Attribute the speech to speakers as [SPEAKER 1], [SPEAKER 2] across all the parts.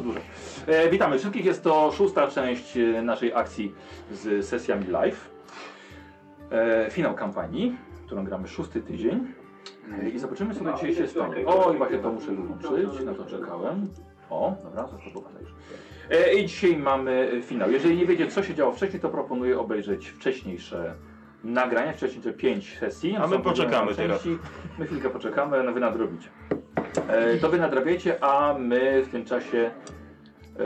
[SPEAKER 1] Duże. E, witamy wszystkich. Jest to szósta część e, naszej akcji z sesjami live. E, finał kampanii, którą gramy szósty tydzień. E, I zobaczymy, co na dzisiaj się stanie. O, i właśnie to muszę włączyć, na to czekałem. O, dobra, zastopowane już. E, I dzisiaj mamy e, finał. Jeżeli nie wiecie, co się działo wcześniej, to proponuję obejrzeć wcześniejsze nagrania, wcześniejsze pięć sesji.
[SPEAKER 2] A my
[SPEAKER 1] Są
[SPEAKER 2] poczekamy
[SPEAKER 1] podzielone na części. My chwilkę poczekamy, no wy nadrobicie. E, to wy nadrabiacie, a my w tym czasie. E,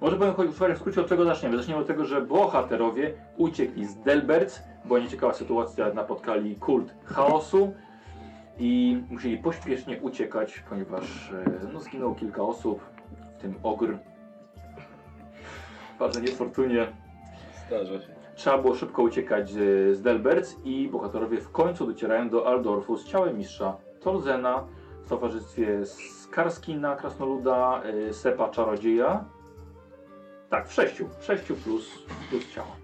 [SPEAKER 1] może powiem choć w skrócie od czego zaczniemy. Zaczniemy od tego, że bohaterowie uciekli z Delberts, bo nieciekawa sytuacja napotkali kult chaosu i musieli pośpiesznie uciekać, ponieważ e, no, zginęło kilka osób, w tym ogr. Bardzo niefortunnie.
[SPEAKER 3] Zdarza się.
[SPEAKER 1] Trzeba było szybko uciekać e, z, z Delberts i bohaterowie w końcu docierają do Aldorfu z ciałem mistrza Torzena w towarzystwie Skarskina, Krasnoluda, y, Sepa, Czarodzieja. Tak, w sześciu. W sześciu plus, plus ciało.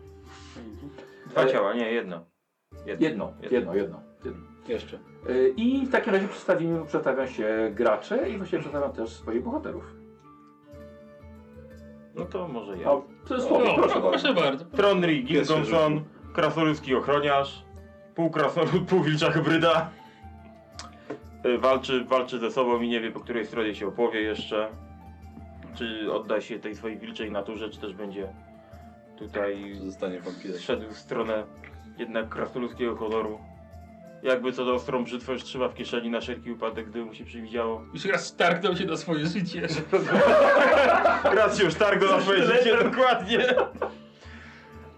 [SPEAKER 2] Dwa
[SPEAKER 1] Ale-
[SPEAKER 2] ciała, nie, jedno.
[SPEAKER 1] Jedno, jedno, jedno. jedno.
[SPEAKER 3] Jeszcze.
[SPEAKER 1] Y, I w takim razie przedstawimy, przedstawiam się gracze i właściwie przedstawiam też swoich bohaterów.
[SPEAKER 2] No to może ja.
[SPEAKER 1] A, to jest słowo,
[SPEAKER 3] O,
[SPEAKER 1] proszę
[SPEAKER 4] No,
[SPEAKER 1] bardzo.
[SPEAKER 4] proszę bardzo.
[SPEAKER 2] Tronry
[SPEAKER 3] Pierwszy
[SPEAKER 2] Gilgonson, krasnoludzki ochroniarz, pół krasnolud, pół wilcza hybryda. Y, Walczy, walczy ze sobą i nie wie po której stronie się opowie jeszcze. Czy odda się tej swojej wilczej naturze, czy też będzie tutaj
[SPEAKER 3] Zostanie wampirem.
[SPEAKER 2] zszedł w stronę jednak krasnoludzkiego honoru. Jakby co do ostrą brzytwę już trzyma w kieszeni na wszelki upadek, gdyby mu się przywidziało.
[SPEAKER 4] Już raz stargnął się na swoje życie.
[SPEAKER 2] Raz się już targo na swoje życie, dokładnie.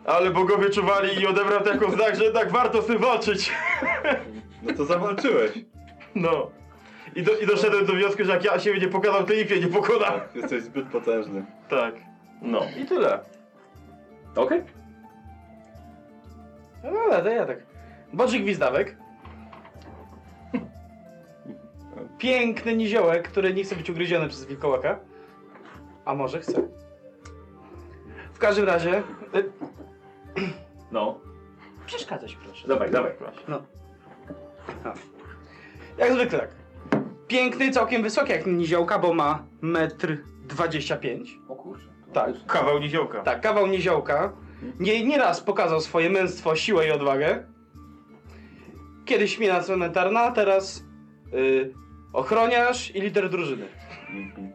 [SPEAKER 2] Ale bogowie czuwali i odebrał to jako znak, że jednak warto z tym walczyć.
[SPEAKER 3] No to zawalczyłeś.
[SPEAKER 2] No. I, do, I doszedłem do wniosku, że jak ja siebie nie pokazał, to nikt mnie nie pokona.
[SPEAKER 3] Tak, jesteś zbyt potężny.
[SPEAKER 2] Tak. No. I tyle.
[SPEAKER 1] Okej?
[SPEAKER 5] No dobra, to ja tak. Boży Gwizdawek. Piękny niziołek, który nie chce być ugryziony przez wilkołaka. A może chce. W każdym razie... Y,
[SPEAKER 1] No,
[SPEAKER 5] przeszkadzać proszę.
[SPEAKER 1] dawaj, dawaj.
[SPEAKER 5] Jak zwykle tak. Piękny, całkiem wysoki jak niziołka, bo ma metr 25.
[SPEAKER 1] O kurczę. to
[SPEAKER 5] Tak.
[SPEAKER 1] faktycznie.
[SPEAKER 2] Kawał niziołka.
[SPEAKER 5] Tak, kawał niziołka. Nie, nieraz pokazał swoje męstwo, siłę i odwagę. Kiedyś mina cmentarna, a teraz y, ochroniarz i lider drużyny.
[SPEAKER 3] Mhm.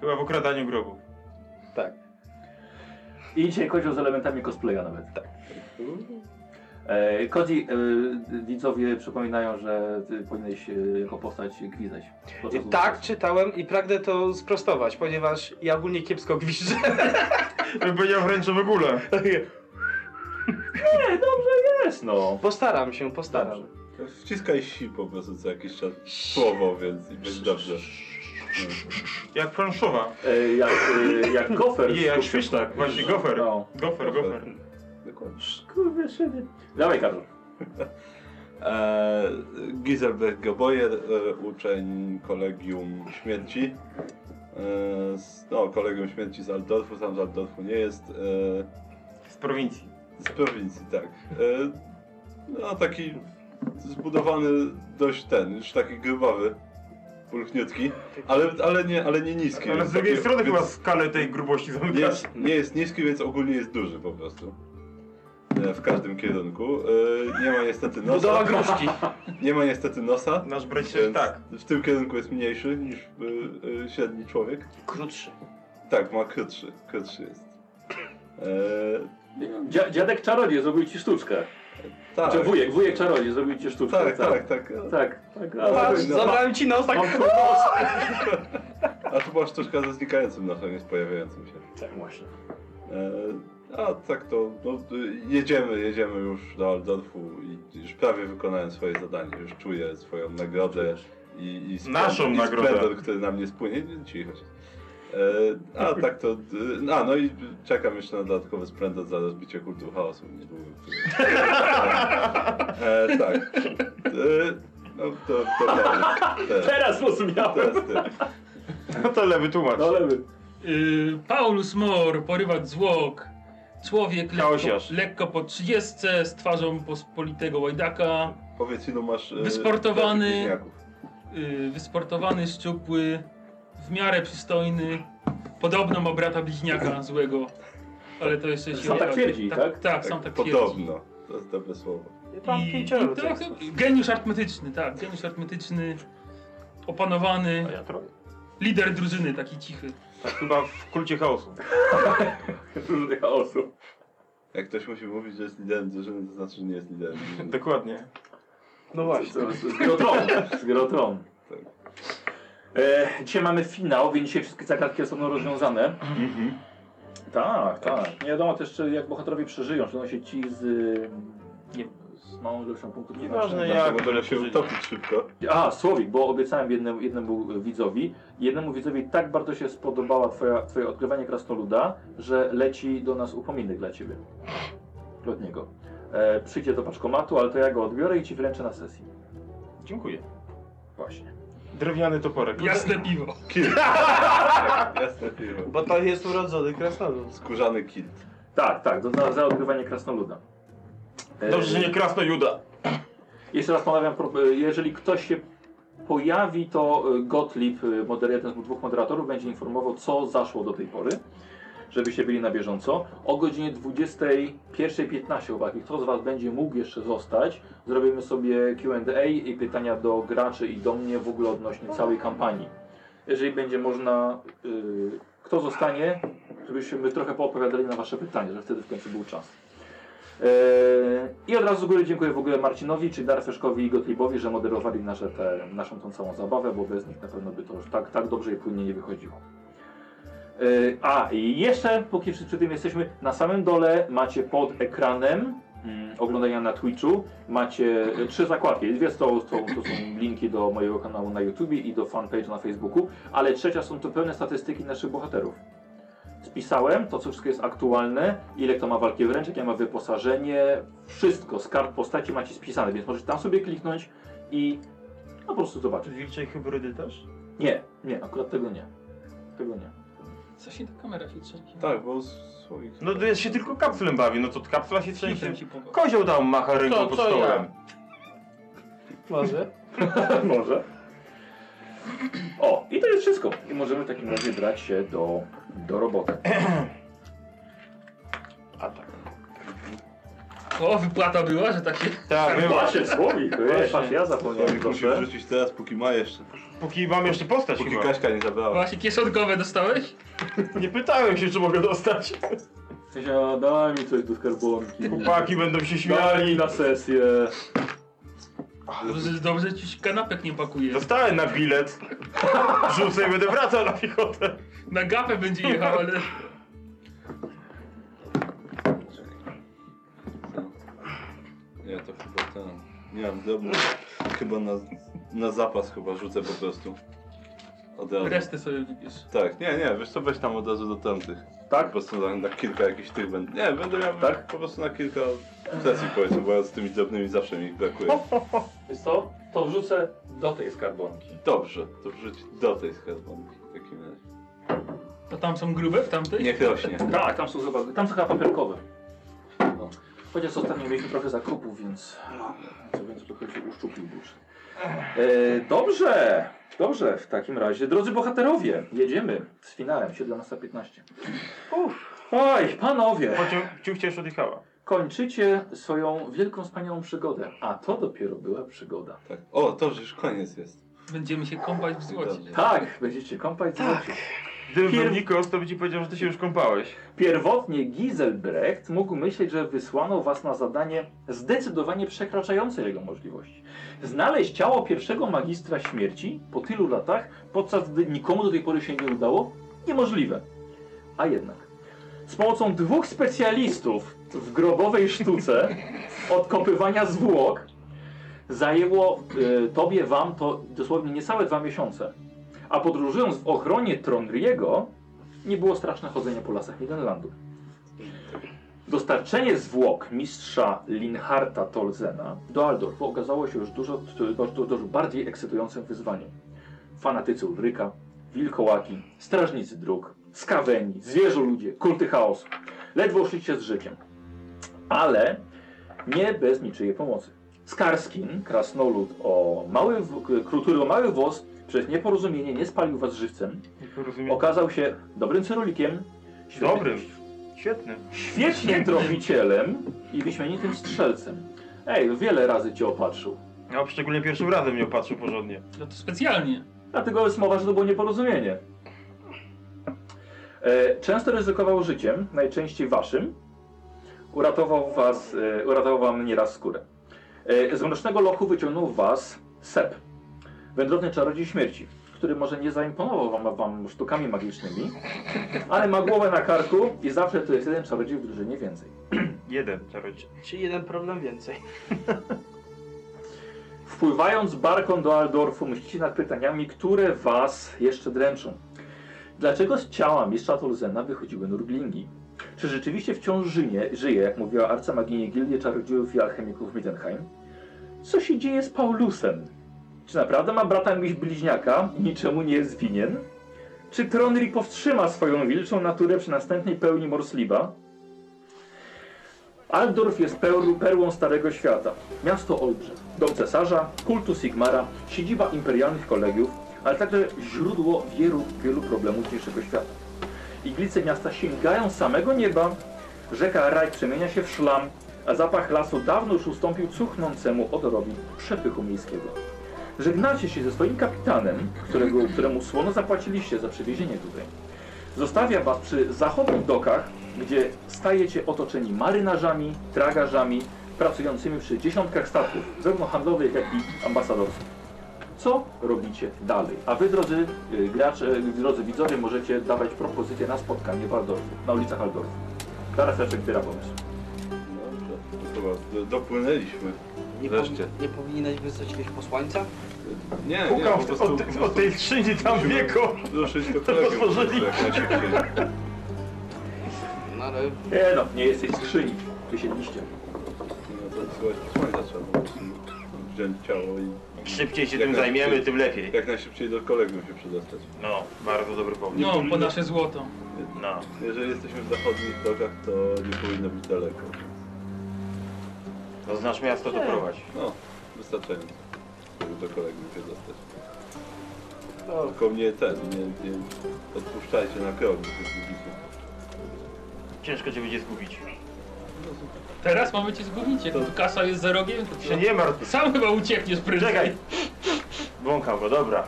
[SPEAKER 2] Chyba w okradaniu grobów.
[SPEAKER 5] Tak.
[SPEAKER 1] I dzisiaj chodził z elementami cosplaya nawet. E, Kodzi, e, widzowie przypominają, że ty powinieneś e, jako postać gwizdać.
[SPEAKER 5] I
[SPEAKER 1] podczas
[SPEAKER 5] tak,
[SPEAKER 1] usłyszenia.
[SPEAKER 5] czytałem i pragnę to sprostować, ponieważ ja ogólnie kiepsko gwiżdżę.
[SPEAKER 2] Bym powiedział wręcz że w ogóle.
[SPEAKER 1] Nie, dobrze jest, no.
[SPEAKER 5] Postaram się, postaram.
[SPEAKER 3] Wciskaj si po prostu co jakiś czas słowo, więc i będzie dobrze.
[SPEAKER 2] Jak planszowa.
[SPEAKER 1] E, jak, e, jak gofer.
[SPEAKER 2] Nie, jak świsztak. Właśnie, gofer.
[SPEAKER 1] No.
[SPEAKER 2] Gofer, gofer.
[SPEAKER 3] Mm, Dokładnie.
[SPEAKER 1] Kurwa, szyny. Dawaj, Karol.
[SPEAKER 3] Eee, Giselbrecht Geboyer, e, uczeń Kolegium Śmierci. E, z- no, Kolegium Śmierci z Altdorfu, sam z Altdorfu nie jest. E,
[SPEAKER 2] Z prowincji.
[SPEAKER 3] Z prowincji, tak. E, no taki zbudowany dość ten, już taki grubawy, pulchniutki, ale, ale, nie, ale nie niski.
[SPEAKER 2] Ale
[SPEAKER 3] więc
[SPEAKER 2] z drugiej
[SPEAKER 3] taki-
[SPEAKER 2] strony
[SPEAKER 3] więc
[SPEAKER 2] chyba skalę tej grubości
[SPEAKER 3] nie
[SPEAKER 2] zamykasz.
[SPEAKER 3] jest, nie jest niski, więc ogólnie jest duży po prostu. E, W każdym kierunku. E, Nie ma niestety
[SPEAKER 5] Budowa
[SPEAKER 3] nosa.
[SPEAKER 5] gruszki.
[SPEAKER 3] Nie ma niestety nosa.
[SPEAKER 2] Nasz brać
[SPEAKER 3] więc
[SPEAKER 2] tak.
[SPEAKER 3] W tym kierunku jest mniejszy niż e, e, średni człowiek.
[SPEAKER 5] Krótszy.
[SPEAKER 3] Tak, ma krótszy. Krótszy jest. E,
[SPEAKER 1] Dzia, dziadek czarodziej zrobił ci sztuczkę.
[SPEAKER 3] tak,
[SPEAKER 1] Czy wujek, wujek czarodziej zrobił ci sztuczkę.
[SPEAKER 3] tak, tak, tak.
[SPEAKER 1] Tak, tak. A,
[SPEAKER 5] Patrz,
[SPEAKER 3] no.
[SPEAKER 5] zabrałem ci nos
[SPEAKER 1] Mam
[SPEAKER 5] tak.
[SPEAKER 1] tu nos.
[SPEAKER 3] A to była sztuczka ze znikającym nosem, nie z pojawiającym się.
[SPEAKER 1] Tak, właśnie.
[SPEAKER 3] E, a tak to, no, y, jedziemy, jedziemy już do Aldorfu i już prawie wykonałem swoje zadanie, już czuję swoją nagrodę i, i, splen-
[SPEAKER 2] Naszą
[SPEAKER 3] i
[SPEAKER 2] nagrodę.
[SPEAKER 3] splendor, który na mnie spłynie, Nie, cicho się. E, a tak to, y, a no i czekam jeszcze na dodatkowy splendor za rozbicie kultu chaosu niedługo. który- E, tak. E, no to, to, to, to,
[SPEAKER 1] Teraz
[SPEAKER 3] to
[SPEAKER 1] zrozumiałem.
[SPEAKER 3] jest ty.
[SPEAKER 2] No to lewy tłumacz.
[SPEAKER 1] No lewy.
[SPEAKER 4] Y, Paulus Mor, porywacz złok. Człowiek lekko,
[SPEAKER 2] Chaosiarz.
[SPEAKER 4] lekko po trzydziestce, z twarzą pospolitego łajdaka.
[SPEAKER 3] Powiedz ilu masz... e,
[SPEAKER 4] Wysportowany.
[SPEAKER 3] bliźniaków?
[SPEAKER 4] Y, wysportowany, szczupły, w miarę przystojny. Podobno ma brata bliźniaka złego, ale to jeszcze się...
[SPEAKER 1] Sam tak twierdzi, tak?
[SPEAKER 4] Tak, tak sam tak twierdzi.
[SPEAKER 3] Podobno. To jest dobre słowo.
[SPEAKER 5] Mam
[SPEAKER 4] I, i
[SPEAKER 5] pięcioro
[SPEAKER 4] trochę
[SPEAKER 5] teraz.
[SPEAKER 4] geniusz artymetyczny, tak, geniusz artymetyczny, opanowany,
[SPEAKER 2] A ja trochę.
[SPEAKER 4] lider drużyny, taki cichy.
[SPEAKER 2] Tak chyba w kulcie chaosu.
[SPEAKER 1] Różnych osób.
[SPEAKER 3] Jak ktoś musi mówić, że jest liderem drużyny, to znaczy, że nie jest liderem drużyny.
[SPEAKER 2] Dokładnie.
[SPEAKER 5] No właśnie.
[SPEAKER 1] Z- Z Grotron. Z Grotron.
[SPEAKER 3] Tak.
[SPEAKER 1] E, dzisiaj mamy finał, więc dzisiaj wszystkie zagadki są rozwiązane.
[SPEAKER 2] Mhm.
[SPEAKER 1] Tak, tak. Nie wiadomo też, czy jak bohaterowie przeżyją, czy będą się ci z, y, nie, z małą ilością punktów.
[SPEAKER 2] Nieważne
[SPEAKER 1] przeznaczenia.
[SPEAKER 2] No jak.
[SPEAKER 3] Dlatego możemy się utopić szybko.
[SPEAKER 1] A, Słowik, bo obiecałem jednemu, jednemu widzowi. Jednemu widzowi tak bardzo się spodobała twoja, twoje odkrywanie krasnoluda, że leci do nas upominek dla ciebie. Od niego. E, przyjdzie do paczkomatu, ale to ja go odbiorę i ci wręczę na sesji.
[SPEAKER 2] Dziękuję.
[SPEAKER 1] Właśnie.
[SPEAKER 2] Drewniany toporek. No
[SPEAKER 4] Jasne piwo.
[SPEAKER 3] Kilt. Jasne piwo.
[SPEAKER 5] Bo to jest urodzony krasnolud.
[SPEAKER 3] Skórzany kilt.
[SPEAKER 1] Tak, tak, do, za, za odkrywanie krasnoluda. E,
[SPEAKER 2] Dobrze, że nie krasno Juda.
[SPEAKER 1] Jeszcze raz ponawiam, pro- e, jeżeli ktoś się pojawi, to e, Gottlieb, e, moder, jeden z dwóch moderatorów, będzie informował, co zaszło do tej pory, żebyście byli na bieżąco. O godzinie 21.15, uwagi, kto z Was będzie mógł jeszcze zostać, zrobimy sobie Q&A i pytania do graczy i do mnie w ogóle odnośnie całej kampanii. Jeżeli będzie można, e, kto zostanie, żebyśmy trochę poopowiadali na Wasze pytania, że wtedy w końcu był czas. Eee, I od razu z góry dziękuję w ogóle Marcinowi, czy Darfeszkowi i Gottliebowi, że moderowali nasze te, naszą tą całą zabawę, bo bez nich na pewno by to już tak, tak dobrze i płynnie nie wychodziło. Eee, A i jeszcze, póki przy, przy tym jesteśmy, na samym dole macie pod ekranem mm, oglądania na Twitchu, macie e, trzy zakładki. Dwie to, to, to są linki do mojego kanału na YouTube i do fanpage na Facebooku, ale trzecia są to pełne statystyki naszych bohaterów spisałem, to co wszystko jest aktualne, ile kto ma walki wręcz, jakie ma wyposażenie, wszystko z kart postaci macie spisane, więc możecie tam sobie kliknąć i no, po prostu zobaczyć.
[SPEAKER 2] Wilczej hybrydy też?
[SPEAKER 1] Nie, nie, akurat tego nie. Tego nie.
[SPEAKER 4] Co się ta kamera się trzęsie?
[SPEAKER 3] Tak, bo słowik.
[SPEAKER 2] No to jest się tylko kapslem bawi, no to kapsla się trzęsie.
[SPEAKER 4] Świtem ci pobaw.
[SPEAKER 2] Kozioł tam macha
[SPEAKER 5] To-
[SPEAKER 2] ręką pod
[SPEAKER 5] to ja.
[SPEAKER 2] stołem.
[SPEAKER 5] Może.
[SPEAKER 1] Tak, Może. O, i to jest wszystko. I możemy w takim razie brać się do, do roboty.
[SPEAKER 5] A tak.
[SPEAKER 4] O, wypłata była, że takie...
[SPEAKER 2] Tak, była.
[SPEAKER 1] Właśnie, słowik, wiesz, aż ja zapomniałem.
[SPEAKER 3] Słowik musi
[SPEAKER 1] proszę.
[SPEAKER 3] wrzucić teraz, póki ma jeszcze.
[SPEAKER 2] Póki mam jeszcze postać
[SPEAKER 3] Póki
[SPEAKER 2] chyba.
[SPEAKER 3] Kaśka nie zabrała.
[SPEAKER 4] Właśnie kieszonkowe dostałeś?
[SPEAKER 2] Nie pytałem się, czy mogę dostać.
[SPEAKER 1] W sensie, a, Daj mi coś do skarbonki.
[SPEAKER 2] Chłopaki będą się
[SPEAKER 1] Daj mi
[SPEAKER 2] śmiali.
[SPEAKER 1] na sesję.
[SPEAKER 4] Dobrze, dobrze ci się kanapek nie pakuje.
[SPEAKER 2] Dostałem na bilet. Rzucę i będę wracał na piechotę.
[SPEAKER 4] Na gapę będzie jechał, ale...
[SPEAKER 3] Ja to chyba ten. Nie wiem, dobra. Chyba na, na zapas chyba rzucę po prostu. Od razu.
[SPEAKER 4] Resztę sobie wybierz.
[SPEAKER 3] Tak, nie, nie, wiesz co, weź tam od razu do tamtych. Po
[SPEAKER 1] Tak?
[SPEAKER 3] prostu na, na kilka jakichś tych będę. Nie, będę miał
[SPEAKER 1] Tak?
[SPEAKER 3] tak? po prostu na kilka sesji powiedzmy, bo ja z tymi drobnymi zawsze mi ich brakuje.
[SPEAKER 1] Wiesz co? To wrzucę do tej skarbonki.
[SPEAKER 3] Dobrze, to wrzuć do tej skarbonki w takim razie.
[SPEAKER 4] To tam są grube w tamtej?
[SPEAKER 3] Niech rośnie.
[SPEAKER 1] Tak, tam są zabawy. Tam są chyba papierkowe. No. Chociaż ostatnio mieliśmy trochę zakupów, więc. Co więc trochę się uszczuplił budżet. E, dobrze, dobrze. W takim razie, drodzy bohaterowie, jedziemy z finałem 17.15. Oj, panowie,
[SPEAKER 2] Pociąg ciuchcie już odjechała.
[SPEAKER 1] kończycie swoją wielką, wspaniałą przygodę. A to dopiero była przygoda.
[SPEAKER 3] Tak. O, to już koniec jest.
[SPEAKER 4] Będziemy się kąpać w złocie.
[SPEAKER 3] Dobrze.
[SPEAKER 1] Tak, będziecie kąpać z oczu.
[SPEAKER 2] Gdybym
[SPEAKER 1] Pier-
[SPEAKER 2] był Nikos, to by ci powiedział, że ty się już kąpałeś.
[SPEAKER 1] Pierwotnie Giselbrecht mógł myśleć, że wysłano was na zadanie zdecydowanie przekraczające jego możliwości. Znaleźć ciało pierwszego magistra śmierci po tylu latach, podczas gdy nikomu do tej pory się nie udało? Niemożliwe. A jednak. Z pomocą dwóch specjalistów w grobowej sztuce odkopywania zwłok zajęło y, tobie, wam to dosłownie niecałe dwa miesiące. A podróżując w ochronie Trondriego, nie było straszne chodzenie po lasach Midenlandu. Dostarczenie zwłok mistrza Linharta Tolzena do Aldorfu okazało się już dużo, dużo, dużo bardziej ekscytującym wyzwaniem. Fanatycy Ulryka, wilkołaki, strażnicy dróg, skaweni, zwierzoludzie, kulty chaosu. Ledwo szliście z życiem. Ale nie bez niczyjej pomocy. Skarskin, krasnolud o mały, w- krutury o mały włos, przez nieporozumienie nie spalił was żywcem,
[SPEAKER 2] Rozumiem.
[SPEAKER 1] okazał się dobrym cyrulikiem, świetnym-
[SPEAKER 2] Dobrym. Świetnym.
[SPEAKER 1] świetnym troficielem i wyśmienitym strzelcem. Ej, wiele razy cię opatrzył.
[SPEAKER 2] No, szczególnie pierwszym razem mnie opatrzył porządnie.
[SPEAKER 4] No to specjalnie.
[SPEAKER 1] Dlatego jest mowa, że to było nieporozumienie. E, Często ryzykował życiem, najczęściej waszym. Uratował was, e, uratował wam nieraz skórę. E, Z mrocznego lochu wyciągnął was Sep, wędrowny czarodziej śmierci, który może nie zaimponował wam, wam sztukami magicznymi, ale ma głowę na karku i zawsze to jest jeden czarodziej w drużynie więcej.
[SPEAKER 2] Jeden czarodziej.
[SPEAKER 5] Czyli jeden problem więcej.
[SPEAKER 1] Wpływając barką do Aldorfu, myślicie nad pytaniami, które was jeszcze dręczą. Dlaczego z ciała mistrza Tolzena wychodziły nurglingi? Czy rzeczywiście wciąż żyje, żyje jak mówiła arcamaginie Gildii Czarodziejów i Alchemików Mittenheim? Co się dzieje z Paulusem? Czy naprawdę ma brata miś bliźniaka i niczemu nie jest winien? Czy Tronry powstrzyma swoją wilczą naturę przy następnej pełni Morsliba? Aldorf jest perł, perłą Starego Świata. Miasto olbrzym. Dom cesarza, kultu Sigmara, siedziba imperialnych kolegiów, ale także źródło wielu, wielu problemów dzisiejszego świata. Iglice miasta sięgają samego nieba, rzeka Raj przemienia się w szlam, a zapach lasu dawno już ustąpił cuchnącemu odorowi przepychu miejskiego. Żegnacie się ze swoim kapitanem, którego, któremu słono zapłaciliście za przywiezienie tutaj. Zostawia was przy zachodnich dokach, gdzie stajecie otoczeni marynarzami, tragarzami, pracującymi przy dziesiątkach statków, zarówno handlowych, jak i ambasadorskich. Co robicie dalej? A wy, drodzy y, gracze, y, drodzy widzowie, możecie dawać propozycje na spotkanie w Aldorfu, na ulicach Aldorfu. Teraz jeszcze wybiera pomysł.
[SPEAKER 3] Dobrze, to chyba d- dopłynęliśmy.
[SPEAKER 5] Nie,
[SPEAKER 3] Wreszcie.
[SPEAKER 5] powi- nie powinieneś wysłać jakiegoś posłańca?
[SPEAKER 3] Nie, nie,
[SPEAKER 2] Pukał
[SPEAKER 3] po
[SPEAKER 2] od,
[SPEAKER 3] prostu
[SPEAKER 2] od, od tej skrzyni tam
[SPEAKER 3] musimy
[SPEAKER 2] wieko.
[SPEAKER 3] Ruszyć do kolegium.
[SPEAKER 2] Otworzyli.
[SPEAKER 3] jak najszybciej.
[SPEAKER 5] No ale
[SPEAKER 1] Nie no, nie jesteś skrzyni. Wysiedliście.
[SPEAKER 3] No to słuchaj, słońca trzeba po prostu wziąć ciało i
[SPEAKER 2] Szybciej się
[SPEAKER 3] Jak
[SPEAKER 2] tym
[SPEAKER 3] naj-
[SPEAKER 2] zajmiemy, tym lepiej.
[SPEAKER 3] jak najszybciej do kolegium się przedostać.
[SPEAKER 2] No, bardzo dobry pomysł.
[SPEAKER 4] No, po nasze złoto.
[SPEAKER 2] No.
[SPEAKER 3] Jeżeli jesteśmy w zachodnich drogach, to nie powinno być daleko.
[SPEAKER 2] To znasz miasto, to prowadź.
[SPEAKER 3] No, wystarczająco, żeby do kolegium się dostać.
[SPEAKER 5] no,
[SPEAKER 3] Tylko mnie ten, nie, nie odpuszczajcie na krok, bo się zgubicie.
[SPEAKER 2] Ciężko cię będzie zgubić.
[SPEAKER 4] Teraz mamy cię zgubić. Jak tu kasa jest za rogiem, to
[SPEAKER 2] Się No nie martw.
[SPEAKER 4] sam chyba uciekniesz prędzej.
[SPEAKER 2] Czekaj. Wącham go, dobra.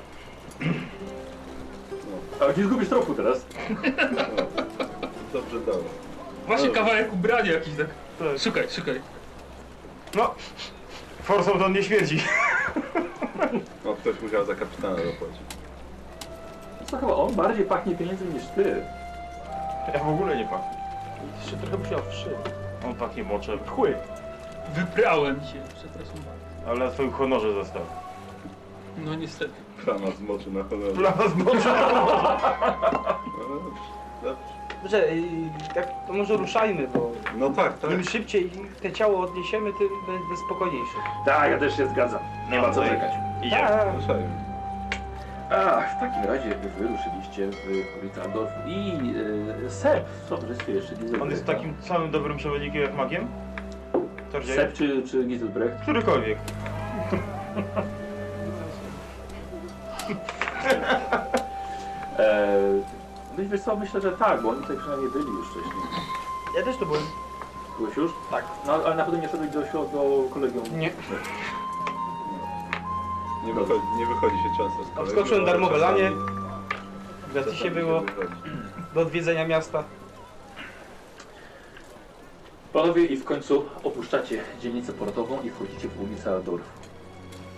[SPEAKER 1] Ale nie zgubisz tropu teraz.
[SPEAKER 3] Dobrze dało.
[SPEAKER 4] Właśnie kawałek ubrania jakiś tak. Szukaj, szukaj.
[SPEAKER 2] No. Forsą to on nie śmierdzi.
[SPEAKER 3] No, ktoś musiał za kapitana zapłacić.
[SPEAKER 1] Co chyba on bardziej pachnie pieniędzmi niż ty.
[SPEAKER 2] Ja w ogóle nie pachnę.
[SPEAKER 5] jeszcze trochę musiał wszy.
[SPEAKER 2] On pachnie moczem. Chły.
[SPEAKER 4] Wyprałem się. Przepraszam bardzo.
[SPEAKER 2] Ale na swoim honorze został.
[SPEAKER 4] No niestety.
[SPEAKER 3] Plama z moczy na honorze.
[SPEAKER 2] Plama z mocza.
[SPEAKER 3] No, dobrze, dobrze.
[SPEAKER 5] Dobrze, y, tak, to może ruszajmy, bo
[SPEAKER 3] No tak, tak.
[SPEAKER 5] im szybciej te ciało odniesiemy, tym będę spokojniejszy.
[SPEAKER 1] Tak, ja też się zgadzam. Nie ma co
[SPEAKER 2] No, no i-
[SPEAKER 1] czekać.
[SPEAKER 2] Idzie.
[SPEAKER 5] Tak.
[SPEAKER 3] Ruszajmy.
[SPEAKER 1] Ach, w takim razie jakby wy wyruszyliście w Ritardorf i e, Sep w towarzystwie jeszcze tak? Gizelbrechta.
[SPEAKER 2] On jest takim samym dobrym przewodnikiem jak magiem? Tordzie?
[SPEAKER 1] Sep czy, czy Gizelbrecht?
[SPEAKER 2] Którykolwiek.
[SPEAKER 1] E, no i wiesz co, myślę, że tak, bo oni tutaj przynajmniej byli już wcześniej.
[SPEAKER 5] Ja też tu byłem.
[SPEAKER 1] Byłeś już?
[SPEAKER 5] Tak.
[SPEAKER 1] No ale na pewno nie szedłeś do, środ- do kolegium.
[SPEAKER 5] Nie.
[SPEAKER 3] Nie wychodzi, nie wychodzi się często z kolegium.
[SPEAKER 5] Odskoczyłem
[SPEAKER 3] ale
[SPEAKER 5] darmowe
[SPEAKER 3] czasami-
[SPEAKER 5] lanie.
[SPEAKER 3] czasami
[SPEAKER 5] Gratis się było
[SPEAKER 3] wychodzi.
[SPEAKER 5] do odwiedzenia miasta.
[SPEAKER 1] Panowie i w końcu opuszczacie dzielnicę portową i wchodzicie w ulicę Adorf.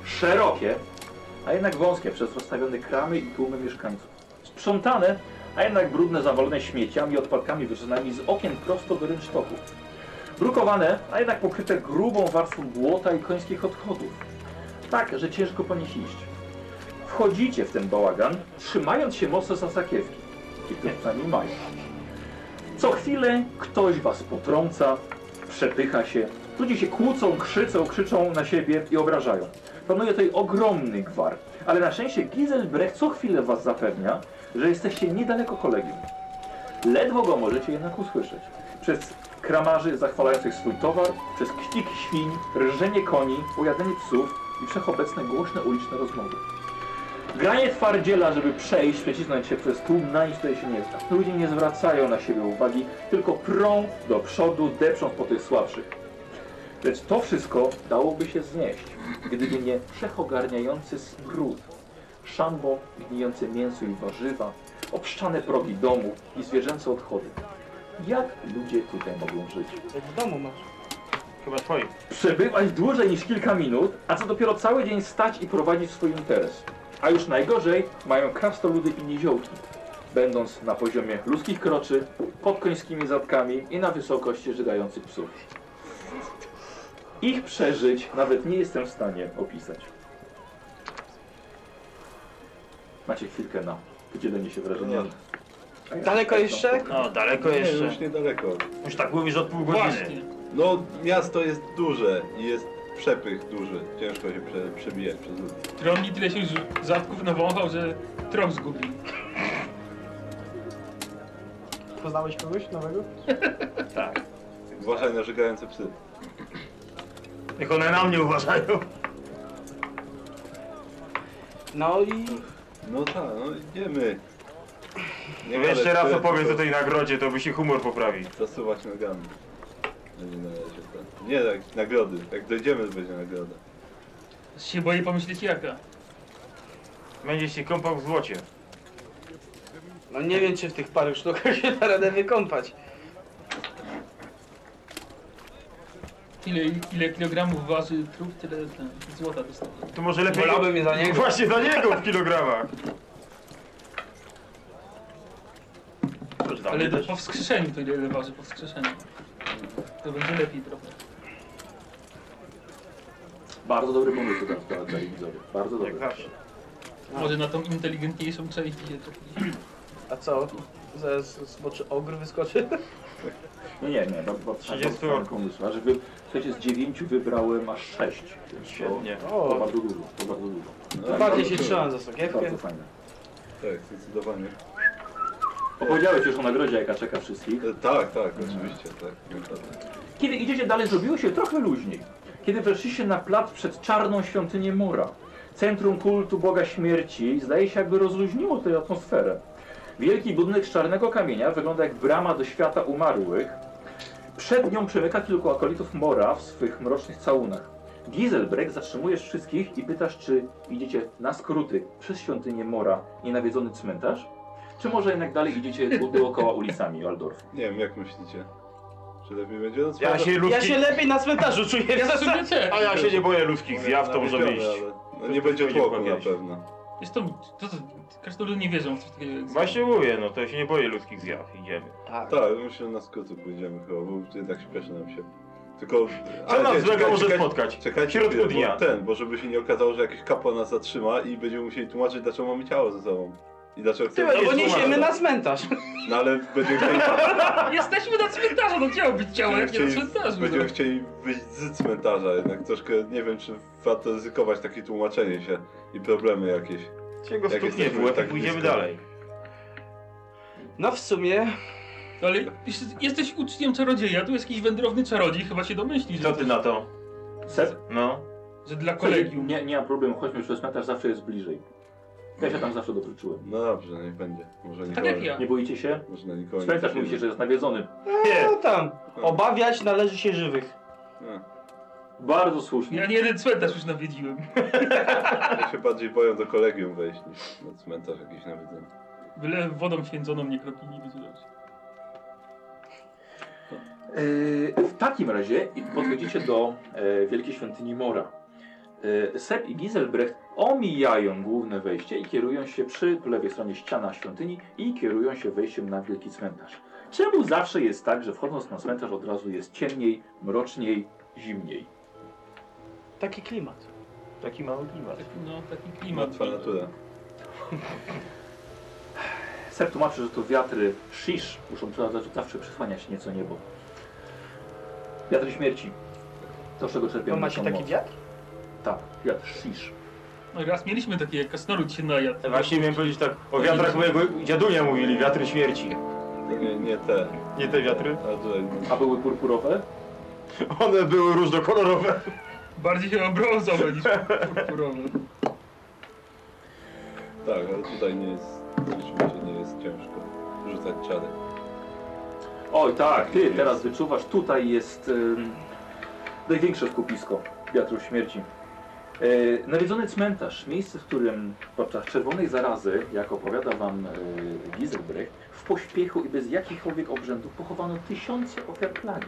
[SPEAKER 1] Szerokie, a jednak wąskie przez rozstawione kramy i tłumy mieszkańców. Sprzątane, a jednak brudne, zawalone śmieciami i odpadkami wyrzuconymi z okien prosto do rynsztoków. Brukowane, a jednak pokryte grubą warstwą błota i końskich odchodów. Tak, że ciężko po nich iść. Wchodzicie w ten bałagan, trzymając się mocno za sakiewki. I to przynajmniej mają. Co chwilę ktoś was potrąca, przepycha się. Ludzie się kłócą, krzyczą, krzyczą na siebie i obrażają. Panuje tutaj ogromny gwar, ale na szczęście Giselbrecht co chwilę was zapewnia, że jesteście niedaleko kolegium. Ledwo go możecie jednak usłyszeć. Przez kramarzy zachwalających swój towar, przez kcik świń, rżenie koni, ujadanie psów i wszechobecne głośne uliczne rozmowy. Granie twardziela, żeby przejść, przecisnąć się przez tłum, na nic tutaj się nie zda. Ludzie nie zwracają na siebie uwagi, tylko prą do przodu, depcząc po tych słabszych. Lecz to wszystko dałoby się znieść, gdyby nie wszechogarniający smród, szambo, gnijące mięso i warzywa, obszczane progi domu i zwierzęce odchody. Jak ludzie tutaj mogą żyć?
[SPEAKER 5] Jak w domu masz.
[SPEAKER 2] Chyba twoim.
[SPEAKER 1] przebywać dłużej niż kilka minut, a co dopiero cały dzień stać i prowadzić swój interes. A już najgorzej mają krastoludy i niziołki, będąc na poziomie ludzkich kroczy, pod końskimi zadkami i na wysokości żygających psów. Ich przeżyć nawet nie jestem w stanie opisać. Macie chwilkę na podzielenie się wrażeniami.
[SPEAKER 5] Daleko jeszcze?
[SPEAKER 2] No, daleko
[SPEAKER 3] Nie,
[SPEAKER 2] jeszcze.
[SPEAKER 3] już niedaleko.
[SPEAKER 2] Już tak mówisz od pół
[SPEAKER 4] Właśnie.
[SPEAKER 2] godziny.
[SPEAKER 3] No, miasto jest duże i jest przepych duży. Ciężko się prze, przebijać przez ludzi.
[SPEAKER 4] Trągi tyle się już zatków nawąchał, że trop zgubił.
[SPEAKER 6] Poznałeś kogoś nowego?
[SPEAKER 2] Tak.
[SPEAKER 3] Uważaj na żygające psy.
[SPEAKER 2] Niech one na mnie uważają.
[SPEAKER 5] No i
[SPEAKER 3] No tak, no idziemy. Nie
[SPEAKER 2] Jak
[SPEAKER 3] gadać
[SPEAKER 2] No jeszcze raz
[SPEAKER 3] tyle,
[SPEAKER 2] opowiem
[SPEAKER 3] tylko
[SPEAKER 2] o tej nagrodzie, to by się humor poprawił.
[SPEAKER 3] Zasuwać nogami. No Będzie na razie tak. Nie tak, nagrody. Jak dojdziemy, to będzie nagroda.
[SPEAKER 4] Się boję pomyśleć jaka.
[SPEAKER 2] Będzie się kąpał w złocie.
[SPEAKER 5] no nie wiem, czy w tych paru sztukach się da radę wykąpać.
[SPEAKER 4] Ile, ile kilogramów waży trup, tyle ten, złota dostaje.
[SPEAKER 2] To może lepiej...
[SPEAKER 5] Wolałbym je za niego.
[SPEAKER 2] Właśnie za niego w kilogramach.
[SPEAKER 4] Ale do, po wskrzeszeniu to ile waży po wskrzeszeniu. To będzie lepiej trochę.
[SPEAKER 1] Bardzo dobry pomysł teraz dla dla widzowie. Bardzo dobry.
[SPEAKER 2] Jak zawsze. No.
[SPEAKER 4] Może na tą inteligentniejszą część idzie trochę.
[SPEAKER 5] A co? Zaraz zboczy ogr wyskoczy?
[SPEAKER 1] No nie, nie, no, bo
[SPEAKER 2] 30
[SPEAKER 1] fajny
[SPEAKER 2] orków.
[SPEAKER 1] pomysł. A żeby, słuchajcie, z dziewięciu wybrałem aż sześć. Więc to-
[SPEAKER 2] Świetnie.
[SPEAKER 1] To
[SPEAKER 5] O,
[SPEAKER 1] bardzo dużo, to bardzo dużo.
[SPEAKER 3] No,
[SPEAKER 5] bardziej się
[SPEAKER 3] tak,
[SPEAKER 5] trzymam za
[SPEAKER 1] Bardzo
[SPEAKER 5] sokiewkę.
[SPEAKER 1] fajne.
[SPEAKER 3] Tak, zdecydowanie.
[SPEAKER 1] Opowiedziałeś już o nagrodzie, jaka czeka wszystkich.
[SPEAKER 3] E, tak, tak, oczywiście, tak. Naprawdę.
[SPEAKER 1] Kiedy idziecie dalej, zrobiło się trochę luźniej. Kiedy weszliście na plac przed czarną świątynię Mora, centrum kultu Boga Śmierci, zdaje się jakby rozluźniło tę atmosferę. Wielki budynek z czarnego kamienia wygląda jak brama do świata umarłych. Przed nią przemyka kilku akolitów Mora w swych mrocznych całunach. Giselbrecht zatrzymujesz wszystkich i pytasz, czy idziecie na skróty przez świątynię Mora, nienawiedzony cmentarz, czy może jednak dalej idziecie dookoła ulicami Waldorfu.
[SPEAKER 3] Nie wiem, jak myślicie? Czy lepiej będzie? No,
[SPEAKER 2] Ja się
[SPEAKER 5] Ja
[SPEAKER 2] ludzkich...
[SPEAKER 5] się lepiej na cmentarzu czuję.
[SPEAKER 4] Ja sobie też.
[SPEAKER 2] A ja się nie boję ludzkich zjaw, to
[SPEAKER 3] Nawiedzione,
[SPEAKER 2] może iść.
[SPEAKER 3] ale No, nie będzie
[SPEAKER 2] Ktoś
[SPEAKER 3] tłoku na
[SPEAKER 2] powiedział.
[SPEAKER 3] pewno.
[SPEAKER 4] Zresztą, to, to, każdy nie wierzą w coś takiego. jak-
[SPEAKER 2] Właśnie mówię, no to ja się nie boję ludzkich zjaw. Idziemy.
[SPEAKER 5] Tak.
[SPEAKER 3] Tak, myślę, że na skrótu pójdziemy chyba, bo jednak śpieszy nam się. Tylko...
[SPEAKER 2] Co
[SPEAKER 3] ale nie,
[SPEAKER 2] nas złego
[SPEAKER 3] czekajcie,
[SPEAKER 2] może
[SPEAKER 3] czekajcie.
[SPEAKER 2] spotkać?
[SPEAKER 3] Czekajcie
[SPEAKER 2] W środku
[SPEAKER 3] chwilę, bo
[SPEAKER 2] dnia.
[SPEAKER 3] ten, bo żeby się nie okazało, że jakiś kapłan nas zatrzyma i będziemy musieli tłumaczyć, dlaczego mamy ciało ze sobą. I dlaczego chcemy...
[SPEAKER 5] No bo
[SPEAKER 2] jest
[SPEAKER 5] niesiemy
[SPEAKER 2] umarły.
[SPEAKER 5] na cmentarz.
[SPEAKER 3] No ale będziemy chcieli,
[SPEAKER 4] Jesteśmy na cmentarzu, no chciało być ciało,
[SPEAKER 3] będziemy
[SPEAKER 4] jak nie na
[SPEAKER 3] chcieli,
[SPEAKER 4] cmentarzu. no.
[SPEAKER 3] będziemy chcieli wyjść z cmentarza jednak. Troszkę nie wiem, czy warto ryzykować takie tłumaczenie się i problemy jakieś.
[SPEAKER 2] Cię go
[SPEAKER 3] Jak
[SPEAKER 2] stuknie w
[SPEAKER 3] jesteśmy
[SPEAKER 2] łeb i
[SPEAKER 3] tak
[SPEAKER 2] pójdziemy
[SPEAKER 3] blisko.
[SPEAKER 2] dalej.
[SPEAKER 5] No w sumie
[SPEAKER 4] No. Ale jesteś, jesteś uczniem czarodzieja, tu jest jakiś wędrowny czarodziej, chyba się domyślisz,
[SPEAKER 2] Co
[SPEAKER 4] że,
[SPEAKER 2] ty na to?
[SPEAKER 1] Sep,
[SPEAKER 2] No.
[SPEAKER 4] że dla kolegium.
[SPEAKER 1] Nie, nie ma problemu, chodźmy przez cmentarz, zawsze jest bliżej. Ja się tam zawsze dotyczyłem.
[SPEAKER 3] No dobrze, niech będzie.
[SPEAKER 5] Tak
[SPEAKER 3] Może nikogo...
[SPEAKER 4] jak ja.
[SPEAKER 1] Nie boicie się?
[SPEAKER 3] Może na nikogo
[SPEAKER 1] Cmentarz mówi się, że jest nawiedzony.
[SPEAKER 2] Nie.
[SPEAKER 5] no tam. Obawiać należy się żywych.
[SPEAKER 3] Nie,
[SPEAKER 1] Bardzo
[SPEAKER 4] Ja
[SPEAKER 1] słusznie.
[SPEAKER 4] nie jeden cmentarz już nawiedziłem.
[SPEAKER 3] Ja się bardziej boję do kolegium wejść niż na cmentarz jakiś nawiedzony.
[SPEAKER 4] Byle wodą święconą nie kropi nie wyzulać.
[SPEAKER 1] Yy, w takim razie podchodzicie do e, Wielkiej Świątyni Mora. Yy, Sepp i Giselbrecht omijają główne wejście i kierują się przy po lewej stronie ściana świątyni i kierują się wejściem na Wielki Cmentarz. Czemu zawsze jest tak, że wchodząc na cmentarz od razu jest ciemniej, mroczniej, zimniej?
[SPEAKER 5] Taki klimat.
[SPEAKER 2] Taki mały klimat.
[SPEAKER 4] Taki, no, taki klimat.
[SPEAKER 3] Martwa natura.
[SPEAKER 1] Sepp tłumaczy, że to wiatry shish muszą zawsze- zawsze przysłaniać nieco niebo. Wiatry śmierci. To, z czego
[SPEAKER 5] Bo
[SPEAKER 1] czerpiemy
[SPEAKER 5] macie
[SPEAKER 1] naszą
[SPEAKER 5] taki
[SPEAKER 1] moc.
[SPEAKER 5] wiatr?
[SPEAKER 1] Tak, wiatr shish.
[SPEAKER 4] No raz mieliśmy takie, jak kasnoród się najadł.
[SPEAKER 2] Właśnie miałem powiedzieć tak, o wiatrach mojego dziadunia mówili, wiatry śmierci.
[SPEAKER 3] Nie, nie te.
[SPEAKER 2] Nie te wiatry?
[SPEAKER 3] A tutaj... no
[SPEAKER 1] A były purpurowe?
[SPEAKER 2] One były różnokolorowe.
[SPEAKER 4] Bardziej chyba brązowe niż purpurowe.
[SPEAKER 3] tak, ale tutaj nie jest, rzeczywiście nie jest ciężko rzucać czary.
[SPEAKER 1] Oj tak, ty teraz wyczuwasz, tutaj jest em, największe skupisko wiatrów śmierci. E, nawiedzony cmentarz, miejsce, w którym podczas czerwonej zarazy, jak opowiada wam e, Gieselbrecht, w pośpiechu i bez jakichkolwiek obrzędów pochowano tysiące ofiar plagi.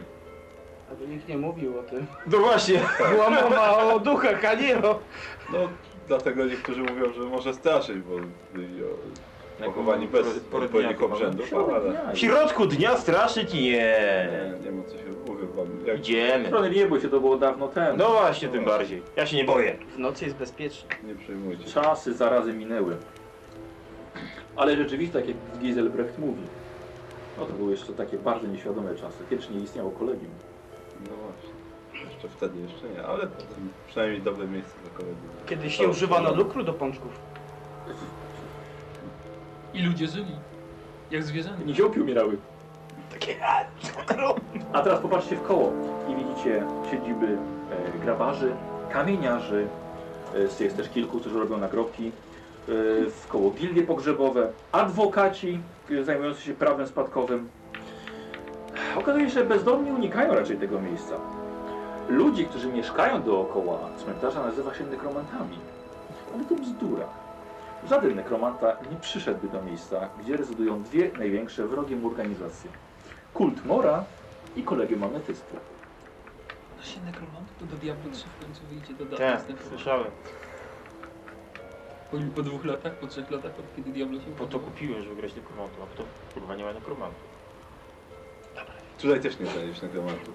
[SPEAKER 5] Ale nikt nie mówił o tym.
[SPEAKER 2] No właśnie.
[SPEAKER 5] Była mowa o duchach, a nie o...
[SPEAKER 3] No, dlatego niektórzy mówią, że może straszyć, bo byli o- pochowani bez odpowiednich obrzędów, ale
[SPEAKER 2] W środku dnia straszyć? Nie.
[SPEAKER 3] nie, nie ma co się mówię wam. Jak
[SPEAKER 2] Idziemy.
[SPEAKER 1] Strony nie bój się, to było dawno temu.
[SPEAKER 2] No właśnie, tym bardziej. Ja się nie boję.
[SPEAKER 5] W nocy jest bezpiecznie.
[SPEAKER 3] nie przejmujcie się.
[SPEAKER 1] Czasy zarazy minęły. Ale rzeczywiście, tak jak Gieselbrecht mówi, no to były jeszcze takie bardzo nieświadome czasy, kiedy nie istniało kolegium.
[SPEAKER 3] No właśnie. Jeszcze wtedy jeszcze nie, ale potem przynajmniej dobre miejsce do kolegi.
[SPEAKER 5] Kiedyś nie używano lukru do pączków.
[SPEAKER 4] I ludzie żyli. Jak zwierzęta.
[SPEAKER 1] Niziołki umierały.
[SPEAKER 5] Takie... A, lukru!
[SPEAKER 1] A teraz popatrzcie w koło i widzicie siedziby e, grabarzy, kamieniarzy, e, jest też kilku, którzy robią nagrobki, e, w koło gildie pogrzebowe, adwokaci e, zajmujący się prawem spadkowym. Okazuje się, że bezdomni unikają raczej tego miejsca. Ludzi, którzy mieszkają dookoła cmentarza nazywa się nekromantami. Ale to bzdura. Żaden nekromanta nie przyszedłby do miejsca, gdzie rezydują dwie największe wrogie mu organizacje. Kult Mora i kolegium ametystu.
[SPEAKER 4] No się nekromant, to do diabła 3 w końcu wyjdzie do daty.
[SPEAKER 2] Tak,
[SPEAKER 4] następnego.
[SPEAKER 2] słyszałem.
[SPEAKER 4] po, po dwóch latach, po trzech latach, od kiedy diablo się
[SPEAKER 2] Po to kupiłem, żeby grać nekromantu, a potem kurwa nie ma nekromantu.
[SPEAKER 3] Tutaj też nie znaleźliśmy tematu.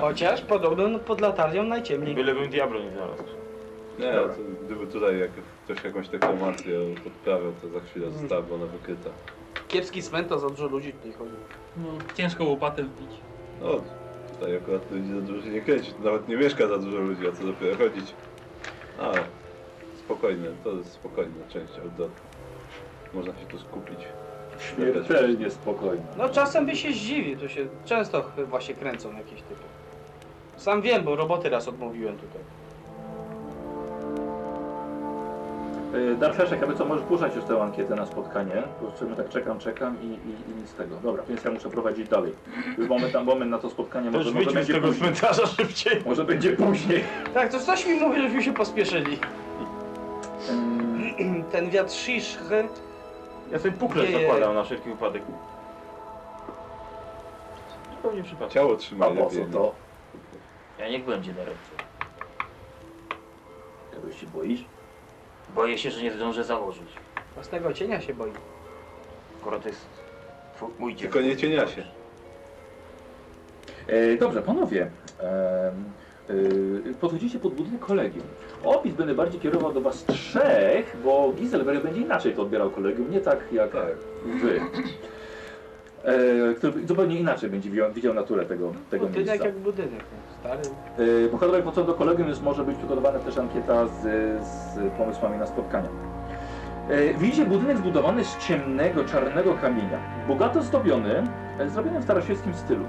[SPEAKER 5] Chociaż podobno pod latarnią najciemniej.
[SPEAKER 2] Bylebym diablo nie
[SPEAKER 1] No
[SPEAKER 2] znalazł.
[SPEAKER 3] Nie, to, gdyby tutaj jak ktoś jakąś deklamację podprawiał, to za chwilę została ona wykryta.
[SPEAKER 5] Kiepski cmentarz, za dużo ludzi tutaj chodzi.
[SPEAKER 4] No, ciężko łopatę wbić.
[SPEAKER 3] No, tutaj akurat ludzi za dużo się nie kręci, tu nawet nie mieszka za dużo ludzi, a co dopiero chodzić. A, spokojne, to jest spokojna część odlotu. Można się tu skupić.
[SPEAKER 1] Śmiertelnie spokojna.
[SPEAKER 5] No czasem by się zdziwił, tu się często ch- właśnie kręcą jakieś typy. Sam wiem, bo roboty raz odmówiłem tutaj.
[SPEAKER 1] Yy, Darszeszek, aby co, możesz puszczać już tę ankietę na spotkanie. Po prostu tak czekam, czekam i, i, i nic z tego. Dobra, więc ja muszę prowadzić dalej. Już moment na moment na to spotkanie,
[SPEAKER 2] Też
[SPEAKER 1] może, może
[SPEAKER 2] wyjdźmy z
[SPEAKER 1] będzie
[SPEAKER 2] tego
[SPEAKER 1] później.
[SPEAKER 2] cmentarza szybciej.
[SPEAKER 1] Może będzie później.
[SPEAKER 5] Tak, to coś mi mówi, żebyśmy się pospieszyli. Ten wiatr shish,
[SPEAKER 2] Ja sobie pukle
[SPEAKER 5] Nie, nie, nie.
[SPEAKER 2] zakładam na wszelki wypadek. Zupełnie przypadkiem.
[SPEAKER 3] Ciało
[SPEAKER 1] Yy,
[SPEAKER 3] trzymaj
[SPEAKER 1] A po co
[SPEAKER 3] lepiej. no.
[SPEAKER 1] to?
[SPEAKER 2] Ja niech będzie na ręce.
[SPEAKER 1] Czegoś się boisz?
[SPEAKER 2] Boję się, że nie zdążę założyć.
[SPEAKER 5] własnego cienia się boi.
[SPEAKER 2] Skoro to jest twój- mój dzień.
[SPEAKER 3] Tylko nie cienia się.
[SPEAKER 1] E, dobrze, panowie. em, e, Podchodzicie pod budynek kolegium. Opis będę bardziej kierował do was trzech, bo Giselberg będzie inaczej to odbierał kolegium, nie tak jak
[SPEAKER 3] Tak.
[SPEAKER 1] wy. E, który zupełnie inaczej będzie widział, widział naturę tego, tego
[SPEAKER 5] Budynek
[SPEAKER 1] miejsca.
[SPEAKER 5] jak budynek, no, stary.
[SPEAKER 1] Yy, Bohaterowie po co do kolegium jest, może być przygotowana też ankieta z, z pomysłami na spotkania. Yy, Widzicie budynek zbudowany z ciemnego, czarnego kamienia. Bogato zdobiony, e, zrobiony w starosieckim stylu.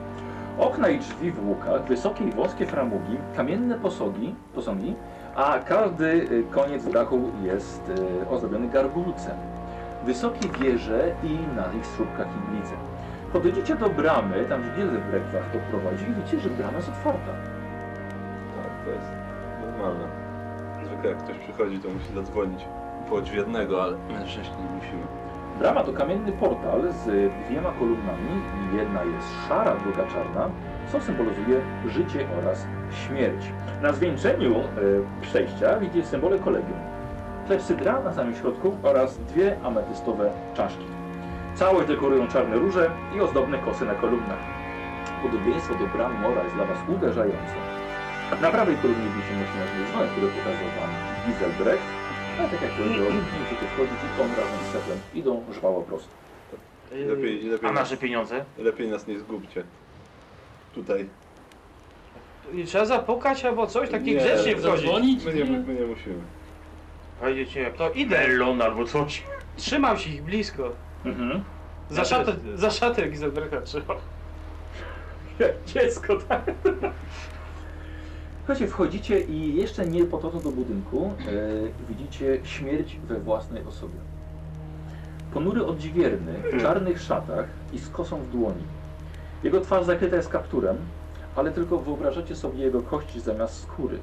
[SPEAKER 1] Okna i drzwi w łukach, wysokie i wąskie framugi, kamienne posogi, posągi, a każdy y, koniec dachu jest y, ozdobiony gargulcem. Wysokie wieże i na ich słupkach iglice. Podejdziecie do bramy, tam gdzie Gildebrand was poprowadzi i widzicie, że brama jest otwarta.
[SPEAKER 3] Tak, to jest normalne. Zwykle jak ktoś przychodzi, to musi zadzwonić po jednego, ale na szczęście nie musimy.
[SPEAKER 1] Brama to kamienny portal z dwiema kolumnami. Jedna jest szara, druga czarna, co symbolizuje życie oraz śmierć. Na zwieńczeniu e, przejścia widzicie symbole kolegium. Klepsydra na samym środku oraz dwie ametystowe czaszki. Całość dekorują czarne róże i ozdobne kosy na kolumnach. Podobieństwo do bram Mora jest dla Was uderzające. Na prawej kolumnie wisi mocny dzwonek, który pokazał Wam Gieselbrecht. Ale tak jak powiedziałem, nie musicie wchodzić i on razem z seplem idą żwało prosto.
[SPEAKER 5] Yy,
[SPEAKER 3] Lepiej, lepiej,
[SPEAKER 2] A nasze pieniądze?
[SPEAKER 3] lepiej nas nie zgubcie. Tutaj.
[SPEAKER 5] I Trzeba zapukać albo coś, taki
[SPEAKER 3] Nie,
[SPEAKER 5] grzecznie wchodzić.
[SPEAKER 4] Zadzwonić?
[SPEAKER 3] My nie, my nie musimy.
[SPEAKER 2] Pojedziecie jak
[SPEAKER 5] To idę,
[SPEAKER 2] Bellon albo coś.
[SPEAKER 5] trzymam się ich blisko.
[SPEAKER 1] Mhm.
[SPEAKER 5] Za szatę, za szatę Gizelberga trzymam.
[SPEAKER 1] Dziecko, tak? Słuchajcie, wchodzicie i jeszcze nie po to do budynku e, widzicie śmierć we własnej osobie. Ponury odźwierny
[SPEAKER 5] Mhm.
[SPEAKER 1] w czarnych szatach i z kosą w dłoni. Jego twarz zakryta jest kapturem, ale tylko wyobrażacie sobie jego kości zamiast skóry.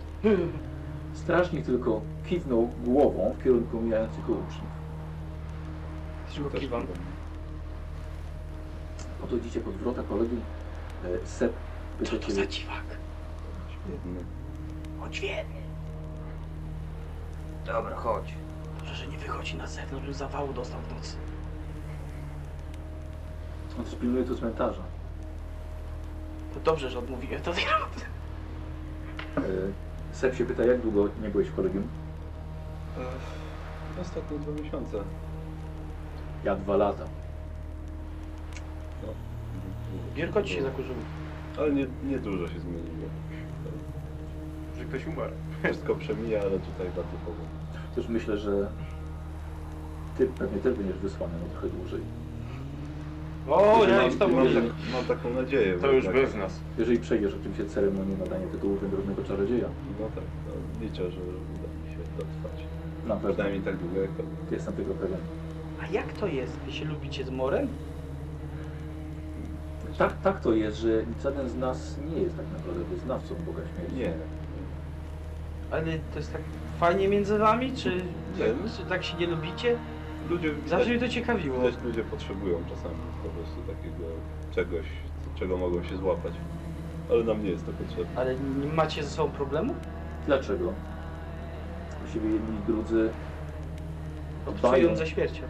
[SPEAKER 1] Strażnik tylko kiwnął głową w kierunku mijających go uczniów.
[SPEAKER 3] Też
[SPEAKER 5] Kiwam.
[SPEAKER 1] Oto widzicie pod wrota kolegi e, Sep.
[SPEAKER 5] Co to za dziwak?
[SPEAKER 3] Świetny.
[SPEAKER 5] Odźwierny.
[SPEAKER 7] Dobra, chodź.
[SPEAKER 5] Dobrze, że nie wychodzi na zewnątrz, by zawału dostał w nocy.
[SPEAKER 1] On też pilnuje tu cmentarza.
[SPEAKER 5] To dobrze, że odmówiłem to zrobić.
[SPEAKER 1] E, Sep się pyta, jak długo nie byłeś w kolegium?
[SPEAKER 3] Ech, No. Ostatnie dwa miesiące.
[SPEAKER 1] Ja dwa lata.
[SPEAKER 5] Gierko
[SPEAKER 3] No.
[SPEAKER 5] ci się zakurzyło.
[SPEAKER 3] Ale nie, nie dużo się zmieniło.
[SPEAKER 2] Że ktoś umarł.
[SPEAKER 3] Wszystko przemija, ale tutaj bardzo powoli.
[SPEAKER 1] Też myślę, że ty pewnie też będziesz wysłany na trochę dłużej.
[SPEAKER 5] O, ja
[SPEAKER 3] mam,
[SPEAKER 5] już to
[SPEAKER 3] mam,
[SPEAKER 5] mówię.
[SPEAKER 3] tak, mam taką nadzieję.
[SPEAKER 2] To już
[SPEAKER 3] tak,
[SPEAKER 2] bez nas.
[SPEAKER 1] Jeżeli przejdziesz oczywiście ceremonię nadania tytułu wędrownego czarodzieja.
[SPEAKER 3] No tak, no, liczę, że uda mi się dotrwać.
[SPEAKER 1] Na pewno.
[SPEAKER 3] Przynajmniej tak długo jak to.
[SPEAKER 1] Jestem tego pewien.
[SPEAKER 5] A jak to jest? Wy się lubicie z Morem?
[SPEAKER 1] Tak, tak to jest, że żaden z nas nie jest tak naprawdę wyznawcą Boga Śmierci.
[SPEAKER 3] Nie.
[SPEAKER 5] Ale to jest tak fajnie między wami? Czy,
[SPEAKER 3] Nie.
[SPEAKER 5] czy tak się nie lubicie?
[SPEAKER 3] Ludzie,
[SPEAKER 5] Zawsze mnie to ciekawiło.
[SPEAKER 3] Widać, ludzie potrzebują czasami po prostu takiego czegoś, czego mogą się złapać. Ale nam nie jest to potrzebne.
[SPEAKER 5] Ale nie macie ze sobą problemu?
[SPEAKER 1] Dlaczego? Właściwie jedni i drudzy
[SPEAKER 5] Odczując za śmiercią.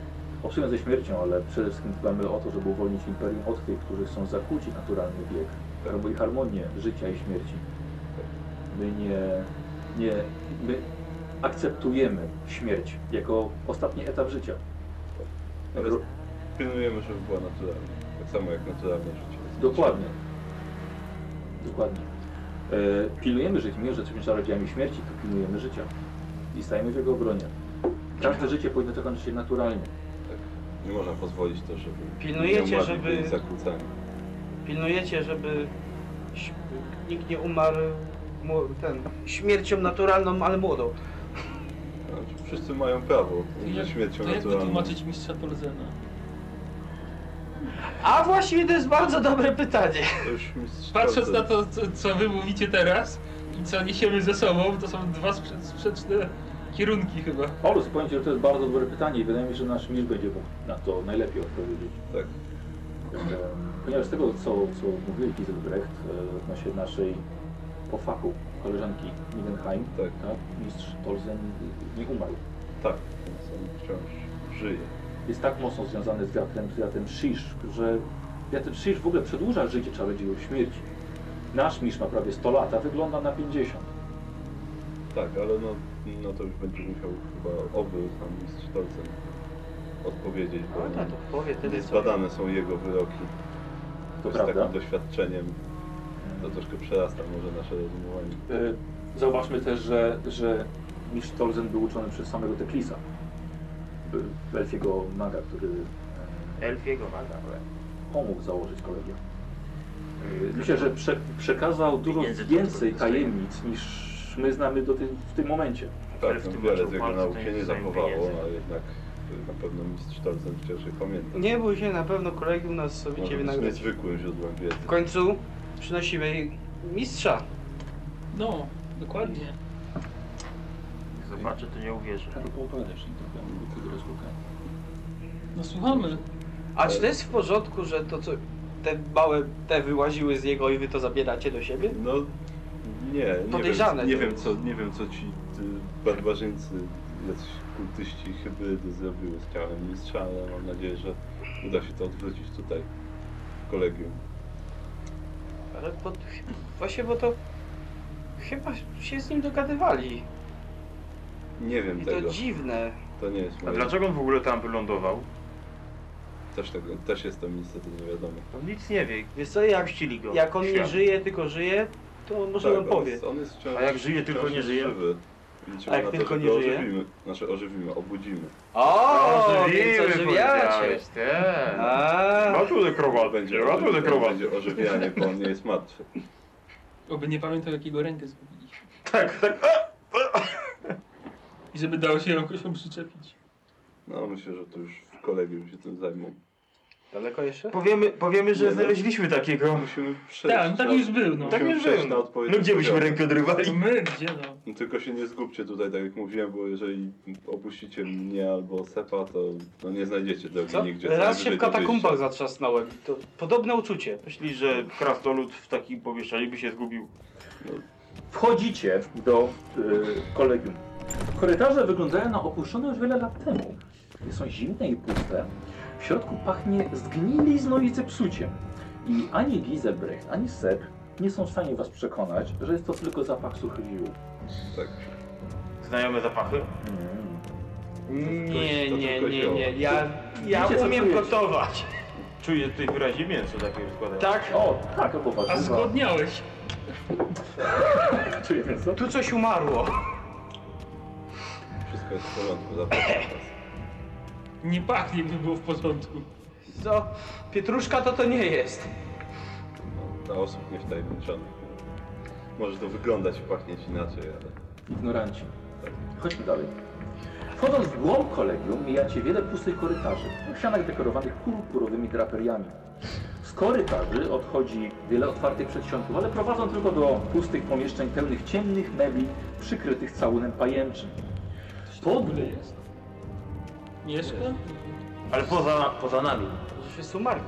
[SPEAKER 1] obsują ze śmiercią, ale przede wszystkim dbamy o to, żeby uwolnić imperium od tych, którzy chcą zakłócić naturalny bieg, albo i harmonię życia i śmierci. My nie, nie my akceptujemy śmierć jako ostatni etap życia.
[SPEAKER 3] Ale pilnujemy, żeby była naturalna. Tak samo jak naturalne życie. jest.
[SPEAKER 1] Dokładnie. Dokładnie. E, pilnujemy życia, mimo że jesteśmy czarodziejami śmierci, to pilnujemy życia. I stajemy w jego obronie. Każde życie powinno zakończyć się naturalnie.
[SPEAKER 3] Nie można pozwolić to, żeby
[SPEAKER 5] Pilnujecie,
[SPEAKER 3] nie umarli
[SPEAKER 5] żeby-
[SPEAKER 3] byli zakłócani.
[SPEAKER 5] Pilnujecie, żeby ś- nikt nie umarł mu- ten, śmiercią naturalną, ale młodą.
[SPEAKER 3] Znaczy, wszyscy mają prawo
[SPEAKER 4] jak-
[SPEAKER 3] umrzeć śmiercią
[SPEAKER 4] To jak
[SPEAKER 3] naturalną.
[SPEAKER 4] wytłumaczyć mistrza Tolzena?
[SPEAKER 5] A właściwie to jest bardzo dobre pytanie.
[SPEAKER 3] To już mistrz
[SPEAKER 4] Patrząc
[SPEAKER 3] Tolkien.
[SPEAKER 4] na to, co, co wy mówicie teraz i co niesiemy ze sobą, to są dwa sprze- sprzeczne kierunki chyba.
[SPEAKER 1] Paulus, powiem Ci, że to jest bardzo dobre pytanie i wydaje mi się, że nasz mistrz będzie mógł na to najlepiej odpowiedzieć.
[SPEAKER 3] Tak.
[SPEAKER 1] Em, Ponieważ z tego, co, co mówił Giselbrecht e, odnośnie naszej po faku koleżanki Midenheim,
[SPEAKER 3] Tak.
[SPEAKER 1] tak, mistrz Tolzen nie umarł.
[SPEAKER 3] Tak, więc on wciąż żyje.
[SPEAKER 1] Jest tak mocno związany z wiatrem, z wiatrem Shish, że wiatr Shish w ogóle przedłuża życie czarodziejów śmierci. Nasz mistrz ma prawie 100 lat, a wygląda na 50.
[SPEAKER 3] Tak, ale no, no to już będzie musiał chyba oby sam mistrz Tolcen odpowiedzieć, bo
[SPEAKER 5] No tak, to powie wtedy co.
[SPEAKER 3] niezbadane są jego wyroki.
[SPEAKER 1] To
[SPEAKER 3] z
[SPEAKER 1] prawda.
[SPEAKER 3] takim doświadczeniem tak, to troszkę przerasta może nasze rozumowanie.
[SPEAKER 1] E, Zauważmy też, że, że mistrz Tolzen był uczony przez samego Teklisa, e, elfiego maga, który e,
[SPEAKER 7] Elfiego maga, ale...
[SPEAKER 1] pomógł założyć kolegium. E, Myślę, że prze, przekazał dużo
[SPEAKER 7] Pieniędzy to
[SPEAKER 1] więcej
[SPEAKER 7] dostaje.
[SPEAKER 1] tajemnic niż my znamy do ty, w tym momencie.
[SPEAKER 7] Ale
[SPEAKER 3] Tak,
[SPEAKER 7] w
[SPEAKER 3] no,
[SPEAKER 7] tym
[SPEAKER 3] wiele
[SPEAKER 7] meczu
[SPEAKER 3] z jego
[SPEAKER 7] bardzo
[SPEAKER 3] nauk
[SPEAKER 7] to
[SPEAKER 3] się
[SPEAKER 7] nie
[SPEAKER 3] nie
[SPEAKER 7] dostajemy
[SPEAKER 3] zachowało,
[SPEAKER 7] pieniędzy.
[SPEAKER 3] ale jednak y, na pewno mistrz Tolcen wciąż je pamięta.
[SPEAKER 5] Nie bój się, na pewno kolegium nas
[SPEAKER 3] Może
[SPEAKER 5] sowicie
[SPEAKER 3] być
[SPEAKER 5] wynagrodzi.
[SPEAKER 3] niezwykłym źródłem wiedzy.
[SPEAKER 5] W końcu przynosimy jej mistrza.
[SPEAKER 4] No, dokładnie.
[SPEAKER 7] Jak Zobaczę, to nie uwierzę.
[SPEAKER 1] Opowiadasz im trochę o tego
[SPEAKER 4] No słuchamy.
[SPEAKER 5] A czy to jest w porządku, że to co te małe te wyłaziły z jego i wy to zabieracie do siebie?
[SPEAKER 3] No nie, nie
[SPEAKER 5] Podejrzane
[SPEAKER 3] wiem, nie
[SPEAKER 5] to
[SPEAKER 3] wiem
[SPEAKER 5] jest.
[SPEAKER 3] co, nie wiem co ci y, barbarzyńcy, jacyś kultyści hybrydy zrobiły z ciałem mistrza, ale mam nadzieję, że uda się to odwrócić tutaj w kolegium.
[SPEAKER 5] Ale bo, właśnie bo to chyba się z nim dogadywali.
[SPEAKER 3] Nie wiem
[SPEAKER 5] I to
[SPEAKER 3] tego,
[SPEAKER 5] dziwne.
[SPEAKER 3] to nie jest
[SPEAKER 2] A
[SPEAKER 3] moje.
[SPEAKER 2] dlaczego on w ogóle tam wylądował?
[SPEAKER 3] Też tego, też jestem niestety nie wiadomo.
[SPEAKER 2] On nic nie wie.
[SPEAKER 5] Wiesz co, jak,
[SPEAKER 7] Puścili go.
[SPEAKER 5] jak on nie
[SPEAKER 2] Świat.
[SPEAKER 5] żyje, tylko żyje, to może
[SPEAKER 3] Tak,
[SPEAKER 5] nam
[SPEAKER 3] on
[SPEAKER 5] powie.
[SPEAKER 3] jest- On jest wciąż,
[SPEAKER 2] A jak żyje, tylko
[SPEAKER 3] wciąż
[SPEAKER 2] nie żyje?
[SPEAKER 3] Żywy. Liczymy
[SPEAKER 5] A jak
[SPEAKER 3] na to,
[SPEAKER 5] tylko
[SPEAKER 3] że
[SPEAKER 5] nie
[SPEAKER 3] go
[SPEAKER 5] żyje?
[SPEAKER 3] Ożywimy, znaczy ożywimy, obudzimy.
[SPEAKER 5] O, więc
[SPEAKER 2] Ożywiły,
[SPEAKER 5] ożywiacie.
[SPEAKER 2] powiedziałeś, tak.
[SPEAKER 5] A, No.
[SPEAKER 2] Łatwo dekrować
[SPEAKER 3] Będzie,
[SPEAKER 2] będzie, łatwo dekrować.
[SPEAKER 3] będzie ożywianie, bo on nie jest martwy.
[SPEAKER 4] Oby nie pamiętał, jakiego rękę zgubiliśmy.
[SPEAKER 2] Tak, tak. A!
[SPEAKER 4] I żeby dało się jakoś ją przyczepić.
[SPEAKER 3] No myślę, że to już w kolegium się tym zajmą.
[SPEAKER 5] Daleko jeszcze?
[SPEAKER 2] Powiemy, powiemy, że
[SPEAKER 3] Nie, no.
[SPEAKER 2] znaleźliśmy takiego.
[SPEAKER 3] Musimy przejść.
[SPEAKER 4] Tak, tak
[SPEAKER 3] na-
[SPEAKER 4] już był, no.
[SPEAKER 5] Tak
[SPEAKER 3] musimy
[SPEAKER 5] już
[SPEAKER 3] przejść
[SPEAKER 5] był,
[SPEAKER 3] na
[SPEAKER 5] no.
[SPEAKER 3] odpowiedź.
[SPEAKER 2] No gdzie byśmy rękę
[SPEAKER 4] To
[SPEAKER 2] odrywali?
[SPEAKER 4] my, gdzie no?
[SPEAKER 3] No, Tylko się nie zgubcie tutaj, tak jak mówiłem, bo jeżeli opuścicie mnie albo Sepa, to no, nie znajdziecie drogi
[SPEAKER 5] Co?
[SPEAKER 3] nigdzie. co
[SPEAKER 5] Raz
[SPEAKER 3] najwyżej
[SPEAKER 5] się w
[SPEAKER 3] do
[SPEAKER 5] katakumbach
[SPEAKER 3] wyjścia.
[SPEAKER 5] zatrzasnąłem. To podobne uczucie.
[SPEAKER 2] Myśli, że krasnolud w takim pomieszczeniu by się zgubił.
[SPEAKER 1] Wchodzicie do y, kolegium. Korytarze wyglądają na opuszczone już wiele lat temu. Są zimne i puste. W środku pachnie zgnilizną i zepsuciem. I ani Gizebrecht, ani Seb nie są w stanie was przekonać, że jest to tylko zapach suchych ziół.
[SPEAKER 3] Tak.
[SPEAKER 2] Znajome zapachy?
[SPEAKER 5] Nie,
[SPEAKER 3] to
[SPEAKER 5] nie,
[SPEAKER 3] tylko
[SPEAKER 5] nie,
[SPEAKER 3] zioło.
[SPEAKER 5] nie. Ja, ja
[SPEAKER 1] Wiecie, co
[SPEAKER 5] umiem
[SPEAKER 1] czujecie.
[SPEAKER 5] gotować.
[SPEAKER 2] Czuję tutaj wyraźnie mięso takie rozkładane.
[SPEAKER 5] Tak?
[SPEAKER 1] O, tak, albo
[SPEAKER 4] A
[SPEAKER 1] warzywa.
[SPEAKER 4] zgodniałeś.
[SPEAKER 1] Czuję mięso.
[SPEAKER 5] Tu coś umarło.
[SPEAKER 3] Wszystko jest w porządku, zapraszam.
[SPEAKER 4] Nie pachnie, by było w porządku.
[SPEAKER 5] Co? Pietruszka to to nie jest.
[SPEAKER 3] No, Dla osób niewtajemniczonych. Może to wyglądać i pachnieć inaczej, ale...
[SPEAKER 1] Ignoranci. Chodźmy dalej. Wchodząc w głąb kolegium, mijacie wiele pustych korytarzy, w ścianach dekorowanych purpurowymi draperiami. Z korytarzy odchodzi wiele otwartych przedsionków, ale prowadzą tylko do pustych pomieszczeń pełnych ciemnych mebli przykrytych całunem pajęczym. Pod
[SPEAKER 4] Tyle jest. Mieszka?
[SPEAKER 2] Ale poza, poza nami.
[SPEAKER 5] Coś jest umarło.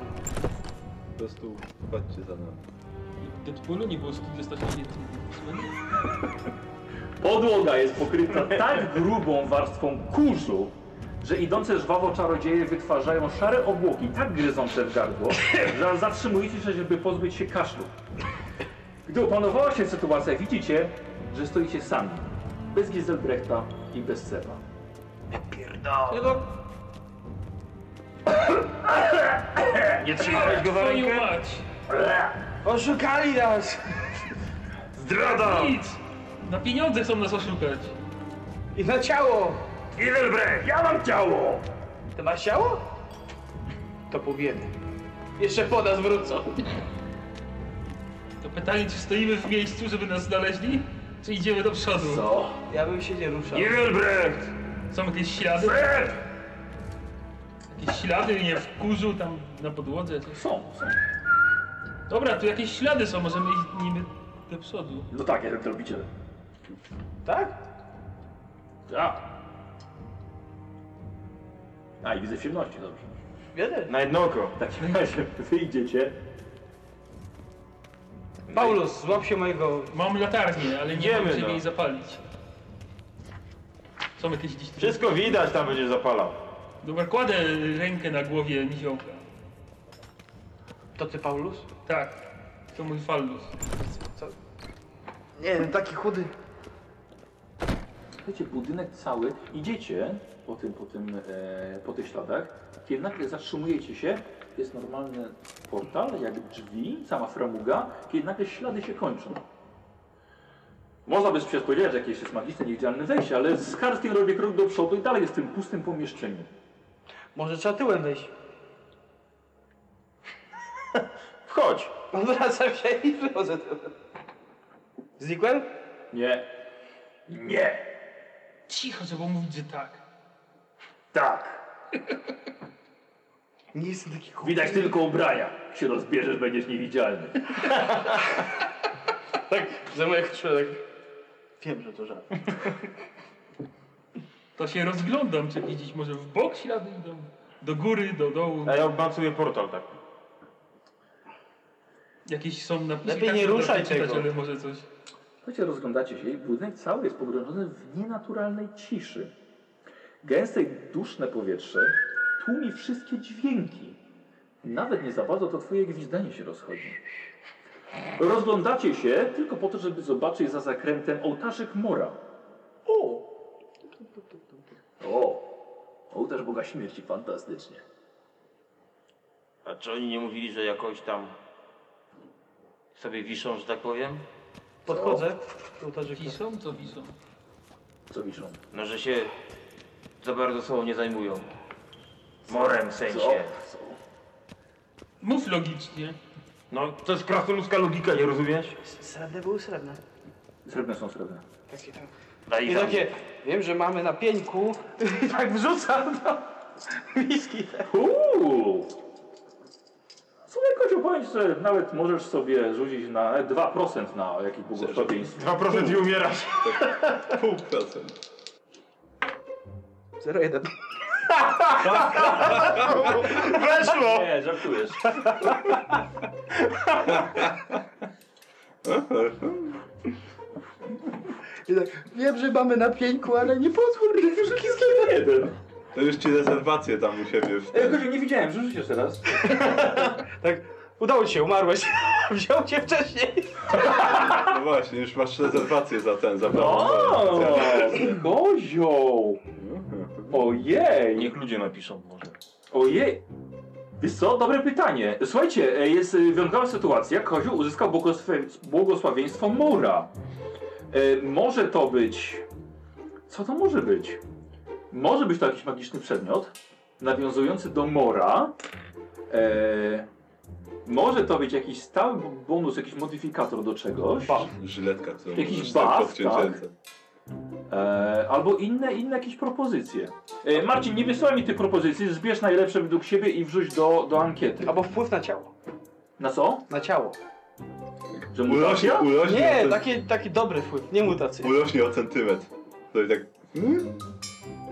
[SPEAKER 3] Po prostu chodźcie za nami.
[SPEAKER 4] Deadpoolu nie było 128
[SPEAKER 1] podłoga jest pokryta tak grubą warstwą kurzu, że idące żwawo czarodzieje wytwarzają szare obłoki tak gryzące w gardło, że aż zatrzymujecie się, żeby pozbyć się kaszlu. Gdy opanowała się sytuacja, widzicie, że stoicie sami. Bez Giselbrechta i bez Seba.
[SPEAKER 7] Pierdolę.
[SPEAKER 4] Nie no,
[SPEAKER 7] Nie trzymałeś go za
[SPEAKER 4] twoją
[SPEAKER 7] rękę?
[SPEAKER 4] mać!
[SPEAKER 5] Oszukali nas!
[SPEAKER 7] Zdrada!
[SPEAKER 4] Nic! Na pieniądze chcą nas oszukać.
[SPEAKER 5] I na ciało!
[SPEAKER 7] Idelbrecht! Ja mam ciało!
[SPEAKER 5] Ty masz ciało? To pół biedy. Jeszcze po nas wrócą.
[SPEAKER 4] To pytanie, czy stoimy w miejscu, żeby nas znaleźli? Czy idziemy do przodu?
[SPEAKER 1] Co?
[SPEAKER 5] Ja bym się nie ruszał.
[SPEAKER 7] Idelbrecht!
[SPEAKER 4] Są jakieś ślady?
[SPEAKER 7] Fred!
[SPEAKER 4] Jakieś ślady, nie w kurzu, tam na podłodze. coś.
[SPEAKER 1] Są, są.
[SPEAKER 4] Dobra, tu jakieś ślady są, możemy iść nimi do przodu.
[SPEAKER 1] No tak, jak robicie.
[SPEAKER 5] Tak?
[SPEAKER 1] A. Tak. A i widzę w ciemności, dobrze.
[SPEAKER 5] Biedy.
[SPEAKER 2] Na jedno oko.
[SPEAKER 1] W takim razie wyjdziecie.
[SPEAKER 5] Paulus, złap się mojego...
[SPEAKER 4] Mam latarnię, ale nie
[SPEAKER 2] Idziemy,
[SPEAKER 4] wiem, czy
[SPEAKER 2] no.
[SPEAKER 4] jej zapalić. Są jakieś dziś...
[SPEAKER 2] Wszystko widać, tam będziesz zapalał.
[SPEAKER 4] Dobra, kładę rękę na głowie niziołka.
[SPEAKER 5] To ty, Paulus?
[SPEAKER 4] Tak, to mój fallus.
[SPEAKER 5] Nie, taki chudy.
[SPEAKER 1] Słuchajcie, budynek cały, idziecie po, tym, po, tym, e, po tych śladach, kiedy nagle zatrzymujecie się, jest normalny portal, jak drzwi, sama framuga, kiedy nagle ślady się kończą. Można by się spodziewać, że jakieś jest magiczne, niewidzialne wejście, ale Skarstin robi krok do przodu i dalej jest w tym pustym pomieszczeniu.
[SPEAKER 5] Może trzeba tyłem wejść.
[SPEAKER 2] Wchodź.
[SPEAKER 5] Odwracam się i wychodzę tyłem. Znikłem?
[SPEAKER 1] Nie. Nie.
[SPEAKER 4] Cicho, żeby mówić, że tak.
[SPEAKER 1] Tak.
[SPEAKER 5] Nie jestem taki chudy.
[SPEAKER 1] Widać tylko ubrania. Jak się rozbierzesz, będziesz niewidzialny.
[SPEAKER 5] Tak, za moich koszulek. Wiem, że to żart.
[SPEAKER 4] To się rozglądam, czy widzieć może w bok ślady idą, do góry, do dołu.
[SPEAKER 2] A ja obmacuję portal tak.
[SPEAKER 4] Jakieś są napisy.
[SPEAKER 5] Lepiej nie
[SPEAKER 4] każdy
[SPEAKER 5] ruszaj
[SPEAKER 4] może czytać,
[SPEAKER 5] tego.
[SPEAKER 4] Ale może coś.
[SPEAKER 1] Słuchajcie, rozglądacie się i budynek cały jest pogrążony w nienaturalnej ciszy. Gęste i duszne powietrze tłumi wszystkie dźwięki. Nawet nie za bardzo to twoje gwizdanie się rozchodzi. Rozglądacie się tylko po to, żeby zobaczyć za zakrętem ołtarzyk mora. O! O! Ołtarz Boga Śmierci, fantastycznie.
[SPEAKER 2] A czy oni nie mówili, że jakoś tam sobie wiszą, że tak powiem?
[SPEAKER 5] Podchodzę do ołtarzyka.
[SPEAKER 4] Wiszą, co wiszą?
[SPEAKER 1] Co wiszą?
[SPEAKER 2] No, że się za bardzo sobą nie zajmują. Morem w
[SPEAKER 1] Co?
[SPEAKER 2] sensie.
[SPEAKER 1] Co?
[SPEAKER 4] Mów logicznie.
[SPEAKER 2] No, to jest krasnoludzka logika, nie rozumiesz?
[SPEAKER 5] Srebrne były srebrne.
[SPEAKER 1] Srebrne są srebrne.
[SPEAKER 5] Takie tam.
[SPEAKER 2] Daj
[SPEAKER 5] I
[SPEAKER 2] tam.
[SPEAKER 5] takie, wiem, że mamy na pieńku. I tak wrzucam do miski.
[SPEAKER 1] Uuu! Słuchaj, kociu, powiem ci, że nawet możesz sobie rzucić na nawet 2% na jakieś błogosławieństwo.
[SPEAKER 2] 2% i umierasz.
[SPEAKER 3] Pół procent.
[SPEAKER 5] 0,1.
[SPEAKER 2] Weszło!
[SPEAKER 1] Nie, żartujesz.
[SPEAKER 5] I tak, wiem, że mamy na pieńku, ale nie pozwól, że wyrzuci z jeden.
[SPEAKER 3] To już ci rezerwację tam u siebie w
[SPEAKER 1] Ej,
[SPEAKER 3] ten...
[SPEAKER 1] E, kociu, nie widziałem, rzuć jeszcze raz.
[SPEAKER 5] Tak, udało ci się, umarłeś. Wziął cię wcześniej.
[SPEAKER 3] No właśnie, już masz rezerwację za ten, za
[SPEAKER 1] O,
[SPEAKER 3] prawą stronę. No,
[SPEAKER 1] kozioł! Ojej!
[SPEAKER 2] Niech ludzie napiszą może.
[SPEAKER 1] Ojej! Wiesz co, dobre pytanie. Słuchajcie, e, jest e, wyjątkowa sytuacja. Koziu uzyskał błogosławie- błogosławieństwo Mora. E, może to być... Co to może być? Może być to jakiś magiczny przedmiot nawiązujący do Mora. E, może to być jakiś stały bonus, jakiś modyfikator do czegoś.
[SPEAKER 3] Żyletka, którą
[SPEAKER 1] Jakiś
[SPEAKER 3] możesz tak
[SPEAKER 1] baw,
[SPEAKER 3] podciąć
[SPEAKER 1] tak?
[SPEAKER 3] ręce.
[SPEAKER 1] E, albo inne, inne jakieś propozycje. E, Marcin, nie wysyłaj mi tych propozycji, zbierz najlepsze według siebie i wrzuć do, do ankiety.
[SPEAKER 5] Albo wpływ na ciało.
[SPEAKER 1] Na co?
[SPEAKER 5] Na ciało.
[SPEAKER 1] Że tak
[SPEAKER 3] Urośnie,
[SPEAKER 1] mutacja?
[SPEAKER 3] urośnie, o
[SPEAKER 5] Nie, tak-
[SPEAKER 3] cen-
[SPEAKER 5] taki, taki dobry wpływ, nie mutacja.
[SPEAKER 3] urośnie o centymetr. To i tak... hmm?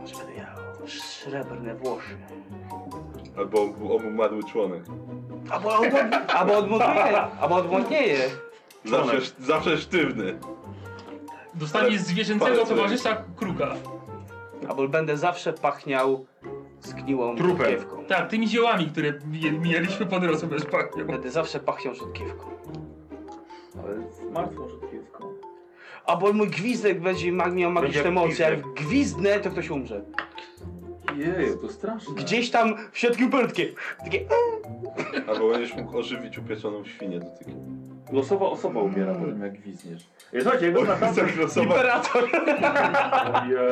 [SPEAKER 5] Masz materiał, srebrne włosy.
[SPEAKER 3] Albo obumarły członek.
[SPEAKER 5] Albo, albo, albo odmłodnieje, albo odmłodnieje.
[SPEAKER 3] Zawsze, zawsze sztywny.
[SPEAKER 4] Dostanie z zwierzęcego
[SPEAKER 3] Palec lewy.
[SPEAKER 4] towarzysza kruka.
[SPEAKER 5] Albo będę zawsze pachniał zgniłą
[SPEAKER 2] Trupem.
[SPEAKER 5] rzodkiewką.
[SPEAKER 4] Tak, tymi ziołami, które mije- mijaliśmy po drodze bez pachnią.
[SPEAKER 5] Będę zawsze pachniał rzodkiewką.
[SPEAKER 1] Ale z martwą rzutkiewką.
[SPEAKER 5] Albo mój gwizdek będzie mag- miał magiczne
[SPEAKER 2] jak
[SPEAKER 5] moce.
[SPEAKER 2] gwizdek.
[SPEAKER 5] Jak gwizdnę, to ktoś umrze.
[SPEAKER 1] Jeju, to straszne.
[SPEAKER 5] Gdzieś tam w środku pętki. Takie...
[SPEAKER 3] Albo będziesz mógł ożywić upieczoną świnię do tych.
[SPEAKER 1] Losowa osoba umiera po tym, jak gwizdniesz. E, Słuchajcie, jakby naprawdę...
[SPEAKER 3] Zakrosować
[SPEAKER 5] Imperator.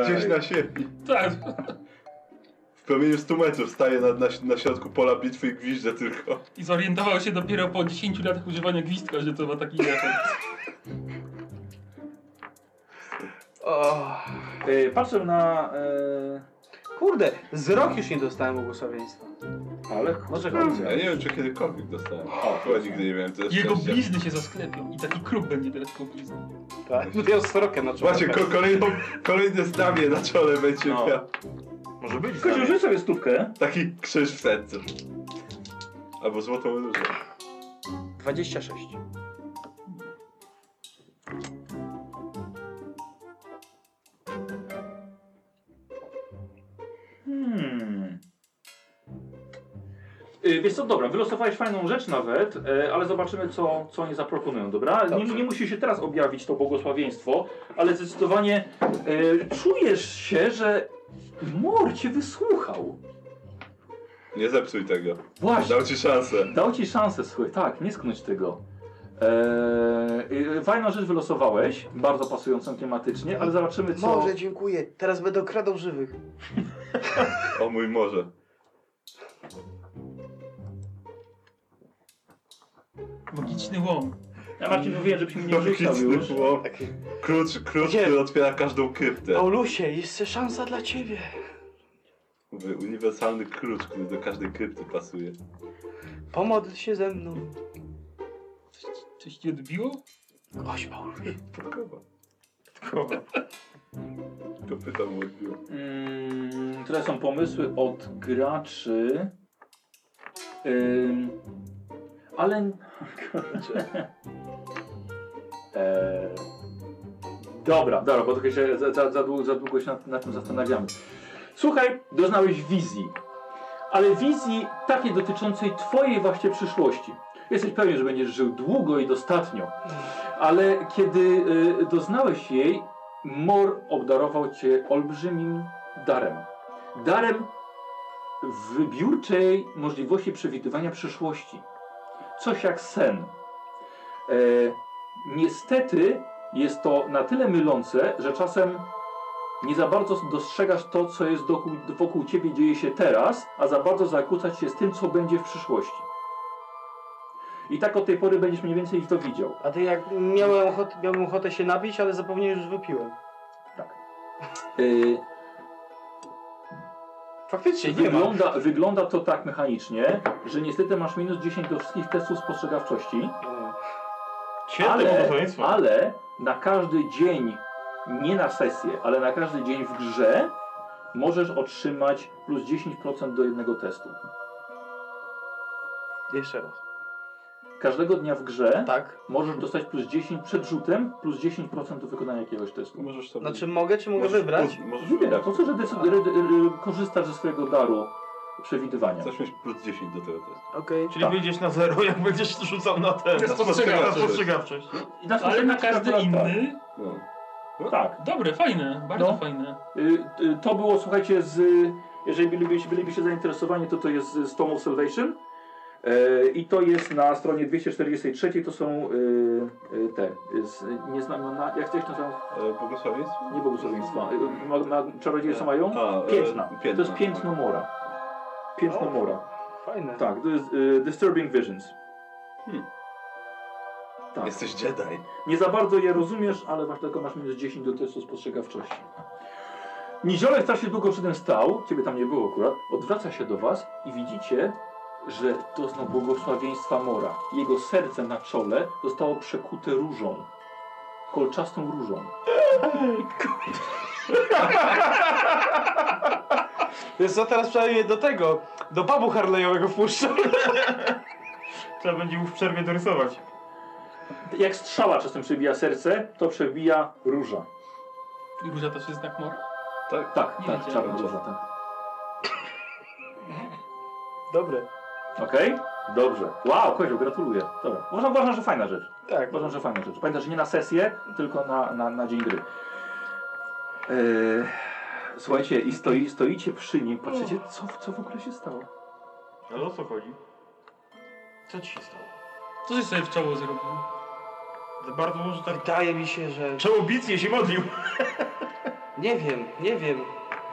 [SPEAKER 3] gdzieś na siebie.
[SPEAKER 4] Tak,
[SPEAKER 3] W promieniu 100 metrów staje na, na, na środku pola bitwy i gwizdze tylko.
[SPEAKER 4] i zorientował się dopiero po 10 latach używania gwizdka, że to ma taki efekt.
[SPEAKER 5] O,
[SPEAKER 1] E, Patrzę na... E...
[SPEAKER 5] kurde, z rok już nie dostałem błogosławieństwa.
[SPEAKER 1] Ale może chodzi.
[SPEAKER 3] Ja nie wiem, czy kiedykolwiek dostałem.
[SPEAKER 1] O,
[SPEAKER 3] Chyba nigdy nie miałem tyle
[SPEAKER 4] Jego
[SPEAKER 3] szczęścia.
[SPEAKER 4] blizny się zasklepią i taki kruk będzie teraz koło blizny.
[SPEAKER 5] Tak? Miał srokę na czole.
[SPEAKER 3] Właśnie, ko kolejną, kolejne znamie na czole będzie
[SPEAKER 2] No.
[SPEAKER 3] miał.
[SPEAKER 2] Może być.
[SPEAKER 1] Kościół,
[SPEAKER 2] znamię.
[SPEAKER 1] rzuć sobie stówkę.
[SPEAKER 3] Taki krzyż w sercu. Albo złotą różę.
[SPEAKER 5] 26.
[SPEAKER 1] Hmm. E, Wiesz co, dobra, wylosowałeś fajną rzecz nawet, e, ale zobaczymy, co, co oni zaproponują, dobra? Nie, nie musi się teraz objawić to błogosławieństwo, ale zdecydowanie e, czujesz się, że Mor cię wysłuchał.
[SPEAKER 3] Nie zepsuj tego.
[SPEAKER 1] Właśnie.
[SPEAKER 3] Dał ci szansę.
[SPEAKER 1] Dał ci szansę, słuchaj, tak, nie sknąć tego. Eee, y, fajną rzecz wylosowałeś, bardzo pasującą tematycznie, ale zobaczymy co...
[SPEAKER 5] Może, dziękuję. Teraz będę okradał żywych.
[SPEAKER 3] O mój Boże.
[SPEAKER 4] Magiczny łom.
[SPEAKER 1] Ja Marcin mówiłem, żebyś mi nie rzucał już.
[SPEAKER 3] Magiczny łom. Klucz, klucz,
[SPEAKER 5] Gdzie?
[SPEAKER 3] który otwiera każdą kryptę.
[SPEAKER 5] Paulusie, jest szansa dla ciebie.
[SPEAKER 3] Mówię, Uniwersalny klucz, który do każdej krypty pasuje.
[SPEAKER 5] Pomodl się ze mną.
[SPEAKER 4] Coś, coś ci odbiło?
[SPEAKER 5] Oś, Paul.
[SPEAKER 3] Kogo? Tylko pytam mu odbiło.
[SPEAKER 1] Mm, które są pomysły od graczy. Ym, ale. Kurczę. Eee, dobra, dobra, bo trochę się za, za, za, długo, za długo się nad, nad tym zastanawiamy. Słuchaj, doznałeś wizji, ale wizji takiej dotyczącej Twojej właśnie przyszłości. Jesteś pewien, że będziesz żył długo i dostatnio, ale kiedy y, doznałeś jej, Mor obdarował cię olbrzymim darem. Darem wybiórczej możliwości przewidywania przyszłości. Coś jak sen. E, niestety jest to na tyle mylące, że czasem nie za bardzo dostrzegasz to, co jest wokół, wokół ciebie dzieje się teraz, a za bardzo zakłócać się z tym, co będzie w przyszłości. I tak od tej pory będziesz mniej więcej to widział.
[SPEAKER 5] A ty jak miałem ochotę, miałbym ochotę się napić, ale zapomniałem, że już wypiłem.
[SPEAKER 1] Yy,
[SPEAKER 5] Faktycznie, nie ma.
[SPEAKER 1] wygląda, wygląda to tak mechanicznie, że niestety masz minus 10 do wszystkich testów spostrzegawczości,
[SPEAKER 5] No.
[SPEAKER 2] Świetne
[SPEAKER 1] ale,
[SPEAKER 2] błogosławieństwo.
[SPEAKER 1] ale na każdy dzień, nie na sesję, ale na każdy dzień w grze możesz otrzymać plus 10% do jednego testu.
[SPEAKER 5] Jeszcze raz.
[SPEAKER 1] Każdego dnia w grze
[SPEAKER 5] Tak.
[SPEAKER 1] możesz dostać plus 10 przed rzutem, plus 10% do wykonania jakiegoś testu.
[SPEAKER 3] Możesz sobie...
[SPEAKER 5] Znaczy mogę, czy mogę
[SPEAKER 3] możesz
[SPEAKER 5] wybrać?
[SPEAKER 3] Plus, możesz
[SPEAKER 1] Wybierasz,
[SPEAKER 3] wybrać.
[SPEAKER 1] po co, że decyd- ry- ry- korzystasz ze swojego daru przewidywania.
[SPEAKER 3] Chcesz mieć plus 10 do tego testu.
[SPEAKER 5] Okej.
[SPEAKER 2] Czyli
[SPEAKER 1] tak.
[SPEAKER 2] wyjdziesz na zero, jak będziesz rzucał na ten.
[SPEAKER 4] To jest
[SPEAKER 2] Na
[SPEAKER 4] spostrzegawczość.
[SPEAKER 2] spostrzegawczość.
[SPEAKER 1] I na
[SPEAKER 4] Ale na
[SPEAKER 1] następny
[SPEAKER 4] każdy
[SPEAKER 1] przykład-
[SPEAKER 4] inny.
[SPEAKER 3] No.
[SPEAKER 1] Tak.
[SPEAKER 4] Dobre, fajne, bardzo
[SPEAKER 1] No.
[SPEAKER 4] fajne.
[SPEAKER 1] Y, y, To było, słuchajcie, z, jeżeli bylibyście, bylibyście zainteresowani, to to jest z Tom of Salvation. E, I to jest na stronie 243, to są y, y, te, y, z, nie znam, na, jak chcesz, to są
[SPEAKER 3] E, błogosławieństwo?
[SPEAKER 1] nie błogosławieństwa. Y, ma- ma- Czarodzieje co mają?
[SPEAKER 3] A, e,
[SPEAKER 1] Piętna. To
[SPEAKER 3] piętna,
[SPEAKER 1] jest piętno
[SPEAKER 3] tak.
[SPEAKER 1] mora. Piętno
[SPEAKER 5] O.
[SPEAKER 1] mora.
[SPEAKER 5] Fajne.
[SPEAKER 1] Tak, to jest y, Disturbing Visions.
[SPEAKER 3] Hmm.
[SPEAKER 1] Tak.
[SPEAKER 3] Jesteś Jedi.
[SPEAKER 1] Nie za bardzo je rozumiesz, ale masz tylko masz minus 10 do testu spostrzegawczości. Niziolek strasznie długo przy tym stał, ciebie tam nie było akurat, odwraca się do was i widzicie, że doznał błogosławieństwa Mora. Jego serce na czole zostało przekute różą. Kolczastą różą.
[SPEAKER 5] Więc co teraz przynajmniej do tego, do pubu harlejowego wpuszczam.
[SPEAKER 2] Trzeba będzie mu w przerwie dorysować.
[SPEAKER 1] Jak strzała czasem przebija serce, to przebija róża.
[SPEAKER 4] I Róża też jest znak mora?
[SPEAKER 3] Tak.
[SPEAKER 1] Tak,
[SPEAKER 4] Nie
[SPEAKER 1] tak,
[SPEAKER 4] wiedziałem.
[SPEAKER 1] czarna róża, tak.
[SPEAKER 5] Dobre.
[SPEAKER 1] Okej? Dobrze. Wow, kozioł, gratuluję. Dobra. Uważam, uważam, że fajna rzecz.
[SPEAKER 5] Tak.
[SPEAKER 1] Uważam, że fajna rzecz. Pamiętaj, że nie na sesję, tylko na, na, na dzień gry. Eee, słuchajcie, i stoi, stoicie przy nim, patrzycie, co, co w ogóle się stało.
[SPEAKER 2] Ale o co chodzi?
[SPEAKER 5] Co ci się stało?
[SPEAKER 4] Co żeś sobie w czoło zrobił?
[SPEAKER 2] Za bardzo może tak...
[SPEAKER 5] Wydaje mi się, że...
[SPEAKER 2] Czołobicnie się modlił.
[SPEAKER 5] Nie wiem, nie wiem.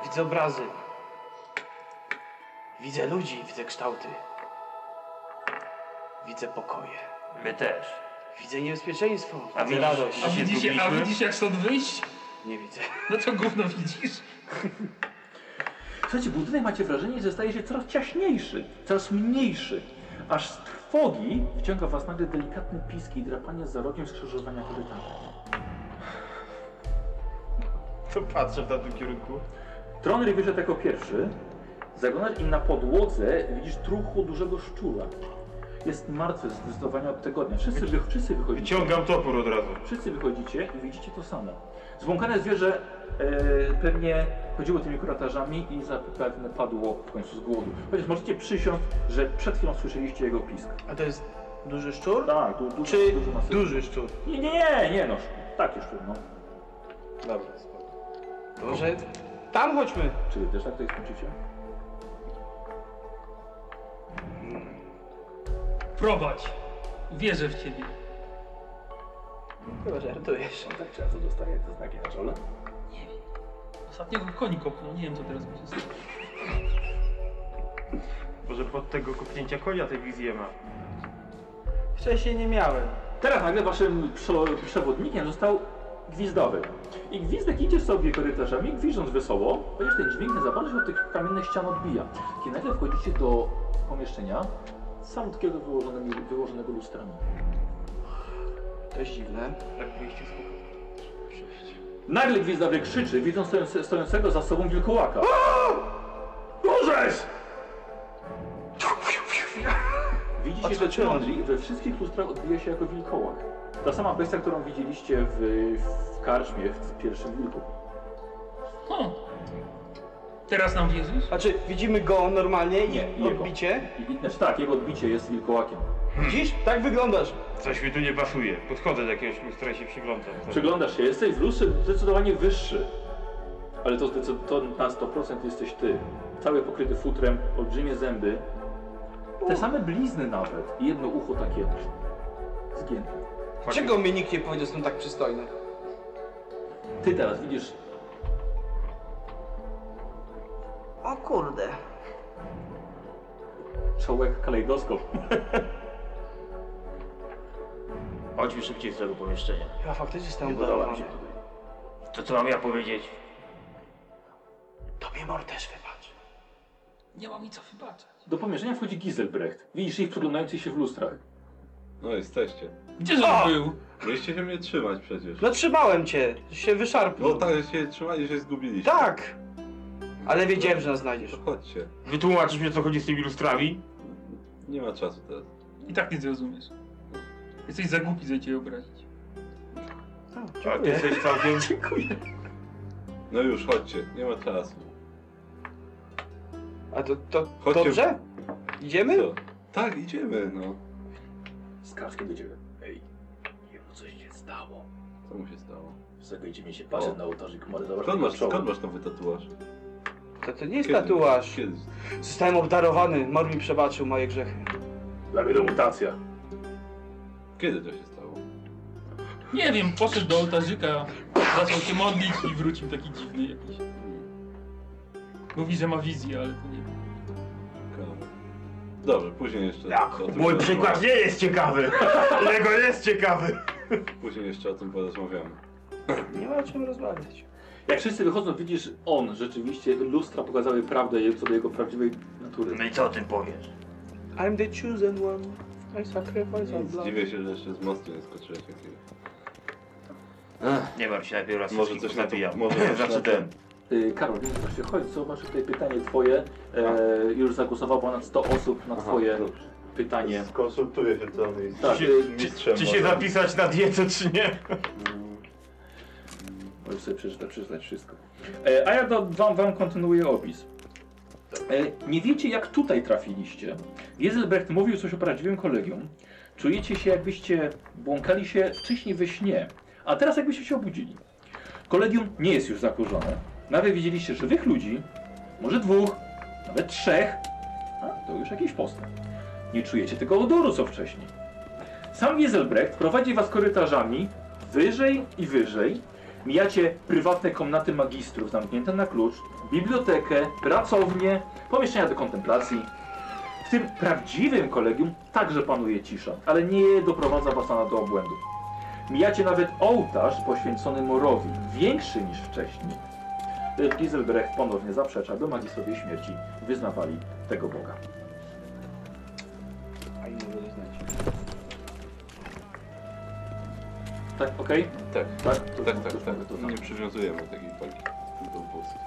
[SPEAKER 5] Widzę obrazy. Widzę ludzi, widzę kształty. Widzę pokoje.
[SPEAKER 7] My też.
[SPEAKER 5] Widzę niebezpieczeństwo.
[SPEAKER 2] A
[SPEAKER 5] Widzę
[SPEAKER 2] widzisz-
[SPEAKER 5] radość.
[SPEAKER 4] A
[SPEAKER 2] się
[SPEAKER 4] widzisz, a
[SPEAKER 2] zgubiliśmy?
[SPEAKER 4] widzisz jak stąd wyjść?
[SPEAKER 5] Nie widzę.
[SPEAKER 4] No to gówno widzisz.
[SPEAKER 1] Słuchajcie, budynek macie wrażenie, że staje się coraz ciaśniejszy, coraz mniejszy. Aż z trwogi wciąga was nagle delikatny pisk i drapanie za rogiem skrzyżowania korytarza.
[SPEAKER 2] To patrzę w tamtym kierunku.
[SPEAKER 1] Tronry wyszedł jako pierwszy. Zaglądasz im na podłodze, widzisz truchło dużego szczura. Jest martwy zdecydowanie od tygodnia. Wszyscy, wy, wszyscy wychodzicie.
[SPEAKER 2] Wyciągam topór od razu.
[SPEAKER 1] Wszyscy wychodzicie i widzicie to samo. Zbłąkane zwierzę e, pewnie chodziło tymi korytarzami i zapewne padło w końcu z głodu. Chociaż możecie przysiąc, że przed chwilą słyszeliście jego pisk.
[SPEAKER 5] A to jest duży szczur?
[SPEAKER 1] Tak, du, du,
[SPEAKER 5] Czy
[SPEAKER 1] dużo masy-
[SPEAKER 5] duży szczur?
[SPEAKER 1] Nie, nie, nie, nie, no, takie szczur, no.
[SPEAKER 5] Dobra, spoko. To Może tam chodźmy.
[SPEAKER 1] Czy wy też tak tutaj skończycie?
[SPEAKER 4] Prowadź. Wierzę w ciebie.
[SPEAKER 5] Chyba żartujesz.
[SPEAKER 1] Tak często dostaję te znaki na czole.
[SPEAKER 4] Ostatnio go koń kopnął, nie wiem co teraz będzie stało.
[SPEAKER 2] Może pod tego kopnięcia konia tej wizję ma.
[SPEAKER 5] Wcześniej nie miałem.
[SPEAKER 1] Teraz nagle waszym przo- przewodnikiem został gwizdowy. I gwizdek idzie sobie korytarzami, gwizdząc wesoło, chociaż ten dźwięk na zapale się od tych kamiennych ścian odbija. Kiedy nagle wchodzicie do pomieszczenia, samotkiego wyłożonego, wyłożonego lustrami.
[SPEAKER 5] To jest dziwne.
[SPEAKER 2] Tak wyjście z kuchni.
[SPEAKER 1] Nagle gwizdowy krzyczy, widząc stojące- stojącego za sobą wilkołaka.
[SPEAKER 7] Możesz!
[SPEAKER 1] Widzicie, że
[SPEAKER 5] Odskoczyłem.
[SPEAKER 1] Trondli we wszystkich lustrach odbija się jako wilkołak. Ta sama bestia, którą widzieliście w, w karczmie w pierwszym wilku.
[SPEAKER 4] O. Teraz nam wierzysz?
[SPEAKER 5] Znaczy, widzimy go normalnie i
[SPEAKER 1] Nie, jego.
[SPEAKER 5] odbicie.
[SPEAKER 1] I, i- znaczy tak, jego odbicie jest wilkołakiem.
[SPEAKER 5] Widzisz? Tak wyglądasz.
[SPEAKER 2] Coś mi tu nie pasuje. Podchodzę do jakiegoś lustra i się przyglądam.
[SPEAKER 1] Przyglądasz się, jesteś w lustrze zdecydowanie wyższy. Ale to, zdecyd- to na 100% jesteś ty. Cały pokryty futrem, olbrzymie zęby. Te same blizny nawet. I jedno ucho takie zgięte.
[SPEAKER 5] Czego mi nikt nie powiedział, że jestem tak przystojny?
[SPEAKER 1] Ty teraz widzisz,
[SPEAKER 5] O kurde.
[SPEAKER 1] czołek kalejdoskop.
[SPEAKER 2] Chodźmy szybciej z tego pomieszczenia.
[SPEAKER 5] Ja faktycznie
[SPEAKER 2] Nie
[SPEAKER 5] stałem
[SPEAKER 2] podoba mi się
[SPEAKER 5] udarowany.
[SPEAKER 2] tutaj. To co mam ja powiedzieć?
[SPEAKER 5] Tobie mor też wybacz.
[SPEAKER 4] Nie mam mi co wybaczać.
[SPEAKER 1] Do pomieszczenia wchodzi Giselbrecht. Widzisz ich przeglądających się w lustrach.
[SPEAKER 3] No jesteście.
[SPEAKER 4] Gdzież
[SPEAKER 5] O!
[SPEAKER 4] on był?
[SPEAKER 3] Mieliście się mnie trzymać przecież.
[SPEAKER 5] No trzymałem cię, się
[SPEAKER 3] No
[SPEAKER 5] wyszarpnął.
[SPEAKER 3] tak, że się trzymali, się zgubiliście.
[SPEAKER 5] Tak! Ale wiedziałem, że nas znajdziesz.
[SPEAKER 3] To chodźcie.
[SPEAKER 2] Wytłumaczysz mi, o co chodzi z tymi lustrami?
[SPEAKER 3] Nie ma czasu teraz.
[SPEAKER 4] I tak nie zrozumiesz. Jesteś za głupi, żeby cię obrazić.
[SPEAKER 2] A ty jesteś całkiem...
[SPEAKER 3] No już, chodźcie. Nie ma czasu.
[SPEAKER 5] A to, to
[SPEAKER 3] Chodźcie.
[SPEAKER 5] dobrze? Idziemy?
[SPEAKER 3] Co? Tak, idziemy, no.
[SPEAKER 1] Skarż kiedy ciebie. Ej, jemu coś się stało.
[SPEAKER 3] Co mu się stało?
[SPEAKER 1] Zagajcie mnie się patrzeć
[SPEAKER 3] O.
[SPEAKER 1] na ołtarzyk, ale dobra,
[SPEAKER 3] Skąd masz, skąd masz nowy tatuaż?
[SPEAKER 5] To, to nie jest
[SPEAKER 3] Kiedy?
[SPEAKER 5] tatuaż.
[SPEAKER 3] Kiedy?
[SPEAKER 5] Zostałem obdarowany, mor mi przebaczył moje grzechy.
[SPEAKER 1] Dla mnie to mutacja.
[SPEAKER 3] Kiedy to się stało?
[SPEAKER 4] Nie wiem, poszedł do ołtarzyka, zaczął się modlić i wrócił taki dziwny jakiś. Mówi, że ma wizję, ale to nie wiem.
[SPEAKER 3] Ciekawe. Dobrze, później jeszcze. o tym
[SPEAKER 2] Mój
[SPEAKER 3] porozmawiamy.
[SPEAKER 2] przykład nie jest ciekawy! Lego jest ciekawy!
[SPEAKER 3] Później jeszcze o tym porozmawiamy.
[SPEAKER 5] Nie ma o czym rozmawiać.
[SPEAKER 1] Jak wszyscy wychodzą, widzisz, on rzeczywiście, lustra pokazały prawdę je- co do jego prawdziwej natury.
[SPEAKER 7] No i co o tym powiesz?
[SPEAKER 5] I'm the chosen one. I sacrifice all
[SPEAKER 3] Nic,
[SPEAKER 5] blood.
[SPEAKER 3] Dziwię się, że jeszcze z mostu nie skoczyłeś jakiegoś.
[SPEAKER 2] Nie martw się, najpierw raz
[SPEAKER 3] Może
[SPEAKER 2] wszystkich
[SPEAKER 3] coś na to-
[SPEAKER 2] pozabijam.
[SPEAKER 3] może coś
[SPEAKER 2] Znaczy
[SPEAKER 3] na to-
[SPEAKER 2] ten.
[SPEAKER 1] Yy, Karol, więc właśnie chodź, zobacz tutaj pytanie twoje. E, już zagłosowało ponad 100 osób na twoje
[SPEAKER 3] dobrze.
[SPEAKER 1] pytanie.
[SPEAKER 3] Skonsultuję się tam i
[SPEAKER 1] Tak,
[SPEAKER 3] z
[SPEAKER 1] czy-
[SPEAKER 3] mistrzem.
[SPEAKER 2] Czy się
[SPEAKER 3] może.
[SPEAKER 2] zapisać na dietę, czy nie?
[SPEAKER 1] Możesz sobie przeczytać, przeczytać wszystko. E, a ja do, wam, wam kontynuuję opis. E, nie wiecie, jak tutaj trafiliście. Jezelbrecht mówił coś o prawdziwym kolegium. Czujecie się, jakbyście błąkali się wcześniej we śnie, a teraz jakbyście się obudzili. Kolegium nie jest już zakurzone. Nawet widzieliście żywych ludzi, może dwóch, nawet trzech. A, to już jakiś postęp. Nie czujecie tego odoru, co wcześniej. Sam Jezelbrecht prowadzi was korytarzami wyżej i wyżej, Mijacie prywatne komnaty magistrów zamknięte na klucz, bibliotekę, pracownię, pomieszczenia do kontemplacji. W tym prawdziwym kolegium także panuje cisza, ale nie doprowadza was ona do obłędu. Mijacie nawet ołtarz poświęcony morowi, większy niż wcześniej. Lecz Giselbrecht ponownie zaprzecza, by magistrowie śmierci wyznawali tego Boga.
[SPEAKER 5] A inni mogę znać.
[SPEAKER 1] Tak, okej?
[SPEAKER 3] Tak,
[SPEAKER 1] Tak, to-
[SPEAKER 3] tak,
[SPEAKER 1] to-
[SPEAKER 3] tak.
[SPEAKER 1] to-
[SPEAKER 3] tak.
[SPEAKER 1] to-
[SPEAKER 3] Nie przywiązujemy takiej walki do włosów.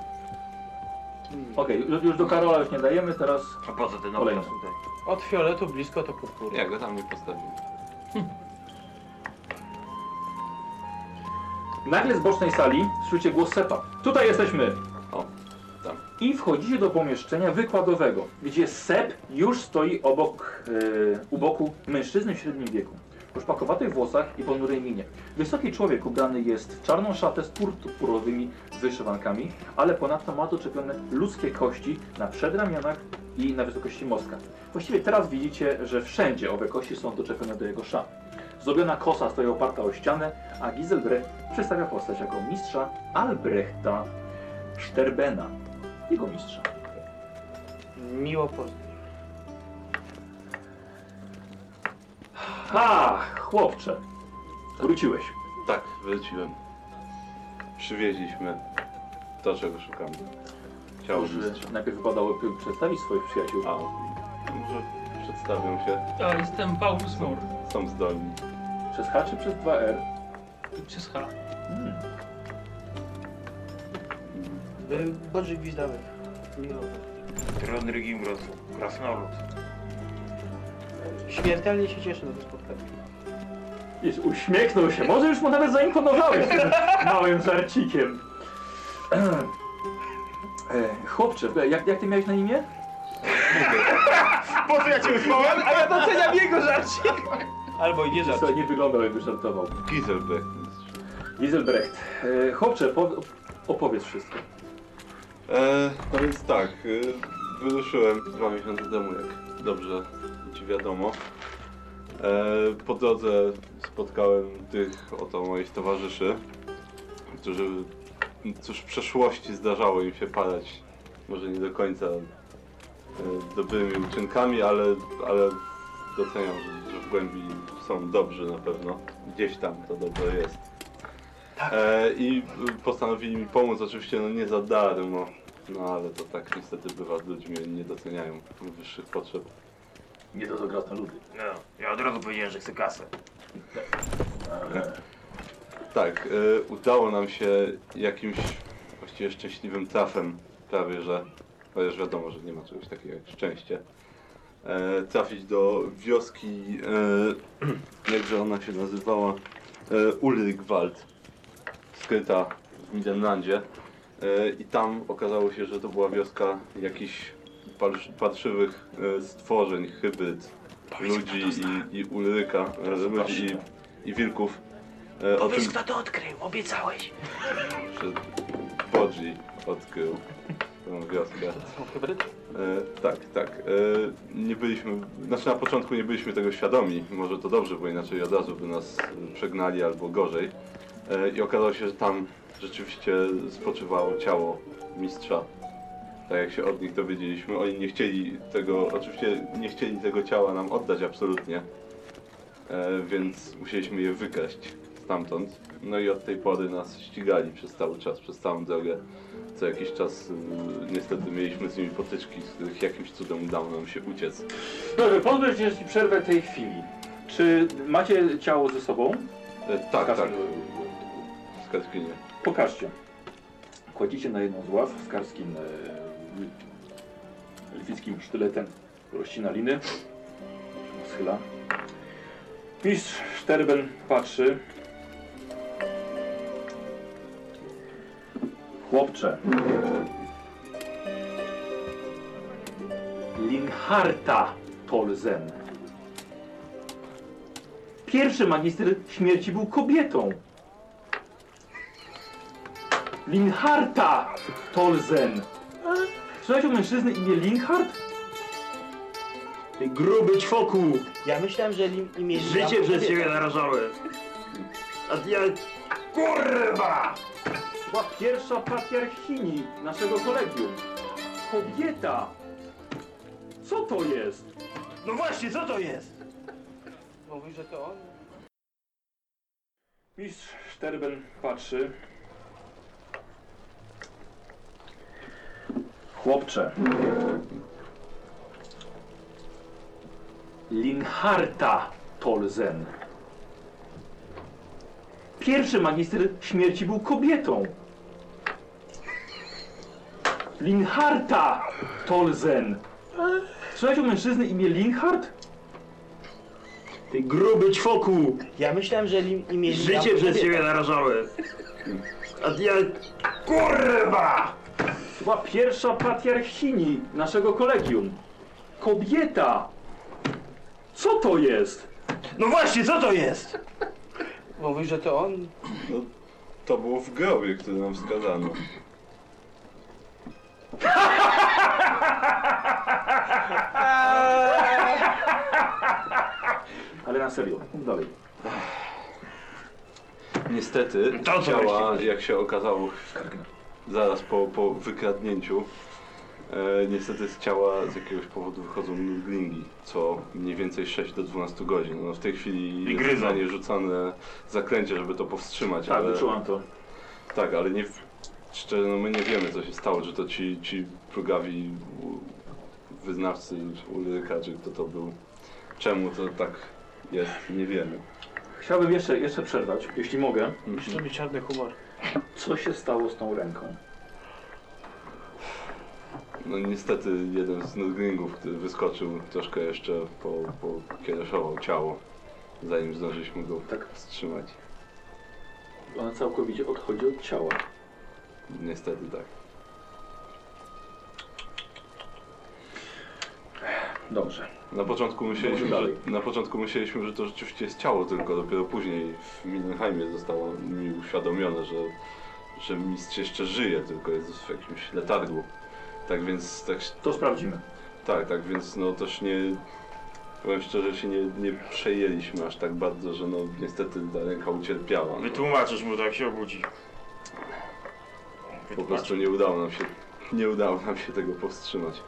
[SPEAKER 1] Okej, już- już do Karola już nie dajemy, teraz
[SPEAKER 7] A po co ten
[SPEAKER 1] Kolejny.
[SPEAKER 7] obraz tutaj?
[SPEAKER 5] Od fioletu blisko to purpur.
[SPEAKER 3] Ja go tam nie postawimy.
[SPEAKER 1] Nagle z bocznej sali słyszycie głos Sepa. Tutaj jesteśmy!
[SPEAKER 3] O, tam.
[SPEAKER 1] I wchodzicie do pomieszczenia wykładowego, gdzie Sep już stoi obok, yy, u boku mężczyzny w średnim wieku. O szpakowatych włosach i ponurej minie. Wysoki człowiek ubrany jest w czarną szatę z purpurowymi wyszywankami, ale ponadto ma doczepione ludzkie kości na przedramionach i na wysokości mostka. Właściwie teraz widzicie, że wszędzie owe kości są doczepione do jego szat. Zrobiona kosa stoi oparta o ścianę, a Giselbrecht przedstawia postać jako mistrza Albrechta Sterbena, jego mistrza.
[SPEAKER 5] Miło poznać.
[SPEAKER 1] Ha, chłopcze, wróciłeś.
[SPEAKER 3] Tak, wróciłem. Przywieźliśmy to, czego szukamy. Ciało
[SPEAKER 1] Może
[SPEAKER 3] mistrza.
[SPEAKER 1] najpierw wypadałoby przedstawić swoich przyjaciół.
[SPEAKER 3] A, może przedstawią się.
[SPEAKER 4] To jestem Paulus Mor.
[SPEAKER 3] Są zdolni.
[SPEAKER 1] Przez H czy przez 2R?
[SPEAKER 4] Przez H.
[SPEAKER 1] Hmm.
[SPEAKER 5] By Boży Gwizdowych. Miło.
[SPEAKER 7] Trondry Gimros, krasnolud.
[SPEAKER 5] Śmiertelnie się cieszę na to spotkanie.
[SPEAKER 1] Wiesz, uśmiechnął się, może już mu nawet zaimponowałeś tym małym żarcikiem. E, chłopcze, jak, jak ty miałeś na imię?
[SPEAKER 2] Po co ja cię wysłałem?
[SPEAKER 5] A ja doceniam jego żarcie! Albo i nie żarcie.
[SPEAKER 1] Co, nie wyglądał jakby żartował.
[SPEAKER 3] Giselbeck mistrz.
[SPEAKER 1] Wieselbrecht, e, chłopcze, po, opowiedz wszystko.
[SPEAKER 3] E, no więc tak, e, wyruszyłem dwa miesiące temu, jak dobrze ci wiadomo. E, po drodze spotkałem tych oto moich towarzyszy, którzy cóż w przeszłości zdarzało im się padać, może nie do końca e, dobrymi uczynkami, ale, ale doceniam, że, że w głębi są dobrzy na pewno. Gdzieś tam to dobro jest. E, I postanowili mi pomóc, oczywiście no nie za darmo. No ale to tak niestety bywa z ludźmi, oni nie doceniają wyższych potrzeb.
[SPEAKER 1] Nie to, co krasnoludy.
[SPEAKER 7] No, ja od razu powiedziałem, że chcę kasę.
[SPEAKER 3] Tak, e, udało nam się jakimś właściwie szczęśliwym trafem, prawie że, chociaż wiadomo, że nie ma czegoś takiego jak szczęście, e, trafić do wioski, e, jakże ona się nazywała, e, Ulrikwald, skryta w Midenlandzie. E, I tam okazało się, że to była wioska jakichś falsz- fałszywych e, stworzeń, hybryd ludzi i, i Ulryka, e, ludzi i, i wilków. E, o
[SPEAKER 7] Powiedz,
[SPEAKER 3] czym
[SPEAKER 7] kto to odkrył, obiecałeś.
[SPEAKER 3] że Bodzi odkrył tą wioskę. E, tak, tak. E, nie byliśmy, znaczy na początku nie byliśmy tego świadomi. Może to dobrze, bo inaczej od razu by nas e, przegnali albo gorzej. E, I okazało się, że tam rzeczywiście spoczywało ciało mistrza. Tak jak się od nich dowiedzieliśmy. Oni nie chcieli tego, oczywiście nie chcieli tego ciała nam oddać absolutnie. E, więc musieliśmy je wykraść stamtąd. No i od tej pory nas ścigali przez cały czas, przez całą drogę. Co jakiś czas y, niestety mieliśmy z nimi potyczki, z których jakimś cudem udało nam się uciec.
[SPEAKER 1] Dobrze, pozwól, że ci przerwę tej chwili. Czy macie ciało ze sobą?
[SPEAKER 3] E, tak, tak.
[SPEAKER 1] Kasper.
[SPEAKER 3] W Kaskinie.
[SPEAKER 1] Pokażcie. Kładziecie na jedną z ław z karskim e, lwickim sztyletem rościna liny. Schyla. Mistrz Szterben patrzy. Chłopcze. Linharta Polzen. Pierwszy magister śmierci był kobietą. Linharta Tolzen. Słuchajcie o mężczyzny imię Linhart?
[SPEAKER 8] Ty gruby ćwoku!
[SPEAKER 6] Ja myślałem, że lim, imię...
[SPEAKER 8] Życie przez ciebie narażałem! A ty ja... Kurwa!
[SPEAKER 1] Była pierwsza patriarchini naszego kolegium. Kobieta. Co to jest?
[SPEAKER 8] No właśnie, co to jest?
[SPEAKER 5] Mówi, że to on.
[SPEAKER 1] Mistrz Szterben patrzy. Chłopcze. Linharta Tolzen. Pierwszy magister śmierci był kobietą. Linharta Tolzen. Słuchajcie o mężczyzny imię Linhart?
[SPEAKER 8] Ty gruby ćwoku!
[SPEAKER 6] Ja myślałem, że lim, imię...
[SPEAKER 8] Życie przez ciebie narażałem! A ty ja... Kurwa!
[SPEAKER 1] była pierwsza patriarchini naszego kolegium. Kobieta! Co to jest?
[SPEAKER 8] No właśnie, co to jest?
[SPEAKER 5] Mówi, że to on.
[SPEAKER 3] No, to było w grobie, który nam wskazano.
[SPEAKER 1] Ale na serio, dalej.
[SPEAKER 3] Niestety
[SPEAKER 8] No To co
[SPEAKER 3] ciała,
[SPEAKER 8] właśnie?
[SPEAKER 3] jak się okazało, zaraz po, po wykradnięciu, e, niestety z ciała z jakiegoś powodu wychodzą nudlingi, co mniej więcej 6 do 12 godzin. No, w tej chwili jest
[SPEAKER 8] gryzą.
[SPEAKER 3] na nie rzucane zaklęcie, żeby to powstrzymać,
[SPEAKER 1] Tak,
[SPEAKER 8] Eee.
[SPEAKER 3] ale,
[SPEAKER 1] wyczułam to.
[SPEAKER 3] tak, ale nie, szczerze, no, my nie wiemy, co się stało, czy to ci, ci plugawi u- wyznawcy Ulryka, czy kto to był, czemu to tak jest, nie wiemy.
[SPEAKER 1] Chciałbym jeszcze, jeszcze przerwać, jeśli mogę.
[SPEAKER 6] Musisz robić czarny humor.
[SPEAKER 1] Co się stało z tą ręką?
[SPEAKER 3] No niestety jeden z nudgringów, który wyskoczył troszkę jeszcze po, po kiereszował ciało, zanim zdążyliśmy go
[SPEAKER 1] Tak.
[SPEAKER 3] wstrzymać.
[SPEAKER 1] Ona całkowicie odchodzi od ciała.
[SPEAKER 3] Niestety tak.
[SPEAKER 1] Dobrze.
[SPEAKER 3] Na początku myśleliśmy,
[SPEAKER 1] Może dalej.
[SPEAKER 3] że, na początku myśleliśmy, że to rzeczywiście jest ciało, tylko dopiero później w Mindenheimie zostało mi uświadomione, że, że mistrz jeszcze żyje, tylko jest w jakimś letargu. Tak więc tak,
[SPEAKER 1] To sprawdzimy.
[SPEAKER 3] tak, tak więc no też nie. Powiem szczerze, się nie, nie przejęliśmy aż tak bardzo, że no niestety ta ręka ucierpiała. No.
[SPEAKER 2] Wytłumaczysz mu, tak się obudzi.
[SPEAKER 3] Po prostu nie udało nam się, nie udało nam się tego powstrzymać.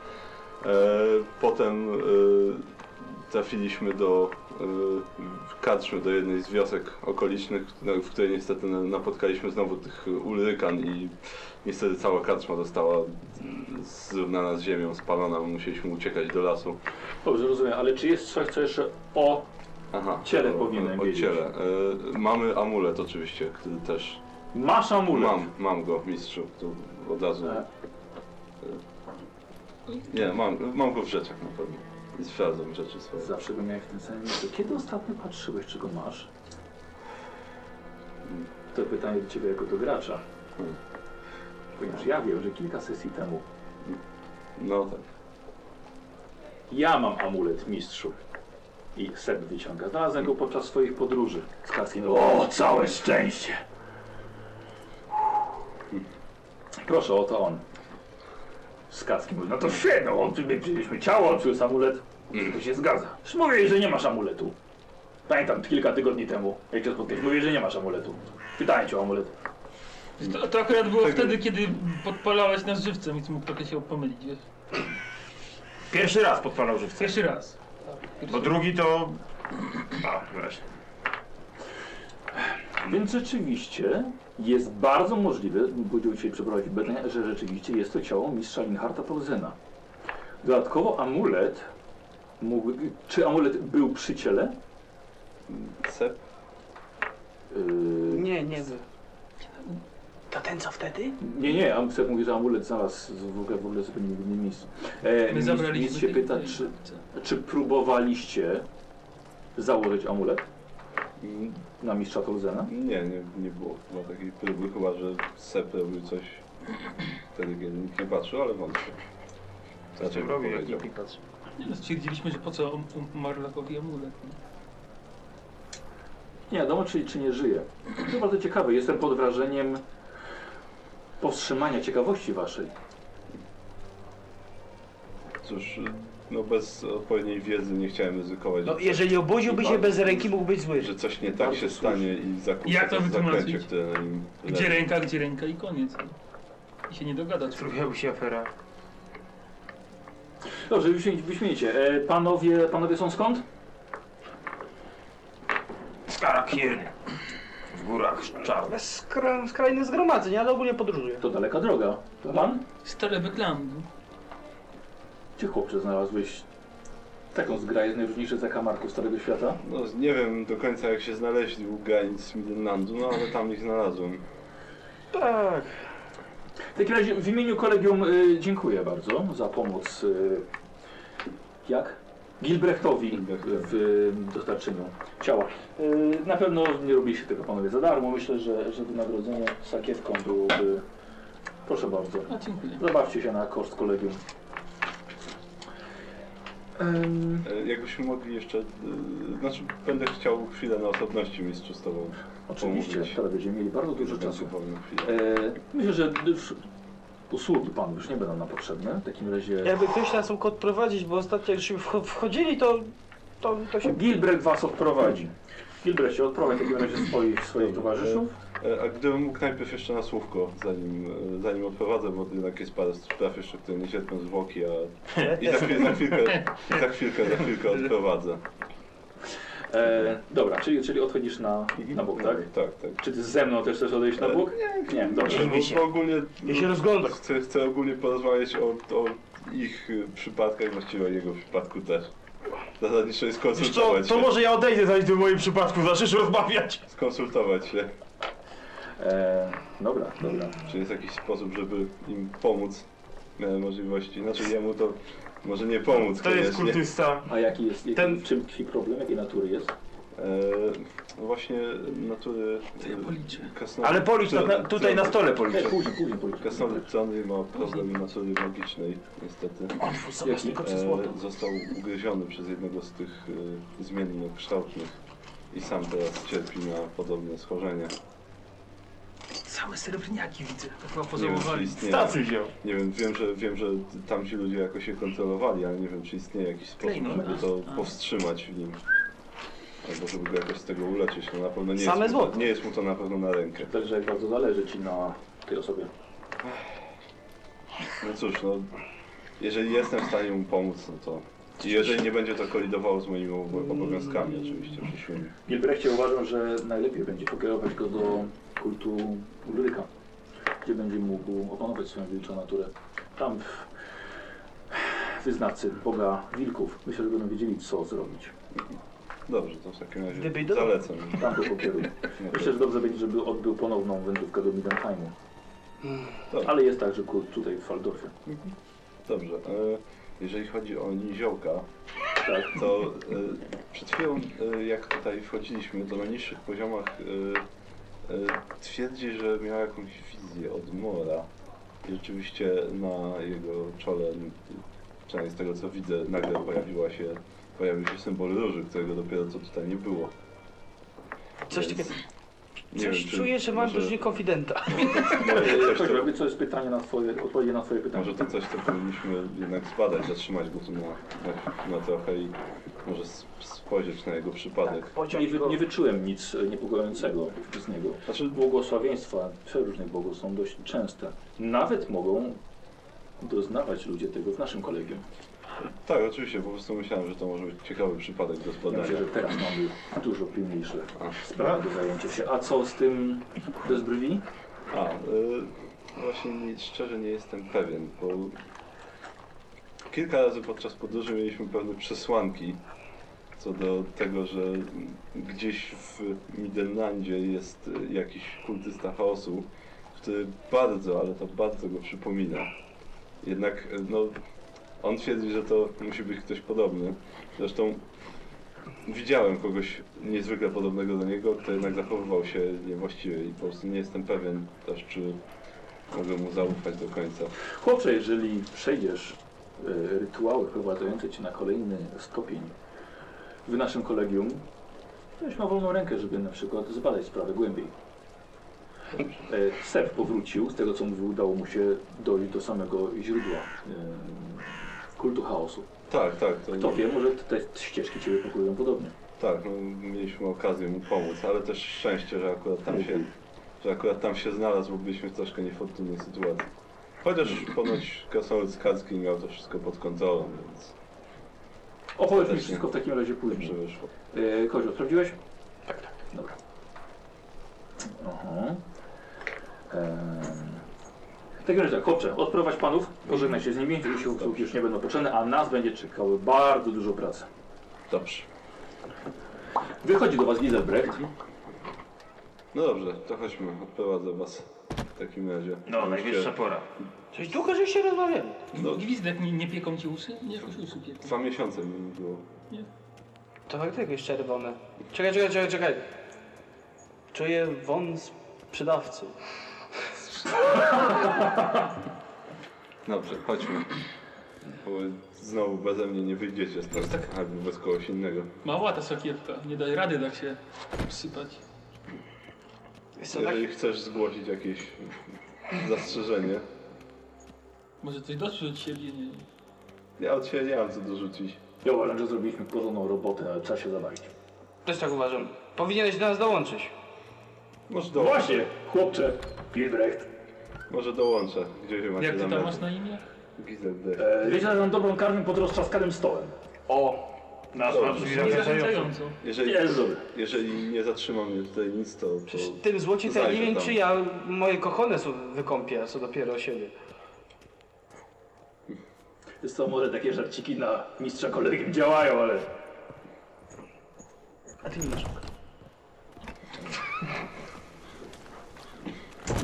[SPEAKER 3] E, potem e, trafiliśmy do y, Katrzu, do jednej z wiosek okolicznych, na- w której niestety na- napotkaliśmy znowu tych ulrykan i niestety cała Katrza została y, zrównana z ziemią, spalona, bo musieliśmy uciekać do lasu.
[SPEAKER 1] Dobrze, rozumiem, ale czy jest coś, co jeszcze o...
[SPEAKER 3] Aha,
[SPEAKER 1] Ciele powinienem
[SPEAKER 3] o, o
[SPEAKER 1] wiedzieć.
[SPEAKER 3] ciele. Y, mamy amulet oczywiście, który też...
[SPEAKER 1] Masz amulet.
[SPEAKER 3] Mam, mam go, mistrzu, tu od razu...
[SPEAKER 1] E,
[SPEAKER 3] Nie, mam, mam go w rzeczach na pewno. I sprawdzam rzeczy swoje.
[SPEAKER 1] Zawsze go miałeś w tym samym miejscu. Kiedy ostatnio patrzyłeś, czy go masz? To pytanie do ciebie jako do gracza.
[SPEAKER 3] Hmm.
[SPEAKER 1] Ponieważ ja wiem, że kilka sesji temu
[SPEAKER 3] No tak.
[SPEAKER 1] ja mam amulet mistrzu. I Seb wyciąga. Znalazłem go podczas swoich podróży z Kaskin. O, całe szczęście! Proszę, oto on. Z Kaskin mówi, no to się, no, on tu my przyjęliśmy ciało, on przyniósł amulet. To się zgadza. Już mówię, że nie masz amuletu. Pamiętam, kilka tygodni temu, jak cię spotkałem, mówię, że nie masz amuletu. Pytałem cię o amulet.
[SPEAKER 4] To, to akurat było
[SPEAKER 1] Tak,
[SPEAKER 4] wtedy, kiedy podpalałeś nas żywcem, więc mógł trochę się pomylić, wiesz?
[SPEAKER 2] Pierwszy raz podpalał żywcem.
[SPEAKER 4] Pierwszy raz.
[SPEAKER 2] Bo drugi to... A, właśnie.
[SPEAKER 1] Więc rzeczywiście jest bardzo możliwe, będziemy dzisiaj przeprowadzić badania, że rzeczywiście jest to ciało mistrza Linharta Pauzyna. Dodatkowo amulet mógł, czy amulet był przy ciele?
[SPEAKER 3] Sep?
[SPEAKER 1] Yy,
[SPEAKER 6] Nie, nie.
[SPEAKER 7] To ten co wtedy?
[SPEAKER 1] nie, nie, Amsep mówi, że amulet znalazł w ogóle, w ogóle zupełnie w innym miejscu. E,
[SPEAKER 4] My
[SPEAKER 1] mis-
[SPEAKER 4] zabraliśmy...
[SPEAKER 1] mis się
[SPEAKER 4] ten-
[SPEAKER 1] pyta,
[SPEAKER 4] ten-
[SPEAKER 1] czy, czy próbowaliście założyć amulet
[SPEAKER 3] Mm,
[SPEAKER 1] na mistrza Pauzena?
[SPEAKER 3] Nie, nie, nie było chyba takiej próby, chyba że Sep robił coś wtedy, kiedy nikt nie patrzył, ale wątpię.
[SPEAKER 2] Co
[SPEAKER 3] Raczej
[SPEAKER 2] ty
[SPEAKER 3] bym
[SPEAKER 2] robi, jak
[SPEAKER 3] powiedział.
[SPEAKER 2] nikt nie patrzy?
[SPEAKER 4] Nie, no, Stwierdziliśmy, że po co um- um- Marlakowi amulet. no.
[SPEAKER 1] Nie wiadomo, czy, czy nie żyje. To bardzo ciekawe. Jestem pod wrażeniem powstrzymania ciekawości waszej.
[SPEAKER 3] Cóż, no bez odpowiedniej wiedzy nie chciałem ryzykować,
[SPEAKER 6] No,
[SPEAKER 3] że,
[SPEAKER 6] jeżeli obudziłby się bez ręki, mógłby być zły.
[SPEAKER 3] że coś nie tak się stanie i zakupię
[SPEAKER 4] Jak to
[SPEAKER 3] zaklęcie,
[SPEAKER 4] wytłumaczyć?
[SPEAKER 3] które na nim
[SPEAKER 4] Gdzie
[SPEAKER 3] leży.
[SPEAKER 4] ręka, gdzie ręka i koniec. no. I się nie dogada.
[SPEAKER 2] Zrobiła się afera.
[SPEAKER 1] Dobrze, wyśmienicie. wyśmienicie. E, panowie, panowie są skąd?
[SPEAKER 2] Stara Kirn. W górach czarne.
[SPEAKER 6] Skra- skrajne zgromadzenie, ale ogólnie podróżuje.
[SPEAKER 1] To daleka droga. To pan?
[SPEAKER 4] Stare wyklam.
[SPEAKER 1] Gdzie chłopcze znalazłeś taką zgraję z najróżniejszych zakamarków Starego Świata?
[SPEAKER 3] No, nie wiem do końca jak się znaleźli u granic Midlandu, no ale tam ich znalazłem.
[SPEAKER 6] Tak.
[SPEAKER 1] W takim razie w imieniu kolegium y, dziękuję bardzo za pomoc. Y, jak? Gilbrechtowi
[SPEAKER 3] Gilbrechtowi.
[SPEAKER 1] w y, dostarczeniu ciała. Y, na pewno nie robiliście tego panowie za darmo. Myślę, że, że wynagrodzenie sakiewką byłoby. Proszę bardzo.
[SPEAKER 4] A dziękuję.
[SPEAKER 1] Zabawcie się na koszt kolegium. Em,
[SPEAKER 3] E, Jakbyśmy mogli jeszcze, e, znaczy będę chciał chwilę na osobności mistrzu z tobą.
[SPEAKER 1] oczywiście,
[SPEAKER 3] Pomówić.
[SPEAKER 1] teraz będziemy mieli bardzo dużo czasu.
[SPEAKER 3] Wolną chwilę.
[SPEAKER 1] E, myślę, że już usługi panu już nie będą nam potrzebne. W takim razie
[SPEAKER 6] Jakby ktoś nas mógł odprowadzić, bo ostatnio jak się wcho- wchodzili, to, to, to się...
[SPEAKER 1] Gilbrecht was odprowadzi. Gilbrecht się odprowadzi w takim razie swoich, swoich
[SPEAKER 3] Dobra.
[SPEAKER 1] towarzyszów.
[SPEAKER 3] E, A gdybym mógł najpierw jeszcze na słówko, zanim, e, zanim odprowadzę, bo jednak jest parę spraw jeszcze, które nie cierpią zwłoki, a... I za chwilę, za chwilkę, za chwilkę, za chwilkę odprowadzę.
[SPEAKER 1] E, dobra, czyli, czyli odchodzisz na, na bok, tak?
[SPEAKER 3] Tak, tak.
[SPEAKER 1] Czy ty ze mną też chcesz odejść na
[SPEAKER 3] E,
[SPEAKER 1] bok? Nie, nie, dobrze.
[SPEAKER 3] Bo- Bo ogólnie...
[SPEAKER 6] Ja się rozglądam.
[SPEAKER 3] Chcę, chcę ogólnie porozmawiać o, o ich y, przypadkach, właściwie o jego przypadku też. Zasadniczo jest
[SPEAKER 8] Wiesz co,
[SPEAKER 3] skonsultować
[SPEAKER 8] to
[SPEAKER 3] się.
[SPEAKER 8] może ja odejdę zanim ty w moim przypadku zaczniesz rozmawiać.
[SPEAKER 3] Skonsultować się.
[SPEAKER 1] E, dobra, dobra.
[SPEAKER 3] Czy jest jakiś sposób, żeby im pomóc? Miałem możliwości. Znaczy jemu to może nie pomóc
[SPEAKER 8] To jest
[SPEAKER 3] koniecznie.
[SPEAKER 8] kultysta.
[SPEAKER 1] A jaki jest, jaki,
[SPEAKER 8] Ten-
[SPEAKER 1] czym tkwi problem, jakiej natury jest?
[SPEAKER 3] Eee, właśnie natury.
[SPEAKER 4] Ja policzę.
[SPEAKER 3] Kasno...
[SPEAKER 8] Ale policz na, na, tutaj na stole
[SPEAKER 1] Nie,
[SPEAKER 8] policzę.
[SPEAKER 1] później, później, później.
[SPEAKER 3] Kasnoludcany ma problem natury magicznej, niestety.
[SPEAKER 1] Jaki?
[SPEAKER 7] Znaczy,
[SPEAKER 5] e,
[SPEAKER 3] Eee, został ugryziony przez jednego z tych e, zmiennych kształtnych i sam teraz cierpi na podobne schorzenie.
[SPEAKER 4] Same srebrniaki widzę. Tak chyba
[SPEAKER 3] Nie wiem, czy
[SPEAKER 4] pozałowali.
[SPEAKER 3] istnieje.
[SPEAKER 8] Stacy wziął.
[SPEAKER 3] Nie wiem, wiem, że, wiem, że tamci ludzie jakoś się kontrolowali, ale nie wiem, czy istnieje jakiś sposób,
[SPEAKER 4] Klejnot,
[SPEAKER 3] żeby
[SPEAKER 4] a?
[SPEAKER 3] to
[SPEAKER 6] Tak.
[SPEAKER 4] A.
[SPEAKER 3] powstrzymać w nim. Albo żeby go jakoś z tego uleczyć. No na pewno nie,
[SPEAKER 6] Same
[SPEAKER 3] jest, mu to,
[SPEAKER 6] złoto.
[SPEAKER 3] nie jest mu to na pewno na rękę.
[SPEAKER 1] Także bardzo zależy ci na tej osobie.
[SPEAKER 3] No cóż, no, jeżeli jestem w stanie mu pomóc, no to I jeżeli nie będzie to kolidowało z moimi obo- obowiązkami oczywiście przyszłymi.
[SPEAKER 1] Gilbrechcie uważam, że najlepiej będzie pokierować go do kultu Ulryka, gdzie będzie mógł opanować swoją wilczą naturę. Tam w- wyznawcy Boga Wilków myślę, że będą wiedzieli, co zrobić.
[SPEAKER 3] Dobrze, to w takim razie
[SPEAKER 6] Gdyby i do-
[SPEAKER 3] zalecam.
[SPEAKER 1] Tam go pokieruję.
[SPEAKER 3] No to-
[SPEAKER 1] Myślę, że dobrze będzie, żeby odbył ponowną wędrówkę do Midenheimu.
[SPEAKER 3] Dobrze.
[SPEAKER 1] Ale jest także kult tutaj w Faldorfie.
[SPEAKER 3] Dobrze. e, Jeżeli chodzi o niziołka,
[SPEAKER 1] Tak.
[SPEAKER 3] to e, przed chwilą, e, jak tutaj wchodziliśmy do najniższych poziomach, e, e, twierdzi, że miał jakąś wizję od Mora. I rzeczywiście na jego czole, m, przynajmniej z tego co widzę, nagle pojawiła się, pojawił się symbol róży, którego dopiero co tutaj nie było.
[SPEAKER 6] Coś
[SPEAKER 3] Więc
[SPEAKER 6] takiego-
[SPEAKER 3] nie
[SPEAKER 6] Coś
[SPEAKER 3] wiem, czy
[SPEAKER 6] czuję, że mam
[SPEAKER 3] może-
[SPEAKER 6] później konfidenta.
[SPEAKER 3] może
[SPEAKER 1] Coś
[SPEAKER 3] coś to-
[SPEAKER 1] robię, co jest pytanie na twoje, odpowiedzi na twoje pytanie.
[SPEAKER 3] Może to coś, co powinniśmy jednak zbadać, zatrzymać go tu na, na, na trochę i może sp- spojrzeć na jego przypadek.
[SPEAKER 1] Nie,
[SPEAKER 6] Pociąg
[SPEAKER 1] wy,
[SPEAKER 6] go.
[SPEAKER 1] nie wyczułem nic e, niepokojącego z niego.
[SPEAKER 3] Znaczy,
[SPEAKER 1] Błogosławieństwa przeróżnych bogów są dość częste. Nawet mogą doznawać ludzie tego w naszym kolegium.
[SPEAKER 3] tak, oczywiście, po prostu myślałem, że to może być ciekawy przypadek do
[SPEAKER 1] Ja myślę,
[SPEAKER 3] zbadania.
[SPEAKER 1] że teraz mamy dużo pilniejsze sprawy do zajęcia się. A co z tym bez brwi?
[SPEAKER 3] A, y, właśnie nie, szczerze nie jestem pewien, bo kilka razy podczas podróży mieliśmy pewne przesłanki co do tego, że gdzieś w Midenlandzie jest y, jakiś kultysta chaosu, który bardzo, ale to bardzo go przypomina. Jednak y, no, on twierdzi, że to musi być ktoś podobny. Zresztą widziałem kogoś niezwykle podobnego do niego, kto jednak zachowywał się niewłaściwie i po prostu nie jestem pewien też, czy mogę mu zaufać do końca.
[SPEAKER 1] Chłopcze, jeżeli przejdziesz e, rytuały prowadzące cię na kolejny stopień w naszym kolegium, weź ma wolną rękę, żeby na przykład zbadać sprawę głębiej. E, Sef powrócił, z tego co mówił, udało mu się dojść do samego źródła e, kultu chaosu.
[SPEAKER 3] Tak, tak. To,
[SPEAKER 1] Kto wie, może te ścieżki ciebie pokryją podobnie.
[SPEAKER 3] Tak, no, mieliśmy okazję mu pomóc, ale też szczęście, że akurat tam się, że akurat tam się znalazł, bo byliśmy w troszkę niefortunnej sytuacji. Chociaż ponoć Krasnolud Skacki miał to wszystko pod kontrolą, więc
[SPEAKER 1] Opowiesz mi
[SPEAKER 3] Serdecznie.
[SPEAKER 1] wszystko w takim razie później.
[SPEAKER 3] dobrze wyszło.
[SPEAKER 1] Yy, Kozio, sprawdziłeś? Tak, tak. Mhm. Dobra. Aha. Ehm. W takim razie tak, chłopcze, odprowadź panów, pożegnaj się z nimi, już, usługi już nie będą potrzebne, a nas będzie czekały bardzo dużo pracy.
[SPEAKER 3] Dobrze.
[SPEAKER 1] Wychodzi do was Gizelbrecht.
[SPEAKER 3] No dobrze, to chodźmy, odprowadzę was w takim razie.
[SPEAKER 2] No,
[SPEAKER 3] Żebyście-
[SPEAKER 2] najwyższa pora.
[SPEAKER 6] Coś długo, że się rozmawiamy.
[SPEAKER 3] No.
[SPEAKER 4] Gwizdek, nie, nie pieką ci uszy? Nie, jakoś uszy pieką.
[SPEAKER 3] Dwa miesiące mi nie było.
[SPEAKER 5] To faktycznie jest czerwone. Czekaj, czekaj, czekaj, czekaj. Czuję wąs sprzedawcy.
[SPEAKER 3] Dobrze, chodźmy. Bo znowu beze mnie nie wyjdziecie stąd,
[SPEAKER 5] Tak.
[SPEAKER 3] albo bez kogoś innego.
[SPEAKER 4] Mała ta sakiewka, nie daj rady tak się sypać.
[SPEAKER 5] Jest to tak...
[SPEAKER 3] Jeżeli chcesz zgłosić jakieś zastrzeżenie,
[SPEAKER 4] Może coś dotrze od siebie, nie wiem.
[SPEAKER 3] ja od siebie nie mam co dorzucić.
[SPEAKER 1] Ja uważam, że zrobiliśmy porządną robotę, ale trzeba się zabawić.
[SPEAKER 5] Też tak uważam. Powinieneś do nas dołączyć.
[SPEAKER 3] Może, do...
[SPEAKER 1] No Właśnie, chłopcze, Gilbrecht.
[SPEAKER 3] Może dołączę. Gdzie się macie
[SPEAKER 4] Jak ty tam
[SPEAKER 3] zamiar?
[SPEAKER 4] masz na imię?
[SPEAKER 3] Gizel D.
[SPEAKER 1] E, wiecie, że mam dobrą karmę pod roztrzaskanym stołem.
[SPEAKER 5] O!
[SPEAKER 2] Nazwa brzmi
[SPEAKER 4] Nie
[SPEAKER 2] zachęcająco.
[SPEAKER 4] zachęcająco.
[SPEAKER 3] Jeżeli,
[SPEAKER 1] Jest dobry.
[SPEAKER 3] jeżeli nie zatrzyma mnie tutaj nic, to... to...
[SPEAKER 5] Przecież tym złocicy ja nie
[SPEAKER 3] Zajrzę
[SPEAKER 5] wiem,
[SPEAKER 3] tam.
[SPEAKER 5] czy ja moje kochone są wykąpię, a co dopiero siebie.
[SPEAKER 1] Jest to może takie żarciki na mistrza kolegium działają, ale...
[SPEAKER 6] A ty nie masz.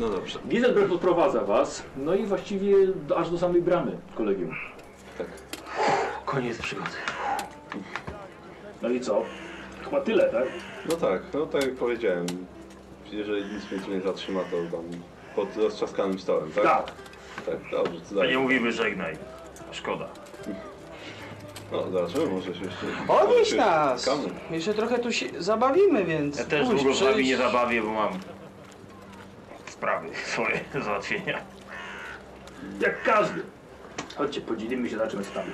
[SPEAKER 3] No dobrze.
[SPEAKER 1] Gizelbrecht odprowadza was, no i właściwie aż do samej bramy kolegium.
[SPEAKER 7] Koniec przygody.
[SPEAKER 1] No i co? Chyba tyle, tak?
[SPEAKER 3] No tak, no tak jak powiedziałem. Jeżeli nic mnie tu nie zatrzyma, to tam pod roztrzaskanym stołem, tak?
[SPEAKER 1] Tak.
[SPEAKER 3] Tak, dobrze, to
[SPEAKER 2] A nie
[SPEAKER 3] dalej.
[SPEAKER 2] mówimy żegnaj. Szkoda.
[SPEAKER 3] No, zobaczymy, może się jeszcze... może
[SPEAKER 5] Odnieś
[SPEAKER 3] się
[SPEAKER 5] nas!
[SPEAKER 3] spotkamy.
[SPEAKER 5] Jeszcze trochę tu się zabawimy, więc...
[SPEAKER 2] Ja też
[SPEAKER 5] pójdź,
[SPEAKER 2] długo z wami
[SPEAKER 5] przyjdź.
[SPEAKER 2] nie zabawię, bo mam sprawy swoje do załatwienia.
[SPEAKER 1] Jak każdy. Chodźcie, podzielimy się na czymś tam.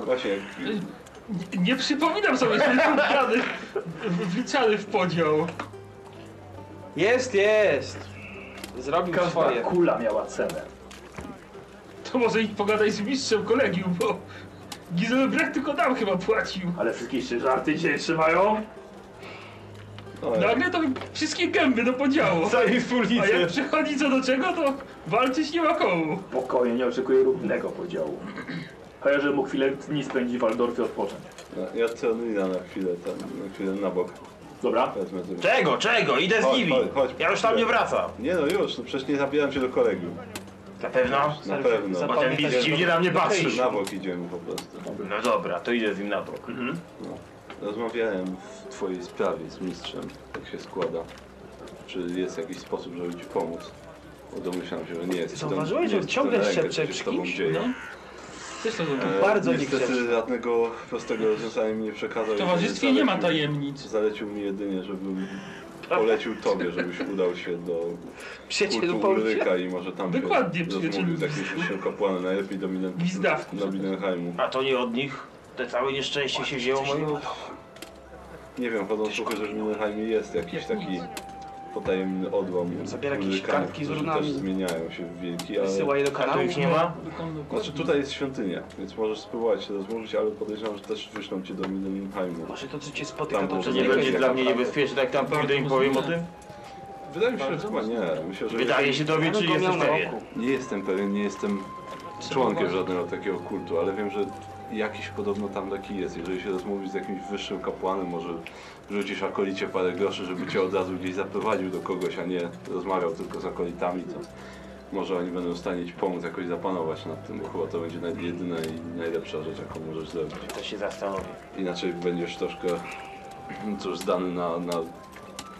[SPEAKER 3] Właśnie, jak
[SPEAKER 4] Nie, nie przypominam sobie, że jestem wliczany, wliczany w podział.
[SPEAKER 5] Jest, jest! Zrobił
[SPEAKER 1] Każda
[SPEAKER 5] swoje.
[SPEAKER 1] kula miała cenę.
[SPEAKER 4] To może idź pogadaj z mistrzem kolegium, bo Gizelbrecht tylko nam chyba płacił.
[SPEAKER 1] Ale wszystkie jeszcze żarty cię trzymają?
[SPEAKER 3] Oj,
[SPEAKER 4] Nagle to wszystkie gęby do podziału.
[SPEAKER 2] Całej
[SPEAKER 4] A
[SPEAKER 2] wspólnicy.
[SPEAKER 4] jak przychodzi co do czego, to walczyć nie ma komu.
[SPEAKER 1] Spokojnie, nie oczekuję równego podziału. Chyba, że mógł chwilę dni spędzi w Waldorfie odpocząć.
[SPEAKER 3] no, Ja Ceonina na chwilę, tam, na chwilę na bok.
[SPEAKER 1] Dobra?
[SPEAKER 3] Wezmę sobie.
[SPEAKER 2] Czego, czego? Idę z
[SPEAKER 3] Chodź,
[SPEAKER 2] nimi.
[SPEAKER 3] chodź, chodź.
[SPEAKER 2] Ja już tam nie wracam.
[SPEAKER 3] Nie no już, no przecież nie zabieram cię do kolegium.
[SPEAKER 2] Na pewno?
[SPEAKER 3] Na pewno.
[SPEAKER 2] Bo ten widz dziwnie no, na mnie patrzy.
[SPEAKER 3] Na bok idziemy po prostu.
[SPEAKER 2] No dobra, to idę z nim na bok.
[SPEAKER 3] Rozmawiałem w twojej sprawie z mistrzem, tak się składa. Czy jest jakiś sposób, żeby ci pomóc? Bo domyślam się, że nie jest.
[SPEAKER 6] Zauważyłeś, że
[SPEAKER 3] nie jest
[SPEAKER 6] ciągle
[SPEAKER 3] to na rękę,
[SPEAKER 6] szepczesz
[SPEAKER 3] co się z tobą
[SPEAKER 6] kimś?
[SPEAKER 3] dzieje.
[SPEAKER 4] No. Też to zrobił.
[SPEAKER 3] E,
[SPEAKER 6] Bardzo
[SPEAKER 3] Niestety
[SPEAKER 6] niegrzeczny.
[SPEAKER 3] żadnego prostego rozwiązania mi nie przekazał.
[SPEAKER 4] W
[SPEAKER 3] i
[SPEAKER 4] towarzystwie nie ma
[SPEAKER 3] zalecił-
[SPEAKER 4] tajemnic.
[SPEAKER 3] Zalecił mi jedynie, żebym polecił tobie, żebyś udał się do
[SPEAKER 6] Przyjacielu
[SPEAKER 3] kultu
[SPEAKER 6] Paulusie?
[SPEAKER 3] Ulryka i może tam
[SPEAKER 4] Dokładnie,
[SPEAKER 3] się rozmówił
[SPEAKER 4] przyjacielu.
[SPEAKER 3] z jakimś wyższym kapłanem, najlepiej do, Milen...
[SPEAKER 4] Gwizdawku,
[SPEAKER 3] do Milenheimu.
[SPEAKER 2] A to nie od nich? Te całe nieszczęście się wzięło moją...
[SPEAKER 3] Nie wiem, chodzą słuchy, że w Milenheimie jest jakiś taki potajemny odłam
[SPEAKER 5] Zabiera jakieś
[SPEAKER 3] Ulrykanów,
[SPEAKER 5] kartki z
[SPEAKER 3] którzy
[SPEAKER 5] runami.
[SPEAKER 3] też zmieniają się w wilki, ale...
[SPEAKER 5] Wysyła je do
[SPEAKER 2] A tu
[SPEAKER 5] kanału.
[SPEAKER 2] ich nie ma?
[SPEAKER 3] Znaczy tutaj jest świątynia, więc możesz spróbować się rozmówić, ale podejrzewam, że też wyślą cię do Milenheimu.
[SPEAKER 5] Może to, co cię spotyka,
[SPEAKER 3] Tam
[SPEAKER 5] to
[SPEAKER 3] było
[SPEAKER 5] przez
[SPEAKER 2] Nie
[SPEAKER 5] niego
[SPEAKER 2] będzie
[SPEAKER 5] jest.
[SPEAKER 2] dla mnie niebezpieczne, jak tam pójdę i powiem o tym?
[SPEAKER 3] Wydaje mi się, że chyba nie. Myślę, że
[SPEAKER 2] Wydaje się tobie,
[SPEAKER 5] Ale
[SPEAKER 2] czy
[SPEAKER 5] go miał
[SPEAKER 2] jesteś
[SPEAKER 5] na
[SPEAKER 2] pewien?
[SPEAKER 5] oku.
[SPEAKER 3] Nie jestem pewien, nie jestem członkiem żadnego takiego kultu, ale wiem, że jakiś podobno tam taki jest. Jeżeli się rozmówisz z jakimś wyższym kapłanem, może rzucisz akolicie parę groszy, żeby cię od razu gdzieś zaprowadził do kogoś, a nie rozmawiał tylko z akolitami, to może oni będą w stanie ci pomóc jakoś zapanować nad tym, bo chyba to będzie naj- jedyna i najlepsza rzecz, jaką możesz zrobić.
[SPEAKER 2] To się zastanowię.
[SPEAKER 3] Inaczej będziesz troszkę, cóż, zdany na, na,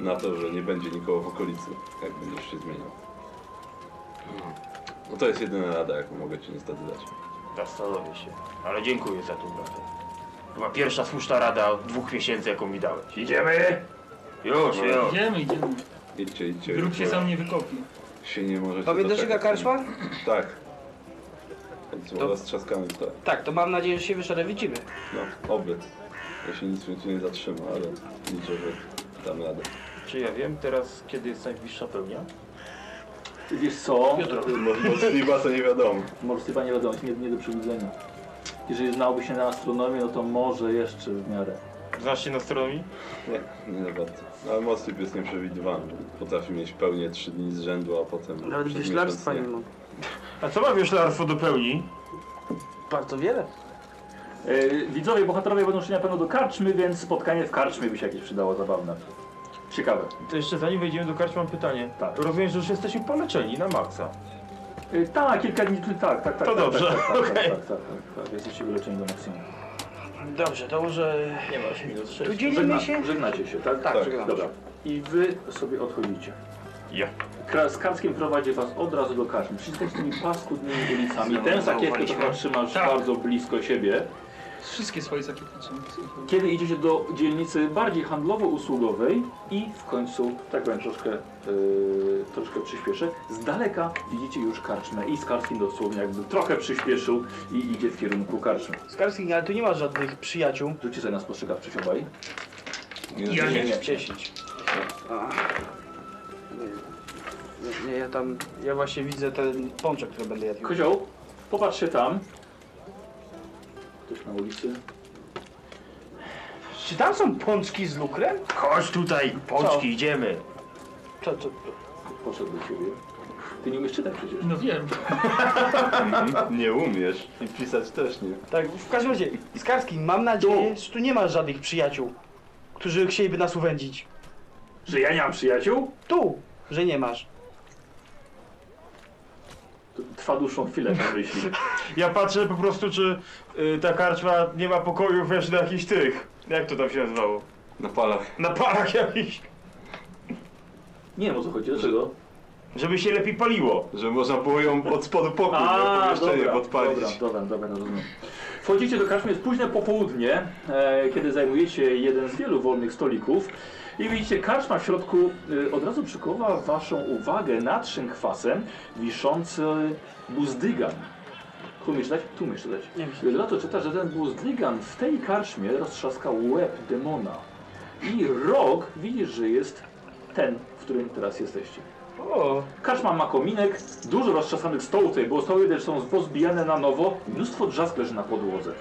[SPEAKER 3] na to, że nie będzie nikogo w okolicy, jak będziesz się zmieniał. No to jest jedyna rada, jaką mogę ci niestety dać.
[SPEAKER 2] Zastanowię się. Ale dziękuję za tą radę. Była pierwsza słuszna rada od dwóch miesięcy, jaką mi dałeś.
[SPEAKER 1] Idziemy!
[SPEAKER 2] Już, już.
[SPEAKER 4] Idziemy, idziemy.
[SPEAKER 3] Idźcie, idźcie.
[SPEAKER 4] Grób się
[SPEAKER 3] bo
[SPEAKER 4] sam nie wykopie.
[SPEAKER 3] się nie możecie
[SPEAKER 5] Pamiętasz jaka
[SPEAKER 3] doczekać.
[SPEAKER 5] karczma?
[SPEAKER 3] Tak. To... Roztrzaskamy to.
[SPEAKER 5] Tak, to mam nadzieję, że się wyszerewicimy.
[SPEAKER 3] No, oby. Ja się nic mnie tu nie zatrzyma, ale liczę, że dam radę.
[SPEAKER 2] Czy ja wiem teraz, kiedy jest najbliższa pełnia?
[SPEAKER 1] Wiesz co?
[SPEAKER 3] Mo- Możliwa to nie wiadomo.
[SPEAKER 1] Morsypa nie wiadomo, nie, nie do przewidzenia. Jeżeli znałby się na astronomię, no to może jeszcze w miarę.
[SPEAKER 2] Znasz się na astronomii?
[SPEAKER 3] Nie, nie za bardzo. No, Ale Mostyp jest nieprzewidywalny. Potrafi mieć pełnię 3 dni z rzędu, a potem.
[SPEAKER 6] Nawet
[SPEAKER 3] przez
[SPEAKER 6] wieślarstwa nie
[SPEAKER 3] miesiąc
[SPEAKER 6] ma.
[SPEAKER 2] A co ma wioślarstwo do pełni?
[SPEAKER 6] Bardzo wiele.
[SPEAKER 1] E, widzowie, bohaterowie będą szli na pewno do karczmy, więc spotkanie w karczmie by się jakieś przydało zabawne. Ciekawe.
[SPEAKER 2] To jeszcze zanim wejdziemy do karczmy, mam pytanie.
[SPEAKER 1] Tak.
[SPEAKER 2] Rozumiem, że już jesteśmy poleczeni na maksa.
[SPEAKER 1] E, tak, kilka dni, tak, tak, tak. tak,
[SPEAKER 2] dobrze,
[SPEAKER 1] tak, tak, tak, tak,
[SPEAKER 2] okej.
[SPEAKER 1] tak, tak, tak, tak. Jesteście wyleczeni do maksimum.
[SPEAKER 6] Dobrze, to może...
[SPEAKER 2] Nie ma 8 minut 6.
[SPEAKER 6] Tu dzielimy się?
[SPEAKER 1] żegnacie się, tak?
[SPEAKER 3] Tak.
[SPEAKER 6] żegnamy.
[SPEAKER 1] Dobra. I wy sobie odchodzicie.
[SPEAKER 2] Ja.
[SPEAKER 1] Kra- Z Karskiem prowadzi was od razu do karczmy. Wszystko z tymi paskudnymi ulicami. Ten sakiewkę trochę trzymasz
[SPEAKER 4] Tak.
[SPEAKER 1] bardzo blisko siebie.
[SPEAKER 4] Wszystkie swoje sakiewki trzymam.
[SPEAKER 1] Kiedy idziecie do dzielnicy bardziej handlowo-usługowej i w końcu, tak powiem troszkę, yy, troszkę przyspieszę, z daleka widzicie już karczmę i Skarskin dosłownie jakby trochę przyspieszył i idzie w kierunku karczmy.
[SPEAKER 5] Skarski, ale tu nie ma żadnych przyjaciół.
[SPEAKER 1] Rzućcie sobie na spostrzegawczość obaj.
[SPEAKER 4] Ja nie,
[SPEAKER 1] nie.
[SPEAKER 5] Ciesić.
[SPEAKER 6] Nie, nie, ja tam...
[SPEAKER 5] Ja właśnie widzę ten pączek, który będę jadł.
[SPEAKER 1] Kozioł, popatrz się tam. Ktoś na ulicy.
[SPEAKER 5] Czy tam są pączki z lukrem?
[SPEAKER 2] Chodź tutaj,
[SPEAKER 5] Co?
[SPEAKER 2] pączki, idziemy.
[SPEAKER 5] To, to,
[SPEAKER 1] Poszedł do ciebie. Ty nie umiesz czytać przecież.
[SPEAKER 4] No wiem.
[SPEAKER 3] Nie, nie umiesz. I pisać też nie.
[SPEAKER 5] tak, w każdym razie, Skarski, mam nadzieję, że tu nie ma żadnych przyjaciół, którzy chcieliby nas uwędzić.
[SPEAKER 1] Że ja nie mam przyjaciół?
[SPEAKER 5] Tu, że nie masz.
[SPEAKER 1] To Trwa dłuższą chwilę na myśli.
[SPEAKER 2] Ja patrzę po prostu, czy y, ta karczma nie ma pokoju wiesz, na jakichś tych. Jak to tam się nazywało?
[SPEAKER 3] Na palach.
[SPEAKER 2] Na parach jakichś.
[SPEAKER 1] Nie wiem o co chodzi, dlaczego?
[SPEAKER 2] Żeby się lepiej paliło.
[SPEAKER 3] Że można było ją od spodu pokój,
[SPEAKER 1] A,
[SPEAKER 3] nie? pomieszczenie podpalić.
[SPEAKER 1] Dobra, dobra, dobra, rozumiem. Wchodzicie do karczmy, jest późne popołudnie, e, kiedy zajmujecie jeden z wielu wolnych stolików i widzicie, karczma w środku e, od razu przykuwa waszą uwagę natrzyn kwasem wiszący buzdygan. Tu umiesz dać? Tu umiesz dać.
[SPEAKER 6] Nie
[SPEAKER 1] Lato czyta, że ten buzdygan w tej karczmie roztrzaskał łeb demona. I rok widzisz, że jest ten, w którym teraz jesteście.
[SPEAKER 5] O,
[SPEAKER 1] Karczma ma kominek, dużo rozczesanych stołów tutaj było, stoły też są pozbijane na nowo, mnóstwo drzask leży na podłodze.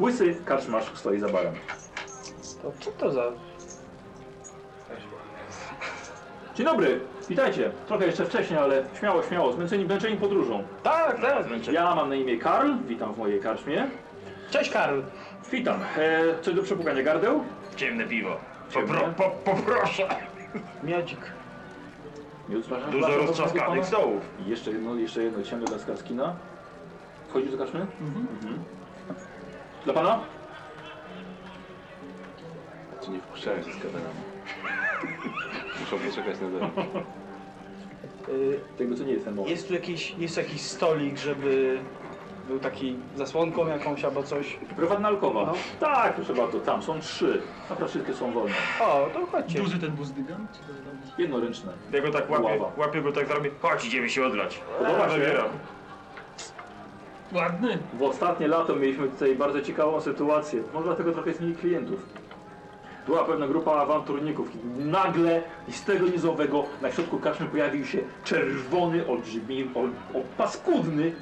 [SPEAKER 1] Łysy karczmarz stoi za barem.
[SPEAKER 9] To co to za...
[SPEAKER 1] Dzień dobry, witajcie. Trochę jeszcze wcześniej, ale śmiało, śmiało. Zmęczeni, zmęczeni podróżą.
[SPEAKER 9] Tak, tak.
[SPEAKER 1] Ja mam na imię Karl, witam w mojej karczmie.
[SPEAKER 9] Cześć Karl.
[SPEAKER 1] Witam. E, coś do przepłukania gardeł?
[SPEAKER 2] Ciemne piwo.
[SPEAKER 1] Ciemne?
[SPEAKER 2] Popro, po, poproszę.
[SPEAKER 9] Miodzik.
[SPEAKER 1] Miód, przepraszam.
[SPEAKER 2] Dużo
[SPEAKER 1] Przepraszam,
[SPEAKER 2] roztrzaskanych
[SPEAKER 1] proszę
[SPEAKER 2] stołów.
[SPEAKER 1] pana. Jeszcze jedno, jeszcze jedno ciemne dla Skarskina. Wchodzisz do karczmy? Mhm. Dla pana?
[SPEAKER 3] Czy nie wpuszczają się z kamerami? Muszą poczekać na dole.
[SPEAKER 9] Y,
[SPEAKER 1] Tego co Tak nie jest ten moment.
[SPEAKER 9] jest tu jakiś, jest jakiś stolik, żeby był taki zasłonką jakąś albo coś.
[SPEAKER 1] Prywatna alkowa.
[SPEAKER 9] No.
[SPEAKER 1] Tak, proszę bardzo, tam są trzy. Naprawdę wszystkie są wolne.
[SPEAKER 9] O, to chodźcie.
[SPEAKER 4] Duży ten buzdygan? Czy to tam-
[SPEAKER 1] Jednoręczne.
[SPEAKER 2] Ja go tak łapię,
[SPEAKER 1] Ława.
[SPEAKER 2] łapię go tak zrobię. Chodź, idziemy się odlać.
[SPEAKER 5] No
[SPEAKER 1] Podoba się.
[SPEAKER 2] Zabieram.
[SPEAKER 4] Ładny.
[SPEAKER 1] W ostatnie lato mieliśmy tutaj bardzo ciekawą sytuację. Może dlatego trochę zmieni klientów. Była pewna grupa awanturników. i Nagle i z tego nizowego na środku karczmy pojawił się czerwony, olbrzymi, ol, o, paskudny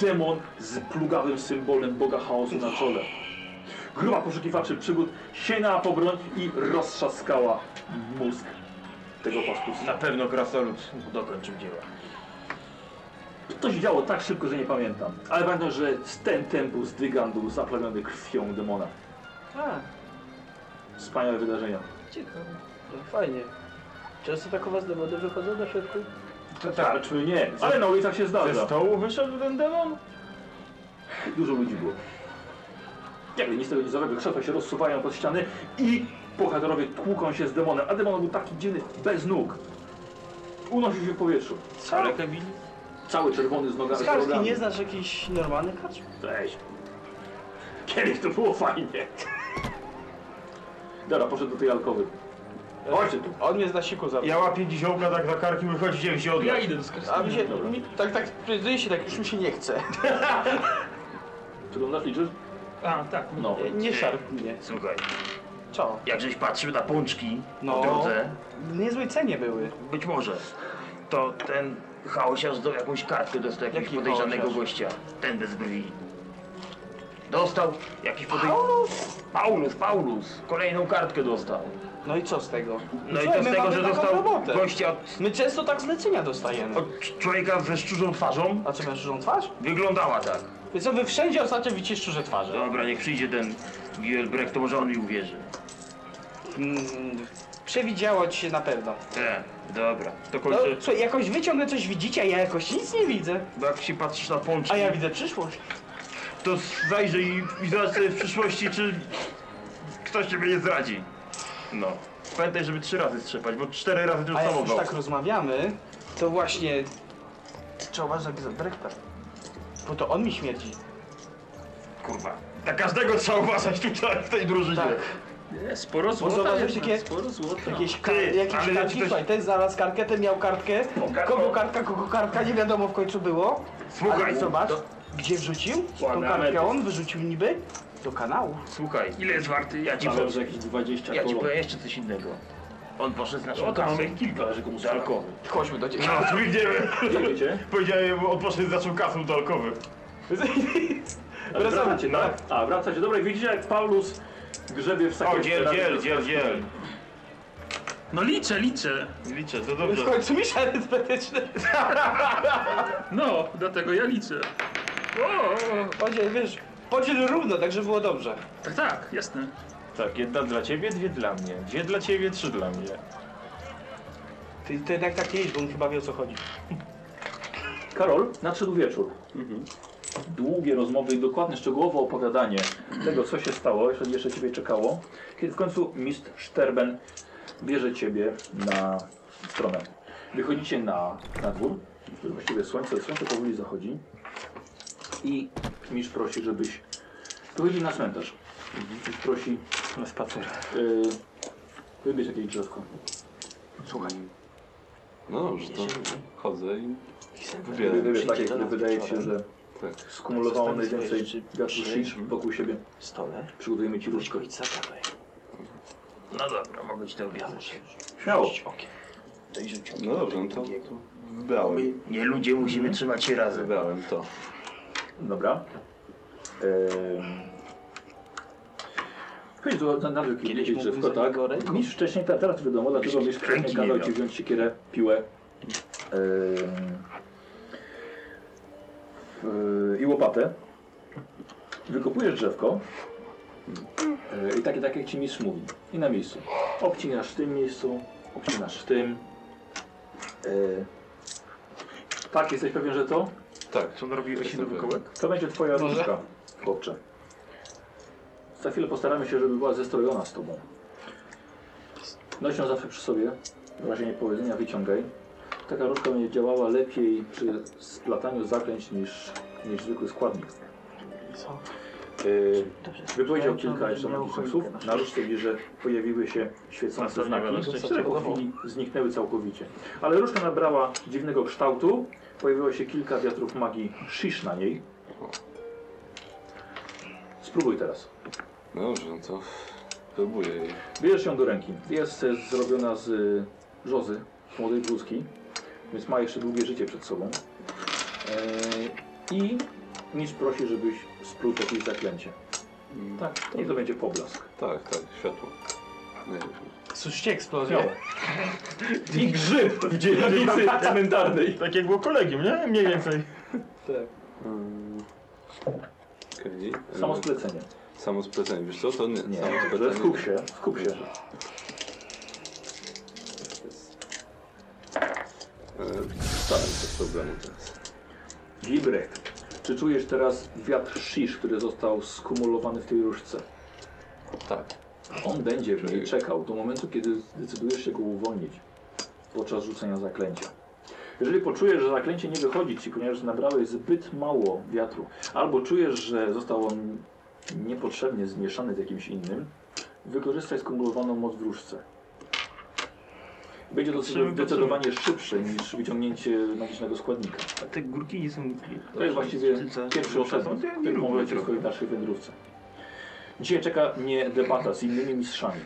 [SPEAKER 1] demon z plugawym symbolem Boga chaosu na czole. Grupa poszukiwaczy przygód sięgnęła po broń i roztrzaskała mózg tego
[SPEAKER 10] Na
[SPEAKER 1] paskusa.
[SPEAKER 10] pewno krasolut dokończył dzieła.
[SPEAKER 1] To się działo tak szybko, że nie pamiętam. Ale pamiętam, że ten tempus Dygan był zaplamiony krwią demona.
[SPEAKER 9] A,
[SPEAKER 1] Wspaniałe wydarzenia.
[SPEAKER 9] ciekawe. No, fajnie. Często tak u was demony wychodzą na środku?
[SPEAKER 1] To tak. Czy nie, ale na ulicach się
[SPEAKER 10] Ze
[SPEAKER 1] zdarza.
[SPEAKER 10] stołu wyszedł ten demon?
[SPEAKER 1] Dużo ludzi było. Jakby nic tego nizowego krzesła się rozsuwają pod ściany i bohaterowie tłuką się z demonem, a demon był taki dziwny, bez nóg. Unosił się w powietrzu.
[SPEAKER 10] Ale Kevin?
[SPEAKER 1] Cały czerwony z nogami.
[SPEAKER 9] Skarski,
[SPEAKER 1] nogami.
[SPEAKER 9] nie znasz jakiś normalny karczm?
[SPEAKER 1] Weź. Kiedyś to było fajnie. Dobra, poszedł do tej alkowy. Chodźcie tu.
[SPEAKER 5] On mnie z nasiku zabrał.
[SPEAKER 2] Ja łapię dziziołka tak za karki, mówię, chodź, idziemy się
[SPEAKER 4] Ja
[SPEAKER 2] odlać.
[SPEAKER 4] idę do skarżnika.
[SPEAKER 5] A mi się,
[SPEAKER 1] Dobra.
[SPEAKER 5] mi, tak, tak, przyjrzyj się tak, już mi się nie chce.
[SPEAKER 1] Przeglądasz, liczysz?
[SPEAKER 4] A, tak.
[SPEAKER 1] No.
[SPEAKER 5] Nie, nie szarp mnie.
[SPEAKER 2] Słuchaj,
[SPEAKER 5] Co?
[SPEAKER 2] jak żeś patrzył na pączki
[SPEAKER 5] No.
[SPEAKER 2] w drodze,
[SPEAKER 5] W niezłej cenie były.
[SPEAKER 2] być może, to ten chaosiarz do jakąś kartkę dostał jakiegoś
[SPEAKER 5] Jaki
[SPEAKER 2] podejrzanego
[SPEAKER 5] chaosiarz?
[SPEAKER 2] gościa. Ten bez brwi. Dostał jakiś podejrzany... Paulus? Paulus, Paulus. Kolejną kartkę dostał.
[SPEAKER 5] No i co z tego?
[SPEAKER 2] No i
[SPEAKER 5] Słuchaj,
[SPEAKER 2] to z
[SPEAKER 5] my
[SPEAKER 2] tego,
[SPEAKER 5] mamy
[SPEAKER 2] że
[SPEAKER 5] taką
[SPEAKER 2] dostał
[SPEAKER 5] robotę.
[SPEAKER 2] gościa od
[SPEAKER 5] My często tak zlecenia dostajemy.
[SPEAKER 2] Od c- człowieka ze szczurzą twarzą
[SPEAKER 5] A co, masz dużą twarz?
[SPEAKER 2] wyglądała tak.
[SPEAKER 5] Wy co, wy wszędzie ostatnio widzicie szczurze twarze.
[SPEAKER 2] Dobra, niech przyjdzie ten Gielbrecht, to może on mi uwierzy.
[SPEAKER 5] Mm, przewidziało ci się na pewno.
[SPEAKER 2] Te, E, dobra. To
[SPEAKER 5] No,
[SPEAKER 2] kończę.
[SPEAKER 5] słuchaj, jakoś wy ciągle coś widzicie, a ja jakoś nic nie widzę.
[SPEAKER 2] Bo jak się patrzysz na pączki,
[SPEAKER 5] A ja widzę przyszłość.
[SPEAKER 2] to zajrzyj i, i zobacz sobie w przyszłości, czy ktoś ciebie nie zdradzi. No. Pamiętaj, żeby trzy razy strzepać, bo cztery razy to już
[SPEAKER 5] A jak
[SPEAKER 2] samo
[SPEAKER 5] już
[SPEAKER 2] było.
[SPEAKER 5] tak rozmawiamy, to właśnie... Trzeba uważać za Brechta. Bo to on mi śmierdzi.
[SPEAKER 2] Kurwa. Na każdego trzeba uważać tutaj w tej drużynie.
[SPEAKER 5] Tak.
[SPEAKER 10] Sporo
[SPEAKER 5] Bo
[SPEAKER 10] złota
[SPEAKER 5] zobaczysz
[SPEAKER 10] jednak,
[SPEAKER 5] takie...
[SPEAKER 10] sporo złota.
[SPEAKER 5] Jakieś,
[SPEAKER 2] Ty,
[SPEAKER 5] kar- jakieś
[SPEAKER 2] ale ja ci
[SPEAKER 5] kartki,
[SPEAKER 2] też-
[SPEAKER 5] słuchaj, ten znalazł kartkę, ten miał kartkę,
[SPEAKER 2] kartą.
[SPEAKER 5] kogo kartka, kogo kartka, nie wiadomo w końcu było.
[SPEAKER 2] Słuchaj,
[SPEAKER 5] ale zobacz, gdzie wrzucił tą
[SPEAKER 10] Łamane
[SPEAKER 5] kartkę,
[SPEAKER 10] to-
[SPEAKER 5] on wyrzucił niby do kanału.
[SPEAKER 2] Słuchaj, ile jest warty? Ja ci
[SPEAKER 1] Nawet,
[SPEAKER 2] powiem.
[SPEAKER 1] że jakieś 20
[SPEAKER 2] Ja ci
[SPEAKER 1] koron.
[SPEAKER 2] powiem jeszcze coś innego. On poszedł z naszą
[SPEAKER 1] No,
[SPEAKER 10] O, tam
[SPEAKER 2] kasą.
[SPEAKER 10] mamy kilka, że komuś
[SPEAKER 2] Żarko.
[SPEAKER 5] Chodźmy do ciebie.
[SPEAKER 2] No, tu idziemy.
[SPEAKER 1] Gdzie wiecie?
[SPEAKER 2] Powiedziałem, on poszedł zaczął kasą do alkowy.
[SPEAKER 1] Wracacie, tak? A, wracacie. Dobra, widzicie jak Paulus grzebie w
[SPEAKER 2] O,
[SPEAKER 1] sakiewce.
[SPEAKER 2] dziel, dziel, dziel, dziel.
[SPEAKER 4] No liczę, liczę.
[SPEAKER 2] Liczę, to
[SPEAKER 5] W
[SPEAKER 2] dobrze.
[SPEAKER 5] końcu miś arytmetyczny.
[SPEAKER 4] No, dlatego ja liczę.
[SPEAKER 5] Podziel, wiesz, podziel równo, tak żeby było dobrze.
[SPEAKER 4] Tak, tak, jasne.
[SPEAKER 10] Tak, jedna dla ciebie, dwie dla mnie. Dwie dla ciebie, trzy dla mnie.
[SPEAKER 5] Ty, ty jednak tak nie idź, bo on chyba wie o co chodzi.
[SPEAKER 1] Karol, nadszedł wieczór. Długie rozmowy i dokładne, szczegółowe opowiadanie tego, co się stało, jeszcze, jeszcze ciebie czekało. Kiedy w końcu mistrz Sterben bierze ciebie na stronę. Wychodzicie na, na dwór, który właściwie słońce, słońce powoli zachodzi i mistrz prosi, żebyś wychodził na cmentarz. Mistrz prosi
[SPEAKER 5] Na spacer.
[SPEAKER 1] yy, wybierz jakieś drzewko.
[SPEAKER 3] Słuchaj. No dobrze, to chodzę i wybieram.
[SPEAKER 1] Wybierz takie, które wydaje ci się, że
[SPEAKER 3] Tak.
[SPEAKER 1] skumulowało
[SPEAKER 7] Zostawię swoje
[SPEAKER 1] najwięcej
[SPEAKER 7] rzeczy
[SPEAKER 1] wiatru
[SPEAKER 7] przy
[SPEAKER 1] shish wokół siebie.
[SPEAKER 7] stole.
[SPEAKER 1] Przygotujemy ci
[SPEAKER 7] Weź
[SPEAKER 1] różkę.
[SPEAKER 7] go i zagadaj.
[SPEAKER 2] No dobra, mogę ci to obiadać.
[SPEAKER 1] Śmiało.
[SPEAKER 7] Rzuć okiem. Daj rzuć okiem.
[SPEAKER 3] No dobrze, no to wybrałem.
[SPEAKER 2] Nie ludzie, musimy trzymać się razem.
[SPEAKER 3] Wybrałem to.
[SPEAKER 1] Dobra. Ehm, Chodź do na- na wielki
[SPEAKER 7] Kiedyś
[SPEAKER 1] wiedzieć, że w
[SPEAKER 7] mógłbym
[SPEAKER 1] kotach.
[SPEAKER 7] za niego ręką.
[SPEAKER 1] Mistrz wcześniej, te- teraz wiadomo, dlatego mistrz wcześniej
[SPEAKER 8] nie
[SPEAKER 1] kazał
[SPEAKER 8] miał.
[SPEAKER 1] ci wziąć siekierę, piłę Ehm. yy, yy, i łopatę. Wykopujesz drzewko yy, i tak, tak jak ci mistrz mówi. I na miejscu. Obcinasz w tym miejscu, obcinasz w tym. Yy. Tak, jesteś pewien, że to?
[SPEAKER 3] Tak.
[SPEAKER 8] Co on robi osinowy
[SPEAKER 3] Super.
[SPEAKER 8] kołek?
[SPEAKER 1] To będzie twoja
[SPEAKER 5] Może?
[SPEAKER 1] różdżka, chłopcze. Za chwilę postaramy się, żeby była zestrojona z tobą. Noś ją zawsze przy sobie, w razie niepowiedzenia wyciągaj. Taka różdżka będzie działała lepiej przy splataniu zaklęć niż, niż zwykły składnik. Yy, wypowiedział kilka jeszcze magicznych słów. Na różdżce widzisz, że pojawiły się świecące
[SPEAKER 8] Na to nie ma
[SPEAKER 1] znaki,
[SPEAKER 8] różdżki.
[SPEAKER 1] które po chwili zniknęły całkowicie. Ale różdżka nabrała dziwnego kształtu. Pojawiło się kilka wiatrów magii Shish na niej. Spróbuj teraz.
[SPEAKER 3] No dobrze, no to próbuję jej.
[SPEAKER 1] Bierzesz ją do ręki. Jest e, zrobiona z e, brzozy, młodej bluzki, więc ma jeszcze długie życie przed sobą. E, I nic prosi, żebyś spróbował jakieś zaklęcie.
[SPEAKER 3] Mm,
[SPEAKER 1] Tak, i to będzie poblask.
[SPEAKER 3] Tak, tak, światło. Najlepiej.
[SPEAKER 5] Słyszycie eksplozję?
[SPEAKER 1] I grzyb w dzielnicy cmentarnej.
[SPEAKER 8] Tak jak było kolegium, nie? Mniej więcej.
[SPEAKER 3] Mm, Okej. e,
[SPEAKER 1] Samo splecenie.
[SPEAKER 3] Samo splecenie, wiesz co? To nie.
[SPEAKER 1] Nie,
[SPEAKER 3] samo
[SPEAKER 1] dobrze,
[SPEAKER 3] splecenie.
[SPEAKER 1] skup się, skup się.
[SPEAKER 3] E, tak, bez problemu teraz.
[SPEAKER 1] Gibrek, czy czujesz teraz wiatr shish, który został skumulowany w tej różdżce?
[SPEAKER 3] Tak.
[SPEAKER 1] On będzie w niej czekał do momentu, kiedy zdecydujesz się go uwolnić podczas rzucenia zaklęcia. Jeżeli poczujesz, że zaklęcie nie wychodzi ci, ponieważ nabrałeś zbyt mało wiatru, albo czujesz, że został on niepotrzebnie zmieszany z jakimś innym, wykorzystaj skumulowaną moc w różdżce. Będzie to
[SPEAKER 8] Patrzymy,
[SPEAKER 1] zdecydowanie szybsze niż wyciągnięcie magicznego składnika.
[SPEAKER 8] A te górki nie są...
[SPEAKER 1] To jest właściwie pierwszy osobnik, który może w swojej dalszej wędrówce. Dzisiaj czeka mnie debata z innymi mistrzami.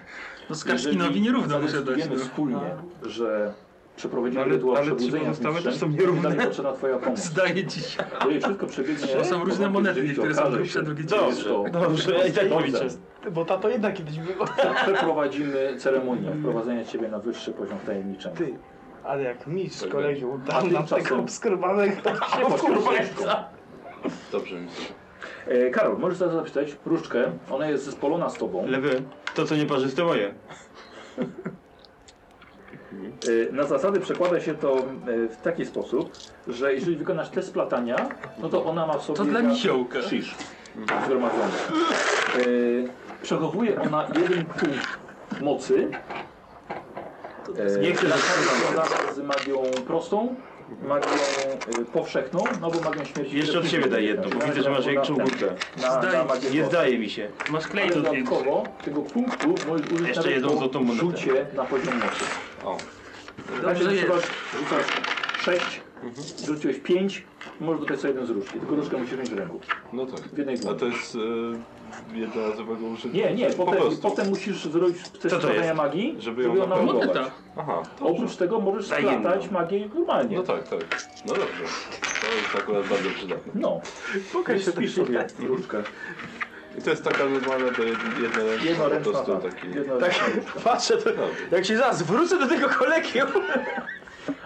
[SPEAKER 4] No Skarszkinowi nierówno muszę dać.
[SPEAKER 1] Wiemy
[SPEAKER 4] No.
[SPEAKER 1] wspólnie, że przeprowadzimy
[SPEAKER 8] No ale-
[SPEAKER 1] rytuał
[SPEAKER 8] ale trzy
[SPEAKER 1] przebudzenia z
[SPEAKER 8] pozostałe
[SPEAKER 1] mistrzem,
[SPEAKER 8] też są nierówne.
[SPEAKER 1] to potrzebna twoja pomoc.
[SPEAKER 4] Zdaje ci się.
[SPEAKER 1] Jeżeli wszystko przebiegnie...
[SPEAKER 4] To są różne
[SPEAKER 1] to
[SPEAKER 4] monety,
[SPEAKER 1] rzeczywiście
[SPEAKER 4] niektóre są
[SPEAKER 1] okaże
[SPEAKER 4] grubsze,
[SPEAKER 1] się,
[SPEAKER 8] No,
[SPEAKER 4] drugie
[SPEAKER 1] że to
[SPEAKER 5] Dobrze, i tak
[SPEAKER 1] dobrze.
[SPEAKER 5] Bo tato jednak kiedyś był.
[SPEAKER 1] Przeprowadzimy ceremonię wprowadzenia ciebie na wyższy poziom tajemniczenia.
[SPEAKER 5] Ty, ale jak mistrz
[SPEAKER 3] Tak,
[SPEAKER 5] kolegium
[SPEAKER 1] A
[SPEAKER 5] dał nam
[SPEAKER 1] tymczasem-
[SPEAKER 5] tego obskrybanego, to się wkurwa
[SPEAKER 3] Dobrze myślę.
[SPEAKER 1] E, Karol, możesz teraz zapytać różdżkę, ona jest zespolona z tobą.
[SPEAKER 8] Lewy, to co nieparzyste moje.
[SPEAKER 1] E, Na zasady przekłada się to e, w taki sposób, że jeżeli wykonasz te splatania, no to ona ma w sobie...
[SPEAKER 4] To dla misiołka.
[SPEAKER 1] Krzyż zgromadzony. E, Przechowuje ona jeden punkt mocy. E,
[SPEAKER 8] Nie chcę,
[SPEAKER 1] związana z magią prostą, magią e, powszechną, no bo magią śmierci.
[SPEAKER 8] Jeszcze od siebie daj jedno, bo widzę, że masz większą górkę.
[SPEAKER 1] Na, na
[SPEAKER 4] Zdaje-
[SPEAKER 1] magię
[SPEAKER 8] Nie
[SPEAKER 1] prostą.
[SPEAKER 8] zdaje mi się.
[SPEAKER 4] Masz
[SPEAKER 1] Ale
[SPEAKER 4] klej do zdjęcia.
[SPEAKER 1] dodatkowo tego punktu możesz użyć
[SPEAKER 8] Jeszcze
[SPEAKER 1] nawet
[SPEAKER 8] jedną
[SPEAKER 1] po
[SPEAKER 8] złotą monetę.
[SPEAKER 1] rzucie na poziom mocy.
[SPEAKER 3] O,
[SPEAKER 1] Znaczy,
[SPEAKER 4] Dobrze
[SPEAKER 1] rzucasz,
[SPEAKER 4] jest.
[SPEAKER 1] rzucasz 6, rzuciłeś 5, możesz dodać sobie jeden z różdżki, tylko różdżkę musisz mieć w ręku.
[SPEAKER 3] no tak.
[SPEAKER 1] W jednej
[SPEAKER 3] A
[SPEAKER 1] dłoni.
[SPEAKER 3] to jest e, jednorazowego użytku?
[SPEAKER 1] Nie, nie,
[SPEAKER 3] po
[SPEAKER 1] potem,
[SPEAKER 3] prostu.
[SPEAKER 1] potem musisz zrobić test
[SPEAKER 8] Co to
[SPEAKER 1] badania
[SPEAKER 8] jest?
[SPEAKER 1] magii,
[SPEAKER 3] Żeby ją napełnić.
[SPEAKER 1] ładować.
[SPEAKER 4] Moneta.
[SPEAKER 3] Aha, dobrze.
[SPEAKER 1] Oprócz tego możesz
[SPEAKER 8] Za jedną.
[SPEAKER 1] splatać magię normalnie.
[SPEAKER 3] No tak, tak. No dobrze. To jest akurat bardzo przydatne.
[SPEAKER 1] No, pokaż spisz sobie różdżkę.
[SPEAKER 3] I to jest taka normalna do jed- jednoręczna,
[SPEAKER 1] Jednoręczna,
[SPEAKER 3] po prostu
[SPEAKER 1] tak,
[SPEAKER 3] taki...
[SPEAKER 1] jednoręczna różdżka.
[SPEAKER 5] Patrzę, to,
[SPEAKER 3] Dobrze.
[SPEAKER 5] jak się zaraz wrócę do tego kolegium.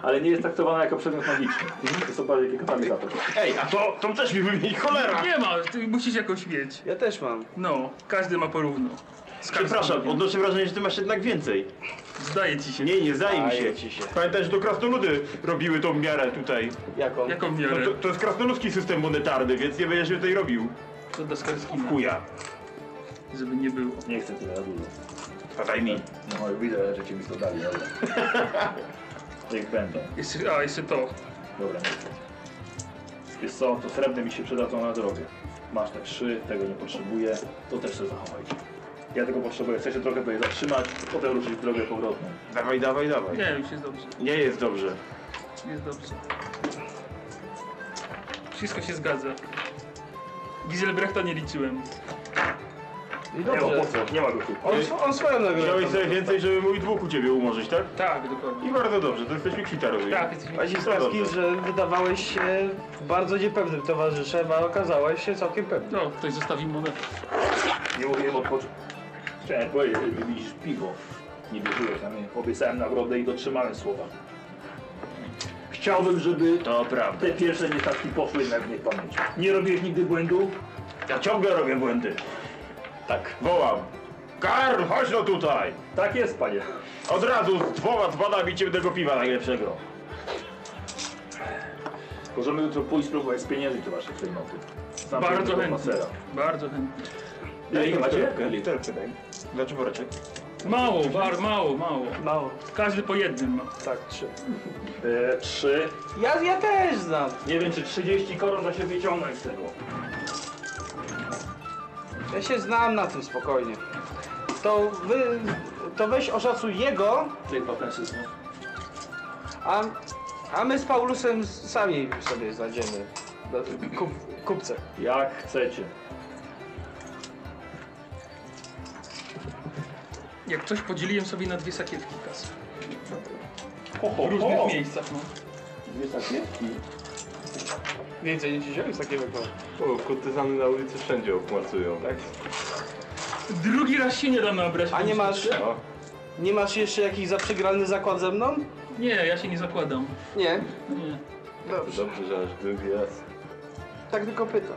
[SPEAKER 1] Ale nie jest traktowana jako przedmiot magiczny. Jest to bardziej taki katalizator.
[SPEAKER 8] Ej, a to, to też mi wymieni cholera!
[SPEAKER 4] Nie ma, ty musisz jakąś mieć.
[SPEAKER 5] Ja też mam.
[SPEAKER 4] No, każdy ma porówno.
[SPEAKER 8] Przepraszam, odnoszę wrażenie, że ty masz jednak więcej.
[SPEAKER 4] Zdaje ci się.
[SPEAKER 8] Nie, nie zdaje mi się.
[SPEAKER 5] Daję ci się.
[SPEAKER 8] Pamiętaj, że to krasnoludy robiły tą miarę tutaj.
[SPEAKER 5] Jaką?
[SPEAKER 4] Jaką
[SPEAKER 8] No
[SPEAKER 4] miarę?
[SPEAKER 8] to, to jest krasnoludzki system monetarny, więc nie będziesz tutaj robił.
[SPEAKER 4] To do Skarskina,
[SPEAKER 8] Chuja.
[SPEAKER 4] żeby nie było.
[SPEAKER 1] Nie chcę tyle dużo.
[SPEAKER 8] A daj mi.
[SPEAKER 1] No widzę, że cię mi to dali, dobra. Niech będą.
[SPEAKER 4] Jeszcze, a, jeszcze to.
[SPEAKER 1] Dobra. Wiesz co, to srebrne mi się przydadzą na drogę. Masz te trzy, tego nie potrzebuję, to też sobie zachowaj. Ja tego potrzebuję, chcę się trochę tutaj zatrzymać, potem ruszyć w drogę powrotną.
[SPEAKER 8] Dawaj, dawaj, dawaj.
[SPEAKER 4] Nie, już jest dobrze.
[SPEAKER 8] Nie jest dobrze.
[SPEAKER 4] Jest dobrze. Wszystko się zgadza. Wieselbrechta nie liczyłem.
[SPEAKER 1] Nie ma po co, nie ma go tu.
[SPEAKER 5] On, sw- on swoją nagrodę.
[SPEAKER 8] Wziąłeś sobie więcej, żeby mój dwóch u ciebie umorzyć, tak?
[SPEAKER 4] Tak, dokładnie.
[SPEAKER 8] I bardzo dobrze, to jesteśmy kwita, rozumiem.
[SPEAKER 4] Tak, jesteśmy-
[SPEAKER 8] A się
[SPEAKER 5] Taki, że wydawałeś się bardzo niepewnym towarzyszem, a okazałeś się całkiem pewnym.
[SPEAKER 4] No, ktoś zostawił monetę.
[SPEAKER 1] Nie mówiłem odpocząć. Chciałem powiedzieć, że ty widzisz piwo. Nie wierzyłeś na mnie. Obiecałem nagrodę i dotrzymałem słowa. Chciałbym, żeby
[SPEAKER 8] To prawda.
[SPEAKER 1] te pierwsze niestatki poszły jednak w niech pamięci. Nie robiłeś nigdy błędu?
[SPEAKER 8] Ja ciągle robię błędy.
[SPEAKER 1] Tak.
[SPEAKER 8] Wołam. Karl, chodź no tutaj!
[SPEAKER 1] Tak jest, panie.
[SPEAKER 8] Od razu z dwoma dzbanami ciemnego piwa najlepszego.
[SPEAKER 1] Możemy jutro pójść spróbować spieniężyć te wasze klejnoty. Sam
[SPEAKER 4] Bardzo
[SPEAKER 1] tego
[SPEAKER 4] chętnie.
[SPEAKER 1] pasera.
[SPEAKER 4] Bardzo chętnie.
[SPEAKER 1] Ile ich macie?
[SPEAKER 2] Literkę daj.
[SPEAKER 8] Dlaczego woreczek?
[SPEAKER 4] Mało, bar, mało, mało.
[SPEAKER 6] Mało.
[SPEAKER 4] Każdy po jednym ma.
[SPEAKER 6] Tak, trzy.
[SPEAKER 1] E, trzy.
[SPEAKER 5] Ja, ja też znam.
[SPEAKER 1] Nie wiem, czy 30 koron da się wyciągnąć z tego.
[SPEAKER 5] Ja się znam na tym spokojnie. To wy, to weź oszacuj jego,
[SPEAKER 1] Czyli patensyzmu.
[SPEAKER 5] a, a my z Paulusem s- sami sobie znajdziemy do- kup, kupce.
[SPEAKER 1] Jak chcecie.
[SPEAKER 4] Jak coś podzieliłem sobie na dwie sakiewki kas.
[SPEAKER 1] Ho, ho,
[SPEAKER 4] W różnych miejscach, no.
[SPEAKER 1] Dwie sakiewki.
[SPEAKER 5] Więcej nie wziąłem z takiego koła.
[SPEAKER 3] O, kurtyzany na ulicy wszędzie obmarcują. Tak.
[SPEAKER 4] Drugi raz się nie dam nabrać.
[SPEAKER 5] A nie masz,
[SPEAKER 3] No.
[SPEAKER 5] nie masz jeszcze jakiś zaprzygrany zakład ze mną?
[SPEAKER 4] Nie, ja się nie zakładam.
[SPEAKER 5] Nie.
[SPEAKER 4] Nie.
[SPEAKER 5] Dobrze.
[SPEAKER 3] Dobrze, że aż drugi raz.
[SPEAKER 5] Tak tylko pytam.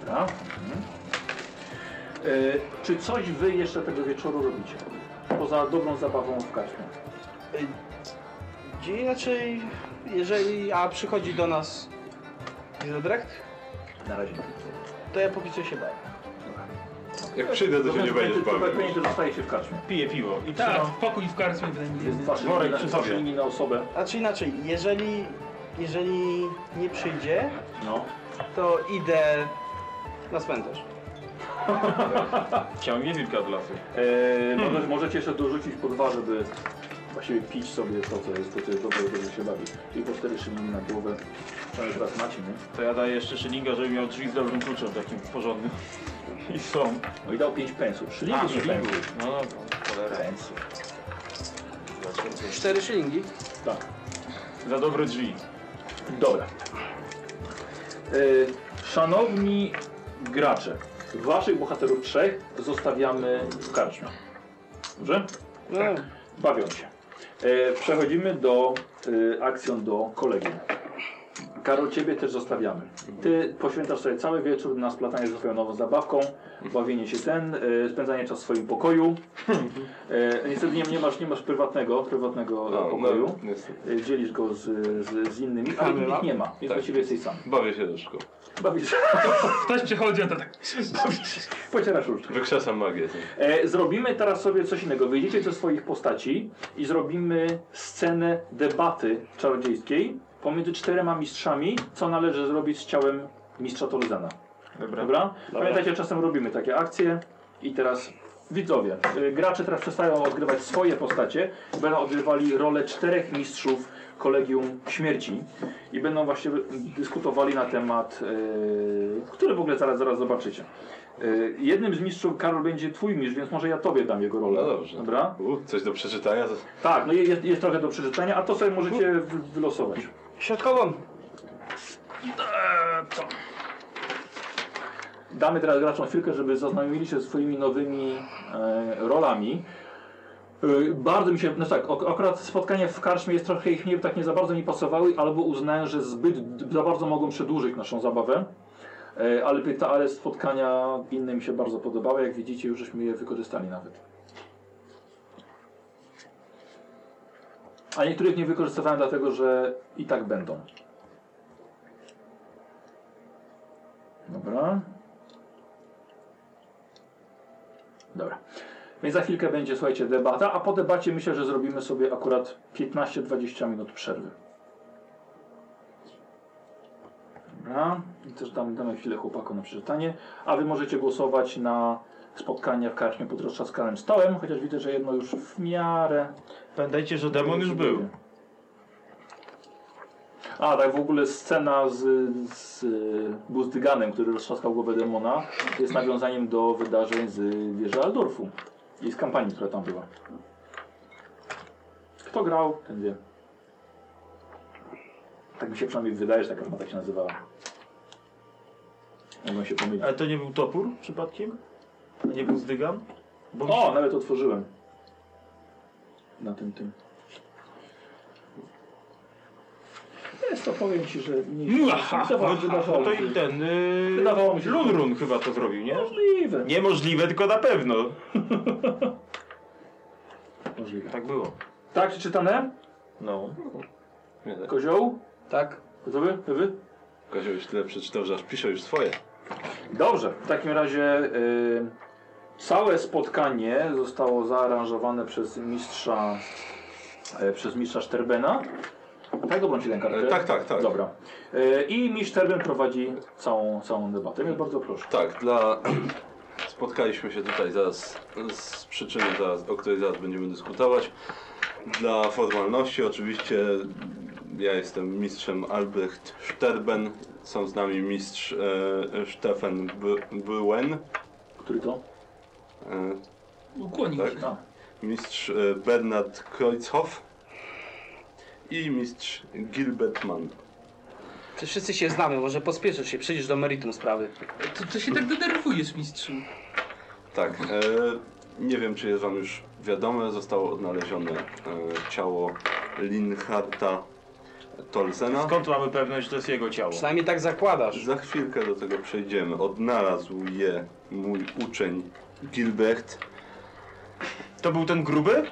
[SPEAKER 1] Dobra. Mhm. E, czy coś wy jeszcze tego wieczoru robicie? Poza dobrą zabawą w kaśmie.
[SPEAKER 5] Gdzie inaczej, znaczy, jeżeli, a przychodzi do nas Gildebrecht,
[SPEAKER 1] Na razie.
[SPEAKER 5] to ja póki co się bawię.
[SPEAKER 3] Jak
[SPEAKER 1] Tak.
[SPEAKER 3] przyjdę, to się nie będziesz bawił.
[SPEAKER 1] Pewnie to zostaje się w kaśmie.
[SPEAKER 2] Piję piwo i
[SPEAKER 4] Tak,
[SPEAKER 5] No.
[SPEAKER 2] trzymam.
[SPEAKER 4] pokój w karczmie wydaje mi
[SPEAKER 1] Jest
[SPEAKER 4] się.
[SPEAKER 1] wasze
[SPEAKER 2] Worek
[SPEAKER 1] imię na-
[SPEAKER 2] przy sobie.
[SPEAKER 1] wasze imię na osobę.
[SPEAKER 5] Znaczy inaczej, jeżeli, jeżeli nie przyjdzie,
[SPEAKER 1] No.
[SPEAKER 5] to idę na cmentarz.
[SPEAKER 2] Ciągnie wilka od lasu. Hmm.
[SPEAKER 1] E, może, możecie jeszcze dorzucić po dwa, żeby właściwie pić sobie to, co jest, to, co jest dobre, dobrze się bawi. Czyli po cztery szylingi na głowę. Przynajmniej teraz macie, nie?
[SPEAKER 2] To ja daję jeszcze szylinga, żeby miał drzwi z dobrym kluczem takim porządnym. I są.
[SPEAKER 1] No i dał pięć pensów.
[SPEAKER 2] A,
[SPEAKER 1] Szylingów czy pensów?
[SPEAKER 2] No dobra, cholera.
[SPEAKER 1] Pensów.
[SPEAKER 5] Cztery szylingi.
[SPEAKER 1] Tak.
[SPEAKER 2] Za dobre drzwi.
[SPEAKER 1] Dobra. Y, Szanowni gracze, waszych bohaterów trzech zostawiamy w karczmie. Dobrze?
[SPEAKER 5] No,
[SPEAKER 1] Bawią się. Y, Przechodzimy do y, akcjon do kolegium. Karol, ciebie też zostawiamy. Ty poświęcasz sobie cały wieczór na splatanie ze swoją nową zabawką, bawienie się ten, y, spędzanie czasu w swoim pokoju. Y, Niestety nie, nie, masz, nie masz prywatnego, prywatnego y,
[SPEAKER 3] No,
[SPEAKER 1] pokoju.
[SPEAKER 3] no, niestety.
[SPEAKER 1] Y, dzielisz go z, z, z innymi, ale
[SPEAKER 5] bywa?
[SPEAKER 1] innych nie ma, więc
[SPEAKER 3] Tak.
[SPEAKER 1] właściwie jesteś sam.
[SPEAKER 3] Bawię się do szkoły.
[SPEAKER 1] Bawisz,
[SPEAKER 4] Ktoś przychodzi, a to tak...
[SPEAKER 1] pocierasz różdżkę.
[SPEAKER 3] Wykrzesam magię.
[SPEAKER 1] E, zrobimy teraz sobie coś innego. Wyjdziecie ze swoich postaci i zrobimy scenę debaty czarodziejskiej pomiędzy czterema mistrzami, co należy zrobić z ciałem mistrza Torzena.
[SPEAKER 2] Dobra.
[SPEAKER 1] Dobra? Pamiętajcie, czasem robimy takie akcje i teraz widzowie, y, gracze teraz przestają odgrywać swoje postacie, będą odgrywali rolę czterech mistrzów Kolegium Śmierci i będą właśnie dyskutowali na temat, y, który w ogóle zaraz, zaraz zobaczycie. Y, jednym z mistrzów Karol będzie twój mistrz, więc może ja tobie dam jego rolę.
[SPEAKER 3] No dobrze.
[SPEAKER 1] Dobra?
[SPEAKER 3] U, coś do przeczytania? To...
[SPEAKER 1] Tak, no jest, jest trochę do przeczytania, a to sobie możecie w- wylosować.
[SPEAKER 5] środkową.
[SPEAKER 4] Eee, co?
[SPEAKER 1] Damy teraz graczom chwilkę, żeby zaznajomili się ze swoimi nowymi e, rolami. E, bardzo mi się, no tak, ok- akurat spotkanie w karczmie jest trochę ich nie, tak nie za bardzo mi pasowały, albo uznałem, że zbyt d- za bardzo mogą przedłużyć naszą zabawę. E, ale, pyta, ale spotkania inne mi się bardzo podobały, jak widzicie już żeśmy je wykorzystali nawet. A niektórych nie wykorzystywałem dlatego, że i tak będą. Dobra. Dobra. Więc za chwilkę będzie, słuchajcie, debata, a po debacie myślę, że zrobimy sobie akurat 15-20 minut przerwy. Dobra. I też dam, damy chwilę chłopakom na przeczytanie. A wy możecie głosować na spotkanie w karczmie pod roztrzaskanym stołem, chociaż widzę, że jedno już w miarę
[SPEAKER 2] Pamiętajcie, że demon już był.
[SPEAKER 1] a, tak w ogóle scena z, z Buzdyganem, który roztrzaskał głowę demona, jest nawiązaniem do wydarzeń z wieży Aldorfu i z kampanii, która tam była. Kto grał, ten wie. Tak mi się przynajmniej wydaje, że ta kampania tak się nazywała. Mogłem się pomylić.
[SPEAKER 2] Ale to nie był topór przypadkiem? Nie był zdygan? Bo mi
[SPEAKER 1] O, nawet otworzyłem. Na tym tym. Jest to, powiem ci, że nie.
[SPEAKER 2] Mulacha!
[SPEAKER 1] Wydawało-
[SPEAKER 2] No
[SPEAKER 1] wydawało
[SPEAKER 2] to
[SPEAKER 1] mi się.
[SPEAKER 2] i ten. Yy...
[SPEAKER 1] Wydawało mi się, że-
[SPEAKER 2] Lunrun chyba to zrobił, nie?
[SPEAKER 1] Możliwe.
[SPEAKER 2] Niemożliwe, tylko na pewno.
[SPEAKER 1] Możliwe.
[SPEAKER 2] Tak było.
[SPEAKER 1] Tak, przeczytane?
[SPEAKER 2] No.
[SPEAKER 1] Kozioł?
[SPEAKER 5] Tak?
[SPEAKER 1] Gotowy? Wy?
[SPEAKER 3] Kozioł już tyle przeczytał, że aż pisze już swoje.
[SPEAKER 1] Dobrze, w takim razie y, całe spotkanie zostało zaaranżowane przez mistrza y, przez mistrza Szterbena. Tak, dobrą ci tę kartę.
[SPEAKER 3] E, tak, tak, tak.
[SPEAKER 1] Dobra. Y, I mistrz Szterben prowadzi całą, całą debatę, więc bardzo proszę.
[SPEAKER 3] Tak, dla... Spotkaliśmy się tutaj zaraz z przyczyny, zaraz, o której zaraz będziemy dyskutować. Dla formalności oczywiście ja jestem mistrzem Albrecht Sterben, są z nami mistrz e, Stefan Br- Bruen,
[SPEAKER 1] Który to?
[SPEAKER 3] e,
[SPEAKER 4] Ukłonił
[SPEAKER 3] Tak.
[SPEAKER 4] się.
[SPEAKER 1] A,
[SPEAKER 3] mistrz e, Bernard Kreuzhoff i mistrz Gilbert Mann.
[SPEAKER 5] Czy wszyscy się znamy, może pospieszysz się, przyjdziesz do meritum sprawy.
[SPEAKER 4] To, to się tak denerwujesz, mistrzu.
[SPEAKER 3] Tak. E, nie wiem, czy jest Wam już wiadome, zostało odnalezione e, ciało Linharta Tolsena.
[SPEAKER 2] Skąd mamy pewność, że to jest jego ciało?
[SPEAKER 5] Przynajmniej tak zakładasz.
[SPEAKER 3] Za chwilkę do tego przejdziemy. Odnalazł je mój uczeń Gilbert.
[SPEAKER 2] To był ten gruby?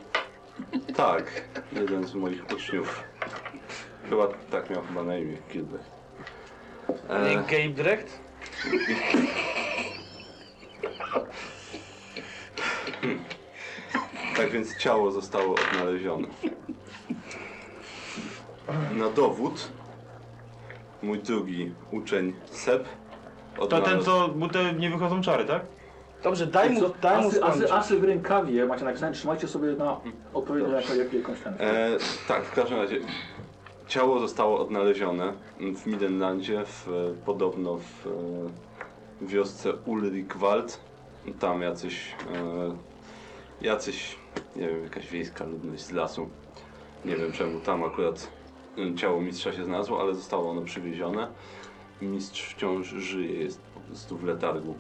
[SPEAKER 3] Tak, jeden z moich uczniów. Chyba tak miał chyba na imię Gilbert.
[SPEAKER 5] Nie
[SPEAKER 3] E,
[SPEAKER 5] Gabe Direct?
[SPEAKER 3] tak więc ciało zostało odnalezione. Na dowód mój drugi uczeń Seb
[SPEAKER 2] To
[SPEAKER 3] odnalazł...
[SPEAKER 2] ten, co mu te nie wychodzą czary, tak?
[SPEAKER 5] Dobrze, daj mu,
[SPEAKER 1] co?
[SPEAKER 5] daj mu
[SPEAKER 1] asy,
[SPEAKER 5] skończyć.
[SPEAKER 1] asy, asy w rękawie macie napisane, trzymajcie sobie na odpowiednią jakąś, jakąś ten.
[SPEAKER 3] E, tak, w każdym razie ciało zostało odnalezione w Midenlandzie, w, podobno w e, wiosce Ulrikwald. Tam jacyś, e, jacyś, nie wiem, jakaś wiejska ludność z lasu. Nie wiem czemu tam akurat e, ciało mistrza się znalazło, ale zostało ono przywiezione. Mistrz wciąż żyje, jest po prostu w letargu.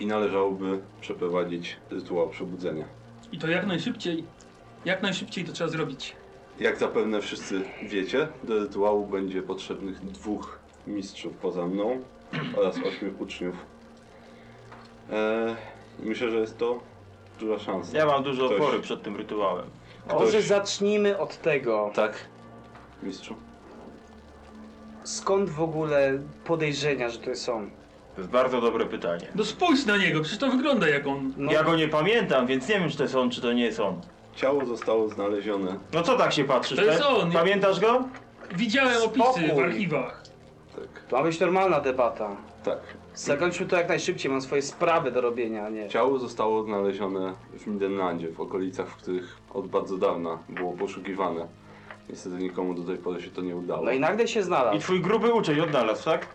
[SPEAKER 3] I należałoby przeprowadzić rytuał przebudzenia.
[SPEAKER 4] I to jak najszybciej. Jak najszybciej to trzeba zrobić.
[SPEAKER 3] Jak zapewne wszyscy wiecie, do rytuału będzie potrzebnych dwóch mistrzów poza mną oraz ośmiu uczniów. E, myślę, że jest to duża szansa.
[SPEAKER 2] Ja mam dużo
[SPEAKER 3] Ktoś.
[SPEAKER 2] opory przed tym rytuałem.
[SPEAKER 5] Może
[SPEAKER 3] Ktoś-
[SPEAKER 5] zacznijmy od tego,
[SPEAKER 3] Tak, mistrzu.
[SPEAKER 5] skąd w ogóle podejrzenia, że to są?
[SPEAKER 2] To jest bardzo dobre pytanie.
[SPEAKER 4] No spójrz na niego, przecież to wygląda jak on.
[SPEAKER 5] No,
[SPEAKER 2] Ja go nie pamiętam, więc nie wiem, czy to jest on, czy to nie jest on.
[SPEAKER 3] Ciało zostało znalezione.
[SPEAKER 2] No co tak się patrzysz?
[SPEAKER 4] To jest
[SPEAKER 2] pe-
[SPEAKER 4] on.
[SPEAKER 2] Pamiętasz go?
[SPEAKER 4] Widziałem opisy w
[SPEAKER 5] Spokój.
[SPEAKER 4] archiwach.
[SPEAKER 3] Tak,
[SPEAKER 5] To ma być normalna debata.
[SPEAKER 3] tak.
[SPEAKER 5] Zakończmy to jak najszybciej, mam swoje sprawy do robienia, a nie.
[SPEAKER 3] Ciało zostało znalezione w Midenlandzie, w okolicach, w których od bardzo dawna było poszukiwane. Niestety nikomu do tej pory się to nie udało.
[SPEAKER 5] No i nagle się
[SPEAKER 2] I
[SPEAKER 5] znalazł.
[SPEAKER 2] twój gruby uczeń odnalazł, tak?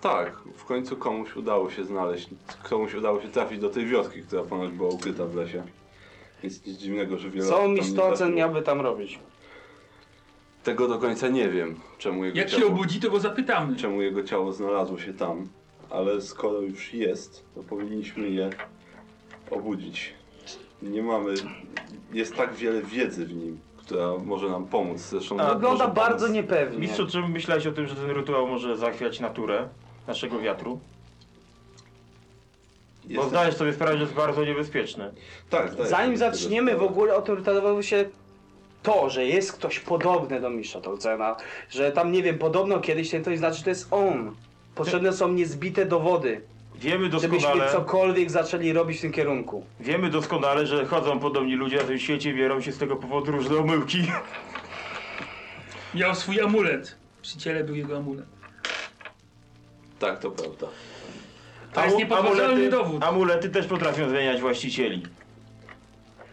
[SPEAKER 3] Tak, w końcu komuś udało się znaleźć, komuś udało się trafić do tej wioski, która ponoć była ukryta w lesie. Więc nic dziwnego, że wiele
[SPEAKER 5] Co
[SPEAKER 3] osób tam nie
[SPEAKER 5] Mistocen
[SPEAKER 3] trafiło.
[SPEAKER 5] miałby tam robić?
[SPEAKER 3] Tego do końca nie wiem, czemu jego,
[SPEAKER 4] Jak się
[SPEAKER 3] ciało,
[SPEAKER 4] obudzi, to go zapytamy.
[SPEAKER 3] czemu jego ciało znalazło się tam, ale skoro już jest, to powinniśmy je obudzić. Nie mamy, jest tak wiele wiedzy w nim, która może nam pomóc. Zresztą może
[SPEAKER 5] Wygląda
[SPEAKER 3] pomóc-
[SPEAKER 5] bardzo niepewnie.
[SPEAKER 2] Mistrzu, czy myślałeś o tym, że ten rytuał może zachwiać naturę naszego wiatru? Bo
[SPEAKER 3] Jest,
[SPEAKER 2] zdajesz sobie sprawę, że jest bardzo niebezpieczny.
[SPEAKER 3] tak, tak,
[SPEAKER 5] Zanim
[SPEAKER 3] jest tego
[SPEAKER 5] zaczniemy w
[SPEAKER 3] sprawa.
[SPEAKER 5] ogóle o tym rytuałowało się to, że jest ktoś podobny do mistrza Tolcena, że tam nie wiem, podobno kiedyś ten ktoś znaczy, że to jest on. Potrzebne są niezbite dowody,
[SPEAKER 2] Wiemy
[SPEAKER 5] żebyśmy
[SPEAKER 2] doskonale,
[SPEAKER 5] cokolwiek zaczęli robić w tym kierunku.
[SPEAKER 2] wiemy doskonale, że chodzą podobni ludzie na tym świecie, biorą się z tego powodu różne omyłki.
[SPEAKER 4] Miał swój amulet. Przy ciele był jego amulet.
[SPEAKER 3] Tak, to prawda.
[SPEAKER 4] To jest
[SPEAKER 2] Amu-
[SPEAKER 4] niepodważalny dowód.
[SPEAKER 2] Amulety też potrafią zmieniać właścicieli.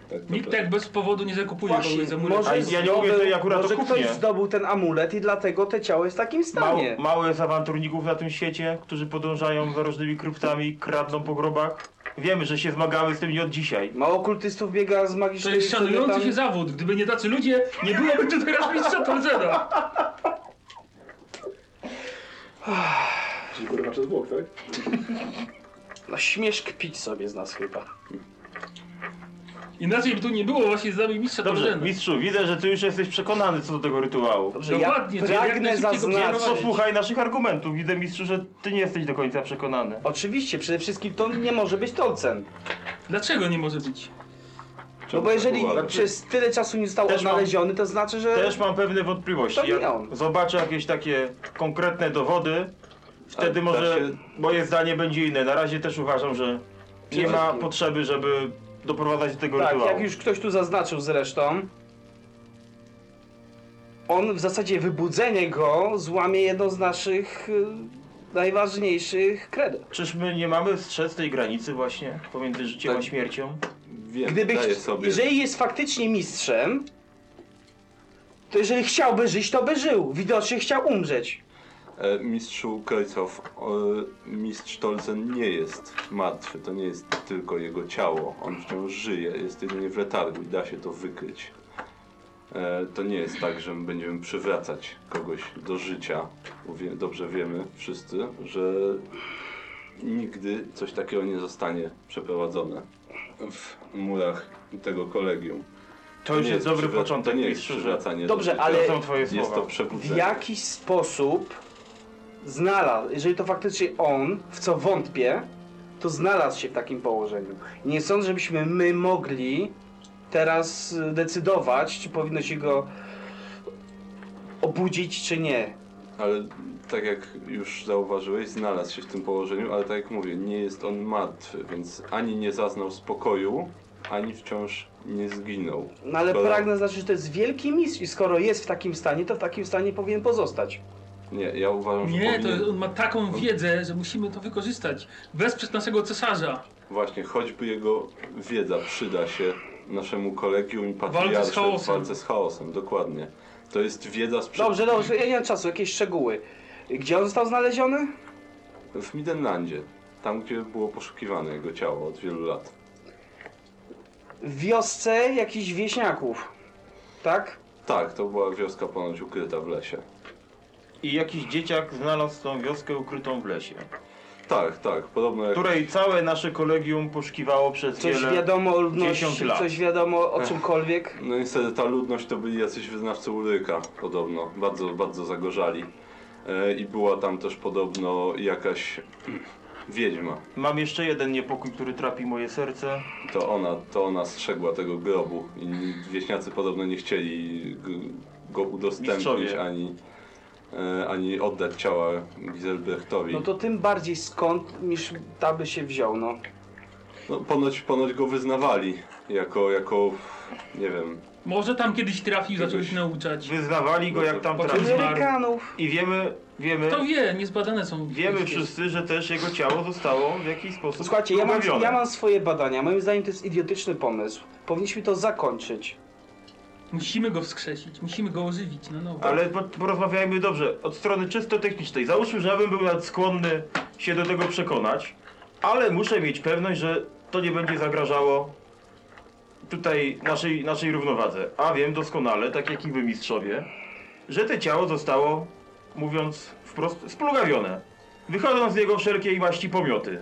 [SPEAKER 3] Tak, to
[SPEAKER 4] Nikt
[SPEAKER 3] prawda.
[SPEAKER 4] tak bez powodu nie zakupuje
[SPEAKER 5] Właśnie,
[SPEAKER 4] kogoś z amuletu.
[SPEAKER 5] może,
[SPEAKER 2] A ja nie mówię, że ja akurat
[SPEAKER 5] może
[SPEAKER 2] to
[SPEAKER 5] ktoś
[SPEAKER 2] kupię.
[SPEAKER 5] zdobył ten amulet i dlatego te ciało jest w takim
[SPEAKER 2] Mało,
[SPEAKER 5] stanie.
[SPEAKER 2] mało jest awanturników na tym świecie, którzy podążają za różnymi kryptami, kradną po grobach. Wiemy, że się zmagamy z tym nie od dzisiaj.
[SPEAKER 5] Mało kultystów biega z
[SPEAKER 4] To
[SPEAKER 5] magicznymi
[SPEAKER 4] jest szanujący
[SPEAKER 5] przedmiotami.
[SPEAKER 4] się zawód. Gdyby nie tacy ludzie, nie byłoby tu teraz mistrza Tolzena.
[SPEAKER 11] Czyli kurwa przez bok, tak?
[SPEAKER 5] No śmiesz kpić sobie z nas chyba.
[SPEAKER 4] Inaczej by tu nie było właśnie z nami mistrza
[SPEAKER 2] Dobrze,
[SPEAKER 4] Dobrze,
[SPEAKER 2] mistrzu, widzę, że ty już jesteś przekonany co do tego rytuału.
[SPEAKER 5] Dobrze,
[SPEAKER 4] Dokładnie,
[SPEAKER 5] ja
[SPEAKER 4] to ja jak
[SPEAKER 5] pragnę
[SPEAKER 4] najszybciej go
[SPEAKER 5] zaznaczyć.
[SPEAKER 4] przyjmować.
[SPEAKER 2] Posłuchaj naszych argumentów. Widzę, mistrzu, że ty nie jesteś do końca przekonany.
[SPEAKER 5] Oczywiście, przede wszystkim to nie może być Tolcen.
[SPEAKER 4] Dlaczego nie może być?
[SPEAKER 5] No bo jeżeli przez tyle czasu nie został
[SPEAKER 2] Też mam-
[SPEAKER 5] odnaleziony, to znaczy, że...
[SPEAKER 2] Też mam pewne
[SPEAKER 5] To
[SPEAKER 2] wątpliwości.
[SPEAKER 5] nie
[SPEAKER 2] Jak
[SPEAKER 5] on.
[SPEAKER 2] zobaczę jakieś takie konkretne dowody, wtedy
[SPEAKER 3] da
[SPEAKER 2] może
[SPEAKER 3] się-
[SPEAKER 2] moje zdanie będzie inne. Na razie też uważam, że nie ma
[SPEAKER 5] wszystkim.
[SPEAKER 2] potrzeby, żeby doprowadzać do tego
[SPEAKER 5] Tak,
[SPEAKER 2] rytuału.
[SPEAKER 5] jak już ktoś tu zaznaczył zresztą, on w zasadzie wybudzenie go złamie jedno z naszych y, najważniejszych kredeł.
[SPEAKER 2] Czyż my nie mamy strzec tej granicy właśnie pomiędzy życiem
[SPEAKER 3] Tak.
[SPEAKER 2] a śmiercią?
[SPEAKER 3] Wiem,
[SPEAKER 5] Gdyby
[SPEAKER 3] daję
[SPEAKER 5] chci-
[SPEAKER 3] sobie.
[SPEAKER 5] Jeżeli jest faktycznie mistrzem, to jeżeli chciałby żyć, to by żył. Widocznie chciał umrzeć.
[SPEAKER 3] E, mistrzu Krojcow, e, mistrz Tolzen nie jest martwy, to nie jest tylko jego ciało. On wciąż żyje, jest jedynie w letargu i da się to wykryć. E, to nie jest tak, że my będziemy przywracać kogoś do życia. bo Wie, dobrze wiemy wszyscy, że nigdy coś takiego nie zostanie przeprowadzone w murach tego kolegium.
[SPEAKER 2] To już
[SPEAKER 3] nie
[SPEAKER 2] jest dobry
[SPEAKER 3] przywra-
[SPEAKER 2] początek,
[SPEAKER 3] to nie jest
[SPEAKER 2] mistrzu, że
[SPEAKER 3] przywracanie
[SPEAKER 5] Dobrze,
[SPEAKER 3] do życia.
[SPEAKER 5] ale-
[SPEAKER 2] to są twoje
[SPEAKER 3] Jest
[SPEAKER 2] słowa.
[SPEAKER 3] to przebudzenie.
[SPEAKER 5] W jaki sposób znalazł, jeżeli to faktycznie on, w co wątpię, to znalazł się w takim położeniu. Nie sądzę, żebyśmy my mogli teraz y, decydować, czy powinno się go obudzić, czy nie.
[SPEAKER 3] Ale tak jak już zauważyłeś, znalazł się w tym położeniu, ale tak jak mówię, nie jest on martwy, więc ani nie zaznał spokoju, ani wciąż nie zginął.
[SPEAKER 5] No ale
[SPEAKER 3] Szkoda.
[SPEAKER 5] pragnę znaczyć, że to jest wielki mistrz i skoro jest w takim stanie, to w takim stanie powinien pozostać.
[SPEAKER 3] Nie, ja uważam, że
[SPEAKER 4] Nie,
[SPEAKER 3] powinien...
[SPEAKER 4] to on ma taką wiedzę, że musimy to wykorzystać. Wesprzeć naszego cesarza.
[SPEAKER 3] Właśnie, choćby jego wiedza przyda się naszemu kolegium i patriarsze w
[SPEAKER 4] chaosem.
[SPEAKER 3] walce z chaosem, dokładnie. To jest wiedza sprzed...
[SPEAKER 5] Dobrze, dobrze, ja nie mam czasu, jakieś szczegóły. Gdzie on został znaleziony?
[SPEAKER 3] W Midenlandzie, tam gdzie było poszukiwane jego ciało od wielu lat.
[SPEAKER 5] W wiosce jakichś wieśniaków, tak?
[SPEAKER 3] Tak, to była wioska ponoć ukryta w lesie.
[SPEAKER 2] I jakiś dzieciak znalazł tą wioskę ukrytą w lesie,
[SPEAKER 3] Tak, tak, podobno jak...
[SPEAKER 2] której całe nasze kolegium poszukiwało przez
[SPEAKER 5] Coś
[SPEAKER 2] wiele...
[SPEAKER 5] wiadomo o
[SPEAKER 2] dziesiąt
[SPEAKER 5] ludności,
[SPEAKER 2] lat.
[SPEAKER 5] coś wiadomo o czymkolwiek.
[SPEAKER 3] No niestety ta ludność to byli jacyś wyznawcy Uryka podobno, bardzo, bardzo zagorzali. E, I była tam też podobno jakaś wiedźma.
[SPEAKER 2] Mam jeszcze jeden niepokój, który trapi moje serce.
[SPEAKER 3] To ona, to ona strzegła tego grobu i wieśniacy podobno nie chcieli g- go udostępnić
[SPEAKER 2] Mistrzowie.
[SPEAKER 3] ani, e, ani oddać ciała Giselbrechtowi.
[SPEAKER 5] No to tym bardziej skąd niż ta by się wziął, no.
[SPEAKER 3] no, ponoć, ponoć go wyznawali jako, jako nie wiem,
[SPEAKER 4] Może tam kiedyś trafił, zaczął się nauczać.
[SPEAKER 2] Wyznawali go jak tam
[SPEAKER 4] Potem
[SPEAKER 2] trafi.
[SPEAKER 4] zmarł.
[SPEAKER 5] Amerykanów.
[SPEAKER 2] I wiemy, wiemy,
[SPEAKER 4] Kto wie, niezbadane są.
[SPEAKER 2] wiemy
[SPEAKER 4] wszystkie.
[SPEAKER 2] wszyscy, że też jego ciało zostało w jakiś sposób
[SPEAKER 5] Słuchajcie, ja mam,
[SPEAKER 2] ubawione.
[SPEAKER 5] ja mam swoje badania. Moim zdaniem to jest idiotyczny pomysł. Powinniśmy to zakończyć.
[SPEAKER 4] Musimy go wskrzesić, musimy go ożywić no, na nowo.
[SPEAKER 2] Ale po- porozmawiajmy dobrze, od strony czysto technicznej. Załóżmy, że ja bym był nawet skłonny się do tego przekonać, ale muszę mieć pewność, że to nie będzie zagrażało tutaj naszej, naszej równowadze. A wiem doskonale, tak jak i wy mistrzowie, że to ciało zostało, mówiąc wprost, splugawione. Wychodzą z niego wszelkiej maści pomioty.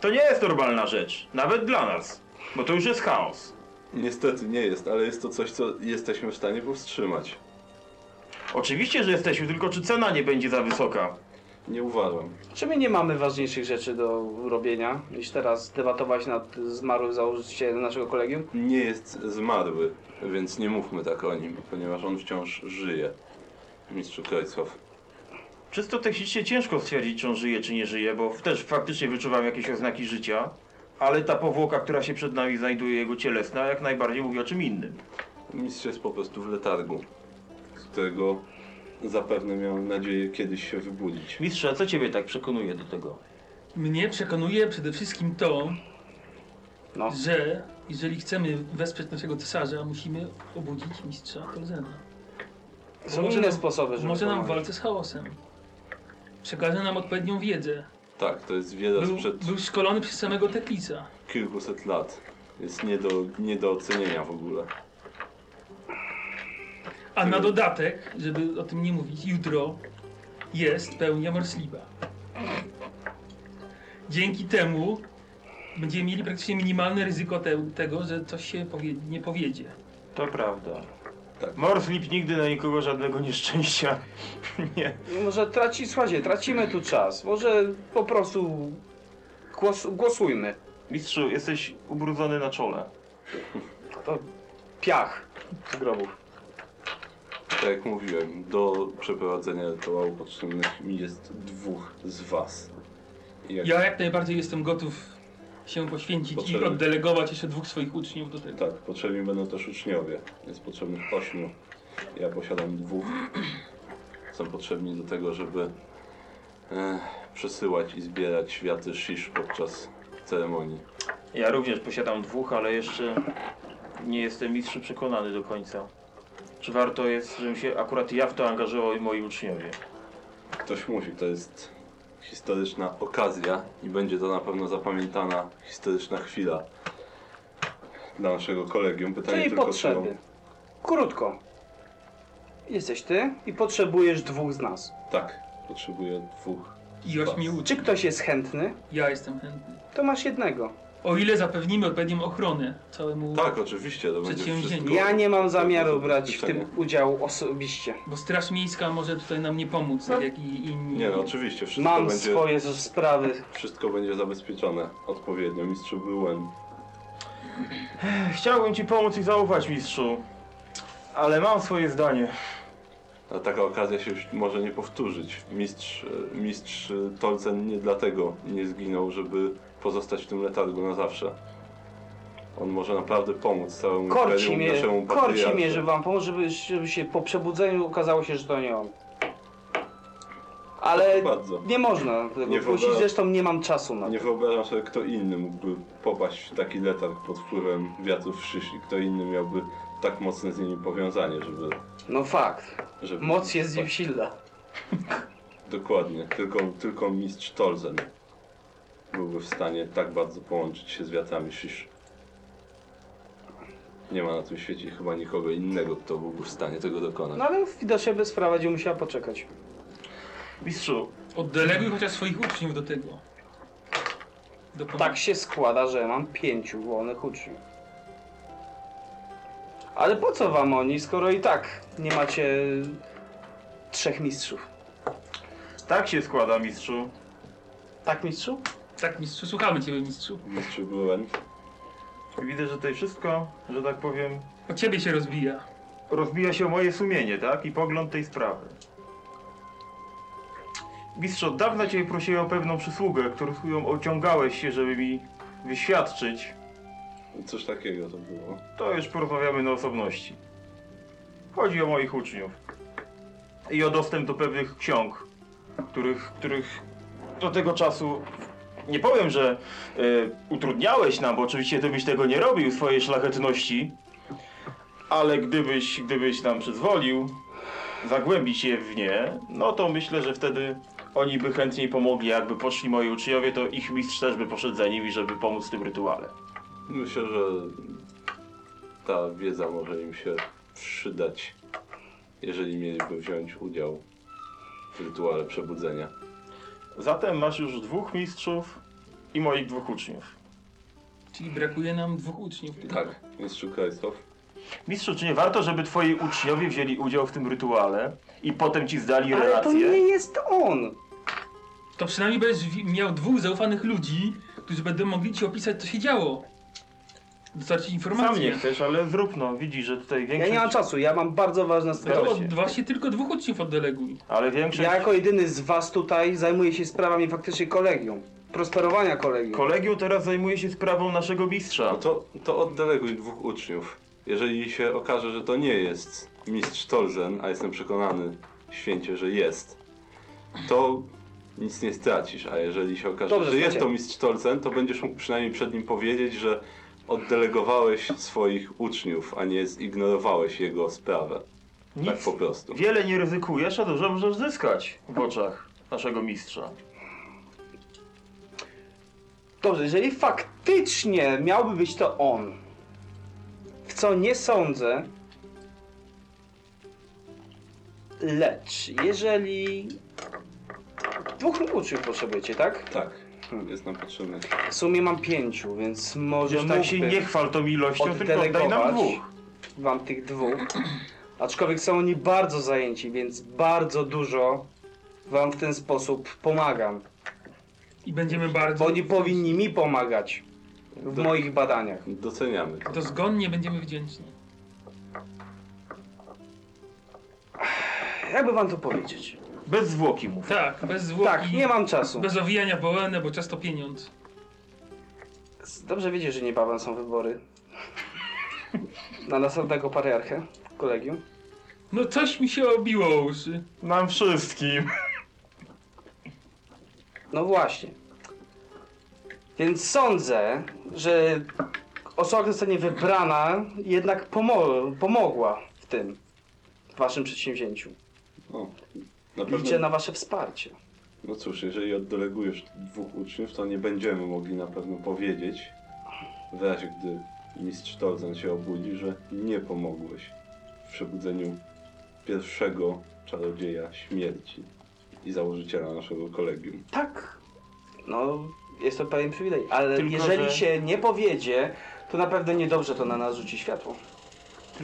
[SPEAKER 2] To nie jest normalna rzecz, nawet dla nas, bo to już jest chaos.
[SPEAKER 3] niestety nie jest, ale jest to coś, co jesteśmy w stanie powstrzymać.
[SPEAKER 2] Oczywiście, że jesteśmy, tylko czy cena nie będzie za wysoka?
[SPEAKER 3] Nie uważam.
[SPEAKER 5] Czy my nie mamy ważniejszych rzeczy do robienia, niż teraz debatować nad zmarłym założycielem naszego kolegium?
[SPEAKER 3] nie jest zmarły, więc nie mówmy tak o nim, ponieważ on wciąż żyje. Mistrzu Krojcow.
[SPEAKER 2] Czysto technicznie ciężko stwierdzić, czy on żyje, czy nie żyje, bo też faktycznie wyczuwam jakieś oznaki życia, ale ta powłoka, która się przed nami znajduje, jego cielesna, jak najbardziej mówi o czym innym.
[SPEAKER 3] Mistrz jest po prostu w letargu, z którego zapewne miałem nadzieję kiedyś się wybudzić.
[SPEAKER 2] Mistrze, co ciebie tak przekonuje do tego?
[SPEAKER 4] Mnie przekonuje przede wszystkim to,
[SPEAKER 5] No.
[SPEAKER 4] że jeżeli chcemy wesprzeć naszego cesarza, musimy obudzić mistrza Tolzena.
[SPEAKER 5] Są
[SPEAKER 4] Może
[SPEAKER 5] inne
[SPEAKER 4] nam-
[SPEAKER 5] sposoby, żeby
[SPEAKER 4] Może nam w
[SPEAKER 5] pomagać.
[SPEAKER 4] walce z chaosem. Przekaże nam odpowiednią wiedzę.
[SPEAKER 3] Tak, to jest wiedza
[SPEAKER 4] Był,
[SPEAKER 3] sprzed
[SPEAKER 4] był szkolony przez samego Teklisa.
[SPEAKER 3] kilkuset lat. Jest nie do, nie do ocenienia w ogóle.
[SPEAKER 4] A na dodatek, żeby o tym nie mówić, jutro jest pełnia morsliwa. Dzięki temu będziemy mieli praktycznie minimalne ryzyko te, tego, że coś się powie, nie powiedzie.
[SPEAKER 2] To prawda.
[SPEAKER 3] Tak.
[SPEAKER 2] Morslip nigdy na nikogo żadnego nieszczęścia nie.
[SPEAKER 5] No Może traci, słuchajcie, tracimy tu czas. Może po prostu głos, głosujmy.
[SPEAKER 2] Mistrzu, jesteś ubrudzony na czole.
[SPEAKER 5] Piach z grobów.
[SPEAKER 3] Tak jak mówiłem, do przeprowadzenia rytuału potrzebnych mi jest dwóch z was. I Jak,
[SPEAKER 4] Ja jak najbardziej jestem gotów się poświęcić
[SPEAKER 3] Potrzebny.
[SPEAKER 4] i oddelegować jeszcze dwóch swoich uczniów do tego.
[SPEAKER 3] Tak, potrzebni będą też uczniowie. Jest potrzebnych ośmiu. Ja posiadam dwóch. Są potrzebni do tego, żeby e, przesyłać i zbierać światy shish podczas ceremonii.
[SPEAKER 2] Ja również posiadam dwóch, ale jeszcze nie jestem mistrzu przekonany do końca. Czy warto jest, żebym się akurat ja w to angażował i moi uczniowie?
[SPEAKER 3] Ktoś musi, to jest historyczna okazja i będzie to na pewno zapamiętana historyczna chwila dla naszego kolegium. Pytanie
[SPEAKER 5] Czyli
[SPEAKER 3] tylko, czy
[SPEAKER 5] potrzeby.
[SPEAKER 3] ją-
[SPEAKER 5] Krótko. Jesteś ty i potrzebujesz dwóch z nas.
[SPEAKER 3] Tak, potrzebuję dwóch.
[SPEAKER 4] I ośmiu uczniów.
[SPEAKER 5] Czy ktoś jest chętny,
[SPEAKER 4] Ja jestem chętny.
[SPEAKER 5] to masz jednego.
[SPEAKER 4] O ile zapewnimy odpowiednią ochronę całemu...
[SPEAKER 3] Tak, oczywiście, to będzie
[SPEAKER 4] Przedsięwzięcie.
[SPEAKER 3] wszystko.
[SPEAKER 5] Ja nie mam zamiaru
[SPEAKER 3] No, to tak
[SPEAKER 5] brać w
[SPEAKER 3] życzenie.
[SPEAKER 5] tym udziału osobiście.
[SPEAKER 4] Bo Straż Miejska może tutaj nam nie pomóc, tak jak i inni.
[SPEAKER 3] Nie no, oczywiście, wszystko
[SPEAKER 5] Mam
[SPEAKER 3] będzie...
[SPEAKER 5] swoje sprawy.
[SPEAKER 3] Wszystko będzie zabezpieczone odpowiednio, mistrzu byłem.
[SPEAKER 2] Chciałbym ci pomóc i zaufać, mistrzu. Ale mam swoje zdanie.
[SPEAKER 3] A taka okazja się już może nie powtórzyć. Mistrz, e, mistrz e, Tolcen nie dlatego nie zginął, żeby pozostać w tym letargu na zawsze. On może naprawdę pomóc całemu
[SPEAKER 5] Korci
[SPEAKER 3] imperium,
[SPEAKER 5] mnie,
[SPEAKER 3] naszemu
[SPEAKER 5] korci mnie,
[SPEAKER 3] patriarsze.
[SPEAKER 5] żeby wam pomóc, żeby, żeby się po przebudzeniu okazało się, że to nie on. Ale
[SPEAKER 3] Proszę bardzo.
[SPEAKER 5] nie można tego
[SPEAKER 3] No Nie
[SPEAKER 5] wrócić,
[SPEAKER 3] wolno-
[SPEAKER 5] zresztą nie mam czasu na
[SPEAKER 3] Nie
[SPEAKER 5] to.
[SPEAKER 3] wyobrażam sobie, kto inny mógłby popaść w taki letarg pod wpływem wiatrów szyszli. Kto inny miałby tak mocne z nimi powiązanie, żeby...
[SPEAKER 5] No fakt,
[SPEAKER 3] żeby
[SPEAKER 5] moc jest z nim
[SPEAKER 3] tak,
[SPEAKER 5] silna.
[SPEAKER 3] Dokładnie. Tylko, tylko mistrz Tolzen byłby w stanie tak bardzo połączyć się z wiatrami Shish. Nie ma na tym świecie chyba nikogo innego, kto byłby w stanie tego dokonać.
[SPEAKER 5] No ale widocznie by sprawa będzie musiała poczekać.
[SPEAKER 2] Mistrzu,
[SPEAKER 4] Oddeleguj chociaż swoich uczniów do tego. Do pomocy.
[SPEAKER 5] Tak się składa, że mam pięciu wolnych uczniów. Ale po co wam oni, skoro i tak nie macie trzech mistrzów?
[SPEAKER 2] tak się składa, mistrzu.
[SPEAKER 5] Tak, mistrzu?
[SPEAKER 4] tak mistrzu, słuchamy ciebie mistrzu.
[SPEAKER 3] Mistrz Bruen,
[SPEAKER 2] Widzę, że tutaj wszystko, że tak powiem,
[SPEAKER 4] O ciebie się rozbija.
[SPEAKER 2] rozbija się moje sumienie, tak? I pogląd tej sprawy. Mistrzu, od dawna Cię prosiłem o pewną przysługę, którą ociągałeś się, żeby mi wyświadczyć.
[SPEAKER 3] coś takiego to było.
[SPEAKER 2] To już porozmawiamy na osobności. Chodzi o moich uczniów. I o dostęp do pewnych ksiąg, których, których do tego czasu. Nie powiem, że e, utrudniałeś nam, bo oczywiście ty byś tego nie robił, swojej szlachetności. Ale gdybyś, gdybyś nam przyzwolił zagłębić je w nie, no to myślę, że wtedy oni by chętniej pomogli. Jakby poszli moi uczniowie, to ich mistrz też by poszedł za nimi, żeby pomóc w tym rytuale.
[SPEAKER 3] Myślę, że ta wiedza może im się przydać, jeżeli mieliby wziąć udział w rytuale przebudzenia.
[SPEAKER 2] Zatem masz już dwóch mistrzów i moich dwóch uczniów.
[SPEAKER 4] Czyli brakuje nam dwóch uczniów. tylko.
[SPEAKER 3] Tak, mistrzu Krajstow.
[SPEAKER 2] Mistrzu, czy nie warto, żeby twoi uczniowie wzięli udział w tym rytuale i potem ci zdali
[SPEAKER 5] Ale to
[SPEAKER 2] relacje?
[SPEAKER 5] nie jest on!
[SPEAKER 4] To przynajmniej będziesz wi- miał dwóch zaufanych ludzi, którzy będą mogli ci opisać, co się działo. Dostarczyć
[SPEAKER 2] Sam
[SPEAKER 4] informacje.
[SPEAKER 2] nie chcesz, ale zrób no. Widzisz, że tutaj
[SPEAKER 5] Ja
[SPEAKER 2] większość...
[SPEAKER 5] nie mam czasu, ja mam bardzo ważne
[SPEAKER 4] to
[SPEAKER 5] sprawy.
[SPEAKER 4] od, właśnie tylko dwóch uczniów oddeleguj.
[SPEAKER 2] Ale większość...
[SPEAKER 5] Ja jako jedyny z was tutaj zajmuję się sprawami faktycznie kolegium. Prosperowania kolegium.
[SPEAKER 2] Kolegium teraz zajmuje się sprawą naszego mistrza.
[SPEAKER 3] No to, to oddeleguj dwóch uczniów. Jeżeli się okaże, że to nie jest mistrz Tolzen, a jestem przekonany święcie, że jest, to nic nie stracisz. A jeżeli się okaże,
[SPEAKER 5] Dobrze,
[SPEAKER 3] że jest
[SPEAKER 5] słuchajcie.
[SPEAKER 3] to mistrz Tolzen, to będziesz mógł przynajmniej przed nim powiedzieć, że oddelegowałeś swoich uczniów, a nie zignorowałeś jego sprawę. Tak
[SPEAKER 2] Nic.
[SPEAKER 3] po prostu.
[SPEAKER 2] Wiele nie ryzykujesz, a dużo możesz zyskać w oczach naszego mistrza.
[SPEAKER 5] Dobrze, jeżeli faktycznie miałby być to on, w co nie sądzę, lecz jeżeli Dwóch uczniów potrzebujecie, tak?
[SPEAKER 3] Tak, jest nam potrzebny.
[SPEAKER 5] W sumie mam pięciu, więc może
[SPEAKER 8] Już tak się nie chwal tą ilością, tylko oddaj nam
[SPEAKER 5] oddelegować
[SPEAKER 8] dwóch.
[SPEAKER 5] wam tych dwóch. Aczkolwiek są oni bardzo zajęci, więc bardzo dużo wam w ten sposób pomagam.
[SPEAKER 4] I będziemy bardzo...
[SPEAKER 5] Bo oni powinni mi pomagać w
[SPEAKER 3] Do-
[SPEAKER 5] moich badaniach.
[SPEAKER 3] Doceniamy.
[SPEAKER 4] To zgonnie będziemy wdzięczni.
[SPEAKER 5] Jakby wam to powiedzieć?
[SPEAKER 8] Bez zwłoki mów.
[SPEAKER 4] Tak, bez zwłoki.
[SPEAKER 5] Tak, nie mam czasu.
[SPEAKER 4] Bez owijania bawełny, bo czas to pieniądz.
[SPEAKER 5] Dobrze wiecie, że niebawem są wybory. Na następnego patriarchę, kolegium.
[SPEAKER 4] No coś mi się obiło o uszy.
[SPEAKER 8] Nam wszystkim.
[SPEAKER 5] No właśnie. Więc sądzę, że osoba, która zostanie wybrana, jednak pomo- pomogła w tym w waszym przedsięwzięciu.
[SPEAKER 3] O, na
[SPEAKER 5] Liczę
[SPEAKER 3] pewno.
[SPEAKER 5] na wasze wsparcie.
[SPEAKER 3] No cóż, jeżeli oddelegujesz dwóch uczniów, to nie będziemy mogli na pewno powiedzieć, w razie gdy mistrz Torzan się obudzi, że nie pomogłeś w przebudzeniu pierwszego czarodzieja śmierci i założyciela naszego kolegium.
[SPEAKER 5] Tak. No, jest to pewien przywilej. Ale
[SPEAKER 8] Tylko,
[SPEAKER 5] jeżeli
[SPEAKER 8] że-
[SPEAKER 5] się nie powiedzie, to na pewno niedobrze to na nas rzuci światło.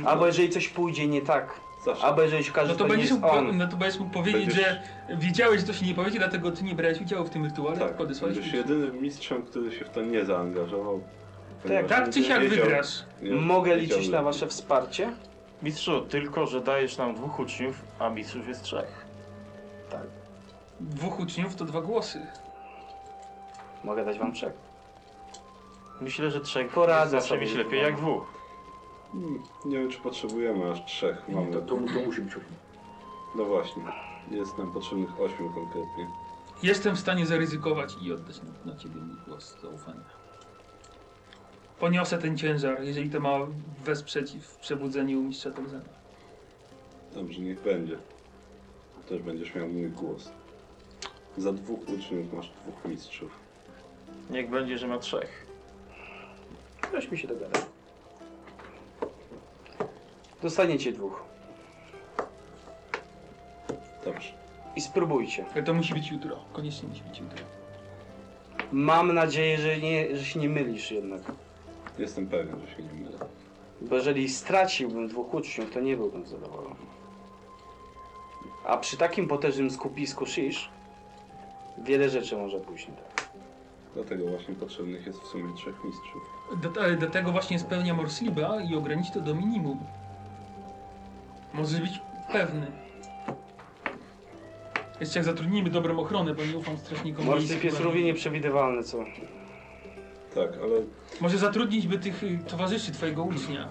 [SPEAKER 5] Albo jeżeli coś pójdzie nie tak,
[SPEAKER 3] Zawsze.
[SPEAKER 5] albo jeżeli się okaże,
[SPEAKER 4] No
[SPEAKER 5] że
[SPEAKER 4] to
[SPEAKER 5] to nie
[SPEAKER 4] będziesz
[SPEAKER 5] jest
[SPEAKER 4] mógł, po-
[SPEAKER 5] on.
[SPEAKER 4] no to będziesz mógł powiedzieć,
[SPEAKER 3] Będziesz-
[SPEAKER 4] że wiedziałeś, że to się nie powiedzie, dlatego ty nie brałeś udziału w tym rytuale,
[SPEAKER 3] tak,
[SPEAKER 4] tylko odesłałeś
[SPEAKER 3] będziesz
[SPEAKER 4] uczniów.
[SPEAKER 3] jedynym mistrzem, który się w to nie zaangażował. ponieważ
[SPEAKER 4] Tak czy siak
[SPEAKER 3] wiedział-
[SPEAKER 4] wygrasz.
[SPEAKER 3] nie-
[SPEAKER 5] Mogę
[SPEAKER 3] wiedział
[SPEAKER 5] liczyć na
[SPEAKER 3] lepiej.
[SPEAKER 5] wasze wsparcie?
[SPEAKER 8] Mistrzu, tylko że dajesz nam dwóch uczniów, a mistrzów jest trzech.
[SPEAKER 4] Dwóch uczniów to dwa głosy.
[SPEAKER 5] Mogę dać wam trzech.
[SPEAKER 8] Myślę, że trzech
[SPEAKER 5] Poradzę
[SPEAKER 8] jest zawsze
[SPEAKER 5] sobie
[SPEAKER 8] mi się
[SPEAKER 5] z
[SPEAKER 8] lepiej
[SPEAKER 5] dwoma.
[SPEAKER 8] jak dwóch.
[SPEAKER 3] Hmm, Nie wiem, czy potrzebujemy aż trzech.
[SPEAKER 1] Nie,
[SPEAKER 3] Mamy.
[SPEAKER 1] to, to, to musi być ośmiu.
[SPEAKER 3] No właśnie. Jest nam potrzebnych ośmiu konkretnie.
[SPEAKER 4] Jestem w stanie zaryzykować i oddać na, na ciebie mój głos zaufania. Poniosę ten ciężar, jeżeli to ma wesprzeć w przebudzeniu mistrza Tarzana.
[SPEAKER 3] Dobrze, niech będzie. Też będziesz miał mój głos. Za dwóch uczniów masz dwóch mistrzów.
[SPEAKER 8] Niech będzie, że ma trzech.
[SPEAKER 5] Ktoś mi się dogada. Dostaniecie dwóch.
[SPEAKER 3] Dobrze.
[SPEAKER 5] I spróbujcie.
[SPEAKER 4] Ale to musi być jutro, koniecznie musi być jutro.
[SPEAKER 5] Mam nadzieję, że, nie, że się nie mylisz jednak.
[SPEAKER 3] Jestem pewien, że się nie mylę.
[SPEAKER 5] Bo jeżeli straciłbym dwóch uczniów, to nie byłbym zadowolony. A przy takim potężnym skupisku Shish, wiele rzeczy może pójść nie tak.
[SPEAKER 3] Dlatego właśnie potrzebnych jest w sumie trzech mistrzów.
[SPEAKER 4] Do, ale do tego właśnie spełnia morsliba i ograniczy to do minimum. Możesz być pewny. Jeszcze jak zatrudnimy dobrą ochronę, bo nie ufam strażnikom.
[SPEAKER 5] Morsyp
[SPEAKER 4] miejskim,
[SPEAKER 5] jest
[SPEAKER 4] ale-
[SPEAKER 5] równie nieprzewidywalny, co...
[SPEAKER 3] Tak, ale
[SPEAKER 4] Może zatrudnić by tych y, towarzyszy twojego ucznia.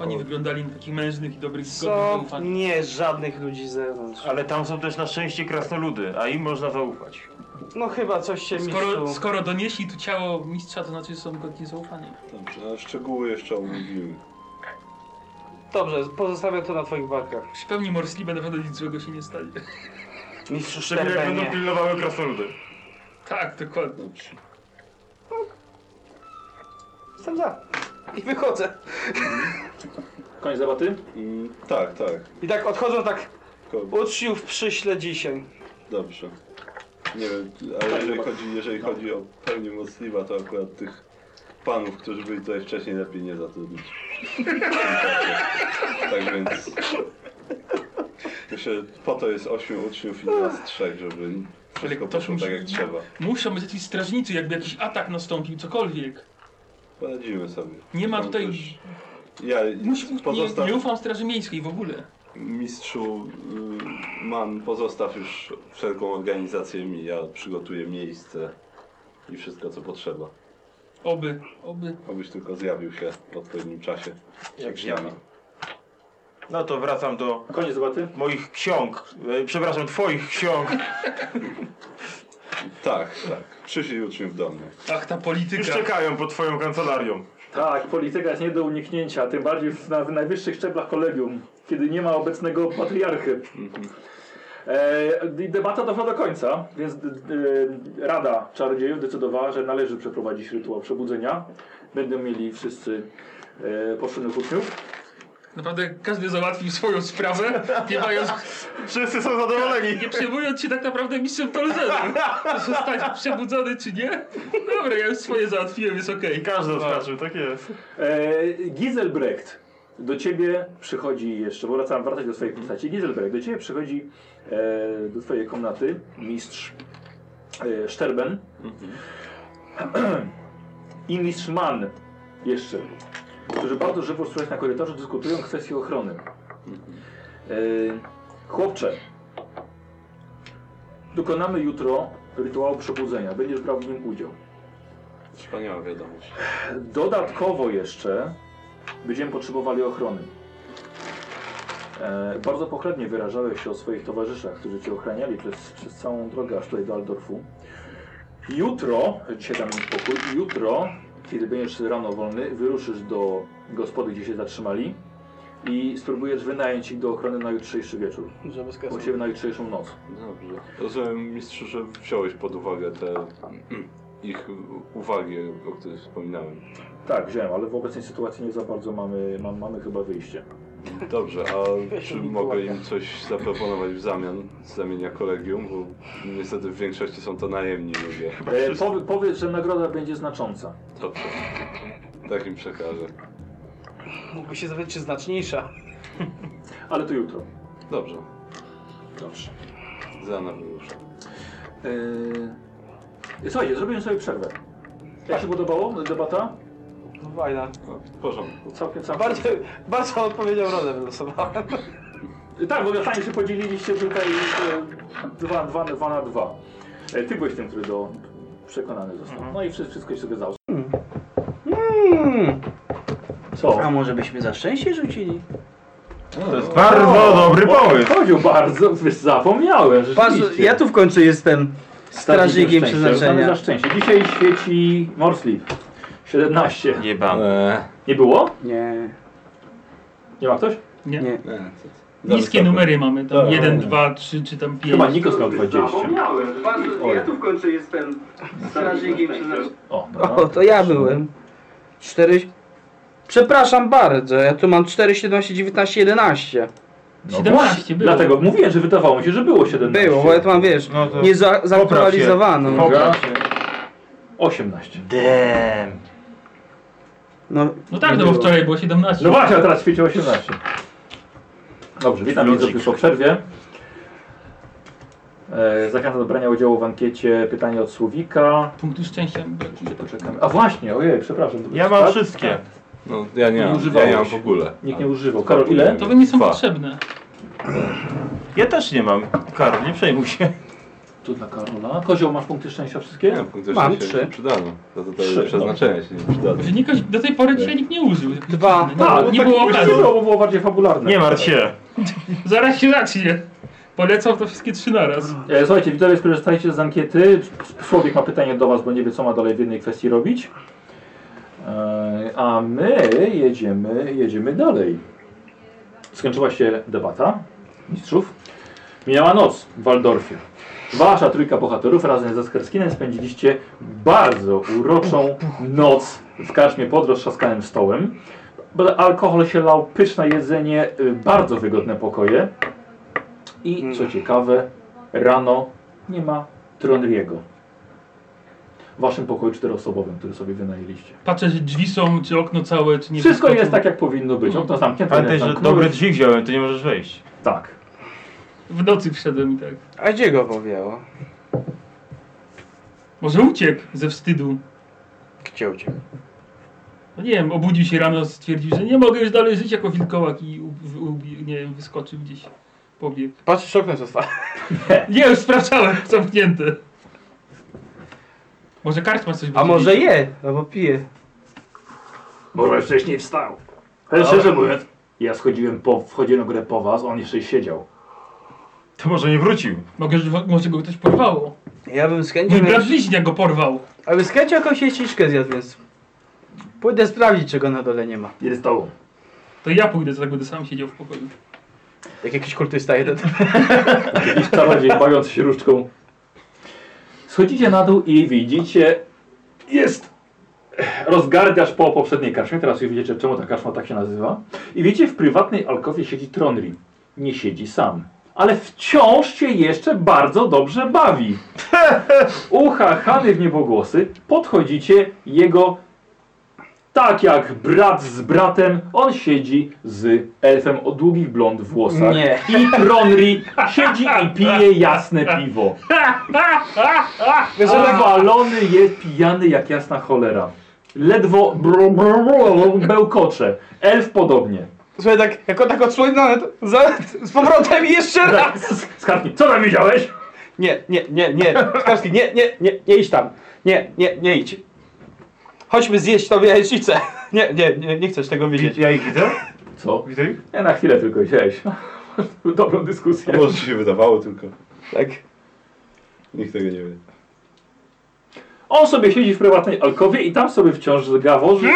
[SPEAKER 4] Oni
[SPEAKER 3] O.
[SPEAKER 4] wyglądali na takich mężnych i dobrych
[SPEAKER 5] Co?
[SPEAKER 4] zgodnych zaufania.
[SPEAKER 5] Nie, żadnych ludzi z zewnątrz.
[SPEAKER 8] Ale tam są też na szczęście krasnoludy, a im można zaufać.
[SPEAKER 5] No chyba coś się mi
[SPEAKER 4] Skoro,
[SPEAKER 5] tu...
[SPEAKER 4] skoro donieśli tu ciało mistrza, to znaczy, że są godni zaufania.
[SPEAKER 3] dobrze. A szczegóły jeszcze omówimy.
[SPEAKER 5] Dobrze, pozostawiam to na twoich barkach.
[SPEAKER 4] Przy pełni morslibę naprawdę nic złego się nie stanie.
[SPEAKER 5] Mistrzu
[SPEAKER 8] Szczególnie jak będą
[SPEAKER 5] Szczerbenie.
[SPEAKER 8] pilnowały krasnoludy.
[SPEAKER 4] Tak, dokładnie.
[SPEAKER 3] Dobrze.
[SPEAKER 5] Jestem za. I wychodzę.
[SPEAKER 1] Koniec debaty?
[SPEAKER 3] Mm, tak, tak.
[SPEAKER 5] I tak odchodzą tak,
[SPEAKER 3] Tylko
[SPEAKER 5] uczniów przyślę dzisiaj.
[SPEAKER 3] Dobrze. Nie wiem, ale jeżeli chodzi, jeżeli chodzi o pełnię mocliwa, to akurat tych panów, którzy byli tutaj wcześniej, lepiej nie zatrudnić. tak więc... Myślę, że po to jest ośmiu uczniów i nas trzech, żeby wszystko
[SPEAKER 4] ktoś
[SPEAKER 3] poszło
[SPEAKER 4] musi-
[SPEAKER 3] tak jak trzeba.
[SPEAKER 4] Muszą być jakiś strażnicy, jakby jakiś atak nastąpił, cokolwiek.
[SPEAKER 3] Poradzimy sobie.
[SPEAKER 4] Nie ma
[SPEAKER 3] Tam
[SPEAKER 4] tutaj-
[SPEAKER 3] też- Ja
[SPEAKER 4] Musi, nie,
[SPEAKER 3] pozostaw...
[SPEAKER 4] nie ufam straży miejskiej w ogóle.
[SPEAKER 3] Mistrzu, y, mam, pozostaw już wszelką organizację mi, ja przygotuję miejsce i wszystko co potrzeba.
[SPEAKER 4] Oby, oby.
[SPEAKER 3] Obyś tylko zjawił się w odpowiednim czasie.
[SPEAKER 8] Jak zjawi. No to wracam do
[SPEAKER 1] Koniec debaty?
[SPEAKER 8] moich ksiąg. E, Przepraszam, twoich ksiąg.
[SPEAKER 3] Tak, tak. Przyszli uczniów do mnie.
[SPEAKER 4] Ach, ta polityka.
[SPEAKER 8] Już czekają pod twoją kancelarią.
[SPEAKER 1] Tak, polityka jest nie do uniknięcia, tym bardziej w, na, w najwyższych szczeblach kolegium, kiedy nie ma obecnego patriarchy. E, d- debata doszła do końca, więc d, d, e, Rada Czarodziejów decydowała, że należy przeprowadzić rytuał przebudzenia. Będą mieli wszyscy e, poszczególnych uczniów.
[SPEAKER 4] Naprawdę każdy załatwił swoją sprawę, nie mając,
[SPEAKER 8] Wszyscy są zadowoleni.
[SPEAKER 4] nie przejmując się tak naprawdę mistrzem Tolzenem. Czy zostać przebudzony, czy nie? Dobra, ja już swoje załatwiłem, jest okej.
[SPEAKER 8] Każdy odskoczył, tak jest.
[SPEAKER 1] E, Giselbrecht, do ciebie przychodzi jeszcze, bo wracam wracać do swojej postaci. Giselbrecht, do ciebie przychodzi e, do twojej komnaty mistrz e, Szterben i mistrz Mann jeszcze, którzy bardzo żywo słychać na korytarzu dyskutują kwestię ochrony. E, chłopcze, dokonamy jutro rytuału przebudzenia. Będziesz brał w nim udział.
[SPEAKER 3] Wspaniała wiadomość.
[SPEAKER 1] Dodatkowo jeszcze będziemy potrzebowali ochrony. E, bardzo pochlebnie wyrażałeś się o swoich towarzyszach, którzy cię ochraniali przez, przez całą drogę aż tutaj do Aldorfu. Jutro, dzisiaj dam im spokój, jutro, kiedy będziesz rano wolny, wyruszysz do gospody, gdzie się zatrzymali i spróbujesz wynająć ich do ochrony na jutrzejszy wieczór,
[SPEAKER 6] Żeby skasł.
[SPEAKER 1] właściwie na jutrzejszą noc.
[SPEAKER 3] Dobrze. Rozumiem, mistrzu, że wziąłeś pod uwagę te ich uwagi, o których wspominałem.
[SPEAKER 1] Tak, wziąłem, ale w obecnej sytuacji nie za bardzo mamy, mam, mamy chyba wyjście.
[SPEAKER 3] Dobrze, a czy mogę im coś zaproponować w zamian z zamienia kolegium? Bo niestety w większości są to najemni ludzie.
[SPEAKER 1] E, powie, powiedz, że nagroda będzie znacząca.
[SPEAKER 3] Dobrze. Tak im przekażę.
[SPEAKER 5] Mógłby się zapytać, czy znaczniejsza.
[SPEAKER 1] Ale to jutro.
[SPEAKER 3] Dobrze.
[SPEAKER 1] Dobrze.
[SPEAKER 3] Za na wyruszę.
[SPEAKER 1] E, Słuchajcie, zrobiłem sobie przerwę. Jak się podobało debata?
[SPEAKER 5] No fajna.
[SPEAKER 3] No, w porządku.
[SPEAKER 1] Całkiem całkiem.
[SPEAKER 5] Bardzo, bardzo odpowiedział rolę wylosowałem.
[SPEAKER 1] Tak, bo fajnie się podzieliliście tutaj e, dwa, dwa, dwa na dwa. E, Ty byłeś tym, który do przekonany został.
[SPEAKER 7] Mhm.
[SPEAKER 1] No i wszystko, wszystko się zgadzało. Co?
[SPEAKER 7] Mm. A może byśmy za szczęście rzucili?
[SPEAKER 8] To jest bardzo dobry pomysł.
[SPEAKER 1] Chodził bardzo, wiesz, zapomniałem,
[SPEAKER 7] Patrz,
[SPEAKER 1] rzeczywiście.
[SPEAKER 7] ja tu w końcu jestem strażnikiem
[SPEAKER 1] Szczęście, rzucamy
[SPEAKER 5] No,
[SPEAKER 7] przeznaczenia.
[SPEAKER 1] za szczęście. Dzisiaj świeci Morslip. 17.
[SPEAKER 2] Nie bam.
[SPEAKER 1] Nie było?
[SPEAKER 5] no.
[SPEAKER 7] Nie.
[SPEAKER 1] Nie ma ktoś?
[SPEAKER 3] Nie, co-
[SPEAKER 4] Niskie numery mamy, tam
[SPEAKER 3] Dobra,
[SPEAKER 4] 1,
[SPEAKER 3] dobra.
[SPEAKER 4] 2, 3 czy tam 5.
[SPEAKER 1] Chyba Nikos miał 20. ja tu
[SPEAKER 5] w końcu jestem strażnikiem przeznaczenia.
[SPEAKER 1] O, no,
[SPEAKER 7] O, to ja byłem. 4... Przepraszam bardzo, ja tu mam 4, 17, 19, 11.
[SPEAKER 1] No
[SPEAKER 4] 17 było.
[SPEAKER 1] Dlatego mówiłem, że wydawało mi się, że było 17.
[SPEAKER 7] Było, bo ja tu mam, wiesz,
[SPEAKER 8] No to
[SPEAKER 7] nie za, zaktualizowaną.
[SPEAKER 8] Popraw się.
[SPEAKER 1] 18.
[SPEAKER 2] Damn.
[SPEAKER 7] No,
[SPEAKER 4] No tak, no bo wczoraj było 17.
[SPEAKER 1] No właśnie, a teraz świeci 18. Dobrze, witam widzów już po przerwie. E, Zachęcam do brania udziału w ankiecie pytanie od Słowika.
[SPEAKER 4] Punktu szczęścia.
[SPEAKER 1] Gdzie poczekamy? A właśnie, ojej, przepraszam.
[SPEAKER 8] Ja mam
[SPEAKER 1] tak?
[SPEAKER 8] wszystkie.
[SPEAKER 3] No, ja nie
[SPEAKER 1] Nie
[SPEAKER 3] mam, ja
[SPEAKER 1] używałeś.
[SPEAKER 3] nie mam w ogóle.
[SPEAKER 1] Nikt nie używał. Karol, ile?
[SPEAKER 4] To by nie są
[SPEAKER 3] Dwa.
[SPEAKER 4] potrzebne.
[SPEAKER 8] Ja też nie mam. Karol, nie przejmuj się.
[SPEAKER 1] Tu dla Karola. Kozioł, masz punkty szczęścia
[SPEAKER 3] Nie
[SPEAKER 1] wszystkie?
[SPEAKER 3] wiem, punkty
[SPEAKER 7] Mam
[SPEAKER 3] szczęścia
[SPEAKER 7] trzy.
[SPEAKER 3] się nie przydano. To tutaj
[SPEAKER 1] Trzy,
[SPEAKER 3] przeznaczenia się nie przydano.
[SPEAKER 4] Że nikoś, do tej pory dzisiaj nikt nie użył.
[SPEAKER 7] Dwa.
[SPEAKER 4] Nie,
[SPEAKER 1] Tak,
[SPEAKER 4] nie było okazji.
[SPEAKER 1] bo było bardziej fabularne.
[SPEAKER 8] Nie martw się.
[SPEAKER 4] Zaraz się zacznie. Polecam to wszystkie trzy naraz.
[SPEAKER 1] E, Słuchajcie, widzowie, skorzystajcie z ankiety. Słowik ma pytanie do Was, bo nie wie, co ma dalej w jednej kwestii robić. E, A my jedziemy, jedziemy dalej. Skończyła się debata mistrzów. Minęła noc w Waldorfie. Wasza trójka bohaterów razem ze Skarskinem spędziliście bardzo uroczą noc w karczmie pod roztrzaskanym stołem. Bo Alkohol się lał, pyszne jedzenie, y, bardzo wygodne pokoje. I co ciekawe, rano nie ma Tronriego. W waszym pokoju czteroosobowym, który sobie wynajęliście.
[SPEAKER 4] Patrzę, czy drzwi są, czy okno całe, czy nie.
[SPEAKER 1] Wszystko
[SPEAKER 4] wyskoczą.
[SPEAKER 1] jest tak, jak powinno być. Okno zamknięte.
[SPEAKER 8] Pamiętaj,
[SPEAKER 1] jeden
[SPEAKER 8] że
[SPEAKER 1] tam
[SPEAKER 8] dobre
[SPEAKER 1] klucz.
[SPEAKER 8] drzwi wziąłem, to nie możesz wejść.
[SPEAKER 1] Tak.
[SPEAKER 4] W nocy wszedłem i tak.
[SPEAKER 7] a gdzie go powiało?
[SPEAKER 4] Może uciekł ze wstydu.
[SPEAKER 7] Gdzie uciekł?
[SPEAKER 4] No nie wiem, obudził się rano, stwierdził, że nie mogę już dalej żyć jako wilkołak i u, w, u, nie wiem, wyskoczył gdzieś. Pobiegł.
[SPEAKER 7] Patrz, oknem zostało.
[SPEAKER 4] Nie, już sprawdzałem, zamknięte. Może karczma coś
[SPEAKER 7] A
[SPEAKER 4] będzie
[SPEAKER 7] może
[SPEAKER 4] wiedzieć.
[SPEAKER 7] je, No albo pije.
[SPEAKER 1] Może wcześniej wstał. Ale szczerze mówiąc, ja schodziłem po, wchodziłem na górę po was, on jeszcze siedział.
[SPEAKER 8] To może nie wrócił.
[SPEAKER 4] Mogę, że- może go ktoś porwało.
[SPEAKER 7] Ja bym z chęcią...
[SPEAKER 4] Mój brat bliźniak go porwał.
[SPEAKER 7] A bym z chęcią jakąś jesiczkę zjadł, więc... Pójdę sprawdzić, czego na dole nie ma.
[SPEAKER 1] Jest to.
[SPEAKER 4] To ja pójdę, co tak będę sam siedział w pokoju.
[SPEAKER 7] Jak jakiś kultysta jeden.
[SPEAKER 1] Jakiś czarodziej bawiący się różdżką. Schodzicie na dół i widzicie, jest rozgardiasz po poprzedniej karczmie, teraz już wiecie czemu ta karczma tak się nazywa. I wiecie, w prywatnej alkowie siedzi Tronri. Nie siedzi sam. Ale wciąż się jeszcze bardzo dobrze bawi. Uchachany w niebogłosy podchodzicie jego tak jak brat z bratem, on siedzi z elfem o długich blond włosach.
[SPEAKER 5] Nie.
[SPEAKER 1] I Tronri siedzi i pije jasne piwo.
[SPEAKER 5] Wiesz,
[SPEAKER 1] Zawalony jest pijany jak jasna cholera. Ledwo br- br- br- bełkocze. Elf podobnie.
[SPEAKER 5] Słuchaj, tak, jak on tak odsłonił, nawet za, z powrotem i jeszcze
[SPEAKER 1] Tak,
[SPEAKER 5] raz.
[SPEAKER 1] s- Skarbnik, co tam widziałeś?
[SPEAKER 5] Nie, nie, nie, nie. Skarski, nie, nie, nie, nie idź tam. Nie, nie, nie idź. Chodźmy zjeść tą jajecznicę. Nie, nie, nie, nie chcesz tego wiedzieć.
[SPEAKER 2] Ja ich widzę?
[SPEAKER 1] Co?
[SPEAKER 2] Widzę ich?
[SPEAKER 1] Ja na chwilę tylko siedziałeś. Dobrą dyskusję.
[SPEAKER 12] A może się wydawało tylko.
[SPEAKER 5] Tak.
[SPEAKER 12] Nikt tego nie wie.
[SPEAKER 1] On sobie siedzi w prywatnej alkowie i tam sobie wciąż gaworzy.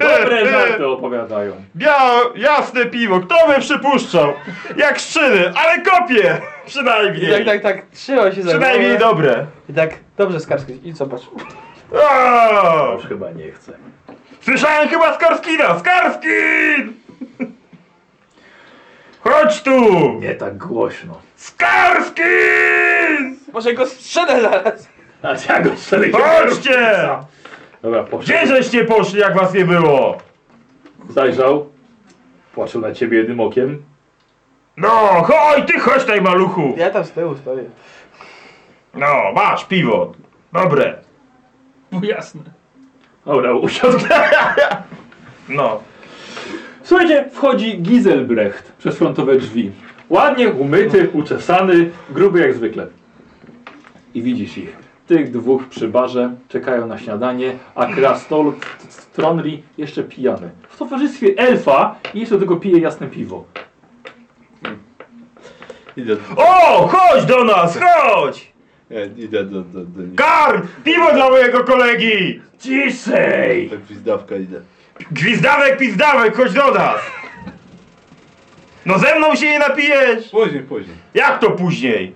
[SPEAKER 1] Dobre żarty opowiadają.
[SPEAKER 2] Białe, jasne piwo, kto by przypuszczał? Jak szczyny, ale kopie! Przynajmniej!
[SPEAKER 5] Tak, No. tak, tak. Trzymaj się za
[SPEAKER 2] Przynajmniej
[SPEAKER 5] głowę.
[SPEAKER 2] dobre.
[SPEAKER 5] I tak, dobrze Skarski, idź zobacz.
[SPEAKER 2] O!
[SPEAKER 1] Już chyba nie chcę.
[SPEAKER 2] Słyszałem chyba Skarskina! Skarskin! Chodź tu!
[SPEAKER 1] Nie tak głośno.
[SPEAKER 2] Skarskin!
[SPEAKER 5] Może go strzelę zaraz.
[SPEAKER 1] A ja go strzelę.
[SPEAKER 2] Chodźcie!
[SPEAKER 1] Dobra, poszedł.
[SPEAKER 2] Gdzie żeście poszli, jak was nie było?
[SPEAKER 1] Zajrzał. Płaczył na ciebie jednym okiem.
[SPEAKER 2] No, chodź, ty chodź tutaj, maluchu!
[SPEAKER 5] Ja tam z tyłu stoję.
[SPEAKER 2] No, masz piwo. Dobre.
[SPEAKER 4] No jasne.
[SPEAKER 1] Dobra, usiadł.
[SPEAKER 2] No.
[SPEAKER 1] Słuchajcie, wchodzi Giselbrecht przez frontowe drzwi. Ładnie umyty, uczesany, gruby jak zwykle. I widzisz ich. Tych dwóch przy barze czekają na śniadanie, a Krastol Tronri jeszcze pijany. W towarzystwie elfa i jeszcze tylko pije jasne piwo.
[SPEAKER 12] Idę,
[SPEAKER 2] O, chodź do nas, chodź!
[SPEAKER 12] ja, idę do, do, do nich.
[SPEAKER 2] Kar! Piwo dla mojego kolegi!
[SPEAKER 1] Ciszej!
[SPEAKER 12] Tak gwizdawka idę.
[SPEAKER 2] Gwizdawek, pizdawek, chodź do nas! No ze mną się nie napijesz!
[SPEAKER 12] Później, później.
[SPEAKER 2] Jak to później?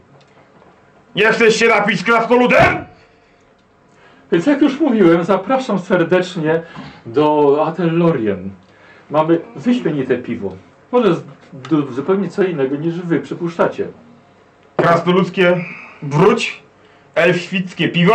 [SPEAKER 2] Nie chcesz się napić z krasnoludem?
[SPEAKER 1] Więc jak już mówiłem, zapraszam serdecznie do Atellorien. Mamy wyśmienite piwo. Może z, do, zupełnie co innego niż wy przypuszczacie.
[SPEAKER 2] Krasnoludzkie wróć? Elfwickie piwo?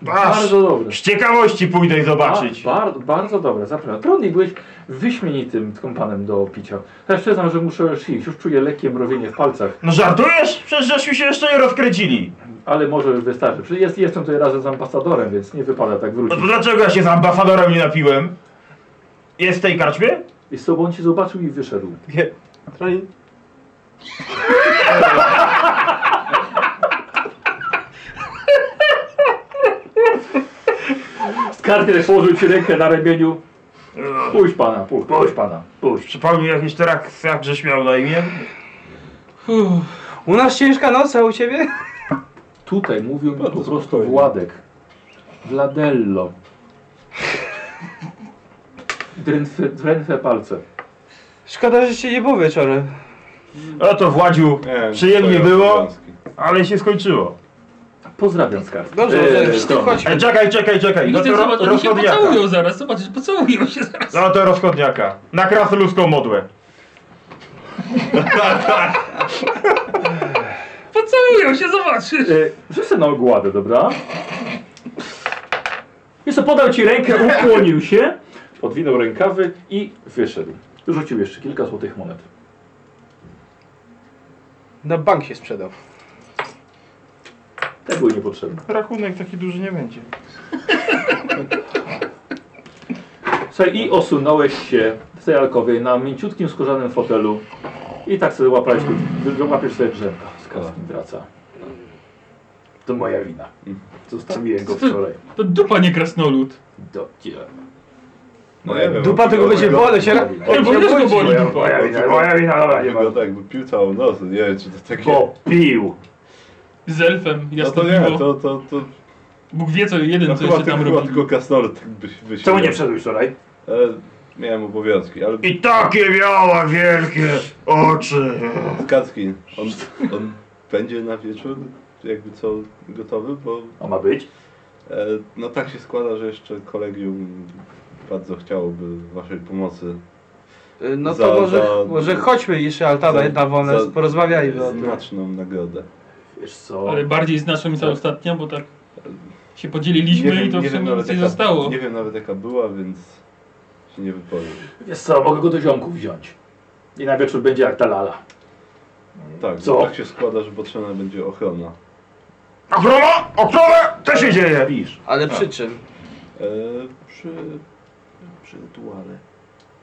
[SPEAKER 2] Aż
[SPEAKER 1] Bardzo dobre.
[SPEAKER 2] z ciekawości pójdę i zobaczyć.
[SPEAKER 1] Ba- bar- bardzo dobre, zapraszam. Trudniej byłeś wyśmienitym kompanem do picia. Ja przyznam, że muszę już iść. Już czuję lekkie mrowienie w palcach,
[SPEAKER 2] No żartujesz? Przecież żeśmy się jeszcze nie rozkręcili.
[SPEAKER 1] ale może już wystarczy. Przecież jest, jestem tutaj razem z ambasadorem, więc nie wypada tak
[SPEAKER 2] No
[SPEAKER 1] wrócić.
[SPEAKER 2] to dlaczego ja się z ambasadorem nie napiłem? Jest w tej karczmie?
[SPEAKER 1] I z tobą on cię zobaczył i wyszedł.
[SPEAKER 5] Nie. Trochę-
[SPEAKER 1] Z karty położył ci rękę na ramieniu. Puść pana, puść, puść pana, puść.
[SPEAKER 2] Przypomnij jakieś teraz, jak żeś miał na imię?
[SPEAKER 5] U nas ciężka noc, a No, u ciebie?
[SPEAKER 1] Tutaj mówił mi po
[SPEAKER 12] Bardzo
[SPEAKER 1] prostu
[SPEAKER 12] spokojnie.
[SPEAKER 1] Władek. Vladello. Drętwe, drętwe palce.
[SPEAKER 5] Szkoda, że się nie było wieczorem.
[SPEAKER 2] No to Władziu,
[SPEAKER 12] Nie,
[SPEAKER 2] przyjemnie
[SPEAKER 12] to ja
[SPEAKER 2] było,
[SPEAKER 12] E, obowiązki.
[SPEAKER 2] ale się skończyło.
[SPEAKER 1] Pozdrawiam skarb.
[SPEAKER 5] Dobrze,
[SPEAKER 1] Eee,
[SPEAKER 5] eee,
[SPEAKER 1] to-
[SPEAKER 5] chodź.
[SPEAKER 2] E, czekaj, czekaj, czekaj. No
[SPEAKER 4] No
[SPEAKER 2] to ro,
[SPEAKER 4] zobacz, oni się
[SPEAKER 2] rozchodniaka.
[SPEAKER 4] pocałują zaraz, zobaczysz, pocałują się zaraz.
[SPEAKER 2] No to rozchodniaka. Na krasoludzką modłę.
[SPEAKER 4] Pocałują się, zobaczysz.
[SPEAKER 1] Y, Rzuć sobie na ogładę, dobra? Jeszcze podał ci rękę, ukłonił się, odwinął rękawy i wyszedł. Rzucił jeszcze kilka złotych monet.
[SPEAKER 5] Na bank się sprzedał.
[SPEAKER 1] Te były niepotrzebne.
[SPEAKER 2] Rachunek taki duży nie będzie.
[SPEAKER 1] Słuchaj, i osunąłeś się w tej alkowie na mięciutkim skórzanym fotelu i tak sobie łapałeś, łapiesz sobie drzemka. Z kaskiem wraca. To moja wina. Zostawiłem go wczoraj.
[SPEAKER 4] To dupa nie krasnolud.
[SPEAKER 1] Do, nie.
[SPEAKER 12] No ja wiem.
[SPEAKER 5] Dupa tego będzie boleć, ra-
[SPEAKER 4] Nie, bo też go boli dupa.
[SPEAKER 1] Moja wina, moja wina, dobra, nie ma.
[SPEAKER 12] Wygląda jakby pił całą noc, nie wiem czy to takie...
[SPEAKER 1] Bo pił.
[SPEAKER 4] Z elfem,
[SPEAKER 12] no
[SPEAKER 4] jasne
[SPEAKER 12] to nie,
[SPEAKER 4] piwo.
[SPEAKER 12] to, to, to...
[SPEAKER 4] Bóg wie co
[SPEAKER 12] No
[SPEAKER 4] jeden, co
[SPEAKER 12] chyba,
[SPEAKER 4] jeszcze
[SPEAKER 12] tylko,
[SPEAKER 4] tam
[SPEAKER 12] chyba
[SPEAKER 4] robi.
[SPEAKER 12] tylko kasnolud tak by, by się...
[SPEAKER 1] Czemu nie wszedłeś wczoraj?
[SPEAKER 12] E, Miałem obowiązki, ale
[SPEAKER 2] I takie miała wielkie oczy.
[SPEAKER 12] Kacki, on, on będzie na wieczór jakby co gotowy, bo
[SPEAKER 1] A ma być?
[SPEAKER 12] E, No tak się składa, że jeszcze kolegium bardzo chciałoby waszej pomocy.
[SPEAKER 5] Y, No to
[SPEAKER 12] Za-
[SPEAKER 5] może,
[SPEAKER 12] za-
[SPEAKER 5] może chodźmy jeszcze Altana
[SPEAKER 12] za-
[SPEAKER 5] jedna wolna,
[SPEAKER 12] za-
[SPEAKER 5] porozmawiajmy o tym.
[SPEAKER 12] Znaczną nagrodę.
[SPEAKER 1] Wiesz co?
[SPEAKER 4] Ale bardziej znaczna mi ta ostatnia, bo tak się podzieliliśmy i to w sumie nic nie
[SPEAKER 12] jaka,
[SPEAKER 4] zostało.
[SPEAKER 12] nie wiem nawet jaka była, więc się nie wypowiem.
[SPEAKER 1] Wiesz co, mogę go do ziomków wziąć. I na wieczór będzie jak ta lala.
[SPEAKER 12] Tak,
[SPEAKER 1] Co?
[SPEAKER 12] bo tak się składa, że potrzebna będzie ochrona.
[SPEAKER 2] Ochrona! Ochrona! Co się dzieje?
[SPEAKER 1] Widzisz.
[SPEAKER 5] Ale
[SPEAKER 12] tak.
[SPEAKER 5] przy czym?
[SPEAKER 12] E, przy... przy rytuale.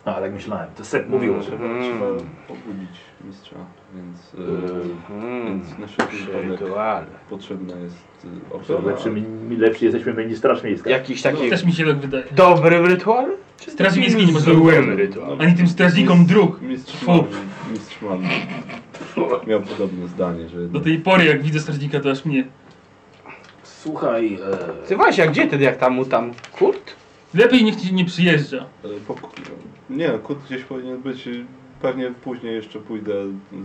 [SPEAKER 1] A, No, ale jak myślałem, to set mówił. że-
[SPEAKER 12] Trzeba, trzeba pobudzić mistrza, więc... E,
[SPEAKER 5] Hmm.
[SPEAKER 12] więc na wszelki wypadek potrzebna jest e,
[SPEAKER 1] To
[SPEAKER 12] ochrona.
[SPEAKER 1] lepszy, znaczy mi- lepszy jesteśmy mniej niż Straż Miejska.
[SPEAKER 5] Jakiś taki
[SPEAKER 4] Też mi się tak wydaje.
[SPEAKER 5] dobry rytual?
[SPEAKER 4] Straż miejskiej nie można było.
[SPEAKER 12] rytuał.
[SPEAKER 4] Ani tym strażnikom dróg.
[SPEAKER 12] Mistrz
[SPEAKER 4] Fu.
[SPEAKER 12] Man, mistrz Man miał podobne zdanie, że
[SPEAKER 4] Do tej pory jak widzę strażnika to aż mnie.
[SPEAKER 1] Słuchaj, e,
[SPEAKER 5] Ty właśnie, a gdzie ten jak tam mu tam? Kurt?
[SPEAKER 4] Lepiej niech ci nie przyjeżdża.
[SPEAKER 12] e, po, nie, kut gdzieś powinien być, e, pewnie później jeszcze pójdę,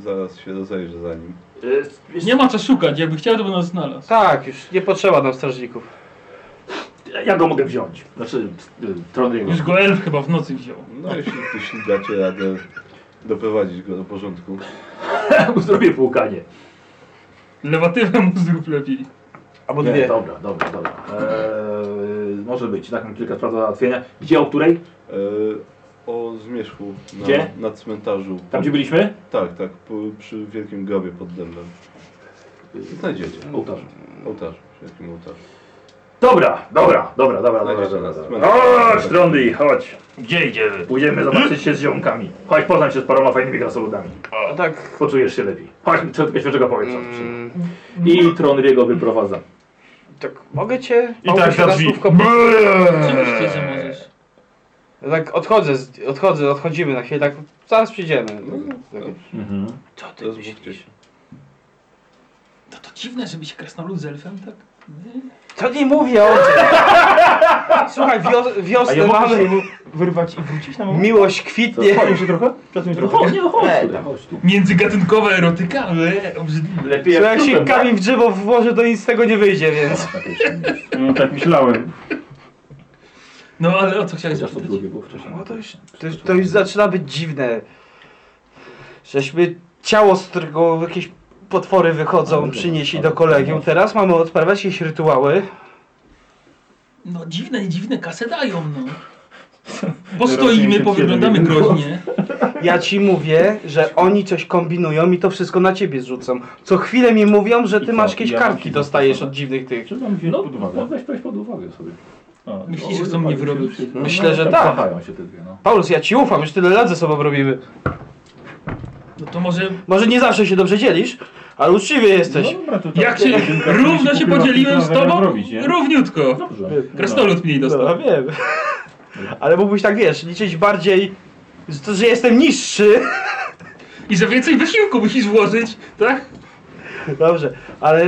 [SPEAKER 12] zaraz się rozejrzę za nim.
[SPEAKER 1] e, wiesz,
[SPEAKER 4] Nie ma co szukać, jakby chciał to by nas znalazł.
[SPEAKER 5] Tak, już nie potrzeba nam strażników.
[SPEAKER 1] ja go mogę wziąć. Znaczy, e, Trondriego.
[SPEAKER 4] Już go elf chyba w nocy wziął.
[SPEAKER 12] No jeśli, jeśli dacie radę doprowadzić go do porządku.
[SPEAKER 1] Zrobię płukanie.
[SPEAKER 4] Lewatywę mu zrób lepiej.
[SPEAKER 5] Albo
[SPEAKER 1] Nie,
[SPEAKER 5] dwie.
[SPEAKER 1] dobra, dobra, dobra. Eee, może być, tak mam kilka spraw do załatwienia. Gdzie, o której?
[SPEAKER 12] E, o zmierzchu na,
[SPEAKER 1] Gdzie?
[SPEAKER 12] na cmentarzu.
[SPEAKER 1] Tam gdzie byliśmy?
[SPEAKER 12] Tak, tak, po, przy wielkim grobie pod dębem. E, Znajdziecie.
[SPEAKER 1] Ołtarz.
[SPEAKER 12] Ołtarz, przy wielkim ołtarzu.
[SPEAKER 1] Dobra, dobra, dobra, dobra, dobra,
[SPEAKER 12] Znajdziecie
[SPEAKER 1] dobra,
[SPEAKER 12] nas.
[SPEAKER 1] dobra. Chodź, Trondy, chodź.
[SPEAKER 2] Gdzie idziemy?
[SPEAKER 1] Pójdziemy zobaczyć się z ziomkami. Chodź, poznam się z paroma fajnymi krasnoludami.
[SPEAKER 5] A tak.
[SPEAKER 1] Poczujesz się lepiej. Chodź, co tylko czego powiem. co tu się-
[SPEAKER 5] Mm,
[SPEAKER 1] I Trondiego wyprowadza.
[SPEAKER 5] tak, mogę cię?
[SPEAKER 2] I tak na drzwi.
[SPEAKER 4] Oczywiście, że możesz.
[SPEAKER 5] Ja tak odchodzę, z- odchodzę, odchodzimy na chwilę, tak zaraz przyjdziemy.
[SPEAKER 2] No.
[SPEAKER 5] Tak,
[SPEAKER 1] Mhm.
[SPEAKER 5] Co ty
[SPEAKER 12] Rozmówcie
[SPEAKER 5] myślisz?
[SPEAKER 12] się.
[SPEAKER 4] No to dziwne, żeby się krasnolud z elfem, tak?
[SPEAKER 5] To nie mówię o tym. Słuchaj, wios-
[SPEAKER 1] A
[SPEAKER 5] wiosnę
[SPEAKER 1] ja mogę
[SPEAKER 5] mamy,
[SPEAKER 1] się-
[SPEAKER 2] Wyrwać i wrócić na
[SPEAKER 5] miłość kwitnie.
[SPEAKER 2] się trochę? Przesuń
[SPEAKER 1] No chodź, nie, no chodź, tutaj, chodź tu.
[SPEAKER 4] Międzygatunkowa erotyka? Eee, obrzydliwe.
[SPEAKER 1] Lepiej
[SPEAKER 5] Bo jak się
[SPEAKER 1] trupem,
[SPEAKER 5] kamień w drzewo włoży, to nic z tego nie wyjdzie, więc...
[SPEAKER 1] tak? Lepiej się niż-
[SPEAKER 2] No tak myślałem.
[SPEAKER 4] No ale o co chciałeś
[SPEAKER 1] Chociaż to
[SPEAKER 4] zapytać?
[SPEAKER 1] drugie było wcześniej.
[SPEAKER 5] No to już, to, już- to już zaczyna być dziwne. Żeśmy ciało, z którego jakieś potwory wychodzą, przynieśli do kolegium. Teraz mamy odprawiać jakieś rytuały.
[SPEAKER 4] No dziwne, nie dziwne, kasę dają, no. Postoimy, powyglądamy groźnie.
[SPEAKER 5] Ja ci mówię, że oni coś kombinują i to wszystko na ciebie zrzucą. Co chwilę mi mówią, że
[SPEAKER 1] I co?
[SPEAKER 5] ty masz jakieś
[SPEAKER 1] Ja mam
[SPEAKER 5] kartki,
[SPEAKER 1] ci-
[SPEAKER 5] dostajesz od dziwnych tych.
[SPEAKER 1] Czy tam wziąć
[SPEAKER 4] No,
[SPEAKER 1] pod uwagę? tak, No, weź, weź pod uwagę sobie.
[SPEAKER 4] Myślisz, że chcą mnie wyrobić?
[SPEAKER 5] Myślę, że
[SPEAKER 1] tak.
[SPEAKER 5] tak.
[SPEAKER 1] Kochają się te dwie, no.
[SPEAKER 5] Paulus, ja ci ufam, już tyle lat ze sobą robimy.
[SPEAKER 4] No to może
[SPEAKER 5] Może nie zawsze się dobrze dzielisz, ale uczciwy jesteś.
[SPEAKER 2] Dobra, to tak.
[SPEAKER 4] jak
[SPEAKER 1] No,
[SPEAKER 4] się równo się podzieliłem z tobą,
[SPEAKER 2] Robić, nie? No
[SPEAKER 4] równiutko.
[SPEAKER 1] Dobrze.
[SPEAKER 4] Krasnolud mniej
[SPEAKER 5] No,
[SPEAKER 4] dostał.
[SPEAKER 5] ja wiem. Ale mógłbyś tak, wiesz, liczyć bardziej, że to, że jestem niższy.
[SPEAKER 4] I że więcej wysiłku musisz włożyć, tak?
[SPEAKER 5] Dobrze, ale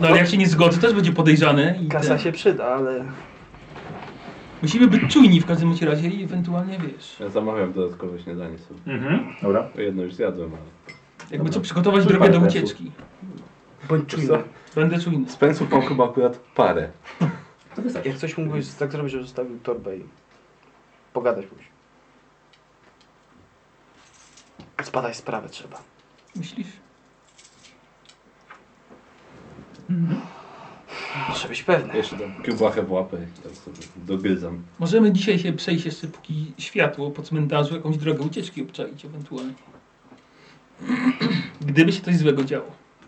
[SPEAKER 4] No ale jak się nie zgodzę, też będzie podejrzany. I
[SPEAKER 5] kasa
[SPEAKER 4] ten.
[SPEAKER 5] się przyda, ale...
[SPEAKER 4] Musimy być czujni w każdym bądź razie i ewentualnie wiesz.
[SPEAKER 12] Ja zamawiam dodatkowe śniadanie sobie.
[SPEAKER 1] Mhm. Dobra.
[SPEAKER 12] Jedno już zjadłem, ale...
[SPEAKER 4] Jakby co przygotować
[SPEAKER 1] Dobra.
[SPEAKER 4] drogę do
[SPEAKER 1] Parę
[SPEAKER 4] ucieczki.
[SPEAKER 5] Bądź czujny.
[SPEAKER 4] Będę czujny.
[SPEAKER 12] Z pensów mam chyba akurat parę.
[SPEAKER 1] To wystarczy.
[SPEAKER 5] Jak coś mógłbyś tak zrobić, żeby zostawił torbę i pogadać pójść. Zbadaj sprawę trzeba.
[SPEAKER 4] Myślisz?
[SPEAKER 5] Muszę być pewny.
[SPEAKER 12] Jeszcze tam kiełbachę w łapę i tak sobie dogryzam.
[SPEAKER 4] Możemy dzisiaj się przejść jeszcze póki światło po cmentarzu, jakąś drogę ucieczki obczaić ewentualnie. Gdyby się coś złego działo.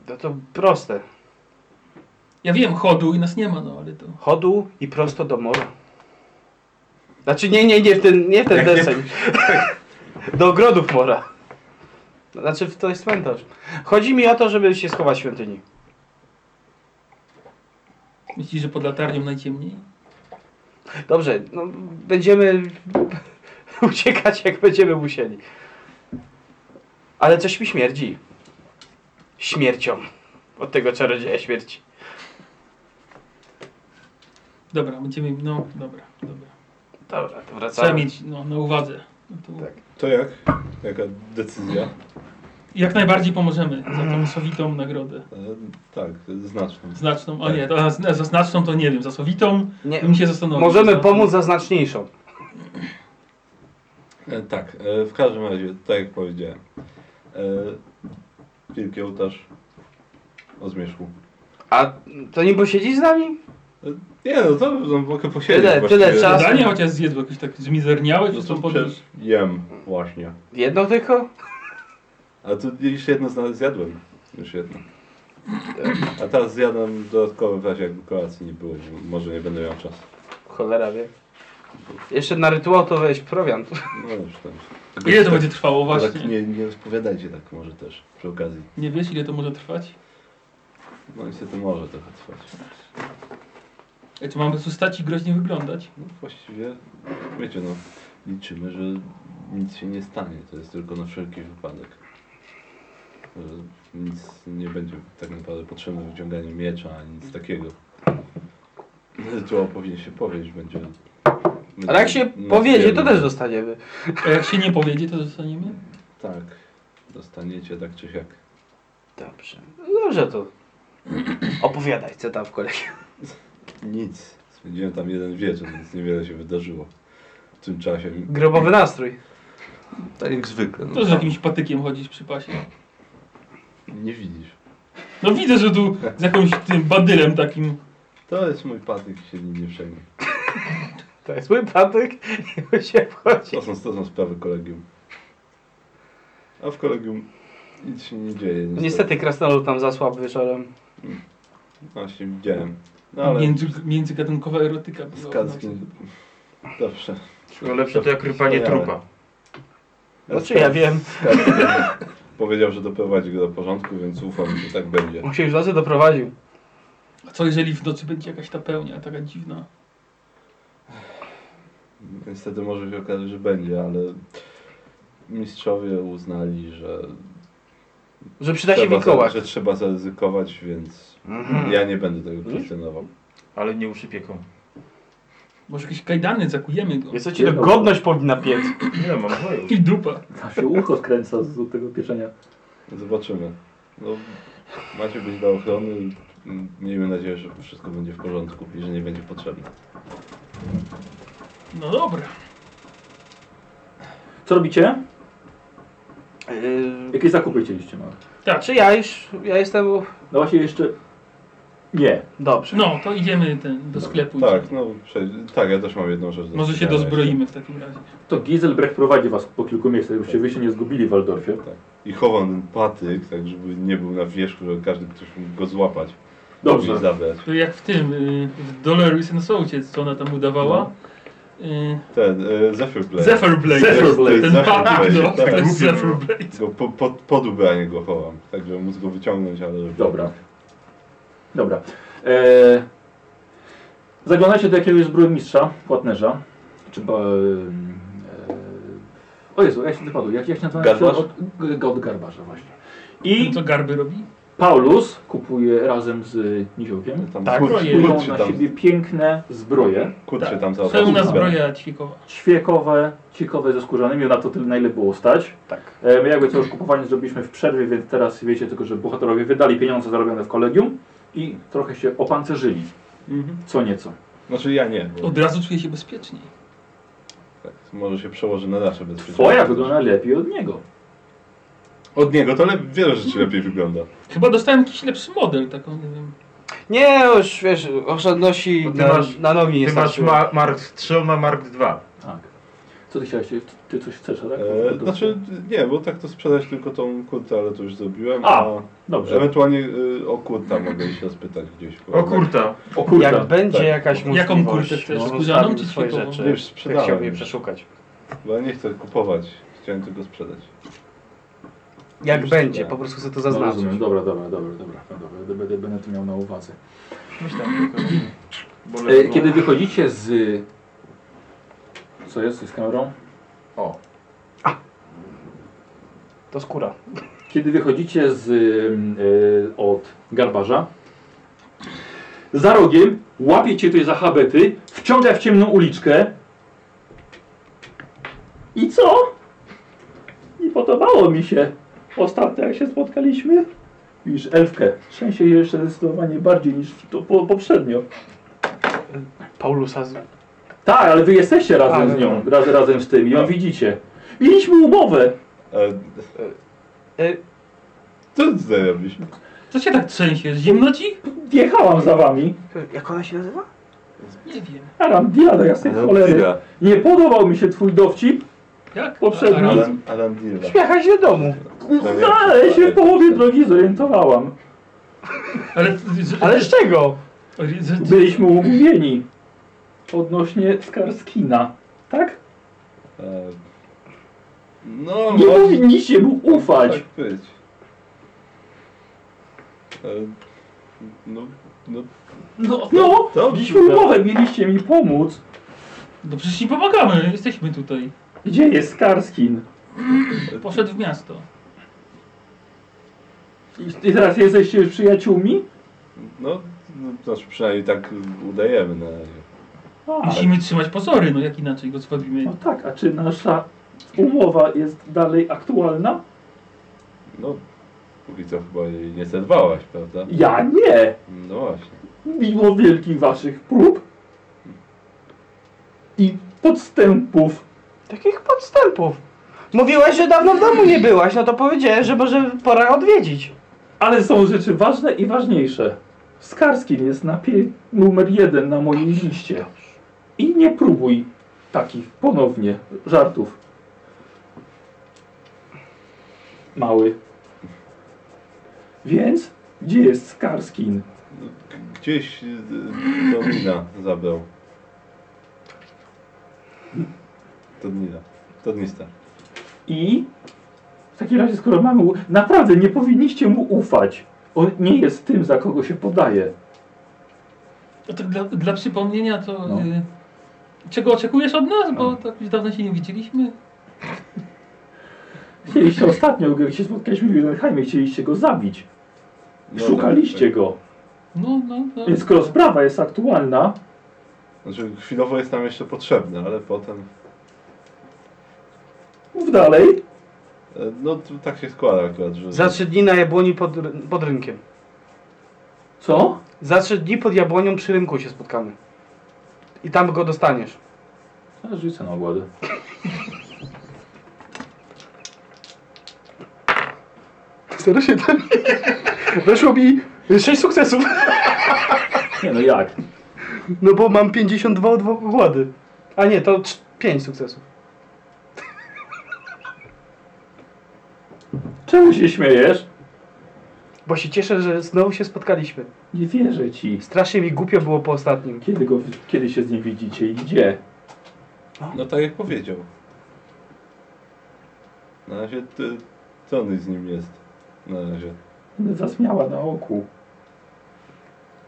[SPEAKER 5] No to proste.
[SPEAKER 4] Ja wiem, chodu i nas nie ma, no ale to...
[SPEAKER 5] Chodu i prosto do morza. Znaczy nie, nie, nie w ten, nie w ten deseń. Do ogrodów mora. Znaczy w to jest cmentarz. Chodzi mi o to, żeby się schować w świątyni.
[SPEAKER 4] Myślisz, że pod latarnią najciemniej?
[SPEAKER 5] Dobrze, no będziemy uciekać jak będziemy musieli. Ale coś mi śmierdzi. Śmiercią. Od tego czarodzieja śmierci.
[SPEAKER 4] Dobra, będziemy... no, dobra, dobra.
[SPEAKER 5] Dobra, to
[SPEAKER 4] Trzeba
[SPEAKER 5] wracamy.
[SPEAKER 12] Tak.
[SPEAKER 4] mieć no, na uwadze. No to...
[SPEAKER 12] To jak? Jaka decyzja?
[SPEAKER 4] Jak najbardziej pomożemy za tą sowitą nagrodę.
[SPEAKER 12] E, tak, znaczną. Tak.
[SPEAKER 4] Znaczną, o nie, to, za za znaczną to nie wiem, za sowitą
[SPEAKER 5] Nie,
[SPEAKER 4] bym się zastanowił.
[SPEAKER 5] możemy pomóc za znaczniejszą.
[SPEAKER 12] E, tak, e, w każdym razie, tak jak powiedziałem. E, wielki ołtarz o zmierzchu.
[SPEAKER 5] A to nie posiedzi z nami?
[SPEAKER 12] E, nie no, to no, mogę posiedzieć
[SPEAKER 5] Tyle-
[SPEAKER 12] właściwie.
[SPEAKER 5] tyle czasu.
[SPEAKER 4] Zadanie chociaż zjedł jakiś tak zmizerniałeś,
[SPEAKER 12] No
[SPEAKER 4] czy co
[SPEAKER 12] to
[SPEAKER 4] podróż?
[SPEAKER 12] przed... Jem właśnie.
[SPEAKER 5] Jedno tylko?
[SPEAKER 12] A tu już jedno zna- zjadłem. Już jedno. A teraz zjadam dodatkowe w razie jakby kolacji nie było, bo może nie będę miał czasu.
[SPEAKER 5] Cholera wie. Jeszcze na rytuał to weź prowiant.
[SPEAKER 12] No już tam.
[SPEAKER 4] Ile to będzie trwało
[SPEAKER 12] Tak
[SPEAKER 4] właśnie?
[SPEAKER 12] nie, nie rozpowiadajcie tak może też przy okazji.
[SPEAKER 4] Nie wiesz ile to może trwać?
[SPEAKER 12] No niestety może trochę trwać.
[SPEAKER 4] Ej, E, Czy mamy tu stać i groźnie wyglądać?
[SPEAKER 12] No właściwie, wiecie no, liczymy, że nic się nie stanie. To jest tylko na wszelki wypadek. Że nic nie będzie tak naprawdę potrzebne wyciąganie miecza, ani nic takiego. Rytuał powinien się powiedzieć, będzie...
[SPEAKER 5] Ale jak się
[SPEAKER 12] będzie no,
[SPEAKER 5] powiedzie, to
[SPEAKER 12] nadzieja.
[SPEAKER 5] też dostaniemy.
[SPEAKER 4] A E, jak się nie powiedzie, to zostaniemy?
[SPEAKER 12] Tak, dostaniecie tak czy siak.
[SPEAKER 5] Dobrze. No Dobrze to. Opowiadaj, co tam w kolei.
[SPEAKER 12] Nic. Spędziłem tam jeden wieczór, więc niewiele się wydarzyło. W tym czasie...
[SPEAKER 5] Grobowy nastrój.
[SPEAKER 12] Tak jak zwykle, no.
[SPEAKER 4] To z jakimś patykiem chodzić przy pasie.
[SPEAKER 12] Nie widzisz.
[SPEAKER 4] No widzę, że tu z jakimś tym badylem takim.
[SPEAKER 12] To jest mój patyk, się nim nie przejmie.
[SPEAKER 5] To jest mój patyk i się wchodzi.
[SPEAKER 12] To są, to są sprawy kolegium. A w kolegium nic się nie dzieje. Mm.
[SPEAKER 5] Niestety krasnolud tam zasłabł wieczorem.
[SPEAKER 12] Właśnie widziałem. No ale
[SPEAKER 4] Między, międzygatunkowa erotyka. znaczy, była
[SPEAKER 12] z
[SPEAKER 4] u
[SPEAKER 12] Kackiem... Dobrze.
[SPEAKER 2] No lepsze to jak rypanie
[SPEAKER 12] Wspaniale.
[SPEAKER 2] trupa.
[SPEAKER 5] Znaczy ja wiem.
[SPEAKER 12] Z Kackiem Tak. Powiedział, że doprowadzi go do porządku, więc ufam, że tak będzie.
[SPEAKER 5] On się już w nocy doprowadził.
[SPEAKER 4] nas. A co jeżeli w nocy będzie jakaś ta pełnia, taka dziwna?
[SPEAKER 12] Niestety może się okazać, że będzie, ale mistrzowie uznali, że
[SPEAKER 5] Że przyda się
[SPEAKER 12] trzeba,
[SPEAKER 5] Mikołaj. Mhm.
[SPEAKER 12] że trzeba zaryzykować, więc ja nie będę tego kwestionował.
[SPEAKER 2] Ale nie usypieką.
[SPEAKER 4] Może jakieś kajdany, zakujemy go.
[SPEAKER 5] Jest to ci to godność powinna piec.
[SPEAKER 2] Nie mam boju.
[SPEAKER 4] I dupa.
[SPEAKER 1] Aż się ucho skręca z tego pieczenia.
[SPEAKER 12] Zobaczymy. No, macie być dla ochrony. m, Miejmy nadzieję, że wszystko będzie w porządku i że nie będzie potrzebne.
[SPEAKER 4] No dobra.
[SPEAKER 1] Co robicie?
[SPEAKER 5] Yy,
[SPEAKER 1] Jakie zakupy chcieliście małe?
[SPEAKER 4] Tak,
[SPEAKER 5] czy ja już, ja jestem...
[SPEAKER 1] No właśnie jeszcze... Nie.
[SPEAKER 5] Dobrze.
[SPEAKER 4] No, to idziemy ten, do sklepu.
[SPEAKER 12] Tak, no przej- tak, ja też mam jedną rzecz. do
[SPEAKER 4] Może się
[SPEAKER 12] zrobienia
[SPEAKER 4] dozbroimy w takim razie.
[SPEAKER 1] To Gieselbrecht prowadzi was po kilku miejscach, żebyście wy się nie zgubili w Waldorfie.
[SPEAKER 12] jeszcze. Tak. I chowam ten patyk, tak żeby nie był na wierzchu, żeby każdy ktoś mógł go złapać i
[SPEAKER 1] Dobrze.
[SPEAKER 12] zabrać.
[SPEAKER 4] To jak w tym, y, w Dolores and Soulciec, co ona tam udawała. Y,
[SPEAKER 12] Ten, e, Zephyr Blade.
[SPEAKER 4] Zephyr Blade.
[SPEAKER 1] Zephyr Blade,
[SPEAKER 4] Ten
[SPEAKER 12] Zephyr
[SPEAKER 4] patyk,
[SPEAKER 12] Blade,
[SPEAKER 4] no.
[SPEAKER 12] tak.
[SPEAKER 4] To jest
[SPEAKER 12] Głupio
[SPEAKER 4] Zephyr
[SPEAKER 2] było.
[SPEAKER 4] Blade.
[SPEAKER 12] Go po, po, pod ubranie go chowam, tak żeby móc go wyciągnąć, ale... żeby-
[SPEAKER 1] Dobra. Dobra. Eee, zaglądajcie do jakiegoś zbrojmistrza, płatnerza. Czy... Bo, em, e, o Jezu, jak się wypadł? Jak, jak się nazywa?
[SPEAKER 12] Garbarz?
[SPEAKER 1] Od, g- od garbarza właśnie. I
[SPEAKER 4] Co garby robi?
[SPEAKER 1] Paulus kupuje razem z Niziołkiem.
[SPEAKER 12] Tam
[SPEAKER 5] Tak,
[SPEAKER 12] kurcz,
[SPEAKER 4] kroję
[SPEAKER 12] kurcz
[SPEAKER 1] Kupują
[SPEAKER 12] się
[SPEAKER 1] na
[SPEAKER 12] tam,
[SPEAKER 1] siebie piękne zbroje.
[SPEAKER 12] kurcz się
[SPEAKER 4] Tak.
[SPEAKER 12] tam zaopatrzył.
[SPEAKER 4] Pełna zbroja ćwikowa.
[SPEAKER 1] Świekowe, cikowe ze skórzanymi, na to tyle na ile było stać.
[SPEAKER 5] Tak.
[SPEAKER 1] E, My jakby to już kupowanie zrobiliśmy w przerwie, więc teraz wiecie tylko, że bohaterowie wydali pieniądze zarobione w kolegium i trochę się opancerzyli,
[SPEAKER 5] Mhm.
[SPEAKER 1] co nieco.
[SPEAKER 12] Znaczy ja nie, bo
[SPEAKER 4] Od razu czuję się bezpieczniej.
[SPEAKER 12] tak, może się przełoży na nasze bezpieczeństwo.
[SPEAKER 1] Twoja wygląda lepiej od niego.
[SPEAKER 12] Od niego to lep- wiele rzeczy lepiej wygląda.
[SPEAKER 4] Chyba dostałem jakiś lepszy model, taką, nie wiem.
[SPEAKER 5] Nie, już wiesz, oszczędności
[SPEAKER 2] Bo ty
[SPEAKER 5] na,
[SPEAKER 2] masz-
[SPEAKER 5] na nogi nie
[SPEAKER 2] Ty masz
[SPEAKER 5] starczyły.
[SPEAKER 2] ma Mark 3, on ma Mark 2.
[SPEAKER 1] Tak. Co ty chciałeś? Ty- Ty coś chcesz, tak?
[SPEAKER 12] E, znaczy, nie, bo tak to sprzedać tylko tą kurtę, ale to już zrobiłem.
[SPEAKER 1] A,
[SPEAKER 12] A,
[SPEAKER 1] Dobrze.
[SPEAKER 12] ewentualnie y, o kurta mogę się spytać gdzieś. bo-
[SPEAKER 2] O kurta.
[SPEAKER 1] O kurczę.
[SPEAKER 5] Jak będzie
[SPEAKER 12] tak.
[SPEAKER 5] jakaś
[SPEAKER 4] Jaką
[SPEAKER 5] możliwość,
[SPEAKER 4] kurtę chcesz,
[SPEAKER 5] no,
[SPEAKER 4] skórzaną
[SPEAKER 5] zostawił
[SPEAKER 4] czy
[SPEAKER 5] swoje
[SPEAKER 4] świekową?
[SPEAKER 5] rzeczy.
[SPEAKER 12] Już
[SPEAKER 13] Ja
[SPEAKER 12] sprzedałem.
[SPEAKER 13] chciałbym je przeszukać.
[SPEAKER 12] Bo ja nie chcę kupować, chciałem tylko sprzedać.
[SPEAKER 5] Jak
[SPEAKER 12] Już
[SPEAKER 5] będzie,
[SPEAKER 12] tak.
[SPEAKER 5] po prostu chcę to
[SPEAKER 1] No,
[SPEAKER 5] zaznaczyć.
[SPEAKER 1] rozumiem. Dobra, dobra, dobra, dobra. No, dobra. Będę- Będę, będę to miał na uwadze.
[SPEAKER 2] Myślałem, tylko, bo
[SPEAKER 1] E,
[SPEAKER 2] lecą.
[SPEAKER 1] Kiedy wychodzicie z... Co jest z kamerą?
[SPEAKER 5] to skóra.
[SPEAKER 1] Kiedy wychodzicie z, ym, y, od garbarza, za rogiem łapie cię tutaj za habety, wciąga w ciemną uliczkę i co? Nie podobało mi się. Ostatnio jak się spotkaliśmy, widzisz elfkę. Trzęsie jej jeszcze zdecydowanie bardziej niż to po, poprzednio.
[SPEAKER 7] Paulusa z... Tak,
[SPEAKER 1] Tak, ale wy jesteście razem
[SPEAKER 7] Ale
[SPEAKER 1] z nią, raz, razem z tym i ją widzicie. Mieliśmy umowę.
[SPEAKER 3] E,
[SPEAKER 7] E,
[SPEAKER 3] Co zrobiliśmy?
[SPEAKER 4] Co się tak trzęsiesz? Zimno ci?
[SPEAKER 1] Jechałam za wami.
[SPEAKER 5] Jak ona się nazywa?
[SPEAKER 4] Nie wiem.
[SPEAKER 1] Aram Dila, jasnej cholery.
[SPEAKER 3] Alandira.
[SPEAKER 1] Nie podobał mi się twój dowcip.
[SPEAKER 4] Jak?
[SPEAKER 1] Poprzedni.
[SPEAKER 4] Aram?
[SPEAKER 3] Alan- Alandira.
[SPEAKER 7] Jechać do domu.
[SPEAKER 3] Prawie-
[SPEAKER 1] No, Ale się w połowie drogi zorientowałam.
[SPEAKER 4] Ale... z-
[SPEAKER 7] Ale z czego?
[SPEAKER 4] z- z-
[SPEAKER 1] Byliśmy umówieni odnośnie Skarskina. Tak?
[SPEAKER 3] E, No,
[SPEAKER 1] Nie
[SPEAKER 3] może-
[SPEAKER 1] powinniście mu ufać.
[SPEAKER 3] Tak być. E, No, no,
[SPEAKER 1] No, no
[SPEAKER 3] to-
[SPEAKER 1] mieliśmy umowę, mieliście mi pomóc.
[SPEAKER 4] No przecież ci pomagamy, jesteśmy tutaj.
[SPEAKER 1] Gdzie jest Skarskin?
[SPEAKER 4] Poszedł w miasto.
[SPEAKER 1] I- I teraz jesteście już przyjaciółmi?
[SPEAKER 3] no, no, znaczy przynajmniej tak udajemy na razie.
[SPEAKER 1] A,
[SPEAKER 4] Musimy trzymać pozory, no jak inaczej go
[SPEAKER 1] no
[SPEAKER 4] zrobimy.
[SPEAKER 1] tak, a czy nasza umowa jest dalej aktualna?
[SPEAKER 3] No, póki co chyba jej nie zerwałaś, prawda?
[SPEAKER 1] Ja nie,
[SPEAKER 3] No właśnie.
[SPEAKER 1] mimo wielkich waszych prób i podstępów.
[SPEAKER 7] Takich podstępów. Mówiłaś, że dawno w domu nie byłaś, no to powiedziałeś, że może pora odwiedzić.
[SPEAKER 1] Ale są rzeczy ważne i ważniejsze. Skarskin jest na pie- numer jeden na mojej liście. I nie próbuj takich ponownie żartów. Mały. Więc gdzie jest Skarskin?
[SPEAKER 3] Gdzieś y, y, Tonina zabrał. Tonina. Tonista.
[SPEAKER 1] I w takim razie, skoro mamy. u- Naprawdę nie powinniście mu ufać. On nie jest tym, za kogo się podaje.
[SPEAKER 4] A tak dla, dla przypomnienia to...
[SPEAKER 1] No.
[SPEAKER 4] Y, czego oczekujesz od nas? Bo tak już dawno się nie widzieliśmy.
[SPEAKER 1] Chcieliście ostatnio, gdy się spotkaliśmy w Wilhelmie, chcieliście go zabić.
[SPEAKER 3] No,
[SPEAKER 1] Szukaliście go.
[SPEAKER 4] No, no, no.
[SPEAKER 1] Więc skoro sprawa jest aktualna,
[SPEAKER 3] tak. Znaczy chwilowo jest nam jeszcze potrzebny, ale potem...
[SPEAKER 1] mów dalej.
[SPEAKER 3] e, No t- tak się składa akurat, że...
[SPEAKER 7] Za trzy dni na jabłoni pod, ry- pod rynkiem.
[SPEAKER 1] Co?
[SPEAKER 7] Za trzy dni pod jabłonią przy rynku się spotkamy. I tam go dostaniesz.
[SPEAKER 1] Rzucę na ogładę.
[SPEAKER 7] Zero siedem. Weszło mi 6 sukcesów.
[SPEAKER 1] Nie no jak?
[SPEAKER 7] No bo mam 52 od ogłady. A nie, to 5 sukcesów.
[SPEAKER 1] Czemu się śmiejesz?
[SPEAKER 7] Bo się cieszę, że znowu się spotkaliśmy.
[SPEAKER 1] Nie wierzę ci.
[SPEAKER 7] Strasznie mi głupio było po ostatnim.
[SPEAKER 1] Kiedy, go, kiedy się z nim widzicie i gdzie?
[SPEAKER 3] No tak jak powiedział. Na razie ty, Tony z nim jest. Na razie.
[SPEAKER 1] Będę zasmiała na oku.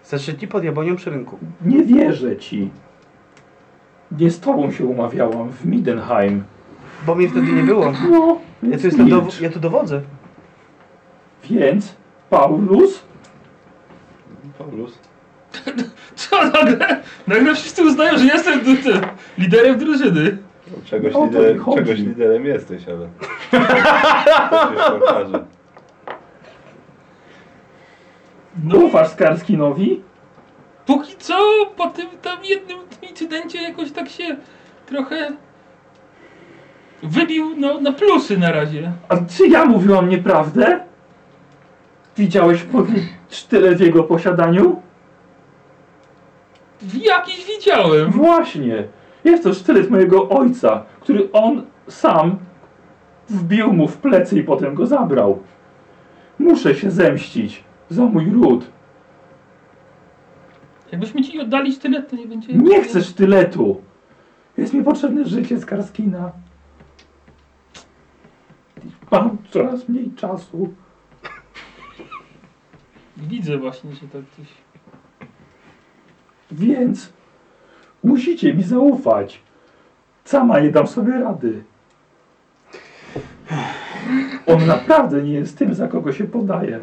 [SPEAKER 7] Za trzy dni pod jabłonią przy rynku.
[SPEAKER 1] Nie wierzę ci. Nie z tobą się umawiałam w Midenheim.
[SPEAKER 7] Bo mnie wtedy nie było.
[SPEAKER 1] No,
[SPEAKER 7] Ja
[SPEAKER 1] więc
[SPEAKER 7] tu, jestem
[SPEAKER 1] milcz.
[SPEAKER 7] dow- ja tu dowodzę.
[SPEAKER 1] Więc Paulus,
[SPEAKER 3] Paulus.
[SPEAKER 4] Co nagle? Nagle wszyscy uznają, że jestem tu, tym liderem drużyny.
[SPEAKER 3] no, Czegoś,
[SPEAKER 1] O to mi
[SPEAKER 3] lider,
[SPEAKER 1] chodzi.
[SPEAKER 3] czegoś liderem jesteś, ale... to się pokaże.
[SPEAKER 4] No,
[SPEAKER 1] ufasz Skarskinowi?
[SPEAKER 4] póki co po tym tam jednym incydencie jakoś tak się trochę wybił na, na plusy na razie.
[SPEAKER 1] A czy ja mówiłam nieprawdę? Widziałeś po- sztylet w jego posiadaniu?
[SPEAKER 4] Jakiś widziałem.
[SPEAKER 1] Właśnie. Jest to sztylet mojego ojca, który on sam wbił mu w plecy i potem go zabrał. Muszę się zemścić za mój ród.
[SPEAKER 4] Jakbyśmy ci oddali tyle, to nie będzie...
[SPEAKER 1] Nie chcę sztyletu. Jest mi potrzebne życie z Karskina. Mam coraz mniej czasu.
[SPEAKER 4] Widzę właśnie, że tak coś...
[SPEAKER 1] Więc musicie mi zaufać. Sama nie dam sobie rady. On naprawdę nie jest tym, za kogo się podaje.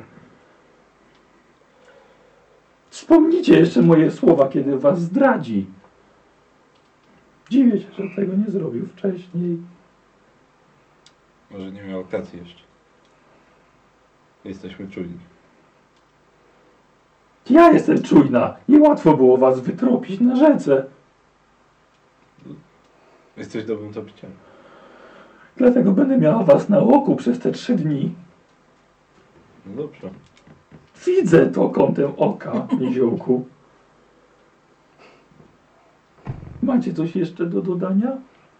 [SPEAKER 1] Wspomnijcie jeszcze moje słowa, kiedy was zdradzi. Dziwię się, że tego nie zrobił wcześniej.
[SPEAKER 3] Może nie miał okazji jeszcze.
[SPEAKER 12] Jesteśmy czujni.
[SPEAKER 1] Ja jestem czujna. Niełatwo było was wytropić na rzece.
[SPEAKER 12] Jesteś dobrym topicielem.
[SPEAKER 1] Dlatego będę miała was na oku przez te trzy dni.
[SPEAKER 12] No dobrze.
[SPEAKER 1] Widzę to kątem oka, niziołku. Macie coś jeszcze do dodania?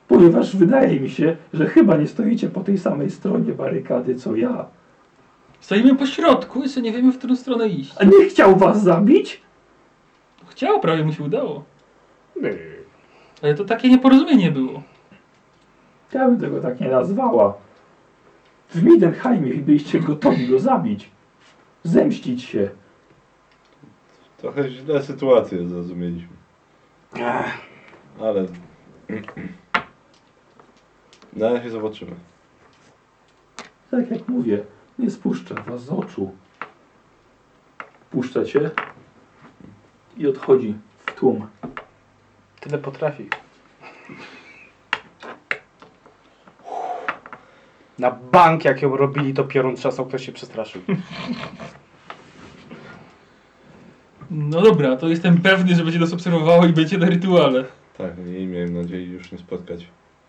[SPEAKER 1] Ponieważ wydaje mi się, że chyba nie stoicie po tej samej stronie barykady co ja.
[SPEAKER 4] Stoimy po środku, jeszcze nie wiemy, w którą stronę iść.
[SPEAKER 1] A nie chciał was zabić?
[SPEAKER 4] Chciał, prawie mu się udało. Ale to takie nieporozumienie było.
[SPEAKER 1] Ja bym tego tak nie nazwała. W Midenheimie byliście gotowi go zabić. Zemścić się.
[SPEAKER 12] Trochę źle sytuację zrozumieliśmy. Ale... Na razie zobaczymy.
[SPEAKER 1] Tak jak mówię, nie spuszczę was z oczu. Puszcza cię i odchodzi w tłum.
[SPEAKER 5] Tyle potrafi. Na bank jak ją robili, to piorun trzasnął, ktoś się przestraszył.
[SPEAKER 4] No dobra, to jestem pewny, że będzie nas obserwowało i będzie na rytuale.
[SPEAKER 12] Tak, i miałem nadzieję już nie spotkać.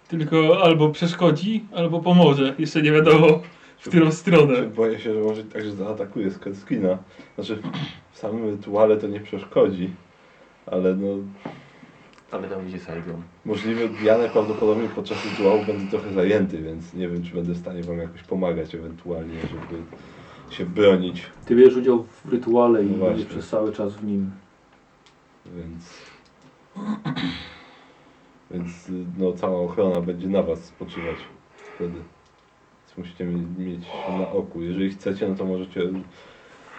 [SPEAKER 4] Tylko albo przeszkodzi, albo pomoże. Jeszcze nie wiadomo, w którą stronę.
[SPEAKER 12] Boję się, że może także zaatakuje Skina. Znaczy, w samym rytuale to nie przeszkodzi, ale no,
[SPEAKER 14] Ale tam idzie Saigon.
[SPEAKER 12] możliwe Diane prawdopodobnie podczas rytuału będę trochę zajęty, więc nie wiem, czy będę w stanie wam jakoś pomagać ewentualnie, żeby się bronić,
[SPEAKER 1] Ty bierzesz udział w rytuale i
[SPEAKER 12] No
[SPEAKER 1] będziesz
[SPEAKER 12] właśnie.
[SPEAKER 1] przez cały czas w nim.
[SPEAKER 12] więc... Więc y, no, cała ochrona będzie na was spoczywać wtedy. Więc musicie mi- mieć na oku. Jeżeli chcecie, no to możecie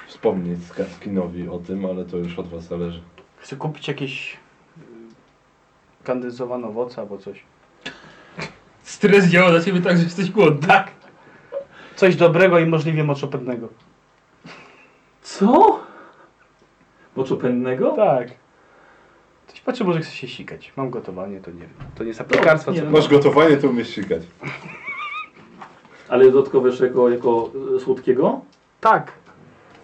[SPEAKER 12] wspomnieć Skinowi o tym, ale to już od was zależy.
[SPEAKER 5] Chcę kupić jakieś y, kandyzowane owoce albo coś.
[SPEAKER 4] Stres działa na ciebie tak, że jesteś głodny. Tak.
[SPEAKER 5] Coś dobrego i możliwie moczopędnego.
[SPEAKER 1] Co? Moczopędnego?
[SPEAKER 5] Tak. Coś patrzę, może chce się sikać. Mam gotowanie, to nie wiem. To nie jest aptekarstwo,
[SPEAKER 1] Nie,
[SPEAKER 5] co
[SPEAKER 1] no.
[SPEAKER 12] Masz gotowanie, to umiesz sikać.
[SPEAKER 1] Ale dodatkowo jeszcze jako, jako e, słodkiego?
[SPEAKER 5] Tak.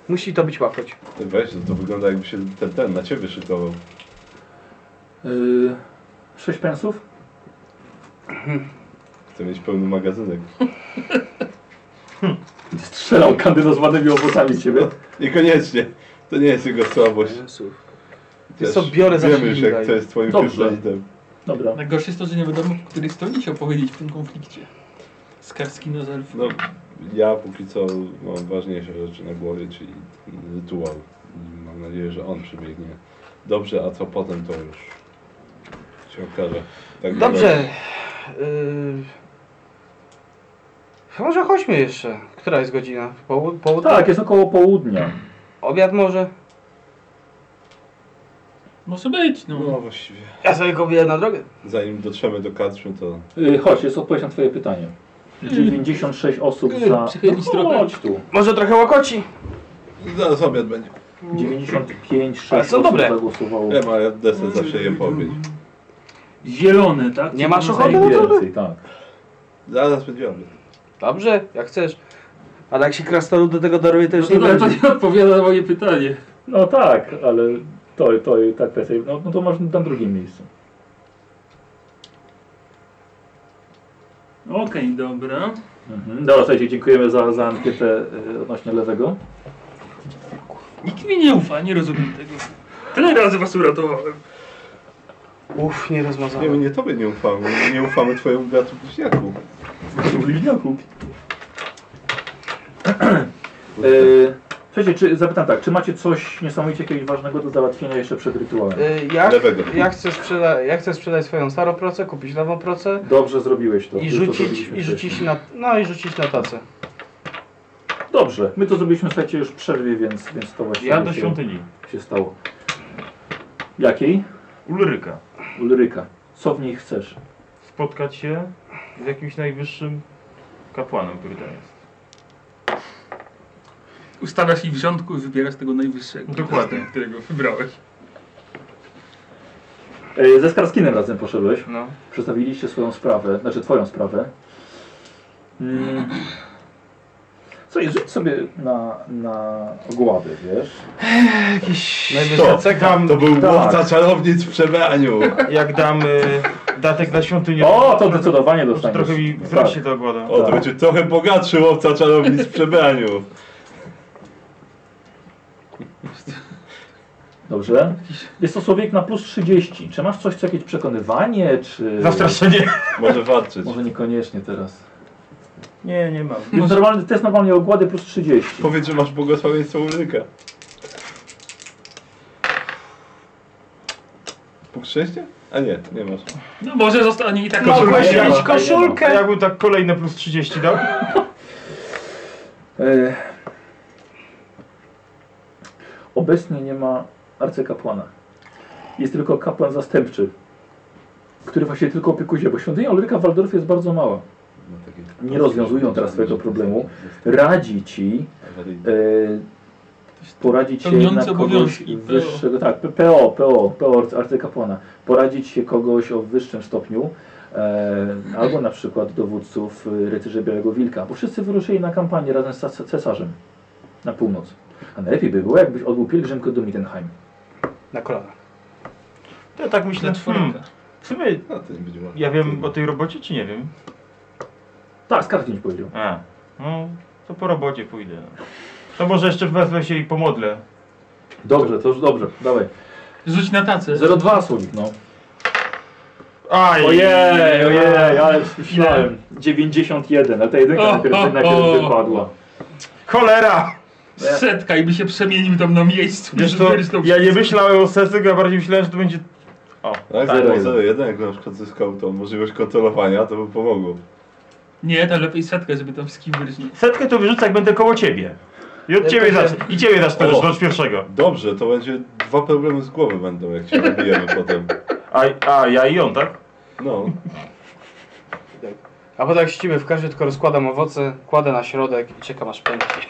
[SPEAKER 5] Musi to być łakoć.
[SPEAKER 12] Ty Weź, no to wygląda jakby się ten, ten na ciebie szykował.
[SPEAKER 1] Yy, sześć pensów?
[SPEAKER 12] Chcę mieć pełny magazynek.
[SPEAKER 1] Strzelał kandydat z ładnymi owocami z ciebie.
[SPEAKER 12] Niekoniecznie. No, To nie jest jego słabość. Też
[SPEAKER 5] co, biorę za
[SPEAKER 12] Wiemy już
[SPEAKER 5] silnik,
[SPEAKER 12] jak to
[SPEAKER 5] daj.
[SPEAKER 12] jest twoim
[SPEAKER 1] Dobrze.
[SPEAKER 12] kryptonitem.
[SPEAKER 1] Dobra.
[SPEAKER 4] Najgorsze jest to, że nie wiadomo, po której stronie się opowiedzieć w tym konflikcie. Skarski na zelf.
[SPEAKER 12] No, ja póki co mam ważniejsze rzeczy na głowie, czyli rytuał. I Mam nadzieję, że on przebiegnie dobrze, a co potem to już się okaże. Tak
[SPEAKER 5] Dobrze. Yy... chyba Może chodźmy jeszcze. Która jest godzina? Połu- południe?
[SPEAKER 1] Tak, jest około południa.
[SPEAKER 5] Obiad może?
[SPEAKER 4] Może być, no.
[SPEAKER 12] wygląda. No właściwie.
[SPEAKER 5] Ja sobie go biorę na drogę.
[SPEAKER 12] Zanim dotrzemy do Katrzmy, to
[SPEAKER 1] Yy, chodź, jest odpowiedź na twoje pytanie. Mm. 96 osób
[SPEAKER 5] Y,
[SPEAKER 4] Yy,
[SPEAKER 1] za...
[SPEAKER 4] przychylić
[SPEAKER 1] No,
[SPEAKER 4] trochę.
[SPEAKER 1] Chodź tu.
[SPEAKER 5] Może trochę łakoci?
[SPEAKER 12] zaraz obiad będzie.
[SPEAKER 1] Mm. 95, 6
[SPEAKER 5] Ale są
[SPEAKER 1] osób
[SPEAKER 5] dobre.
[SPEAKER 1] zagłosowało.
[SPEAKER 12] Wiem, ale deser zawsze je pobić.
[SPEAKER 15] Zielone, tak?
[SPEAKER 5] Nie masz ochoty na drogę?
[SPEAKER 1] Najwięcej, tak.
[SPEAKER 12] Zaraz będzie obiad.
[SPEAKER 5] Dobrze, jak chcesz. Ale jak się krasnolud do tego dorwie, to już nie
[SPEAKER 15] No, ale
[SPEAKER 5] będzie.
[SPEAKER 15] to nie odpowiada na moje pytanie.
[SPEAKER 1] No tak, ale to, to, tak kwestia. No, no to masz na drugim miejscu.
[SPEAKER 15] Okej, dobra.
[SPEAKER 1] Mhm. Dobra, słuchajcie, dziękujemy za, za ankietę yy, odnośnie lewego.
[SPEAKER 4] Nikt mi nie ufa, nie rozumiem tego. Tyle razy was uratowałem.
[SPEAKER 5] Uff, nie
[SPEAKER 12] Nie,
[SPEAKER 5] rozmazałem.
[SPEAKER 12] my nie tobie nie ufamy. Nie ufamy twojemu bratu bliźniaku.
[SPEAKER 1] W bliźniaku. Eee, Słuchajcie, czy, zapytam tak, czy macie coś niesamowicie jakiegoś ważnego do załatwienia jeszcze przed rytuałem?
[SPEAKER 5] Y, Ja,
[SPEAKER 12] Lewego.
[SPEAKER 5] ja, chcę sprzeda- ja chcę sprzedać swoją starą procę, kupić nową procę
[SPEAKER 1] Dobrze zrobiłeś to.
[SPEAKER 5] i
[SPEAKER 1] Już to
[SPEAKER 5] rzucić,
[SPEAKER 1] zrobiliśmy
[SPEAKER 5] i rzucić
[SPEAKER 1] wcześniej.
[SPEAKER 5] na, no i rzucić na tacę.
[SPEAKER 1] Dobrze, my to zrobiliśmy, słuchajcie, już w przerwie, więc, więc to właśnie
[SPEAKER 2] Ja do
[SPEAKER 1] się,
[SPEAKER 2] świątyni.
[SPEAKER 1] się stało. Jakiej?
[SPEAKER 2] Ulryka.
[SPEAKER 1] Ulryka. Co w niej chcesz?
[SPEAKER 2] Spotkać się z jakimś najwyższym kapłanem, który tam jest.
[SPEAKER 4] Ustawiasz ich w rządku i wybierasz tego najwyższego.
[SPEAKER 2] Dokładnie.
[SPEAKER 4] Którego wybrałeś.
[SPEAKER 1] Eee, ze Skarskinem razem poszedłeś.
[SPEAKER 2] No.
[SPEAKER 1] Przedstawiliście swoją sprawę, znaczy twoją sprawę. Mm. Słuchaj, rzuć sobie na, na ogładę, wiesz?
[SPEAKER 2] Jakiś...
[SPEAKER 3] To,
[SPEAKER 2] Najwyższa dam,
[SPEAKER 3] to był
[SPEAKER 1] tak.
[SPEAKER 3] łowca czarownic w przebraniu.
[SPEAKER 2] Jak dam y, datek na świątynię,
[SPEAKER 1] O, to zdecydowanie
[SPEAKER 2] to
[SPEAKER 1] dostaniesz.
[SPEAKER 2] trochę mi
[SPEAKER 1] Tak.
[SPEAKER 2] wzrośnie to ogłada.
[SPEAKER 3] O, to będzie
[SPEAKER 12] Tak.
[SPEAKER 3] trochę bogatszy łowca czarownic w przebraniu.
[SPEAKER 1] Dobrze. Jest to człowiek na plus 30. Czy masz coś, co jakieś przekonywanie, czy...
[SPEAKER 2] Zastraszenie.
[SPEAKER 3] Może walczyć.
[SPEAKER 1] Może niekoniecznie teraz.
[SPEAKER 2] Nie, nie mam.
[SPEAKER 1] Jest normalny test normalnie ogłady plus 30.
[SPEAKER 3] Powiedz, że masz błogosławieństwo Ulryka. Punkt szczęścia? A nie, nie masz.
[SPEAKER 4] No może zostanie i tak
[SPEAKER 5] Mogłeś
[SPEAKER 1] nie ma,
[SPEAKER 5] mieć
[SPEAKER 1] nie ma.
[SPEAKER 5] koszulkę!
[SPEAKER 2] Jakbym tak kolejne plus 30 dał?
[SPEAKER 1] E... Obecnie nie ma arcykapłana. Jest tylko kapłan zastępczy, który właśnie tylko opiekuje się, bo świątynia Ulryka w Waldorfie jest bardzo mała. Nie rozwiązują teraz swojego problemu. Radzi ci e, poradzić się na
[SPEAKER 4] Pełniący
[SPEAKER 1] kogoś
[SPEAKER 4] obowiązki, PO.
[SPEAKER 1] wyższego, tak, PO, PO, PO arcykapłana, poradzić się kogoś o wyższym stopniu, e, albo na przykład dowódców e, rycerzy Białego Wilka, bo wszyscy wyruszyli na kampanię razem z ces- cesarzem na północ. A najlepiej by było, jakbyś odbył pielgrzymkę do Mittenheim.
[SPEAKER 5] Na kolana.
[SPEAKER 2] To ja tak myślę, hmm, w sumie
[SPEAKER 3] No, to nie będzie łatwe.
[SPEAKER 2] ja wiem o tej robocie, czy nie wiem?
[SPEAKER 1] Tak, Skargień powiedział.
[SPEAKER 2] A, no to po robocie pójdę. no. To może jeszcze wezmę się i pomodlę.
[SPEAKER 1] Dobrze, to już dobrze, dawaj.
[SPEAKER 4] Rzuć na tacę.
[SPEAKER 1] 0,2 słonik, no.
[SPEAKER 2] Aj!
[SPEAKER 1] Ojej, ojej, ale myślałem. 91, a ta jedynka
[SPEAKER 4] O,
[SPEAKER 1] najpierw,
[SPEAKER 4] o, o.
[SPEAKER 1] najpierw wypadła.
[SPEAKER 2] Cholera!
[SPEAKER 4] Setka i by się przemienił tam na miejscu.
[SPEAKER 2] Wiesz to,
[SPEAKER 4] Wyrysnął
[SPEAKER 2] ja nie
[SPEAKER 4] wszystko.
[SPEAKER 2] myślałem o sesji, ja bardziej myślałem, że to będzie... O,
[SPEAKER 1] Tak,
[SPEAKER 3] Tak, 0,01, jak na przykład zyskał tą możliwość kontrolowania, to by pomogło.
[SPEAKER 4] Nie, to lepiej setkę, żeby tam wszystkich wyrysnął.
[SPEAKER 2] setkę to wyrzucę, jak będę koło ciebie. I od ciebie zacznę, i ciebie zacznę
[SPEAKER 3] O.
[SPEAKER 2] od pierwszego.
[SPEAKER 3] Dobrze, to będzie dwa problemy z głowy będą, jak się wybijemy potem.
[SPEAKER 2] A, a ja i on, tak?
[SPEAKER 3] No,
[SPEAKER 7] A potem jak ścimy w każdy, tylko rozkładam owoce, kładę na środek i czekam aż pęknie.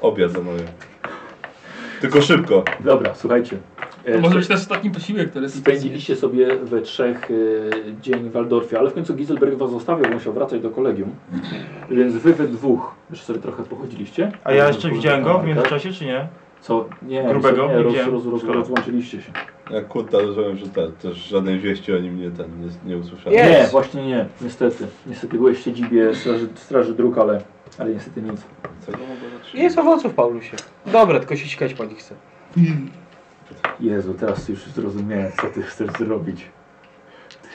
[SPEAKER 3] obiad za moje. Tylko szybko.
[SPEAKER 1] Dobra, słuchajcie.
[SPEAKER 4] To
[SPEAKER 1] E,
[SPEAKER 4] No, może być nasz ostatni posiłek, który
[SPEAKER 1] Spędziliście sobie we trzech y, dzień w Waldorfie, ale w końcu Giselberg was zostawił, bo musiał wracać do kolegium. Więc wy we dwóch już sobie trochę pochodziliście.
[SPEAKER 2] A ja jeszcze widziałem go w
[SPEAKER 1] Tak?
[SPEAKER 2] międzyczasie, czy nie?
[SPEAKER 1] Co? Nie,
[SPEAKER 2] Grubego?
[SPEAKER 1] nie, roz,
[SPEAKER 2] Widziałem.
[SPEAKER 1] roz, roz,
[SPEAKER 2] Szkoda.
[SPEAKER 1] rozłączyliście się.
[SPEAKER 3] Jak kurta, rozumiem, że ta, też żadnej wieści o nim nie, ten, nie, nie usłyszałem.
[SPEAKER 5] Jest.
[SPEAKER 1] Nie, właśnie nie, niestety. Niestety byłeś w siedzibie straży, straży dróg, ale, ale niestety nic.
[SPEAKER 3] Co go mogę zatrzymać?
[SPEAKER 7] Jest owoców, Paulusie. Dobra, tylko się sikać po nich chcę.
[SPEAKER 1] Jezu, teraz już zrozumiałem, co ty chcesz zrobić.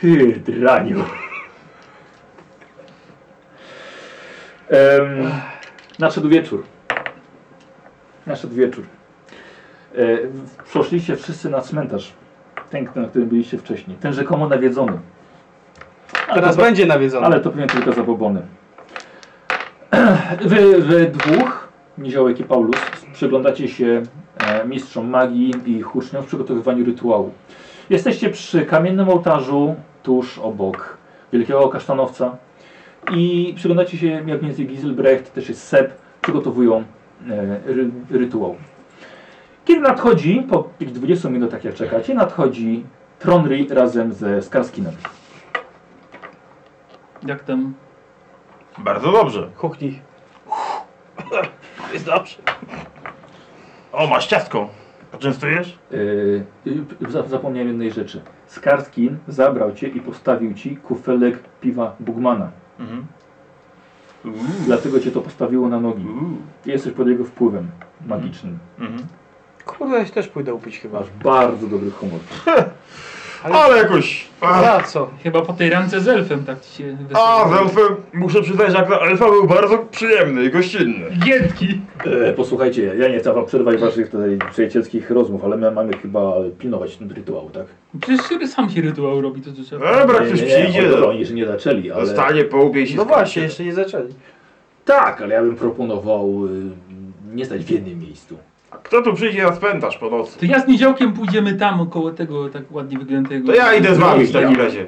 [SPEAKER 1] Ty, draniu. Em, nadszedł wieczór. Nadszedł wieczór. E, w- przeszliście wszyscy na cmentarz. Ten, na którym byliście wcześniej. Ten rzekomo nawiedzony. Ale
[SPEAKER 7] Teraz
[SPEAKER 1] to-
[SPEAKER 7] będzie nawiedzony.
[SPEAKER 1] ale to pewnie tylko zabobony. Wy, wy dwóch, Niziołek i Paulus, przyglądacie się e, mistrzom magii i huczniom w przygotowywaniu rytuału. Jesteście przy kamiennym ołtarzu tuż obok wielkiego kasztanowca i przyglądacie się, jak między Giselbrecht, też jest Seb, przygotowują e, ry, rytuał. Kiedy nadchodzi, po tych 20 minutach jak czekacie, nadchodzi Tronry razem ze Skarskinem.
[SPEAKER 4] Jak tam?
[SPEAKER 2] Bardzo dobrze.
[SPEAKER 7] Kuchni.
[SPEAKER 2] O, masz ciastko. Poczęstujesz?
[SPEAKER 1] Yy, yy, za- zapomniałem jednej rzeczy. Skarskin zabrał cię i postawił ci kufelek piwa Bugmana.
[SPEAKER 2] Mhm.
[SPEAKER 1] Dlatego cię to postawiło na nogi.
[SPEAKER 2] Uuu.
[SPEAKER 1] Jesteś pod jego wpływem magicznym.
[SPEAKER 2] Mhm.
[SPEAKER 7] Kurde, ja się też pójdę upić chyba.
[SPEAKER 1] Masz bardzo dobry humor.
[SPEAKER 2] Ale jakoś... A,
[SPEAKER 7] Za co?
[SPEAKER 4] Chyba po tej rance z elfem tak ci się
[SPEAKER 2] a, z
[SPEAKER 4] wesoło.
[SPEAKER 2] elfem muszę przyznać, że akurat elfa był bardzo przyjemny i gościnny.
[SPEAKER 4] Giętki!
[SPEAKER 1] E, posłuchajcie, ja nie chcę wam przerwać waszych tutaj przyjacielskich rozmów, ale my mamy chyba pilnować ten rytuał, tak?
[SPEAKER 4] Przecież sobie sam się rytuał robi, to co trzeba.
[SPEAKER 2] Dobra, ktoś
[SPEAKER 1] nie, nie, o,
[SPEAKER 2] przyjdzie,
[SPEAKER 1] dobra, oni jeszcze nie zaczęli, ale...
[SPEAKER 2] dostanie, połubie i się
[SPEAKER 7] No
[SPEAKER 2] skończy.
[SPEAKER 7] właśnie, jeszcze nie zaczęli.
[SPEAKER 1] Tak, ale ja bym proponował y, nie stać w jednym miejscu.
[SPEAKER 2] A kto tu przyjdzie na cmentarz po nocy?
[SPEAKER 4] To ja z niziołkiem pójdziemy tam około tego tak ładnie wyglądającego.
[SPEAKER 2] To ja idę z wami w takim razie.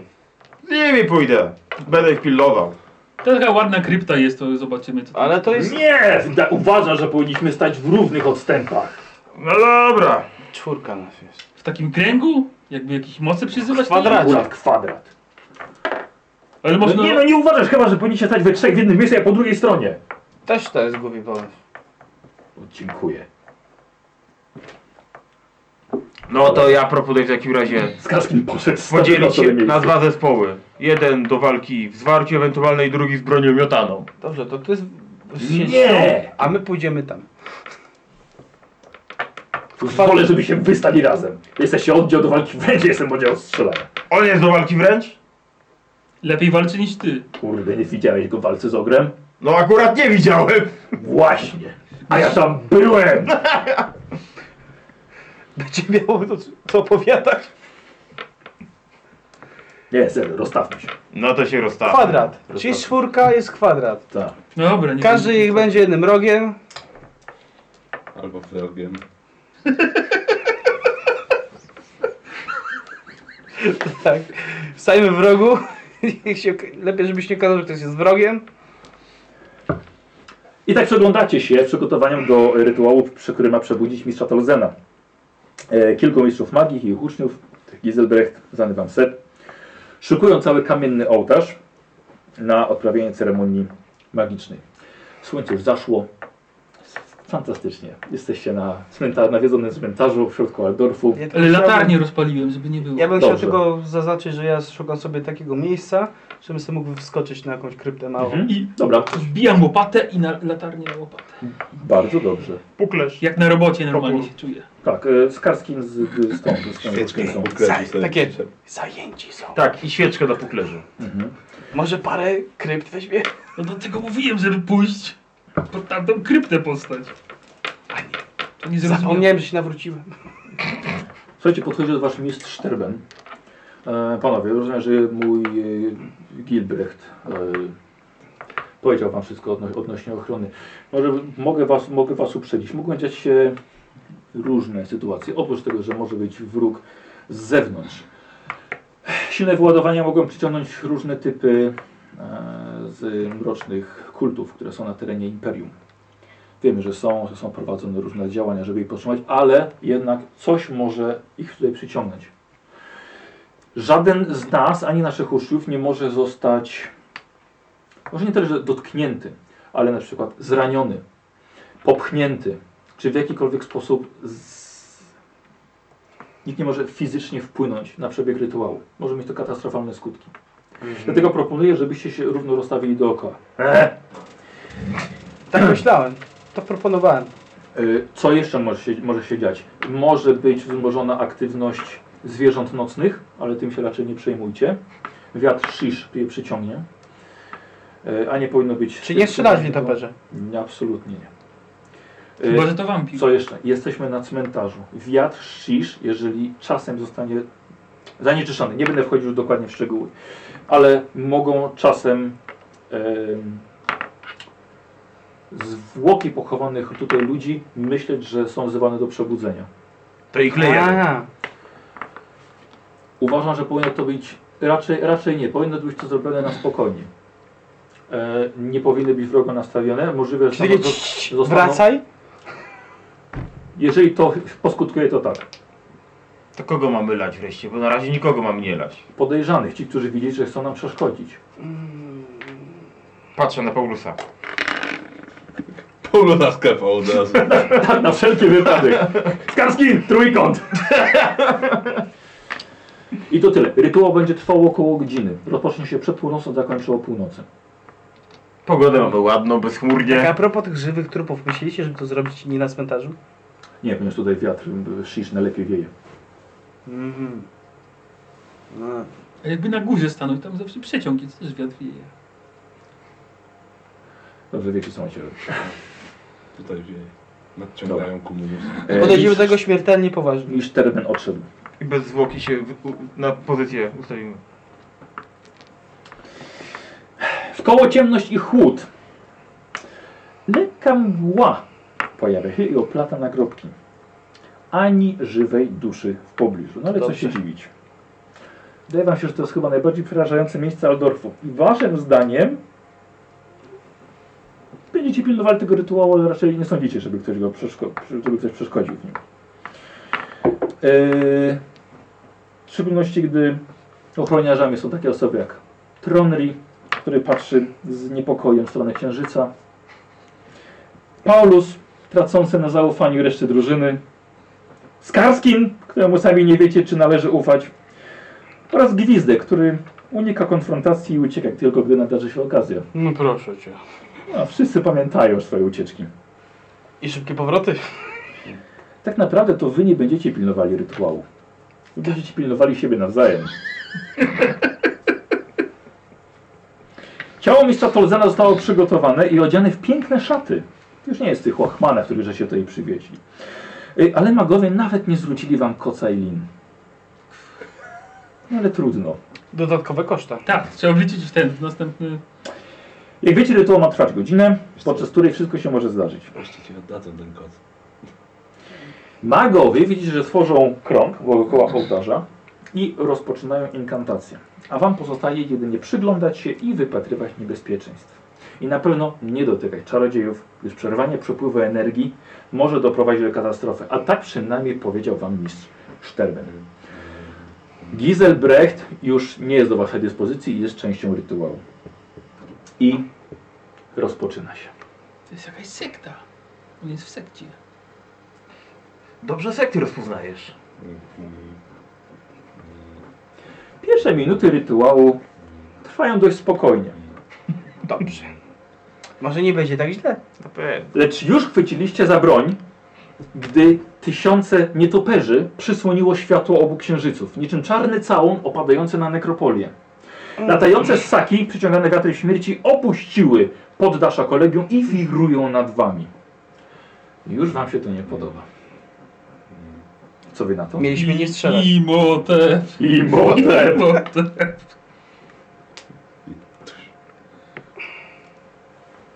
[SPEAKER 2] Z nimi pójdę. Będę ich pilnował.
[SPEAKER 4] To taka ładna krypta jest, to zobaczymy co tam.
[SPEAKER 7] Ale to jest
[SPEAKER 1] Nie! Da- Uważam, że powinniśmy stać w równych odstępach.
[SPEAKER 2] No dobra.
[SPEAKER 7] czwórka nas jest.
[SPEAKER 4] W takim kręgu? Jakby jakieś moce przyzywać?
[SPEAKER 7] kwadracie.
[SPEAKER 1] Akurat kwadrat.
[SPEAKER 4] Ale
[SPEAKER 1] No
[SPEAKER 4] można...
[SPEAKER 2] no
[SPEAKER 1] nie no, nie uważasz chyba, że powinniście stać we trzech w jednym miejscu, a po drugiej stronie.
[SPEAKER 7] Też to jest głupi pomysł.
[SPEAKER 1] Dziękuję.
[SPEAKER 2] No to ja proponuję w takim razie
[SPEAKER 1] Z każdym poszedł stary na
[SPEAKER 2] podzielić
[SPEAKER 1] to
[SPEAKER 2] się
[SPEAKER 1] miejsce.
[SPEAKER 2] na dwa zespoły. Jeden do walki w zwarciu ewentualnej, drugi z bronią miotaną.
[SPEAKER 7] Dobrze, to to jest...
[SPEAKER 1] Nie!
[SPEAKER 7] A my pójdziemy tam.
[SPEAKER 1] Wolę, żeby się wystali razem. Jesteście oddział do walki wręcz, jestem oddział od strzelania.
[SPEAKER 2] On jest do walki wręcz?
[SPEAKER 4] Lepiej walczy niż ty.
[SPEAKER 1] Kurde, nie widziałeś go w walce z ogrem?
[SPEAKER 2] No akurat nie widziałem.
[SPEAKER 1] Właśnie. A ja tam byłem!
[SPEAKER 7] Będzie miało to, co opowiadać.
[SPEAKER 1] Nie, serio, rozstawmy się.
[SPEAKER 2] No to się rozstawi.
[SPEAKER 7] Kwadrat. Czyli czwórka jest kwadrat.
[SPEAKER 1] Tak.
[SPEAKER 4] No dobra, nie
[SPEAKER 7] Każdy ich będzie jednym rogiem.
[SPEAKER 3] Albo wrogiem.
[SPEAKER 7] Tak. Stajmy w rogu. Niech się, lepiej, żebyś nie kazał, że ktoś jest wrogiem.
[SPEAKER 1] I tak przeglądacie się w przygotowaniu do rytuału, przy którym ma przebudzić mistrza Tolzena. E, kilku mistrzów magii i ich uczniów, Giselbrecht, znany wam set, szykują cały kamienny ołtarz na odprawienie ceremonii magicznej. Słońce już zaszło. Fantastycznie. Jesteście na cmentarzu, nawiedzonym cmentarzu w środku Aldorfu.
[SPEAKER 7] Ja
[SPEAKER 4] Ale latarnię rozpaliłem, żeby nie było.
[SPEAKER 7] Ja bym chciał
[SPEAKER 1] Dobrze.
[SPEAKER 7] tylko zaznaczyć, że ja szukam sobie takiego miejsca, żebym sobie mógł wskoczyć na jakąś kryptę małą.
[SPEAKER 1] Mhm.
[SPEAKER 4] I
[SPEAKER 1] Dobra,
[SPEAKER 4] wbijam łopatę i na latarnię na łopatę.
[SPEAKER 1] bardzo dobrze.
[SPEAKER 2] Puklesz.
[SPEAKER 4] Jak na robocie normalnie się czuję.
[SPEAKER 1] Tak, e, z Karskim z, z tą, z tą
[SPEAKER 3] Świeczką.
[SPEAKER 7] takie- Zajęci są.
[SPEAKER 2] Tak, i świeczkę na puklerzu.
[SPEAKER 1] Mhm.
[SPEAKER 7] Może parę krypt weźmie?
[SPEAKER 4] No do tego mówiłem, żeby pójść pod tamtą kryptę postać. A nie, to nie zrozumiałem.
[SPEAKER 7] Zapomniałem, że się nawróciłem.
[SPEAKER 1] Słuchajcie, podchodzi do was mistrz Szterben. E, panowie, rozumiem, że mój e, Gilbrecht e, powiedział wam wszystko odno odnośnie ochrony. Może mogę was, mogę was uprzedzić. Mogą dziać się różne sytuacje. Oprócz tego, że może być wróg z zewnątrz. Silne wyładowania mogą przyciągnąć różne typy e, z mrocznych kultów, które są na terenie Imperium. Wiemy, że są, że są prowadzone różne działania, żeby ich powstrzymać, ale jednak coś może ich tutaj przyciągnąć. Żaden z nas, ani naszych uczniów, nie może zostać, może nie tyle, że dotknięty, ale na przykład zraniony, popchnięty, czy w jakikolwiek sposób z... nikt nie może fizycznie wpłynąć na przebieg rytuału. Może mieć to katastrofalne skutki. Dlatego proponuję, żebyście się równo rozstawili dookoła.
[SPEAKER 7] Tak myślałem. To proponowałem.
[SPEAKER 1] Y, Co jeszcze może się, może się dziać? Może być wzmożona aktywność zwierząt nocnych, ale tym się raczej nie przejmujcie. Wiatr shish je przyciągnie. Y, A nie powinno być.
[SPEAKER 7] Czy nie strzelać w nietoperze?
[SPEAKER 1] Nie, absolutnie nie. Y,
[SPEAKER 4] Chyba, że to wampir.
[SPEAKER 1] Co jeszcze? Jesteśmy na cmentarzu. Wiatr shish, jeżeli czasem zostanie zanieczyszczony, nie będę wchodził już dokładnie w szczegóły, ale mogą czasem em, zwłoki pochowanych tutaj ludzi myśleć, że są wzywane do przebudzenia.
[SPEAKER 2] To ich leje.
[SPEAKER 7] A,
[SPEAKER 1] Uważam, że powinno to być raczej, raczej nie. Powinno być to zrobione na spokojnie. E, nie powinny być wrogo nastawione. Możliwe, że
[SPEAKER 7] czyli
[SPEAKER 1] samo zo-
[SPEAKER 7] cii, cii,
[SPEAKER 1] zostaną-
[SPEAKER 7] wracaj.
[SPEAKER 1] Jeżeli to poskutkuje, to tak.
[SPEAKER 2] To kogo mamy lać wreszcie? Bo na razie nikogo mamy nie lać.
[SPEAKER 1] Podejrzanych, ci, którzy widzieli, że chcą nam przeszkodzić.
[SPEAKER 2] Patrzę na Paulusa.
[SPEAKER 3] Polo na sklepa od razu.
[SPEAKER 1] Tak, na wszelki wypadek. Skarski, trójkąt. I to tyle. Rytuał będzie trwał około godziny. Rozpocznie się przed północą, zakończy o północy.
[SPEAKER 2] Pogodę mamy ładną, bezchmurnie.
[SPEAKER 7] A propos tych żywych trupów, myślicie, żeby to zrobić nie na cmentarzu?
[SPEAKER 1] Nie, ponieważ tutaj wiatr y, shish najlepiej wieje.
[SPEAKER 5] Mhm. No.
[SPEAKER 4] A jakby na górze stanął, tam zawsze przeciąg jest, też wiatr wieje.
[SPEAKER 1] Dobrze wiecie, co macie robić.
[SPEAKER 3] Tutaj wieje. Nadciągają kumulusy.
[SPEAKER 1] E,
[SPEAKER 7] Podejdziemy do
[SPEAKER 1] mistrz-
[SPEAKER 7] tego śmiertelnie poważnie.
[SPEAKER 1] Mistrz Terben odszedł.
[SPEAKER 2] I bez zwłoki się w, u, na pozycję ustawimy.
[SPEAKER 1] Wkoło ciemność i chłód. Lekka mgła pojawia się i oplata nagrobki. Ani żywej duszy w pobliżu. No ale co się dziwić. Wydaje wam się, że to jest chyba najbardziej przerażające miejsce Aldorfu. I waszym zdaniem będziecie pilnowali tego rytuału, ale raczej nie sądzicie, żeby ktoś, go przeszko- żeby ktoś przeszkodził w nim. Yy, w szczególności, gdy ochroniarzami są takie osoby jak Tronri, który patrzy z niepokojem w stronę księżyca. Paulus, tracący na zaufaniu reszty drużyny, Skarskin, któremu sami nie wiecie, czy należy ufać, oraz Gwizdek, który unika konfrontacji i ucieka tylko, gdy nadarzy się okazja.
[SPEAKER 7] No proszę cię.
[SPEAKER 1] A wszyscy pamiętają swoje ucieczki.
[SPEAKER 7] I szybkie powroty?
[SPEAKER 1] Tak naprawdę to wy nie będziecie pilnowali rytuału. Wy będziecie pilnowali siebie nawzajem. Ciało mistrza Tolzena zostało przygotowane i odziane w piękne szaty. Już nie jest tych łachmanów, których żeście tutaj przywieźli. Y, Ale magowie nawet nie zwrócili wam koca i lin. No ale trudno.
[SPEAKER 7] Dodatkowe koszta.
[SPEAKER 4] Tak, trzeba wliczyć w ten w następny...
[SPEAKER 1] Jak wiecie, rytuał ma trwać godzinę, podczas której wszystko się może zdarzyć.
[SPEAKER 3] Wreszcie ci oddadzą ten kot.
[SPEAKER 1] Magowie widzicie, że tworzą krąg dookoła ołtarza i rozpoczynają inkantację. A wam pozostaje jedynie przyglądać się i wypatrywać niebezpieczeństw. I na pewno nie dotykać czarodziejów, gdyż przerwanie przepływu energii może doprowadzić do katastrofy. A tak przynajmniej powiedział wam mistrz Szterben. Giselbrecht już nie jest do waszej dyspozycji i jest częścią rytuału. I rozpoczyna się.
[SPEAKER 4] To jest jakaś sekta. On jest w sekcie.
[SPEAKER 8] Dobrze sekty rozpoznajesz.
[SPEAKER 1] Pierwsze minuty rytuału trwają dość spokojnie.
[SPEAKER 7] Dobrze. Może nie będzie tak źle.
[SPEAKER 2] Na pewno.
[SPEAKER 1] Lecz już chwyciliście za broń, gdy tysiące nietoperzy przysłoniło światło obu księżyców, niczym czarny całun opadający na nekropolię. Latające ssaki, przyciągane wiatrem śmierci, opuściły poddasza kolegium i wirują nad wami. Już wam się to nie podoba. Co wy na to?
[SPEAKER 7] Mieliśmy nie strzelać.
[SPEAKER 4] Imotep.
[SPEAKER 1] I modem!
[SPEAKER 4] Imotep.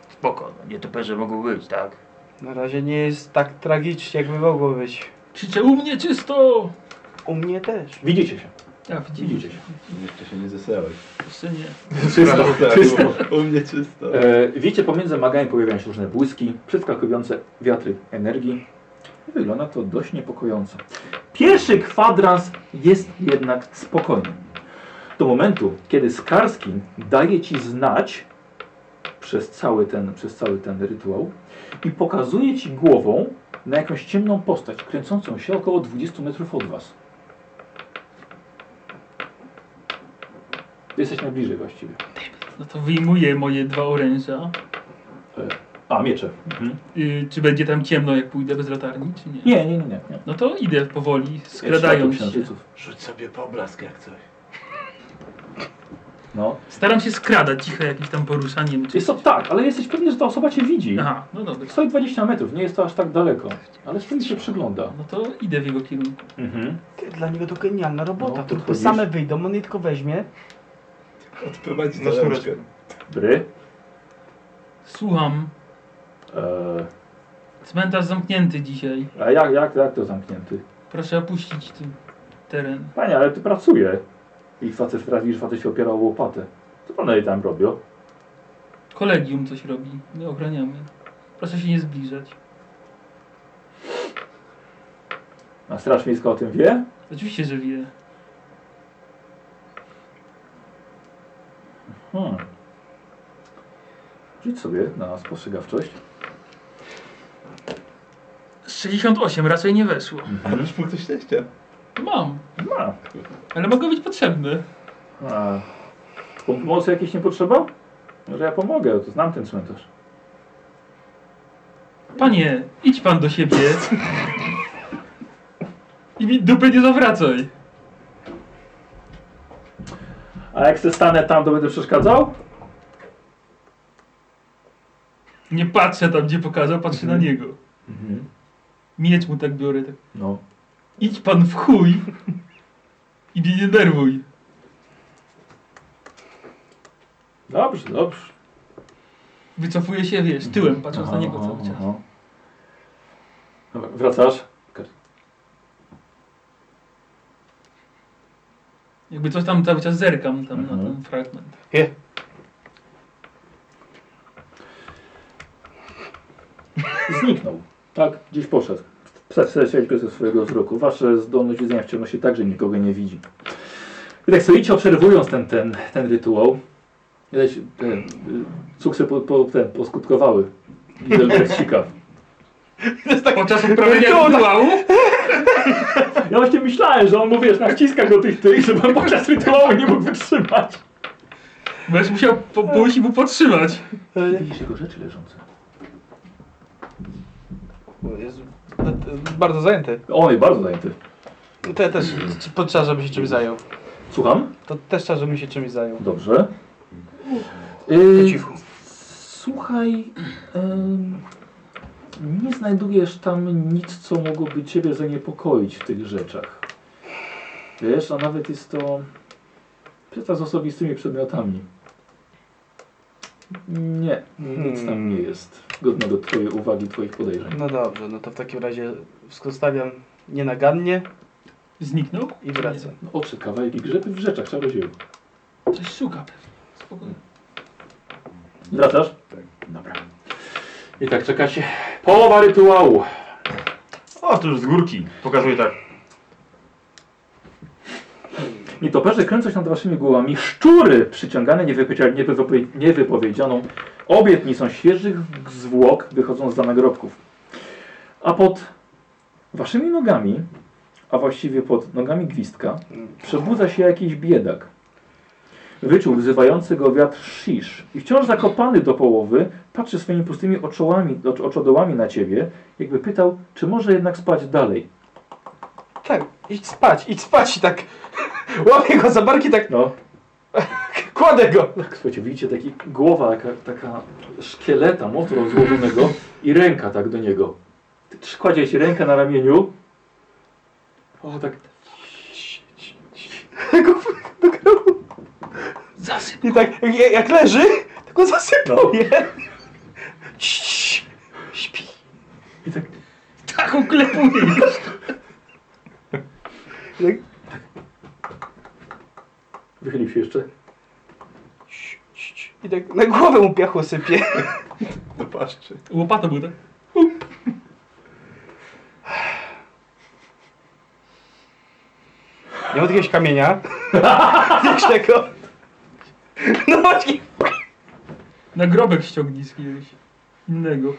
[SPEAKER 8] Spoko, no, nietoperze mogą być, tak?
[SPEAKER 7] Na razie nie jest tak tragicznie, jakby mogło być.
[SPEAKER 4] Krzyczę u mnie czysto.
[SPEAKER 7] U mnie też.
[SPEAKER 1] Widzicie się,
[SPEAKER 4] A widzisz,
[SPEAKER 1] widzicie się.
[SPEAKER 3] Jeszcze się nie zesrałeś.
[SPEAKER 4] jeszcze nie.
[SPEAKER 1] Czysto,
[SPEAKER 3] Tak,
[SPEAKER 1] czysto.
[SPEAKER 3] u, u mnie czysto.
[SPEAKER 1] E, wiecie, pomiędzy magami pojawiają się różne błyski, przeskakujące wiatry energii. Wygląda to dość niepokojąco. Pierwszy kwadrans jest jednak spokojny. Do momentu, kiedy Skarskin daje ci znać przez cały ten, przez cały ten rytuał i pokazuje ci głową na jakąś ciemną postać, kręcącą się około 20 metrów od was. Ty jesteś najbliżej właściwie.
[SPEAKER 4] No to wyjmuję moje dwa oręża.
[SPEAKER 1] A, miecze. Mhm.
[SPEAKER 4] Y, czy będzie tam ciemno, jak pójdę bez latarni, czy nie?
[SPEAKER 1] Nie, nie, nie, nie. nie.
[SPEAKER 4] No to idę powoli, skradając się.
[SPEAKER 3] Rzuć sobie poblask jak coś.
[SPEAKER 1] No.
[SPEAKER 4] Staram się skradać cicho jakimś tam poruszaniem. Czy...
[SPEAKER 1] Jest to tak, ale jesteś pewny, że ta osoba cię widzi.
[SPEAKER 4] Aha, no dobra.
[SPEAKER 1] Stoi 20 metrów, nie jest to aż tak daleko. Ale stoi się przygląda.
[SPEAKER 4] No to idę w jego kierunku.
[SPEAKER 1] Mhm.
[SPEAKER 5] Ty, Dla niego to genialna robota.
[SPEAKER 1] No,
[SPEAKER 5] to
[SPEAKER 1] podchodzisz.
[SPEAKER 5] same wyjdą, on je tylko weźmie.
[SPEAKER 3] Odprowadzi
[SPEAKER 2] Na
[SPEAKER 3] na
[SPEAKER 2] sznureczkę.
[SPEAKER 3] rączkę.
[SPEAKER 1] Bry.
[SPEAKER 4] Słucham.
[SPEAKER 1] Eee,
[SPEAKER 4] Cmentarz zamknięty dzisiaj.
[SPEAKER 1] a jak, jak, jak to zamknięty?
[SPEAKER 4] Proszę opuścić ten teren.
[SPEAKER 1] Panie, ale ty pracuje. I facet teraz widzisz, facet się opierał o łopatę. Co panowie tam robią?
[SPEAKER 4] Kolegium coś robi. My ochraniamy. Proszę się nie zbliżać.
[SPEAKER 1] A straż miejska o tym wie?
[SPEAKER 4] Oczywiście, że wie.
[SPEAKER 1] Hmm. Rzuć sobie na spostrzegawczość.
[SPEAKER 4] 68 raczej nie weszło.
[SPEAKER 3] A
[SPEAKER 12] Mhm.
[SPEAKER 3] masz punkty szczęścia.
[SPEAKER 4] Mam,
[SPEAKER 1] Ma.
[SPEAKER 4] ale mogą być potrzebne.
[SPEAKER 1] A. Punkt mocy jakiś nie potrzeba? Może ja pomogę, to znam ten cmentarz.
[SPEAKER 4] Panie, idź pan do siebie. I mi dupy nie zawracaj.
[SPEAKER 1] A jak se stanę tam, to będę przeszkadzał?
[SPEAKER 4] Nie patrzę tam, gdzie pokazał, patrzę na niego.
[SPEAKER 1] Mhm.
[SPEAKER 4] Miecz mu tak biorę. Tak.
[SPEAKER 1] No.
[SPEAKER 4] Idź pan w chuj. I mnie nie nerwuj.
[SPEAKER 1] Dobrze, dobrze.
[SPEAKER 4] Wycofuję się, wiesz, tyłem, patrząc na niego cały czas.
[SPEAKER 1] aha. Dobra, wracasz?
[SPEAKER 4] Jakby coś tam cały czas zerkam tam na
[SPEAKER 1] Mhm.
[SPEAKER 4] ten fragment.
[SPEAKER 7] Je.
[SPEAKER 1] Zniknął. Tak, gdzieś poszedł. Przestrzelać go ze swojego wzroku. Wasze zdolność widzenia w ciemności także nikogo nie widzi. I tak stoicie obserwując ten, ten, ten rytuał. Widać, te, y, cuksy po, po, te, poskutkowały. Widelbrecht sika.
[SPEAKER 7] To jest tak...
[SPEAKER 4] Podczas uprawiania rytuału?
[SPEAKER 1] Ja właśnie myślałem, że on mu wiesz, naciska go tych tych, żeby on podczas rytuału nie mógł wytrzymać.
[SPEAKER 4] Będziesz musiał po- pójść i mu podtrzymać.
[SPEAKER 1] Widzisz jego rzeczy leżące.
[SPEAKER 7] Jest bardzo zajęty.
[SPEAKER 1] On jest bardzo zajęty.
[SPEAKER 7] To też to trzeba, żeby się czymś zajął.
[SPEAKER 1] Słucham?
[SPEAKER 7] To też trzeba, żeby się czymś zajął.
[SPEAKER 1] Dobrze. Yy,
[SPEAKER 5] cicho.
[SPEAKER 1] słuchaj, em, nie znajdujesz tam nic, co mogłoby ciebie zaniepokoić w tych rzeczach. Wiesz, a nawet jest to pyta z osobistymi przedmiotami. Nie, nic tam nie jest godnego twojej uwagi, twoich podejrzeń.
[SPEAKER 7] No dobrze, no to w takim razie skostawiam nienagannie
[SPEAKER 4] Zniknął?
[SPEAKER 7] i wracam.
[SPEAKER 1] No, Oczy, kawałki grzeby w rzeczach, czarodzieju.
[SPEAKER 4] Coś szuka pewnie. Spokojnie.
[SPEAKER 1] Wracasz? Tak. Dobra. I tak czekacie. Połowa rytuału.
[SPEAKER 2] O, to już z górki. Pokazuję tak.
[SPEAKER 1] Nietoperze kręcą się nad waszymi głowami. Szczury przyciągane niewypowiedzia- niewypowie- niewypowiedzianą obietnicą świeżych zwłok wychodzą z nagrobków. A pod waszymi nogami, a właściwie pod nogami gwizdka, przebudza się jakiś biedak. Wyczuł wzywający go wiatr szisz i wciąż zakopany do połowy patrzy swoimi pustymi oczołami, ocz- oczodołami na ciebie, jakby pytał, czy może jednak spać dalej.
[SPEAKER 7] Tak, idź spać, idź spać i tak łapię go za barki, tak
[SPEAKER 1] No,
[SPEAKER 7] kładę go.
[SPEAKER 1] Tak, słuchajcie, widzicie taki głowa, taka, taka szkieleta mocno rozłożonego i ręka tak do niego. Ty Kładziecie rękę na ramieniu. O, tak.
[SPEAKER 4] Zasyp.
[SPEAKER 7] I tak jak, jak leży, to go zasypuję. Ciii, Śpi.
[SPEAKER 1] I tak.
[SPEAKER 4] Taką klepuje.
[SPEAKER 1] Wychylił się jeszcze.
[SPEAKER 7] I tak na głowę mu piachu sypie.
[SPEAKER 3] Do paszczy.
[SPEAKER 4] Łopata była tak.
[SPEAKER 7] Nie ma jakiegoś kamienia. Większego. No właśnie.
[SPEAKER 4] Na grobek ściągnij z jakiegoś innego.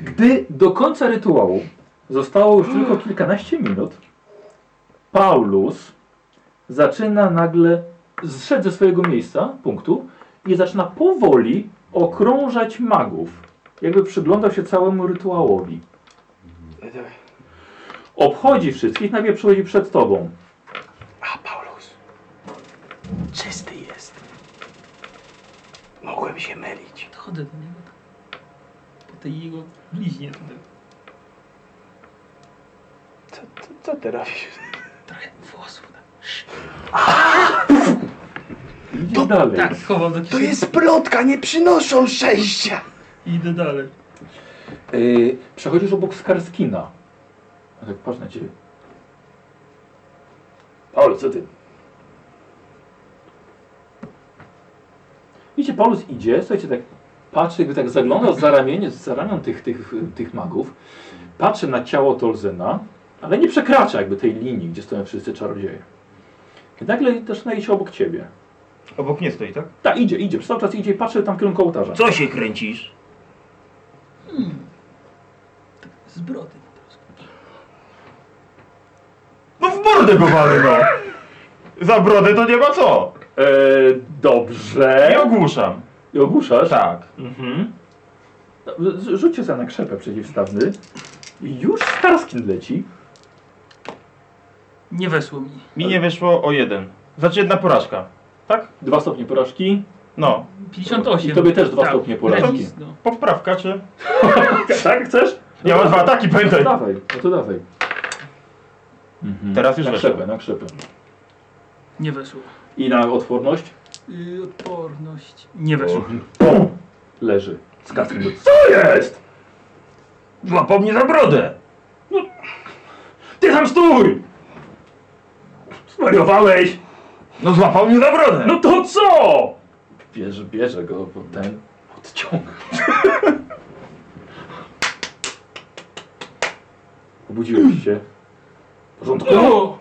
[SPEAKER 1] Gdy do końca rytuału zostało już tylko kilkanaście minut, Paulus zaczyna nagle zszedł ze swojego miejsca, punktu, i zaczyna powoli okrążać magów. Jakby przyglądał się całemu rytuałowi. Obchodzi wszystkich, najpierw przychodzi przed tobą.
[SPEAKER 5] A, Paulus. Czysty jest. Mogłem się mylić.
[SPEAKER 4] Podchodzę do niego. tak. Po tej jego bliźnie tutaj.
[SPEAKER 5] Co, co, co ty robisz?
[SPEAKER 4] Trochę włosów. tak.
[SPEAKER 1] Idź dalej.
[SPEAKER 4] Tak, chowam do kieszeni.
[SPEAKER 5] plotka, nie przynoszą szczęścia.
[SPEAKER 4] I idę dalej.
[SPEAKER 1] Yy, przechodzisz obok Skarskina. A tak patrz na ciebie. Paulus, co ty? Widzicie, Paulus idzie, słuchajcie, tak patrzy, jakby tak zaglądał za ramienie, za ramion tych, tych, tych magów. Patrzy na ciało Tolzena, ale nie przekracza jakby tej linii, gdzie stoją wszyscy czarodzieje. I nagle też iść obok ciebie.
[SPEAKER 2] Obok mnie stoi, tak?
[SPEAKER 1] Tak, idzie, idzie, przez cały czas idzie i patrzy tam w kierunku ołtarza.
[SPEAKER 8] Co się kręcisz?
[SPEAKER 4] Zbrodni po prostu.
[SPEAKER 2] No w mordę go walę, no! Za brodę to nie ma co!
[SPEAKER 1] Eee, dobrze.
[SPEAKER 2] I ogłuszam.
[SPEAKER 1] I ogłuszasz?
[SPEAKER 2] Tak.
[SPEAKER 1] Mhm. No, z- Rzućcie sobie na krzepę przeciwstawny. I Już Starskin leci.
[SPEAKER 4] Nie wesło mi.
[SPEAKER 2] Mi nie wyszło o jeden. Znaczy jedna porażka. Tak?
[SPEAKER 1] Dwa stopnie porażki.
[SPEAKER 2] No.
[SPEAKER 4] 58.
[SPEAKER 1] I tobie też dwa
[SPEAKER 4] Tak,
[SPEAKER 1] stopnie porażki.
[SPEAKER 4] remis, no.
[SPEAKER 2] Poprawka czy?
[SPEAKER 1] tak, chcesz?
[SPEAKER 2] Ja mam dwa ataki,
[SPEAKER 1] No to
[SPEAKER 2] pamiętaj!
[SPEAKER 1] dawaj, no to dawaj. Mhm.
[SPEAKER 2] Teraz już
[SPEAKER 1] na
[SPEAKER 2] weszło.
[SPEAKER 1] krzepę, na krzepę.
[SPEAKER 4] Nie wesło.
[SPEAKER 1] I na odporność
[SPEAKER 4] Y, odporność. Nie wesło.
[SPEAKER 1] leży. Z kaskiem. Co jest?
[SPEAKER 2] Złapał mnie za brodę!
[SPEAKER 1] No, Ty tam stój! Zwariowałeś!
[SPEAKER 2] No złapał mnie za brodę!
[SPEAKER 1] No to co? Bierze, bierze go, bo ten odciąga. Obudziłeś się. W porządku?
[SPEAKER 4] O! No.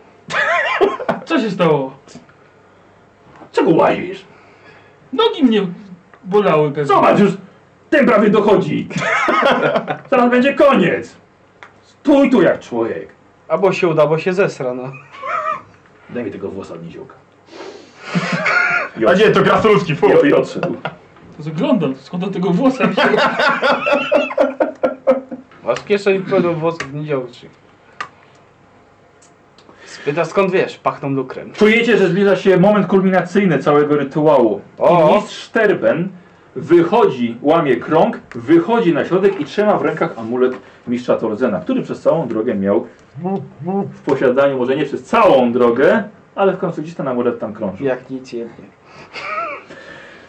[SPEAKER 4] Co się stało?
[SPEAKER 1] Czego łazisz?
[SPEAKER 4] Nogi mnie bolały pewnie.
[SPEAKER 1] Zobacz już! Ten prawie dochodzi! Zaraz będzie koniec. Stój tu jak człowiek.
[SPEAKER 7] Albo się uda, bo się zesra, no.
[SPEAKER 1] Daj mi tego włosa od niziołka.
[SPEAKER 2] A nie, to Krasnoludzki, fu.
[SPEAKER 1] I, I odszedł.
[SPEAKER 4] Zaglądam, skąd do tego włosa wziął?
[SPEAKER 7] Masz kieszeń pełną włosów niedziałczych. Spyta skąd wiesz, pachną lukrem.
[SPEAKER 1] Czujecie, że zbliża się moment kulminacyjny całego rytuału.
[SPEAKER 7] O!
[SPEAKER 1] I mistrz Szterben wychodzi, łamie krąg, wychodzi na środek i trzyma w rękach amulet mistrza Torzena, który przez całą drogę miał w posiadaniu, może nie przez całą drogę, ale w końcu gdzieś ten amulet tam krąży.
[SPEAKER 7] Jak nic jednie.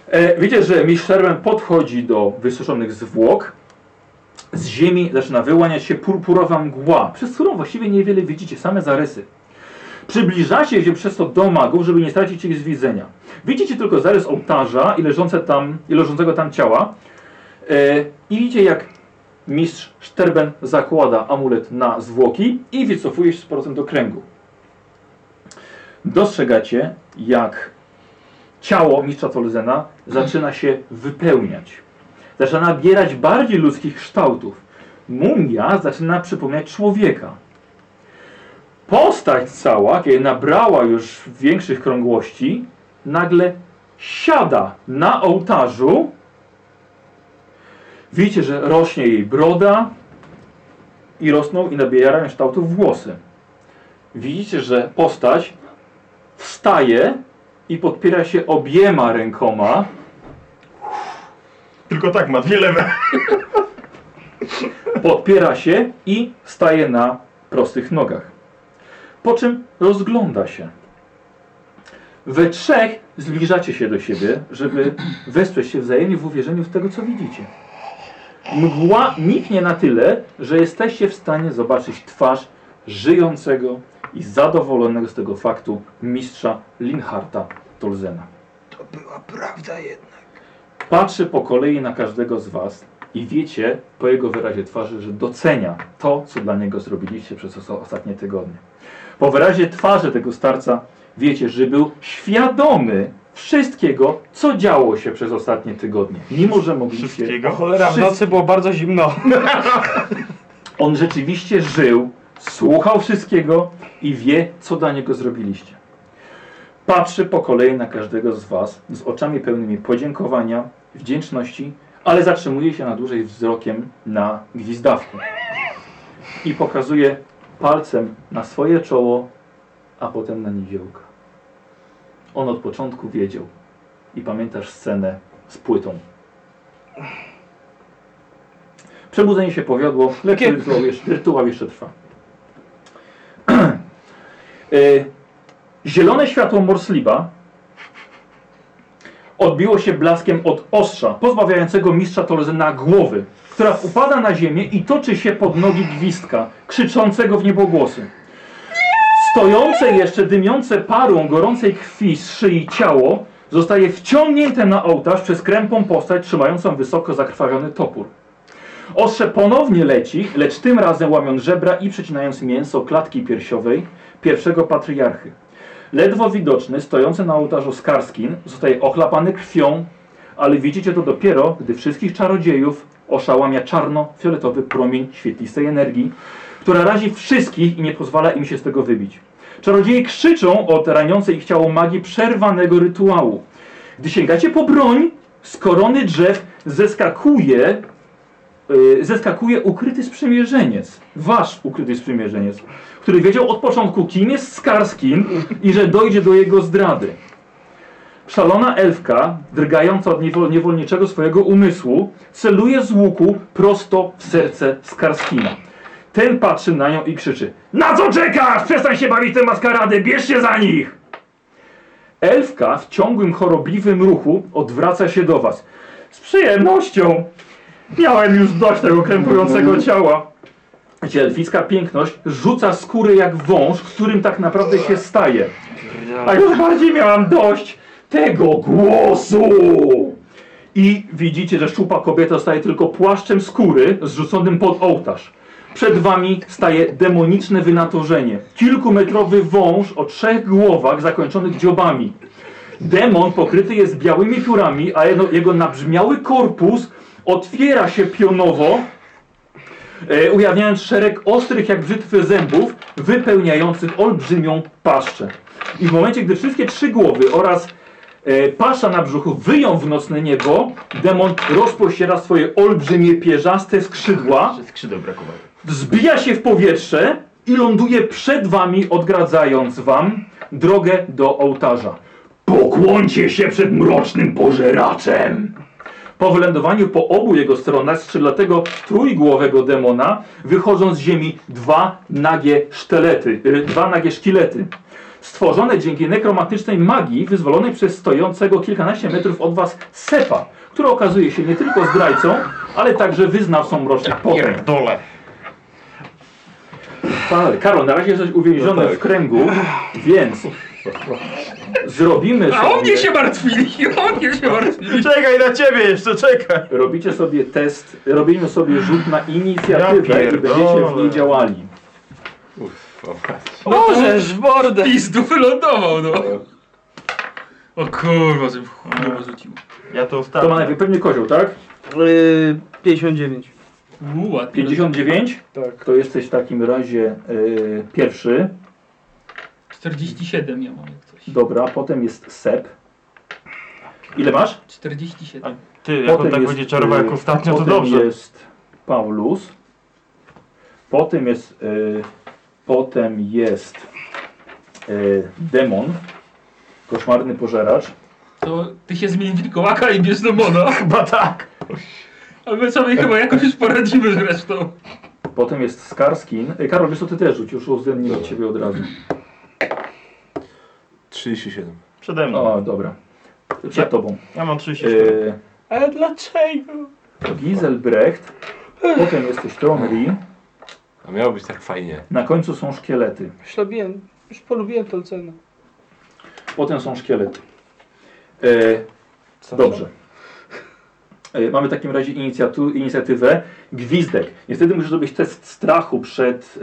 [SPEAKER 1] E, widzicie, że mistrz Szterben podchodzi do wysuszonych zwłok. Z ziemi zaczyna wyłaniać się purpurowa mgła, przez którą właściwie niewiele widzicie, same zarysy. Przybliżacie się przez to do magów, żeby nie stracić ich z widzenia. Widzicie tylko zarys ołtarza i, leżące tam, i leżącego tam ciała. E, I widzicie, jak mistrz Szterben zakłada amulet na zwłoki i wycofuje się z powrotem do kręgu. Dostrzegacie, jak ciało mistrza Tolzena zaczyna się wypełniać. Zaczyna nabierać bardziej ludzkich kształtów. Mumia zaczyna przypominać człowieka. Postać cała, kiedy nabrała już większych krągłości, nagle siada na ołtarzu. Widzicie, że rośnie jej broda i rosną i nabierają kształtów włosy. Widzicie, że postać wstaje i podpiera się obiema rękoma.
[SPEAKER 2] Tylko tak ma, dwie lewe.
[SPEAKER 1] podpiera się i staje na prostych nogach. Po czym rozgląda się. We trzech zbliżacie się do siebie, żeby wesprzeć się wzajemnie w uwierzeniu w tego, co widzicie. Mgła niknie na tyle, że jesteście w stanie zobaczyć twarz żyjącego i zadowolonego z tego faktu mistrza Linharta Tolzena. Patrzy po kolei na każdego z was i wiecie po jego wyrazie twarzy, że docenia to, co dla niego zrobiliście przez oso- ostatnie tygodnie. Po wyrazie twarzy tego starca wiecie, że był świadomy wszystkiego, co działo się przez ostatnie tygodnie. Mimo, że mogliście...
[SPEAKER 2] Wszystkiego.
[SPEAKER 7] Cholera, w nocy było bardzo zimno.
[SPEAKER 1] On rzeczywiście żył, słuchał wszystkiego i wie, co dla niego zrobiliście. Patrzy po kolei na każdego z Was z oczami pełnymi podziękowania, wdzięczności, ale zatrzymuje się na dłużej wzrokiem na gwizdawku. I pokazuje palcem na swoje czoło, a potem na niziołka. On od początku wiedział. I pamiętasz scenę z płytą. Przebudzenie się powiodło, lecz
[SPEAKER 7] Jakie-
[SPEAKER 1] rytuał jeszcze, rytuał jeszcze trwa. Y, Zielone światło Morsliba odbiło się blaskiem od ostrza, pozbawiającego mistrza Tolzena głowy, która upada na ziemię i toczy się pod nogi gwizdka, krzyczącego w niebogłosy. Stojące jeszcze dymiące parą gorącej krwi z szyi ciało zostaje wciągnięte na ołtarz przez krępą postać trzymającą wysoko zakrwawiony topór. Ostrze ponownie leci, lecz tym razem łamiąc żebra i przecinając mięso klatki piersiowej pierwszego patriarchy. Ledwo widoczny, stojący na ołtarzu Skarskin, zostaje ochlapany krwią, ale widzicie to dopiero, gdy wszystkich czarodziejów oszałamia czarno-fioletowy promień świetlistej energii, która razi wszystkich i nie pozwala im się z tego wybić. Czarodzieje krzyczą od raniącej ich ciało magii przerwanego rytuału. Gdy sięgacie po broń, z korony drzew zeskakuje y, zeskakuje ukryty sprzymierzeniec, wasz ukryty sprzymierzeniec, który wiedział od początku, kim jest Skarskin i że dojdzie do jego zdrady. Szalona elfka, drgająca od niewol- niewolniczego swojego umysłu, celuje z łuku prosto w serce Skarskina. Ten patrzy na nią i krzyczy: Na co czekasz? Przestań się bawić te maskarady, bierz się za nich! Elfka w ciągłym, chorobliwym ruchu odwraca się do was. Z przyjemnością! Miałem już dość tego krępującego ciała. Gdzie elficka piękność rzuca skórę jak wąż, którym tak naprawdę się staje. A już bardziej miałam dość tego głosu! I widzicie, że szczupa kobieta staje tylko płaszczem skóry zrzuconym pod ołtarz. Przed wami staje demoniczne wynatorzenie. Kilkumetrowy wąż o trzech głowach zakończonych dziobami. Demon pokryty jest białymi piórami, a jedno, jego nabrzmiały korpus otwiera się pionowo e, ujawniając szereg ostrych jak brzytwy zębów, wypełniających olbrzymią paszczę. I w momencie, gdy wszystkie trzy głowy oraz e, pasza na brzuchu wyją w nocne niebo, demon rozpościera swoje olbrzymie pierzaste skrzydła,
[SPEAKER 16] Skrzydeł brakowało.
[SPEAKER 1] wzbija się w powietrze i ląduje przed wami, odgradzając wam drogę do ołtarza. Pokłońcie się przed mrocznym pożeraczem! Po wylądowaniu po obu jego stronach strzelatego trójgłowego demona wychodzą z ziemi dwa nagie sztylety, y, dwa nagie szkielety. Stworzone dzięki nekromatycznej magii wyzwolonej przez stojącego kilkanaście metrów od was Sepa, który okazuje się nie tylko zdrajcą, ale także wyznawcą mrocznych potęg.
[SPEAKER 16] Pierdole.
[SPEAKER 1] Pan, Karol, na razie jesteś uwięziony
[SPEAKER 12] Tak. No tak.
[SPEAKER 1] w kręgu, więc zrobimy
[SPEAKER 4] A o mnie
[SPEAKER 1] sobie,
[SPEAKER 4] się martwili, o mnie się martwili.
[SPEAKER 2] Czekaj na ciebie jeszcze, czekaj!
[SPEAKER 1] robicie sobie test, robimy sobie rzut na
[SPEAKER 2] Ja
[SPEAKER 1] inicjatywę i
[SPEAKER 2] pierdolę.
[SPEAKER 1] będziecie w niej działali.
[SPEAKER 12] O,
[SPEAKER 7] Możesz, mordę!
[SPEAKER 4] Pizdu wylądował, no. O kurwa, że w chuj rzucił.
[SPEAKER 2] Ja to
[SPEAKER 1] To ma
[SPEAKER 2] ostatnio.
[SPEAKER 1] najpierw pewnie kozioł, tak?
[SPEAKER 7] Yy, 59.
[SPEAKER 4] Uuu, ładnie.
[SPEAKER 1] 59?
[SPEAKER 7] Tak.
[SPEAKER 1] To jesteś w takim razie y, pierwszy.
[SPEAKER 4] 47 ja mam jak coś.
[SPEAKER 1] Dobra, potem jest Sep. Ile masz?
[SPEAKER 4] 47.
[SPEAKER 2] Ty, jak on
[SPEAKER 1] Potem
[SPEAKER 2] tak
[SPEAKER 1] jest,
[SPEAKER 2] będzie czarował jak
[SPEAKER 1] y,
[SPEAKER 2] ostatnio, to
[SPEAKER 1] potem
[SPEAKER 2] dobrze.
[SPEAKER 1] jest Paulus. Potem jest. Y, potem jest. Y, demon. Koszmarny pożeracz.
[SPEAKER 4] To ty się zmień wilkołaka i bierz demona. Chyba tak. A my sobie chyba jakoś już poradzimy zresztą.
[SPEAKER 1] Potem jest Skarskin. Y, Karol, wiesz co ty też rzuć, już uwzględnimy ciebie od razu.
[SPEAKER 12] 37.
[SPEAKER 2] Przede mną.
[SPEAKER 1] O, dobra. Przed tobą.
[SPEAKER 2] Ja mam 34.
[SPEAKER 1] Y,
[SPEAKER 7] Ale dlaczego?
[SPEAKER 1] Giselbrecht. Potem jesteś Tronri.
[SPEAKER 12] A miało być tak fajnie.
[SPEAKER 1] Na końcu są szkielety.
[SPEAKER 7] Ślubiłem, już polubiłem tą cenę.
[SPEAKER 1] Potem są szkielety. Y, Dobrze. E, Mamy w takim razie inicjatu, inicjatywę Gwizdek. Niestety musisz zrobić test strachu przed,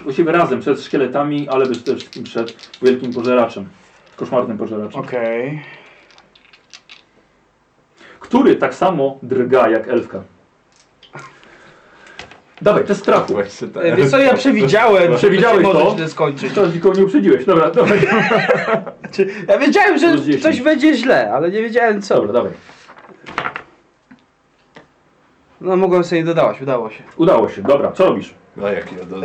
[SPEAKER 1] e, właściwie razem, przed szkieletami, ale przede wszystkim przed wielkim pożeraczem. Koszmarnym pożeraczem.
[SPEAKER 7] Okej.
[SPEAKER 1] Który tak samo drga jak elfka. Dawaj, test strachu.
[SPEAKER 12] Właśnie tak.
[SPEAKER 7] E, Wiesz co, ja przewidziałem,
[SPEAKER 1] Przewidziałeś
[SPEAKER 7] że może
[SPEAKER 1] to?
[SPEAKER 7] źle skończyć.
[SPEAKER 1] To nikogo nie uprzedziłeś. Dobra, dawaj.
[SPEAKER 7] Czy- Ja wiedziałem,
[SPEAKER 1] Plus
[SPEAKER 7] że
[SPEAKER 1] 10.
[SPEAKER 7] coś będzie źle, ale nie wiedziałem co.
[SPEAKER 1] Dobra, dawaj.
[SPEAKER 7] No mogłem sobie dodałaś, udało się.
[SPEAKER 1] Udało się. Dobra, co robisz?
[SPEAKER 12] No jak ja do...
[SPEAKER 7] E,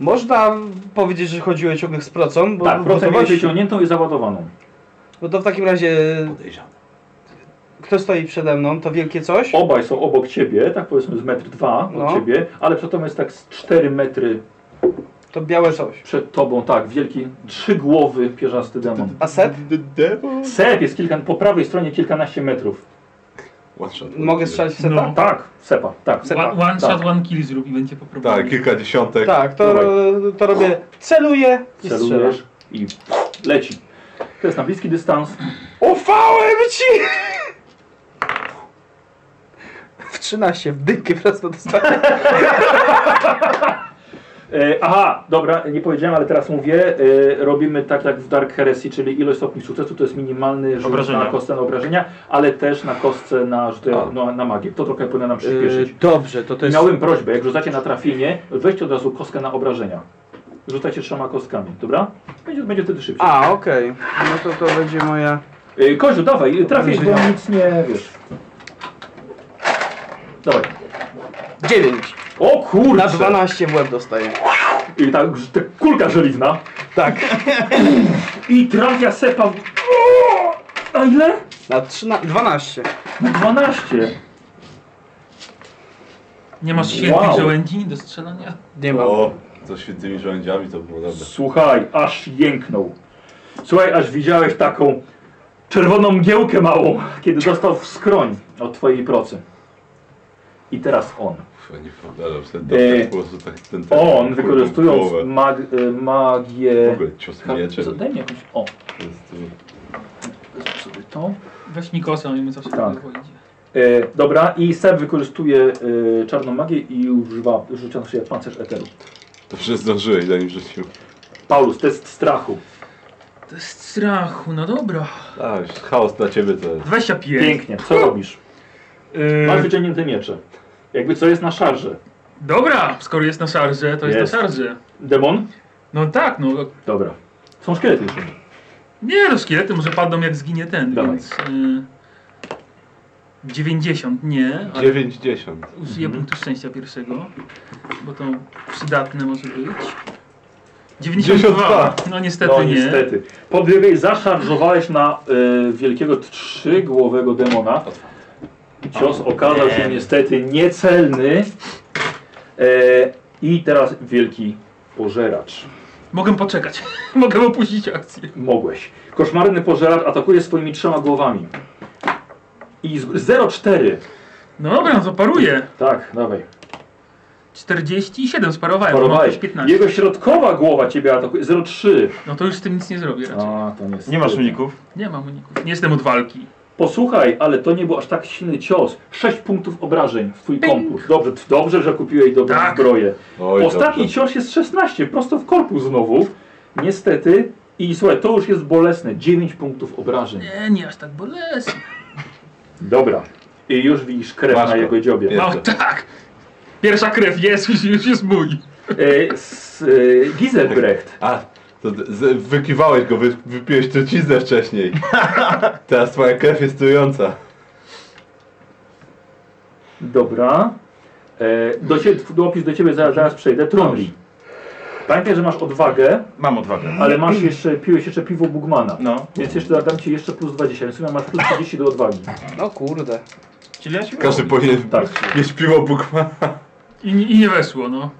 [SPEAKER 7] można powiedzieć, że chodziłeś ciągle z procą, bo,
[SPEAKER 1] Tak,
[SPEAKER 7] bo, to
[SPEAKER 1] procent miałeś
[SPEAKER 7] właśnie-
[SPEAKER 1] wyciągniętą i załadowaną.
[SPEAKER 7] bo to w takim razie
[SPEAKER 12] Podejrzane.
[SPEAKER 7] kto stoi przede mną, to wielkie coś.
[SPEAKER 1] Obaj są obok ciebie, tak powiedzmy z metr dwa od
[SPEAKER 7] No.
[SPEAKER 1] ciebie, ale przy jest tak z 4 metry
[SPEAKER 7] To białe coś.
[SPEAKER 1] Przed tobą, tak, wielki, trzygłowy, pierzasty demon.
[SPEAKER 7] A set?
[SPEAKER 12] Devil.
[SPEAKER 1] Sep jest kilka, po prawej stronie kilkanaście metrów.
[SPEAKER 12] One shot.
[SPEAKER 7] Mogę strzelać w seta?
[SPEAKER 4] No.
[SPEAKER 1] Tak, sepa, tak.
[SPEAKER 7] Sepa.
[SPEAKER 4] One, one
[SPEAKER 1] Tak.
[SPEAKER 4] shot, one kill zrób i będzie po problemie.
[SPEAKER 12] Tak, kilka dziesiątek.
[SPEAKER 7] Tak, to, to robię. Celuję i strzelam.
[SPEAKER 1] Celujesz i leci. To jest na bliski dystans.
[SPEAKER 7] Ufałem ci! W 13, w dykę prosto dostałem.
[SPEAKER 1] E, aha, dobra, nie powiedziałem, ale teraz mówię. E, robimy tak jak w Dark Heresy, czyli ilość stopni sukcesu to jest minimalny rzut
[SPEAKER 2] Obrażenia.
[SPEAKER 1] na kostce na obrażenia, ale też na kostce na, rzuty, no, na magię. To trochę powinno nam przyspieszyć.
[SPEAKER 7] Dobrze, E, to to jest...
[SPEAKER 1] Miałem prośbę, jak rzucacie na trafienie, weźcie od razu kostkę na obrażenia. Rzucajcie trzema kostkami, dobra? Będzie, będzie wtedy szybciej.
[SPEAKER 7] A, okej. No to to będzie moja...
[SPEAKER 1] Yy, Koziu, dawaj, trafisz, bo nic nie wiesz. Dawaj.
[SPEAKER 7] 9.
[SPEAKER 1] O
[SPEAKER 7] Na
[SPEAKER 1] kurczę!
[SPEAKER 7] 12 w łeb dostaję.
[SPEAKER 1] I ta, ta kulka żeliwna.
[SPEAKER 7] Tak.
[SPEAKER 1] I trafia sepa. w- O! A ile?
[SPEAKER 7] Na 13... 12.
[SPEAKER 1] Na 12.
[SPEAKER 4] Nie masz świetnych
[SPEAKER 1] Wow.
[SPEAKER 4] żołędzi do strzelania?
[SPEAKER 7] Nie
[SPEAKER 5] No.
[SPEAKER 7] mam.
[SPEAKER 12] O, to świetnymi żołędziami to było dobre.
[SPEAKER 1] Słuchaj, aż jęknął. Słuchaj, aż widziałeś taką czerwoną mgiełkę małą, kiedy dostał w skroń od twojej procy. I teraz on.
[SPEAKER 12] Kurwa, nie powtarzam, ten
[SPEAKER 1] Eee,
[SPEAKER 12] ten głosu tak ten ten.
[SPEAKER 1] On,
[SPEAKER 12] kurwa,
[SPEAKER 1] wykorzystując
[SPEAKER 12] głowę.
[SPEAKER 1] mag, y,
[SPEAKER 12] W
[SPEAKER 1] magię...
[SPEAKER 12] ogóle cios mieczem.
[SPEAKER 1] Daj mi jakąś... O,
[SPEAKER 12] to jest, y,
[SPEAKER 1] zrób sobie to.
[SPEAKER 4] Weź Nikosa, on mu zawsze
[SPEAKER 1] Tak.
[SPEAKER 4] tak. wyjdzie.
[SPEAKER 1] E, dobra, i Seb wykorzystuje e, czarną magię i używa, rzuca na siebie pancerz eteru.
[SPEAKER 12] Dobrze zdążyłeś, zanim rzucił.
[SPEAKER 1] Paulus, test strachu.
[SPEAKER 4] To jest strachu, no dobra.
[SPEAKER 12] A,
[SPEAKER 1] Tak,
[SPEAKER 12] już chaos dla ciebie to jest.
[SPEAKER 4] 25.
[SPEAKER 1] Pięknie, co robisz?
[SPEAKER 4] Yy,
[SPEAKER 1] Masz wyciągnięte miecze. Jakby co jest na szarze.
[SPEAKER 4] Dobra, skoro jest na szarże, to jest,
[SPEAKER 1] Jest.
[SPEAKER 4] na szarże.
[SPEAKER 1] Demon?
[SPEAKER 4] No tak, no.
[SPEAKER 1] Dobra. Są szkielety jeszcze.
[SPEAKER 4] Nie, no szkielety może padną jak zginie ten,
[SPEAKER 1] Dawaj.
[SPEAKER 4] więc... Y, 90, nie, ale
[SPEAKER 3] 90.
[SPEAKER 1] Mhm.
[SPEAKER 4] użyję punktu szczęścia pierwszego, bo to przydatne może być. 92. No niestety
[SPEAKER 1] No
[SPEAKER 4] nie.
[SPEAKER 1] niestety. Podbiegłeś, zaszarżowałeś na y, wielkiego trzygłowego demona. Cios okazał się niestety niecelny. E, I teraz wielki pożeracz.
[SPEAKER 4] Mogę poczekać. Mogę opuścić akcję.
[SPEAKER 1] Mogłeś. Koszmarny pożeracz atakuje swoimi trzema głowami. I z 0,4.
[SPEAKER 4] No dobra, no to paruję.
[SPEAKER 1] Tak, dawaj.
[SPEAKER 4] 47 sparowałem, Tak, bo mam
[SPEAKER 1] Parowałeś.
[SPEAKER 4] też 15.
[SPEAKER 1] Jego środkowa głowa ciebie atakuje. 0,3.
[SPEAKER 4] No to już z tym nic nie zrobię raczej.
[SPEAKER 1] A, to niestety.
[SPEAKER 2] Nie masz uników.
[SPEAKER 4] Nie mam uników. Nie jestem od walki.
[SPEAKER 1] Posłuchaj, ale to nie był aż tak silny cios. 6 punktów obrażeń w twój kompór. Dobrze, tf- dobrze, że kupiłeś dobrą
[SPEAKER 4] Tak.
[SPEAKER 1] zbroję.
[SPEAKER 3] Oj,
[SPEAKER 1] Ostatni
[SPEAKER 3] dobrze.
[SPEAKER 1] cios jest 16, prosto w korpus znowu. Niestety. I słuchaj, to już jest bolesne. 9 punktów obrażeń.
[SPEAKER 4] Nie, nie aż tak bolesnie.
[SPEAKER 1] Dobra. I już widzisz krew
[SPEAKER 3] Masz
[SPEAKER 1] na
[SPEAKER 3] go.
[SPEAKER 1] jego dziobie.
[SPEAKER 3] Nie.
[SPEAKER 4] No tak. Pierwsza krew jest, już, już jest mój.
[SPEAKER 1] E, s, e, Giselbrecht.
[SPEAKER 3] A, to d- z, wykiwałeś go, wy, wypiłeś truciznę wcześniej. Teraz twoja krew jest trująca.
[SPEAKER 1] Dobra. E, do ciebie, dopis do ciebie zaraz, zaraz przejdę. Tromli. Pamiętaj, że masz odwagę,
[SPEAKER 2] Mam odwagę.
[SPEAKER 1] ale masz jeszcze, piłeś jeszcze piwo Bugmana.
[SPEAKER 2] No.
[SPEAKER 1] Więc jeszcze dam ci jeszcze plus 20. W sumie masz plus 30 do odwagi.
[SPEAKER 5] No kurde.
[SPEAKER 2] Czyli ja się
[SPEAKER 3] Każdy powinien
[SPEAKER 1] Tak.
[SPEAKER 3] mieć piwo Bukmana.
[SPEAKER 4] I, I nie weszło, no.
[SPEAKER 1] No.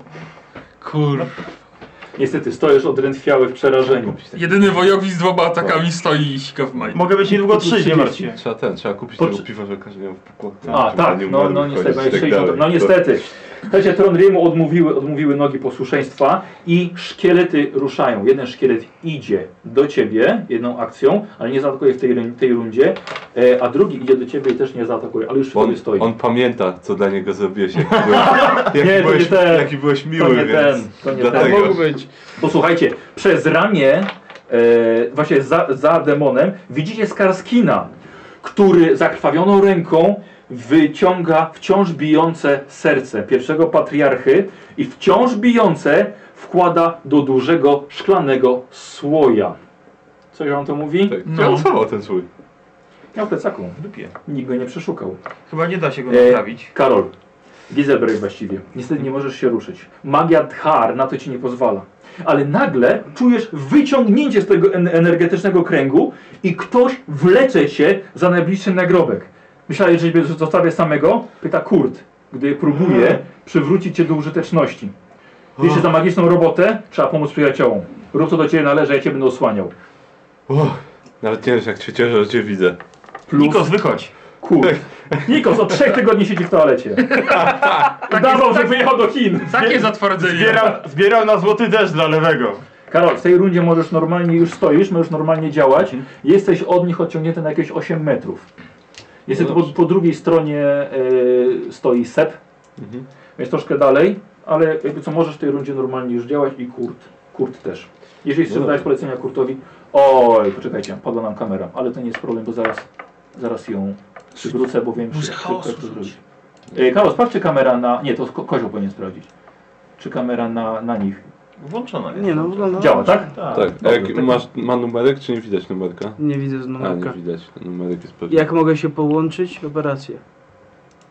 [SPEAKER 4] Kur...
[SPEAKER 1] Niestety, stoisz odrętwiały w przerażeniu.
[SPEAKER 4] Jedyny wojownik z dwoma
[SPEAKER 1] No.
[SPEAKER 4] atakami stoi i sika w maju.
[SPEAKER 2] Mogę być niedługo trzy, nie martw się.
[SPEAKER 3] Trzeba ten, trzeba kupić
[SPEAKER 1] Poczy-
[SPEAKER 3] tego piwa, że każdy miał w pokładzie.
[SPEAKER 1] A, tak, no, no niestety. No, tak no niestety. Słuchajcie, Tron Rimu odmówiły, odmówiły nogi posłuszeństwa i szkielety ruszają. Jeden szkielet idzie do ciebie jedną akcją, ale nie zaatakuje w tej, run- tej rundzie, e, a drugi idzie do ciebie i też nie zaatakuje, ale już w
[SPEAKER 3] Bo on,
[SPEAKER 1] tobie stoi.
[SPEAKER 3] on pamięta, co dla niego zrobiłeś,
[SPEAKER 5] No
[SPEAKER 3] jaki byłeś, jaki
[SPEAKER 1] Nie, to
[SPEAKER 3] byłeś,
[SPEAKER 1] nie ten.
[SPEAKER 3] jaki byłeś miły,
[SPEAKER 1] To nie
[SPEAKER 3] więc
[SPEAKER 1] ten, to nie ten.
[SPEAKER 3] dlatego.
[SPEAKER 1] Mógł Bo słuchajcie, przez ramię, e, właśnie za, za demonem, widzicie Skarskina, który zakrwawioną ręką wyciąga wciąż bijące serce pierwszego patriarchy i wciąż bijące wkłada do dużego szklanego słoja. Coś wam to mówi?
[SPEAKER 3] Tak,
[SPEAKER 4] No.
[SPEAKER 3] no. Cały ten swój.
[SPEAKER 1] Miał w plecaku.
[SPEAKER 2] Dupie.
[SPEAKER 1] Nikt go nie przeszukał.
[SPEAKER 2] Chyba nie da się go
[SPEAKER 1] E,
[SPEAKER 2] naprawić.
[SPEAKER 1] Karol, Gizelbrecht właściwie. Niestety nie możesz się ruszyć. Magia Dhar na to ci nie pozwala. Ale nagle czujesz wyciągnięcie z tego en energetycznego kręgu i ktoś wlecze cię za najbliższy nagrobek. Myślałeś, że cię zostawię samego? Pyta Kurt, gdy
[SPEAKER 2] Hmm.
[SPEAKER 1] próbuje przywrócić cię do użyteczności. Jeszcze za magiczną robotę trzeba pomóc przyjaciołom. Rób co do ciebie należy, ja cię będę osłaniał.
[SPEAKER 3] Uff, nawet nie wiesz, jak się cieszę, że cię widzę.
[SPEAKER 1] Plus
[SPEAKER 2] Nikos, wychodź.
[SPEAKER 1] Kurt. Nikos od trzech tygodni siedzi w toalecie. Udawał, że wyjechał do Chin.
[SPEAKER 4] Takie zatwardzenie.
[SPEAKER 2] Zbierał, zbierał na złoty deszcz dla lewego.
[SPEAKER 1] Karol, w tej rundzie możesz normalnie, już stoisz, możesz normalnie działać. Jesteś od nich odciągnięty na jakieś 8 metrów. Jesteś po, po drugiej stronie e, stoi Sep, więc troszkę dalej, ale jakby co możesz w tej rundzie normalnie już działać i Kurt, Kurt też. Jeżeli chcesz dać polecenia Kurtowi, oj, poczekajcie, padła nam kamera, ale to nie jest problem, bo zaraz, zaraz ją przywrócę, bo wiem,
[SPEAKER 4] Muszę chaosu
[SPEAKER 1] jak to
[SPEAKER 4] rzucić.
[SPEAKER 1] zrobić. E, Karol, sprawdź czy kamera na, nie, to ko Kozioł powinien sprawdzić, czy kamera na, na nich
[SPEAKER 2] Włączona jest.
[SPEAKER 5] Nie no, wygląda...
[SPEAKER 1] działa, tak?
[SPEAKER 2] Tak.
[SPEAKER 3] tak, a jak masz, ma numerek, czy nie widać numerka?
[SPEAKER 5] Nie widzę z
[SPEAKER 3] A, nie
[SPEAKER 5] numerka.
[SPEAKER 3] widać, No, numerek jest pewnie.
[SPEAKER 5] Jak mogę się połączyć? Operacje.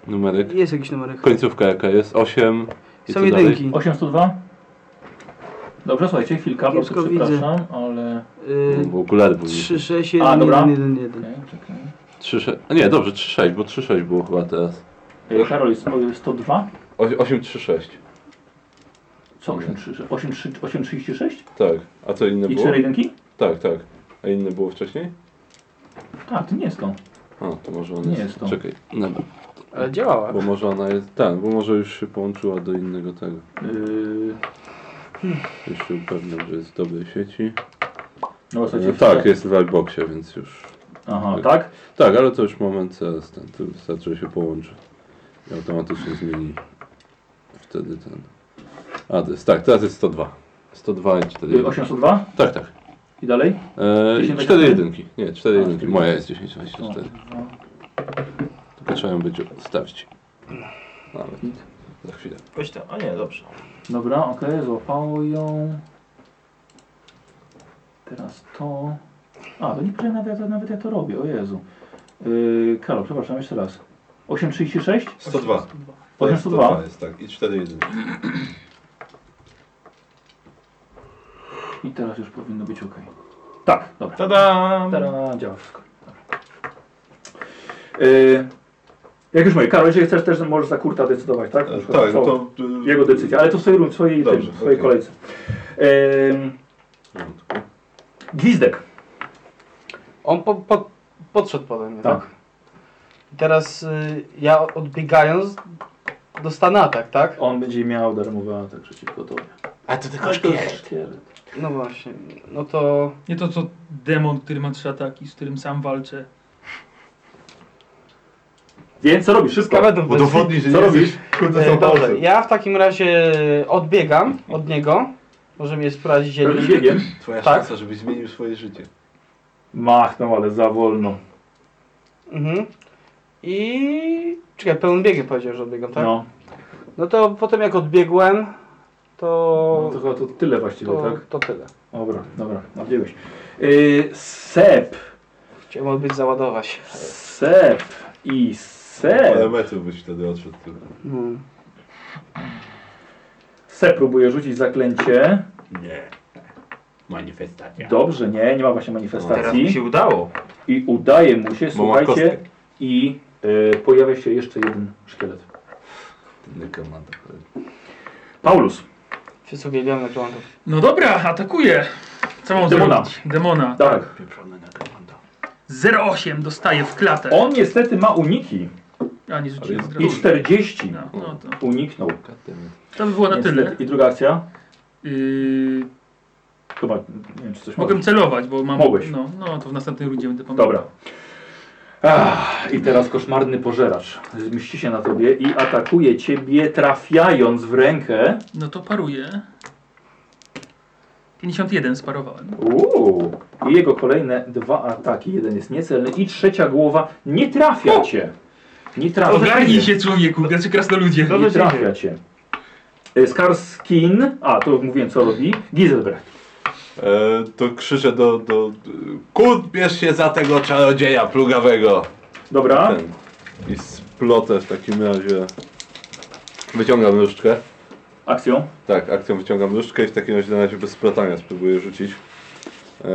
[SPEAKER 3] Numerek.
[SPEAKER 5] Jest jakiś numerek.
[SPEAKER 3] Końcówka jaka jest? 8. i
[SPEAKER 5] Są
[SPEAKER 3] co dalej?
[SPEAKER 5] jedynki.
[SPEAKER 1] 802? Dobrze, słuchajcie, chwilka, po prostu
[SPEAKER 5] Kiepsko widzę.
[SPEAKER 1] przepraszam, ale...
[SPEAKER 5] Y,
[SPEAKER 3] No, Bo okulary były.
[SPEAKER 5] 3, 6,
[SPEAKER 1] A,
[SPEAKER 5] 1,
[SPEAKER 1] dobra.
[SPEAKER 5] 1, 1, 1.
[SPEAKER 1] Okej, czekaj.
[SPEAKER 3] 3, 6. A nie, dobrze, 3, 6, bo 3, 6 było chyba teraz.
[SPEAKER 1] Ej, Karol, jest o- 102?
[SPEAKER 3] 8, 3, 6.
[SPEAKER 1] Co, 836? 836?
[SPEAKER 3] Tak. A co inne
[SPEAKER 1] I
[SPEAKER 3] było?
[SPEAKER 1] cztery jedynki?
[SPEAKER 3] Tak, tak. A inne było wcześniej?
[SPEAKER 1] Tak, to nie jest to.
[SPEAKER 3] A, to może ona
[SPEAKER 1] Nie
[SPEAKER 3] jest...
[SPEAKER 1] jest to.
[SPEAKER 3] Czekaj. Dobra.
[SPEAKER 5] Ale działała.
[SPEAKER 3] Bo może ona jest... Tak, bo może już się połączyła do innego tego.
[SPEAKER 1] Yy...
[SPEAKER 3] Już się upewniam, że jest w dobrej sieci.
[SPEAKER 1] No, bo
[SPEAKER 3] E,
[SPEAKER 1] słuchajcie,
[SPEAKER 3] tak,
[SPEAKER 1] chwilę.
[SPEAKER 3] jest w iBoxie, więc już...
[SPEAKER 1] Aha, tak?
[SPEAKER 3] Tak, ale to już moment zaraz ten. To wystarczy, że się połączy. I automatycznie zmieni. Wtedy ten... Adres. Tak, teraz jest 102. 102 i 4.
[SPEAKER 1] Yy, 802?
[SPEAKER 3] Tak, tak.
[SPEAKER 1] I dalej?
[SPEAKER 3] Eee,
[SPEAKER 1] 10
[SPEAKER 3] cztery
[SPEAKER 1] tak?
[SPEAKER 3] jedynki. Nie, cztery
[SPEAKER 1] A,
[SPEAKER 3] jedynki. No.
[SPEAKER 1] cztery
[SPEAKER 3] Moja jest 10, 24.
[SPEAKER 1] 802.
[SPEAKER 3] Tylko trzeba ją będzie stawić.
[SPEAKER 7] Nawet.
[SPEAKER 3] Za chwilę.
[SPEAKER 2] Chodź tam. A nie, dobrze.
[SPEAKER 1] Dobra, okej, złapało ją. Teraz to. A, to nie powiem, nawet, nawet ja to robię, o Jezu. Yy, Karol, przepraszam, jeszcze raz. 8,36?
[SPEAKER 3] 102. To jest
[SPEAKER 1] 802.
[SPEAKER 3] jest, tak. I 4 jedynki.
[SPEAKER 1] I teraz już powinno być ok. Tak, dobra.
[SPEAKER 2] Tada!
[SPEAKER 1] Teraz działa wszystko. Dobra. Yy, jak już mówię, Karol, jeżeli chcesz też możesz za kurta decydować, tak? Na
[SPEAKER 3] E,
[SPEAKER 1] przykład,
[SPEAKER 3] Tak, no
[SPEAKER 1] co?
[SPEAKER 3] to... e,
[SPEAKER 1] Jego decyzja, ale to w swojej, run- w swojej,
[SPEAKER 3] Dobrze,
[SPEAKER 1] tym, w swojej
[SPEAKER 3] okej.
[SPEAKER 1] kolejce. Ym, gwizdek.
[SPEAKER 7] On po, po, podszedł pode mnie, tak?
[SPEAKER 1] Tak.
[SPEAKER 7] I Teraz y, ja odbiegając dostanę atak, tak?
[SPEAKER 1] On będzie miał darmowy atak przeciwko tobie.
[SPEAKER 7] A to tylko
[SPEAKER 1] Ale to szkielet.
[SPEAKER 7] No właśnie, no to...
[SPEAKER 4] Nie to co demon, który ma trzy ataki, z którym sam walczę.
[SPEAKER 1] Więc co robisz? Szybko.
[SPEAKER 7] Skawedów
[SPEAKER 3] Udowodnij, że
[SPEAKER 1] Co
[SPEAKER 3] nie
[SPEAKER 1] robisz?
[SPEAKER 3] jesteś, Kurde,
[SPEAKER 7] E,
[SPEAKER 3] są
[SPEAKER 7] dobrze,
[SPEAKER 3] palce.
[SPEAKER 7] ja w takim razie odbiegam od niego. Może mnie sprawdzić dzielić.
[SPEAKER 1] Biegiem.
[SPEAKER 3] Twoja
[SPEAKER 7] Tak.
[SPEAKER 3] szansa, żebyś zmienił swoje życie.
[SPEAKER 1] Machnął, ale za wolno.
[SPEAKER 7] Mhm. I... Czekaj, pełnym biegiem powiedział, że odbiegam, tak? No,
[SPEAKER 1] No.
[SPEAKER 7] to potem jak odbiegłem,
[SPEAKER 1] no
[SPEAKER 7] to...
[SPEAKER 1] to chyba to tyle właściwie,
[SPEAKER 7] to,
[SPEAKER 1] tak?
[SPEAKER 7] to tyle.
[SPEAKER 1] Dobra, dobra, nabiegłeś. Yy, sep.
[SPEAKER 7] Chciałem odbyć załadować.
[SPEAKER 1] Sep i
[SPEAKER 3] Ale
[SPEAKER 1] sep.
[SPEAKER 3] metrów byś wtedy odszedł tylko.
[SPEAKER 7] Mm.
[SPEAKER 1] Sep próbuje rzucić zaklęcie.
[SPEAKER 2] Nie. Manifestacja. No,
[SPEAKER 1] Dobrze, nie, nie ma właśnie
[SPEAKER 2] Teraz mi
[SPEAKER 1] manifestacji.
[SPEAKER 2] się udało.
[SPEAKER 1] I udaje mu się,
[SPEAKER 3] Bo ma
[SPEAKER 1] słuchajcie,
[SPEAKER 3] kostkę.
[SPEAKER 1] i e, pojawia się jeszcze jeden szkielet.
[SPEAKER 3] Nekromanta.
[SPEAKER 1] Paulus,
[SPEAKER 7] Wszyscy uwielbiam nekromantów.
[SPEAKER 4] No dobra, atakuję. Co mam
[SPEAKER 1] Demona.
[SPEAKER 4] zrobić? Demona.
[SPEAKER 1] dawaj.
[SPEAKER 2] Tak.
[SPEAKER 4] 0,8 dostaję w klatę.
[SPEAKER 1] On niestety ma uniki
[SPEAKER 4] A nie rzuciłem
[SPEAKER 1] i
[SPEAKER 4] zdrowia.
[SPEAKER 1] 40
[SPEAKER 4] No, no to.
[SPEAKER 1] uniknął.
[SPEAKER 4] to by było na tyle.
[SPEAKER 1] Niestety. I druga akcja?
[SPEAKER 4] Yy,
[SPEAKER 1] Chyba, nie wiem czy coś
[SPEAKER 4] mogę
[SPEAKER 1] możesz.
[SPEAKER 4] celować, bo mam.
[SPEAKER 1] Mogłeś.
[SPEAKER 4] No, no to w następnej rundzie będę pamiętał.
[SPEAKER 1] Dobra. Ach, I teraz koszmarny pożeracz zmieści się na tobie i atakuje ciebie trafiając w rękę.
[SPEAKER 4] No to paruję. 51
[SPEAKER 1] No,
[SPEAKER 4] sparowałem.
[SPEAKER 1] Uuu. I jego kolejne dwa ataki. Jeden jest niecelny i trzecia głowa nie trafia cię. Nie trafia
[SPEAKER 4] Ogarnij
[SPEAKER 1] cię.
[SPEAKER 4] się człowieku, znaczy krasnoludzie.
[SPEAKER 1] Nie trafia cię. Y, Skarskin, a to mówiłem co robi, Giselbrecht.
[SPEAKER 3] E, to krzyczę do, do... do- Kut, bierz się za tego czarodzieja plugawego!
[SPEAKER 1] Dobra,
[SPEAKER 3] Ten. I splotę w takim razie. Wyciągam różdżkę.
[SPEAKER 1] akcją.
[SPEAKER 3] Tak, akcją wyciągam różdżkę i w takim razie na razie bez splatania spróbuję rzucić. E,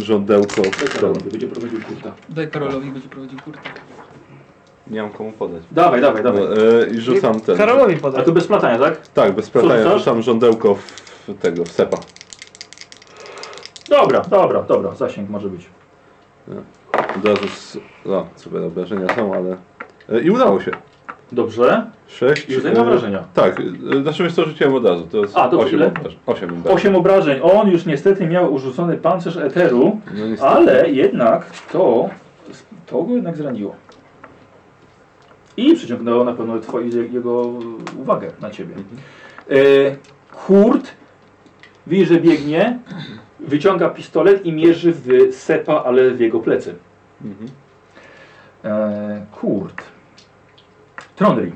[SPEAKER 3] żądełko w stronę.
[SPEAKER 1] Będzie prowadził kurta.
[SPEAKER 4] Daj Karolowi, będzie prowadził kurtę.
[SPEAKER 3] Nie mam komu podać.
[SPEAKER 1] Dawaj, dawaj, dawaj.
[SPEAKER 3] E, I rzucam ten.
[SPEAKER 7] Karolowi
[SPEAKER 1] A
[SPEAKER 7] podaj.
[SPEAKER 1] tu bez platania, tak?
[SPEAKER 3] Tak, bez splatania
[SPEAKER 1] rzucasz?
[SPEAKER 3] rzucam żądełko w w tego, w sepa.
[SPEAKER 1] Dobra, dobra, dobra, zasięg może być.
[SPEAKER 3] Od razu z... No, super obrażenia są, ale... E, I udało się.
[SPEAKER 1] Dobrze.
[SPEAKER 3] 6.
[SPEAKER 1] I rzucaj na obrażenia.
[SPEAKER 3] Tak, e, znaczy wiesz co, rzuciłem od razu. To jest
[SPEAKER 1] A, dobrze,
[SPEAKER 3] 8
[SPEAKER 1] ile?
[SPEAKER 3] obrażeń. 8 obrażeń.
[SPEAKER 1] 8 obrażeń. On już niestety miał urzucony pancerz eteru,
[SPEAKER 3] No niestety.
[SPEAKER 1] ale jednak to, to go jednak zraniło. I przyciągnęło na pewno twoje, jego uwagę na ciebie.
[SPEAKER 3] Mhm.
[SPEAKER 1] E, Kurt widzi, że biegnie, wyciąga pistolet i mierzy w sepa, ale w jego plecy.
[SPEAKER 3] Mhm.
[SPEAKER 1] E, Kurt. Trondri,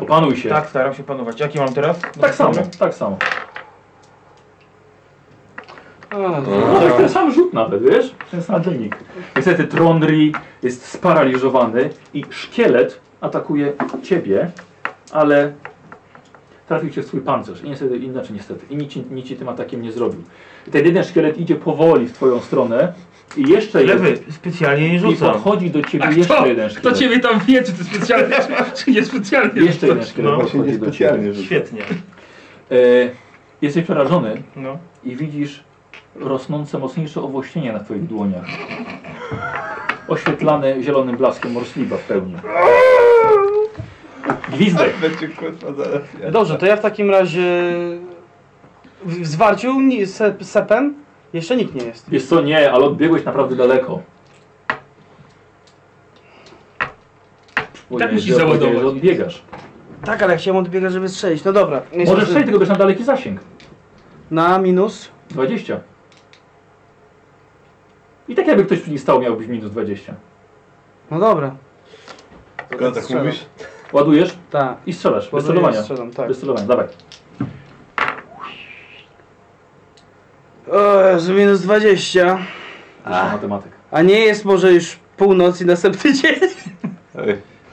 [SPEAKER 1] opanuj się.
[SPEAKER 2] Tak, staram się panować. Jaki mam teraz?
[SPEAKER 1] tak samo, tak samo.
[SPEAKER 7] A,
[SPEAKER 1] No, to jest ten sam rzut nawet, wiesz? Ten sam wynik. Niestety Trondri jest sparaliżowany i szkielet atakuje ciebie, ale trafił cię w swój pancerz. I niestety, inaczej niestety. I nic, ci- nic ci tym atakiem nie zrobił. I ten jeden szkielet idzie powoli w twoją stronę i jeszcze jeden.
[SPEAKER 2] Lewy, specjalnie nie
[SPEAKER 1] I
[SPEAKER 2] rzucam.
[SPEAKER 1] podchodzi do ciebie
[SPEAKER 4] A
[SPEAKER 1] jeszcze
[SPEAKER 4] kto?
[SPEAKER 1] jeden
[SPEAKER 4] Kto
[SPEAKER 1] szkielet.
[SPEAKER 4] ciebie tam wie, czy Tak, to specjalnie, czy, czy niespecjalnie?
[SPEAKER 1] Jeszcze jeden szkielet
[SPEAKER 2] No,
[SPEAKER 1] podchodzi
[SPEAKER 3] Właśnie
[SPEAKER 1] do ciebie.
[SPEAKER 3] niespecjalnie rzucam.
[SPEAKER 2] Świetnie.
[SPEAKER 1] E, jesteś przerażony
[SPEAKER 2] No.
[SPEAKER 1] i widzisz rosnące, mocniejsze owłośnienie na twoich dłoniach. Oświetlane zielonym blaskiem morsliwa w pełni. Gwizdek.
[SPEAKER 3] Będzie kurwa zaraz.
[SPEAKER 7] Dobrze, to ja w takim razie w w zwarciu ni- se- sepem jeszcze nikt nie jest.
[SPEAKER 1] Wiesz co, nie, ale odbiegłeś naprawdę daleko. Powiedziałeś,
[SPEAKER 4] Tak musisz
[SPEAKER 1] że- powiedziałeś,
[SPEAKER 4] załadować.
[SPEAKER 1] że odbiegasz.
[SPEAKER 7] Tak, ale ja chciałem odbiegać, żeby strzelić. No dobra. nie
[SPEAKER 1] Możesz
[SPEAKER 7] strzelić.
[SPEAKER 1] przejść, tylko będziesz na daleki zasięg.
[SPEAKER 7] Na minus.
[SPEAKER 1] 20. I tak jakby ktoś przy nim stał, miałbyś minus 20.
[SPEAKER 7] No dobra.
[SPEAKER 3] Skoro tak mówisz?
[SPEAKER 1] Ładujesz
[SPEAKER 17] Tak.
[SPEAKER 1] i strzelasz. Bez
[SPEAKER 17] Ładuję i
[SPEAKER 1] celowania.
[SPEAKER 17] strzelam, tak.
[SPEAKER 1] Bez celowania, dawaj.
[SPEAKER 7] O, Jezu, minus 20.
[SPEAKER 1] Wyższa matematyka.
[SPEAKER 7] A nie jest może już północ i następny dzień?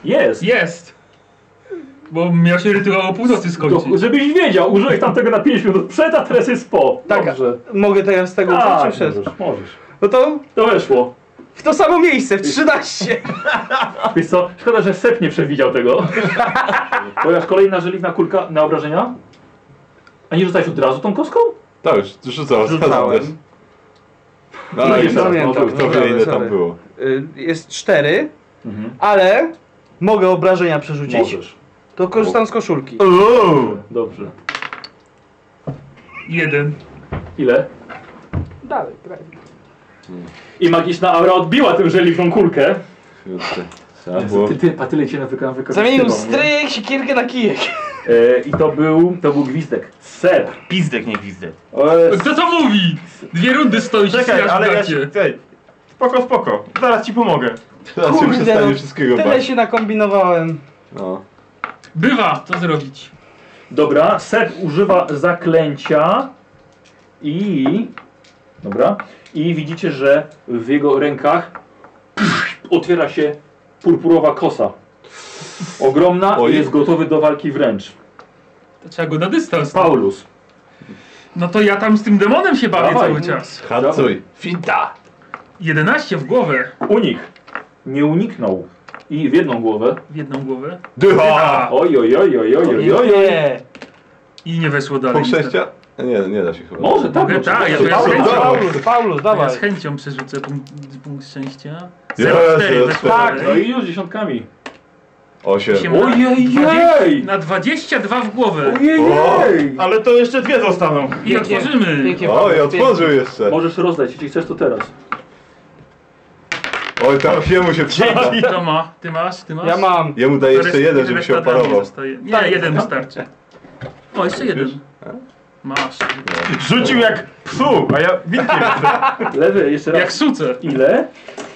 [SPEAKER 1] Jest!
[SPEAKER 4] Jest! Bo miał się rytuał o północy skończyć.
[SPEAKER 1] To, No, żebyś wiedział, użyłeś tamtego na 5 minut przed, a teraz jest po.
[SPEAKER 7] Tak.
[SPEAKER 1] Dobrze.
[SPEAKER 7] Mogę teraz z tego uczyć
[SPEAKER 1] Tak,
[SPEAKER 7] czy przez?
[SPEAKER 1] możesz, możesz.
[SPEAKER 7] No to
[SPEAKER 1] To weszło.
[SPEAKER 7] w to samo miejsce, w 13.
[SPEAKER 1] Wiesz co, szkoda, że Sep nie przewidział tego. Pojawiasz kolejna żeliwna kulka na obrażenia? A nie rzucałeś od razu tą kostką?
[SPEAKER 12] Tak, już rzucałem.
[SPEAKER 7] Rzucałem.
[SPEAKER 12] No ale
[SPEAKER 1] Nie
[SPEAKER 12] i tak,
[SPEAKER 7] pamiętam,
[SPEAKER 12] no, to, to
[SPEAKER 7] rzucałem,
[SPEAKER 12] wie ile tam
[SPEAKER 7] sorry.
[SPEAKER 12] było.
[SPEAKER 7] Y, Jest 4, ale mogę obrażenia przerzucić.
[SPEAKER 1] Mhm. Możesz.
[SPEAKER 7] To korzystam z koszulki.
[SPEAKER 1] Dobrze.
[SPEAKER 4] Jeden.
[SPEAKER 1] Ile?
[SPEAKER 7] Dalej, graj.
[SPEAKER 1] I magiczna aura odbiła tę żeliwną kulkę.
[SPEAKER 12] Kurde. Trzeba było.
[SPEAKER 1] Ty, ty, patyle cię na wyka-
[SPEAKER 7] Zamienił
[SPEAKER 1] wykorzystywał. nie?
[SPEAKER 7] stryjek, sikierkę na kijek.
[SPEAKER 1] E, I to był, to był gwizdek. Sep.
[SPEAKER 2] Pizdek, nie pizdek.
[SPEAKER 4] Co to mówi? Dwie rundy stoisz
[SPEAKER 2] Czekaj,
[SPEAKER 4] w
[SPEAKER 2] ale ja
[SPEAKER 4] gacie.
[SPEAKER 2] się... Tej, spoko, spoko. Zaraz ci pomogę.
[SPEAKER 12] Teraz się
[SPEAKER 7] Kurde,
[SPEAKER 12] przestanie
[SPEAKER 7] no,
[SPEAKER 12] wszystkiego
[SPEAKER 7] Tyle
[SPEAKER 12] bać.
[SPEAKER 7] się nakombinowałem.
[SPEAKER 12] No.
[SPEAKER 4] Bywa, co zrobić?
[SPEAKER 1] Dobra, Sep używa zaklęcia i. Dobra. I widzicie, że w jego rękach otwiera się purpurowa kosa. Ogromna
[SPEAKER 12] Oj.
[SPEAKER 1] i jest gotowy do walki wręcz.
[SPEAKER 4] To trzeba go na dystans.
[SPEAKER 1] Paulus.
[SPEAKER 4] No to ja tam z tym demonem się bawię
[SPEAKER 1] Dawaj.
[SPEAKER 4] cały czas.
[SPEAKER 12] Hacuj. Finta.
[SPEAKER 4] 11 w głowę.
[SPEAKER 1] Unik. Nie uniknął. I w jedną głowę.
[SPEAKER 4] W jedną głowę.
[SPEAKER 12] Dycha.
[SPEAKER 1] Oj, oj, oj, oj, oj, oj, oj.
[SPEAKER 7] Nie.
[SPEAKER 4] I nie weszło dalej.
[SPEAKER 12] Punkt szczęścia? Nie, nie da się chyba.
[SPEAKER 1] Może tak.
[SPEAKER 4] Mogę,
[SPEAKER 1] no,
[SPEAKER 4] tak, ja
[SPEAKER 1] czy-
[SPEAKER 4] to ja
[SPEAKER 1] Paulus,
[SPEAKER 4] chęcią.
[SPEAKER 1] dawaj.
[SPEAKER 17] Paulus, Paulus,
[SPEAKER 4] niestety. Ja
[SPEAKER 17] dawaj.
[SPEAKER 4] z chęcią przerzucę punkt, punkt szczęścia.
[SPEAKER 12] Jezu,
[SPEAKER 4] 0,4 weszło
[SPEAKER 12] tak,
[SPEAKER 1] No
[SPEAKER 4] dalej.
[SPEAKER 1] i już dziesiątkami.
[SPEAKER 12] Osiem.
[SPEAKER 4] 18,
[SPEAKER 1] Ojej!
[SPEAKER 4] Na 22 w głowę.
[SPEAKER 1] Ojej!
[SPEAKER 2] Ale to jeszcze dwie zostaną.
[SPEAKER 4] I otworzymy.
[SPEAKER 7] Pięknie,
[SPEAKER 12] Oj,
[SPEAKER 7] Paulus,
[SPEAKER 12] otworzył jeszcze.
[SPEAKER 1] Możesz rozdać, jeśli chcesz to teraz.
[SPEAKER 12] Oj, tam jemu się przyda.
[SPEAKER 4] To ma. Ty masz, ty masz.
[SPEAKER 17] Ja mam.
[SPEAKER 12] Jemu daję jeszcze
[SPEAKER 4] Reszta-
[SPEAKER 12] jeden, żeby
[SPEAKER 4] reszta
[SPEAKER 12] się
[SPEAKER 4] dla mnie
[SPEAKER 12] oparował.
[SPEAKER 4] zostaje. Nie, jeden wystarczy. O, jeszcze jeden. Masz.
[SPEAKER 12] Tak.
[SPEAKER 2] Rzucił jak psu, a ja wilkiem.
[SPEAKER 1] Lewy, jeszcze
[SPEAKER 4] Jak
[SPEAKER 1] raz.
[SPEAKER 4] suce.
[SPEAKER 1] Ile?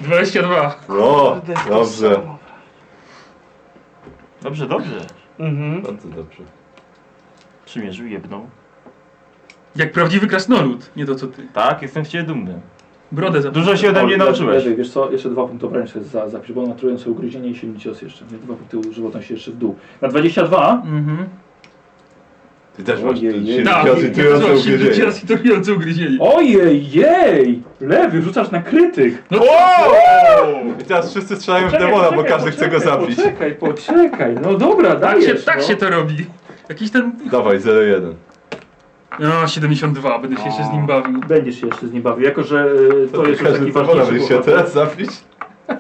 [SPEAKER 4] 22.
[SPEAKER 12] No, dobrze.
[SPEAKER 2] Dobrze, dobrze.
[SPEAKER 7] Mhm.
[SPEAKER 12] Bardzo No dobrze.
[SPEAKER 2] Przymierzył, jebnął.
[SPEAKER 4] Jak prawdziwy krasnolud. Nie to co ty.
[SPEAKER 2] Tak, jestem z ciebie dumny.
[SPEAKER 4] Brodę za.
[SPEAKER 2] Dużo się ode mnie
[SPEAKER 1] Lewy,
[SPEAKER 2] nauczyłeś.
[SPEAKER 1] Lewy, wiesz co, jeszcze dwa punkty obręczy za, za przypomnę trujące ugryzienie i silny cios jeszcze. Nie, dwa punkty żywotności jeszcze w dół. Na 22
[SPEAKER 4] Mhm.
[SPEAKER 12] Ty też masz
[SPEAKER 1] Ojej,
[SPEAKER 12] silny
[SPEAKER 4] Tak,
[SPEAKER 12] cios i tyjące ugryzienie.
[SPEAKER 4] i trujące ugryzienie.
[SPEAKER 1] Ojej, jej! Lewy, rzucasz na krytyk!
[SPEAKER 4] No
[SPEAKER 12] I teraz wszyscy strzelają w
[SPEAKER 1] Poczekaj,
[SPEAKER 12] demona, bo
[SPEAKER 1] poczekaj,
[SPEAKER 12] każdy chce go
[SPEAKER 1] poczekaj,
[SPEAKER 12] zabić.
[SPEAKER 1] Poczekaj, poczekaj, no dobra,
[SPEAKER 4] tak,
[SPEAKER 1] dajesz,
[SPEAKER 4] się, tak
[SPEAKER 1] no.
[SPEAKER 4] się to robi. Jakiś ten...
[SPEAKER 12] Dawaj, 0-1.
[SPEAKER 4] No, 72, będę się jeszcze z nim bawił.
[SPEAKER 1] Będziesz się jeszcze z nim bawił, jako że e, to jest już taki
[SPEAKER 12] Każdy demona będzie
[SPEAKER 1] ważniejszy
[SPEAKER 12] chciał
[SPEAKER 1] bohater.
[SPEAKER 12] teraz zabić.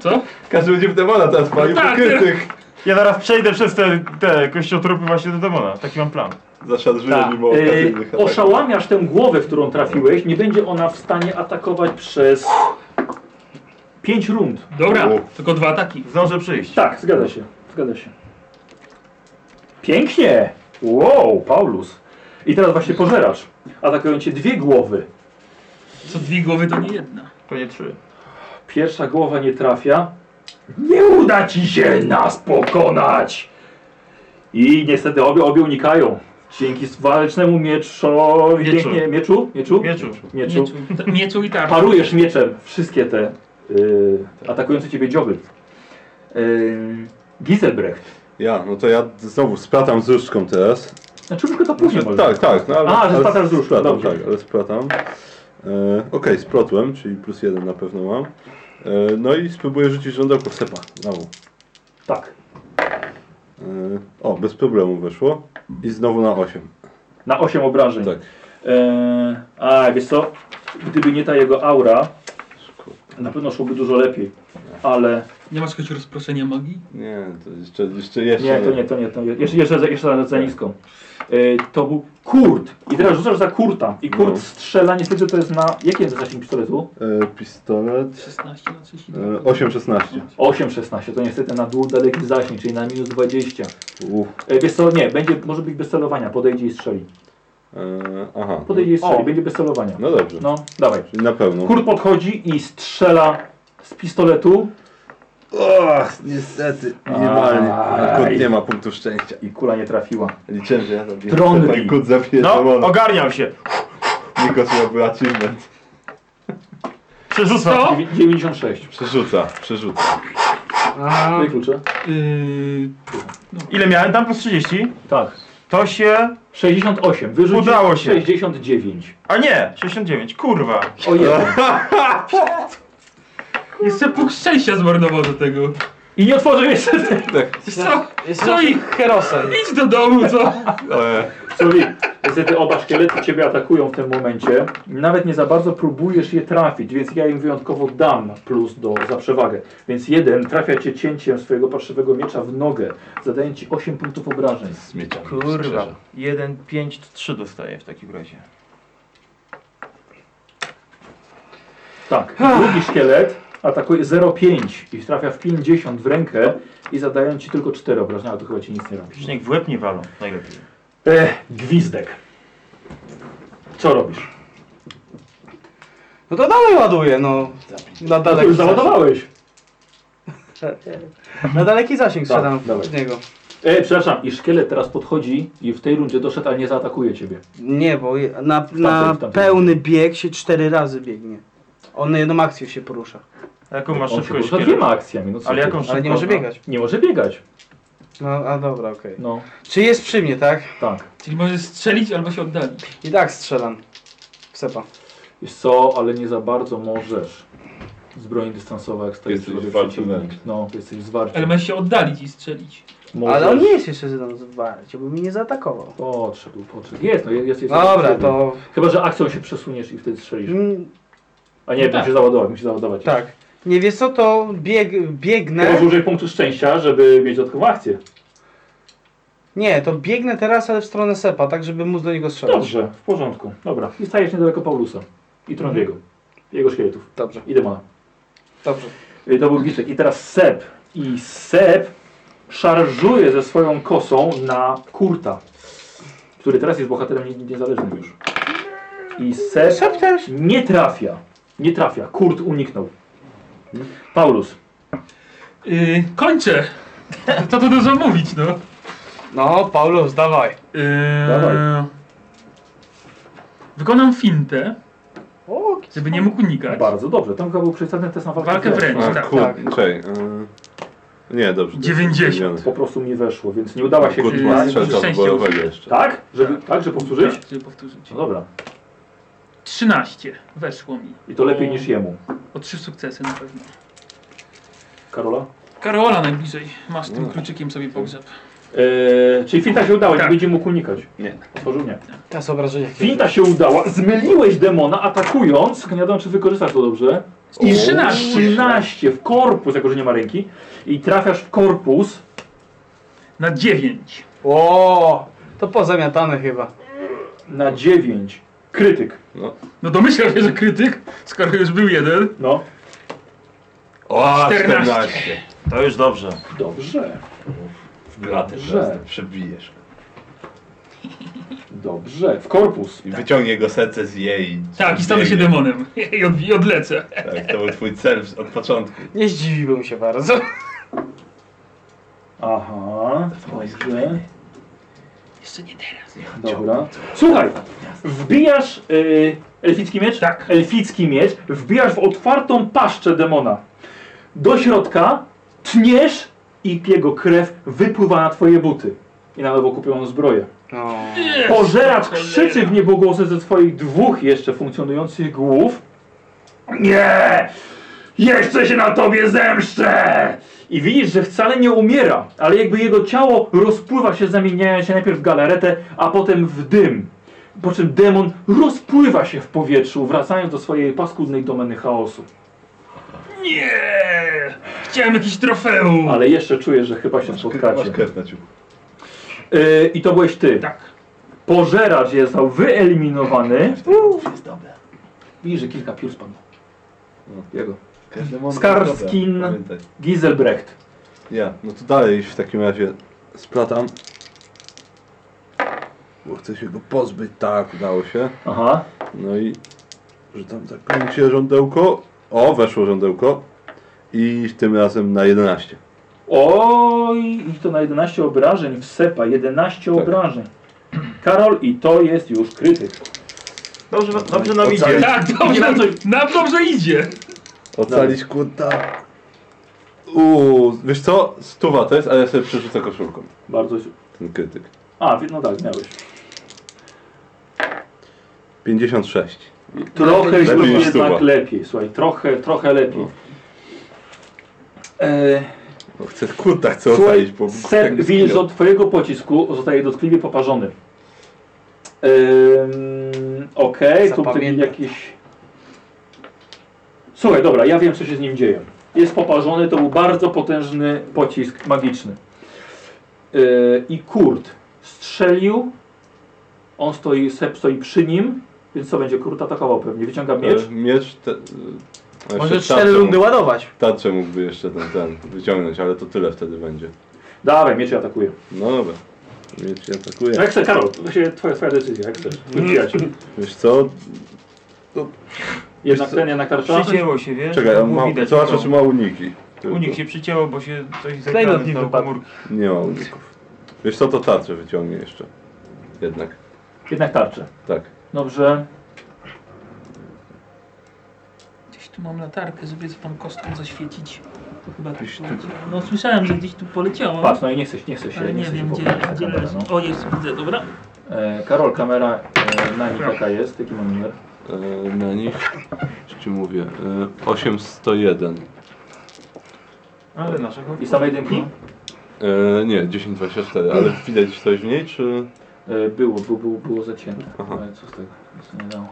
[SPEAKER 4] Co?
[SPEAKER 12] Każdy będzie w demona teraz
[SPEAKER 1] No
[SPEAKER 12] palił
[SPEAKER 4] tak,
[SPEAKER 12] pokrytych.
[SPEAKER 2] Ja zaraz przejdę przez te, te kościotrupy właśnie do demona. Taki mam plan.
[SPEAKER 12] Zaszarżuje mimo
[SPEAKER 1] E,
[SPEAKER 12] okazji.
[SPEAKER 1] oszałamiasz tę głowę, w którą trafiłeś, nie będzie ona w stanie atakować przez 5 rund.
[SPEAKER 4] Dobra,
[SPEAKER 12] O.
[SPEAKER 4] tylko dwa ataki.
[SPEAKER 2] Zdążę przyjść.
[SPEAKER 1] Tak, zgadza się, zgadza się. Pięknie! Wow, Paulus. I teraz właśnie pożerasz. Atakują cię dwie głowy.
[SPEAKER 4] Co dwie głowy to nie jedna.
[SPEAKER 2] To nie trzy.
[SPEAKER 1] Pierwsza głowa nie trafia. Nie uda ci się nas pokonać! I niestety obie, obie unikają. Dzięki walcznemu mieczowi.
[SPEAKER 2] Mieczu.
[SPEAKER 1] Pięknie, mieczu? Mieczu?
[SPEAKER 2] Mieczu.
[SPEAKER 1] Mieczu.
[SPEAKER 4] Mieczu, mieczu i tak. tarczy.
[SPEAKER 1] Parujesz mieczem wszystkie te yy, atakujące ciebie dzioby. Yy, Giselbrecht.
[SPEAKER 12] Ja, no to ja znowu splatam z różdżką teraz.
[SPEAKER 1] Znaczy, tylko to później. może.
[SPEAKER 12] Tak, tak. No, ale,
[SPEAKER 1] A, że
[SPEAKER 12] ale
[SPEAKER 1] splatasz z różdżką,
[SPEAKER 12] splatam,
[SPEAKER 1] dobrze.
[SPEAKER 12] tak, ale splatam. E, Okej, splotłem, czyli plus jeden na pewno mam. E, no i spróbuję rzucić żądełko w sepa. Znowu.
[SPEAKER 1] tak.
[SPEAKER 12] E, o, bez problemu weszło. I znowu na 8.
[SPEAKER 1] Na 8 obrażeń.
[SPEAKER 12] Tak.
[SPEAKER 1] Eee, a wiesz co? Gdyby nie ta jego aura, na pewno szłoby dużo lepiej. Ale.
[SPEAKER 4] Nie masz choć rozproszenia magii?
[SPEAKER 12] Nie, to jeszcze, jeszcze, jeszcze.
[SPEAKER 1] Nie, to nie, to nie. To nie. Jeszcze, jeszcze, za- jeszcze za- za niską. Eee, to był Kurt. I teraz rzucasz za Kurta. I Kurt
[SPEAKER 12] No.
[SPEAKER 1] strzela, niestety to jest na. Jaki jest zasięg pistoletu?
[SPEAKER 12] E, pistolet.
[SPEAKER 4] 16 na 32.
[SPEAKER 12] E, 8, 16.
[SPEAKER 1] 8,16. To niestety na dół daleki zasięg, czyli na minus 20.
[SPEAKER 12] Uff.
[SPEAKER 1] Eee, wiesz co? Nie, będzie, może być bez celowania. Podejdzie i strzeli.
[SPEAKER 12] E, aha.
[SPEAKER 1] Podejdzie i strzeli,
[SPEAKER 7] O.
[SPEAKER 1] będzie bez celowania.
[SPEAKER 12] No dobrze.
[SPEAKER 1] No, dawaj.
[SPEAKER 12] Czyli na pewno.
[SPEAKER 1] Kurt podchodzi i strzela z pistoletu.
[SPEAKER 3] Och, niestety, minimalnie.
[SPEAKER 1] Aj.
[SPEAKER 3] Kot nie ma punktu szczęścia.
[SPEAKER 1] I kula nie trafiła.
[SPEAKER 3] Liczyłem, że ja zabiję.
[SPEAKER 1] Tron
[SPEAKER 3] Pan
[SPEAKER 1] Lee.
[SPEAKER 3] kot zabije
[SPEAKER 8] No,
[SPEAKER 3] demona.
[SPEAKER 8] ogarniam się.
[SPEAKER 3] Nikos miałby achievement.
[SPEAKER 8] Przerzucam.
[SPEAKER 1] 96.
[SPEAKER 3] Przerzuca, przerzuca.
[SPEAKER 7] A,
[SPEAKER 1] Twoje klucze?
[SPEAKER 8] Yy, ile miałem tam? Plus 30?
[SPEAKER 1] Tak.
[SPEAKER 8] To się...
[SPEAKER 1] 68. Wyrzucił
[SPEAKER 8] Udało się.
[SPEAKER 1] 69.
[SPEAKER 8] A nie! 69, kurwa.
[SPEAKER 1] O jeden.
[SPEAKER 4] Jeszcze punkt szczęścia zmarnował do tego.
[SPEAKER 1] I nie otworzył jeszcze.
[SPEAKER 4] Co?
[SPEAKER 7] jest
[SPEAKER 4] Co i
[SPEAKER 7] herosem.
[SPEAKER 4] idź do domu, co?
[SPEAKER 3] E,
[SPEAKER 1] Sorry. Niestety oba szkielety ciebie atakują w tym momencie. Nawet nie za bardzo próbujesz je trafić, więc ja im wyjątkowo dam plus do, za przewagę. Więc jeden trafia cię cięciem swojego parszywego miecza w nogę, zadając ci 8 punktów obrażeń.
[SPEAKER 3] z mieczami.
[SPEAKER 2] Kurwa.
[SPEAKER 3] szczerze.
[SPEAKER 2] 1, 5, 3 dostaję w takim razie.
[SPEAKER 1] Tak. Drugi szkielet atakuje 0,5 i trafia w 50 w rękę i zadają ci tylko 4 obrażenia, ale to chyba ci nic nie robi.
[SPEAKER 2] Przecież niech w łeb nie walą, najlepiej.
[SPEAKER 1] E, gwizdek. Co robisz?
[SPEAKER 7] No to dalej ładuję, no. Na
[SPEAKER 1] Ty
[SPEAKER 7] daleki,
[SPEAKER 1] już załadowałeś.
[SPEAKER 7] na daleki zasięg
[SPEAKER 1] Tak,
[SPEAKER 7] strzelam
[SPEAKER 1] dawaj.
[SPEAKER 7] z niego.
[SPEAKER 1] E, przepraszam, i szkielet teraz podchodzi i w tej rundzie doszedł, a nie zaatakuje ciebie.
[SPEAKER 7] Nie, bo je- na, na
[SPEAKER 1] tamtym, w tamtym.
[SPEAKER 7] pełny bieg się cztery razy biegnie. On na jedną akcję się porusza,
[SPEAKER 2] A jaką masz
[SPEAKER 1] On się
[SPEAKER 2] szybkość?
[SPEAKER 1] rusza
[SPEAKER 2] kierunek?
[SPEAKER 1] dwiema akcjami. No co
[SPEAKER 2] Ale
[SPEAKER 1] ty?
[SPEAKER 2] jaką szybkość?
[SPEAKER 7] ale nie może biegać.
[SPEAKER 1] Nie może biegać.
[SPEAKER 7] No, a dobra, okej.
[SPEAKER 1] No,
[SPEAKER 7] Czy jest przy mnie, tak?
[SPEAKER 1] tak.
[SPEAKER 4] Czyli możesz strzelić albo się oddalić.
[SPEAKER 7] I tak strzelam. W Sepa.
[SPEAKER 1] Wiesz co, ale nie za bardzo możesz. Z broni dystansowej, jak stoisz
[SPEAKER 3] Jesteś
[SPEAKER 1] sobie
[SPEAKER 3] zwarty
[SPEAKER 1] przeciwnik.
[SPEAKER 3] wręcz.
[SPEAKER 1] No, jesteś zwarty.
[SPEAKER 4] Ale masz się oddalić i strzelić.
[SPEAKER 1] Możesz...
[SPEAKER 7] Ale on nie jest jeszcze ze mną zwarcie, bo mnie nie zaatakował.
[SPEAKER 1] Podszedł, podszedł. Jest, no jest. jest jest-
[SPEAKER 7] Dobra, to...
[SPEAKER 1] Chyba, że akcją się przesuniesz i wtedy strzelisz.
[SPEAKER 7] Mm,
[SPEAKER 1] A nie,
[SPEAKER 4] No tak.
[SPEAKER 1] musisz załadować, musisz załadować.
[SPEAKER 7] tak. Nie wiesz co, to bieg,
[SPEAKER 1] Chyba, że
[SPEAKER 7] biegnę...
[SPEAKER 1] użyj punktu szczęścia, żeby mieć dodatkową akcję.
[SPEAKER 7] Nie, to biegnę teraz, ale w stronę Sepa, tak żeby móc do niego strzelać.
[SPEAKER 1] Dobrze, w porządku. Dobra. I stajesz niedaleko Paulusa. I Trondriego. Jego szkieletów.
[SPEAKER 7] Dobrze,
[SPEAKER 1] I demona.
[SPEAKER 7] dobrze.
[SPEAKER 1] Y, To był Giczek. I teraz Seb. I Seb szarżuje ze swoją kosą na Kurta, który teraz jest bohaterem nie- niezależnym już. I Seb
[SPEAKER 7] Sep też?
[SPEAKER 1] nie trafia. Nie trafia. Kurt uniknął. Paulus.
[SPEAKER 4] Yy, kończę. Co tu dużo mówić, no.
[SPEAKER 7] No, Paulus, dawaj.
[SPEAKER 4] Yy,
[SPEAKER 1] Dawaj.
[SPEAKER 4] Wykonam fintę,
[SPEAKER 7] O,
[SPEAKER 4] żeby nie mógł unikać.
[SPEAKER 1] Bardzo dobrze. Tam chyba był przedstawiony test na walkę,
[SPEAKER 4] Tak. Walkę wręcz.
[SPEAKER 3] A,
[SPEAKER 4] Tak,
[SPEAKER 3] kurde, czekaj. e, Nie, dobrze. to jest
[SPEAKER 4] 90.
[SPEAKER 3] zmienione.
[SPEAKER 1] Po prostu mi weszło, więc nie udała się
[SPEAKER 3] Kurt
[SPEAKER 4] Yy,
[SPEAKER 3] ma
[SPEAKER 1] wbić.
[SPEAKER 3] strzelca
[SPEAKER 4] szczęście
[SPEAKER 3] dworowego
[SPEAKER 4] użyję.
[SPEAKER 3] jeszcze.
[SPEAKER 1] Tak? Żeby, tak, żeby powtórzyć?
[SPEAKER 4] Tak, żeby powtórzyć.
[SPEAKER 1] No dobra.
[SPEAKER 4] 13. Weszło mi.
[SPEAKER 1] I to lepiej niż jemu.
[SPEAKER 4] O trzy sukcesy na pewno.
[SPEAKER 1] Karola?
[SPEAKER 4] Karola najbliżej. Masz
[SPEAKER 1] Mm.
[SPEAKER 4] tym kluczykiem sobie pogrzeb.
[SPEAKER 1] Eee, czyli finta się udała,
[SPEAKER 4] Tak.
[SPEAKER 1] nie będzie mógł unikać.
[SPEAKER 3] Nie.
[SPEAKER 1] Otworzył nie.
[SPEAKER 7] Teraz obrażenia.
[SPEAKER 1] Finta się udała, zmyliłeś demona atakując, nie wiadomo czy wykorzystasz to dobrze. I
[SPEAKER 4] 13.
[SPEAKER 1] 13 w korpus, jako że nie ma ręki. I trafiasz w korpus.
[SPEAKER 4] Na 9.
[SPEAKER 7] O, to pozamiatane chyba.
[SPEAKER 1] Na 9. Krytyk.
[SPEAKER 4] No domyślam się, że krytyk, skoro już był jeden.
[SPEAKER 1] No.
[SPEAKER 3] O,
[SPEAKER 4] 14.
[SPEAKER 3] 14.
[SPEAKER 2] To już dobrze.
[SPEAKER 1] Dobrze.
[SPEAKER 3] W klatę
[SPEAKER 1] Dobrze.
[SPEAKER 3] teraz to przebijesz.
[SPEAKER 1] Dobrze. W korpus.
[SPEAKER 3] I wyciągnie go serce z jej.
[SPEAKER 4] Tak, i stanę się
[SPEAKER 3] Biegnie.
[SPEAKER 4] demonem. I, od, i odlecę.
[SPEAKER 3] Tak, to był twój cel od początku.
[SPEAKER 7] Nie zdziwiłbym się bardzo.
[SPEAKER 1] Aha. Dobrze.
[SPEAKER 4] Jeszcze nie teraz.
[SPEAKER 1] Dobra. Słuchaj, wbijasz y, elficki miecz?
[SPEAKER 4] Tak.
[SPEAKER 1] Elficki miecz wbijasz w otwartą paszczę demona. Do środka tniesz i jego krew wypływa na twoje buty. I na lewo kupioną zbroję.
[SPEAKER 7] No.
[SPEAKER 1] Pożeracz krzyczy w niebogłosy ze swoich dwóch jeszcze funkcjonujących głów. Nie! Jeszcze się na tobie zemszczę! I widzisz, że wcale nie umiera, ale jakby jego ciało rozpływa się, zamieniając się najpierw w galaretę, a potem w dym. Po czym demon rozpływa się w powietrzu, wracając do swojej paskudnej domeny chaosu.
[SPEAKER 4] Nie! Chciałem jakiś trofeum.
[SPEAKER 1] Ale jeszcze czujesz, że chyba się
[SPEAKER 3] Masz
[SPEAKER 1] spotkacie.
[SPEAKER 3] krew na ciuchu.
[SPEAKER 1] Yy, I to byłeś ty.
[SPEAKER 4] Tak.
[SPEAKER 1] Pożeracz został wyeliminowany. Widzisz, że kilka piór spadło. Jego. Skarskin.
[SPEAKER 3] Pamiętaj.
[SPEAKER 1] Giselbrecht.
[SPEAKER 3] Ja, no to dalej w takim razie splatam. Bo chcę się go pozbyć. Tak, udało się.
[SPEAKER 1] Aha.
[SPEAKER 3] tak No i rzucam zaklęcie żądełko. O, weszło żądełko. I tym razem na 11.
[SPEAKER 1] Oj, i to na 11 obrażeń w E sepa, 11
[SPEAKER 3] Tak.
[SPEAKER 1] obrażeń. Karol, i to jest już krytyk.
[SPEAKER 2] Dobrze, dobrze nam idzie.
[SPEAKER 1] Ocalić-
[SPEAKER 4] Tak, dobrze,
[SPEAKER 1] na coś-
[SPEAKER 4] nam dobrze idzie.
[SPEAKER 3] Ocalić kurta. Uuu, wiesz co? Stuwa to jest, ale ja sobie przerzucę koszulką.
[SPEAKER 1] Bardzo.
[SPEAKER 3] Ten krytyk.
[SPEAKER 1] A, wi- no tak, miałeś.
[SPEAKER 3] 56.
[SPEAKER 1] Trochę
[SPEAKER 3] Lepiej
[SPEAKER 1] już
[SPEAKER 3] niż
[SPEAKER 1] jednak
[SPEAKER 3] stuwa.
[SPEAKER 1] tak lepiej, słuchaj, trochę, trochę lepiej.
[SPEAKER 3] No.
[SPEAKER 1] E,
[SPEAKER 3] No, chcę kurta, chcę
[SPEAKER 1] słuchaj,
[SPEAKER 3] ocalić, bo
[SPEAKER 1] ser
[SPEAKER 3] tak
[SPEAKER 1] Wills
[SPEAKER 3] zginął.
[SPEAKER 1] od twojego pocisku zostaje dotkliwie poparzony. Ehm, Okej, tu będzie
[SPEAKER 5] Zapamiętam.
[SPEAKER 1] jakiś... Słuchaj, dobra, ja wiem co się z nim dzieje. Jest poparzony, to był bardzo potężny pocisk magiczny. E, I Kurt strzelił, on stoi, Sep stoi przy nim, więc co będzie? Kurt atakował pewnie, wyciąga miecz.
[SPEAKER 3] E, Miecz. Te, e, a
[SPEAKER 7] Może
[SPEAKER 3] jeszcze
[SPEAKER 7] cztery
[SPEAKER 3] tarczę
[SPEAKER 7] rundy
[SPEAKER 3] mógł-
[SPEAKER 7] ładować.
[SPEAKER 3] Tarczę mógłby jeszcze ten, ten wyciągnąć, ale to tyle wtedy będzie.
[SPEAKER 1] Dawaj, miecz i atakuje.
[SPEAKER 3] No dobra. Miecz się atakuje.
[SPEAKER 1] No jak chcesz, Karol, to się twoja, twoja decyzja, jak chcesz. Twój przyjaciel.
[SPEAKER 3] Wiesz co?
[SPEAKER 1] Jednak ten, jednak tarcza.
[SPEAKER 2] Przycięło się, wiesz?
[SPEAKER 3] Czekaj, on
[SPEAKER 2] Było
[SPEAKER 3] ma,
[SPEAKER 2] widać,
[SPEAKER 3] zobaczę
[SPEAKER 2] no.
[SPEAKER 3] czy ma uniki. Tylko.
[SPEAKER 2] Unik się przycięło, bo się coś
[SPEAKER 7] Klejnot nie
[SPEAKER 2] zakręcił
[SPEAKER 7] wypadł.
[SPEAKER 2] komórki.
[SPEAKER 3] Nie ma uników. Wiesz co, to tarczę wyciągnie jeszcze. Jednak.
[SPEAKER 1] Jednak tarczę.
[SPEAKER 3] Tak.
[SPEAKER 1] Dobrze.
[SPEAKER 11] Gdzieś tu mam latarkę, żeby z tą kostką zaświecić. To chyba tak poleciało. No słyszałem, że gdzieś tu poleciało.
[SPEAKER 1] Patrz, no i nie chcesz, nie chcesz się,
[SPEAKER 11] ale nie,
[SPEAKER 1] nie chcesz
[SPEAKER 11] wiem
[SPEAKER 1] się
[SPEAKER 11] gdzie,
[SPEAKER 1] poprawić na
[SPEAKER 11] gdzie
[SPEAKER 1] kamerę,
[SPEAKER 11] leży.
[SPEAKER 1] no.
[SPEAKER 11] O, jest, widzę, dobra.
[SPEAKER 1] E, Karol, kamera e, na nich jaka jest? Jaki mam numer?
[SPEAKER 3] E, na nich. Już ci mówię. E, 801.
[SPEAKER 2] Ale nasza
[SPEAKER 1] I same
[SPEAKER 4] Mhm.
[SPEAKER 1] jedynki?
[SPEAKER 3] E, nie, 1024, ale widać coś mniej, czy.
[SPEAKER 1] E, było, było, było, było zacięte.
[SPEAKER 3] Aha.
[SPEAKER 1] Ale co z tego? Nic nie dało.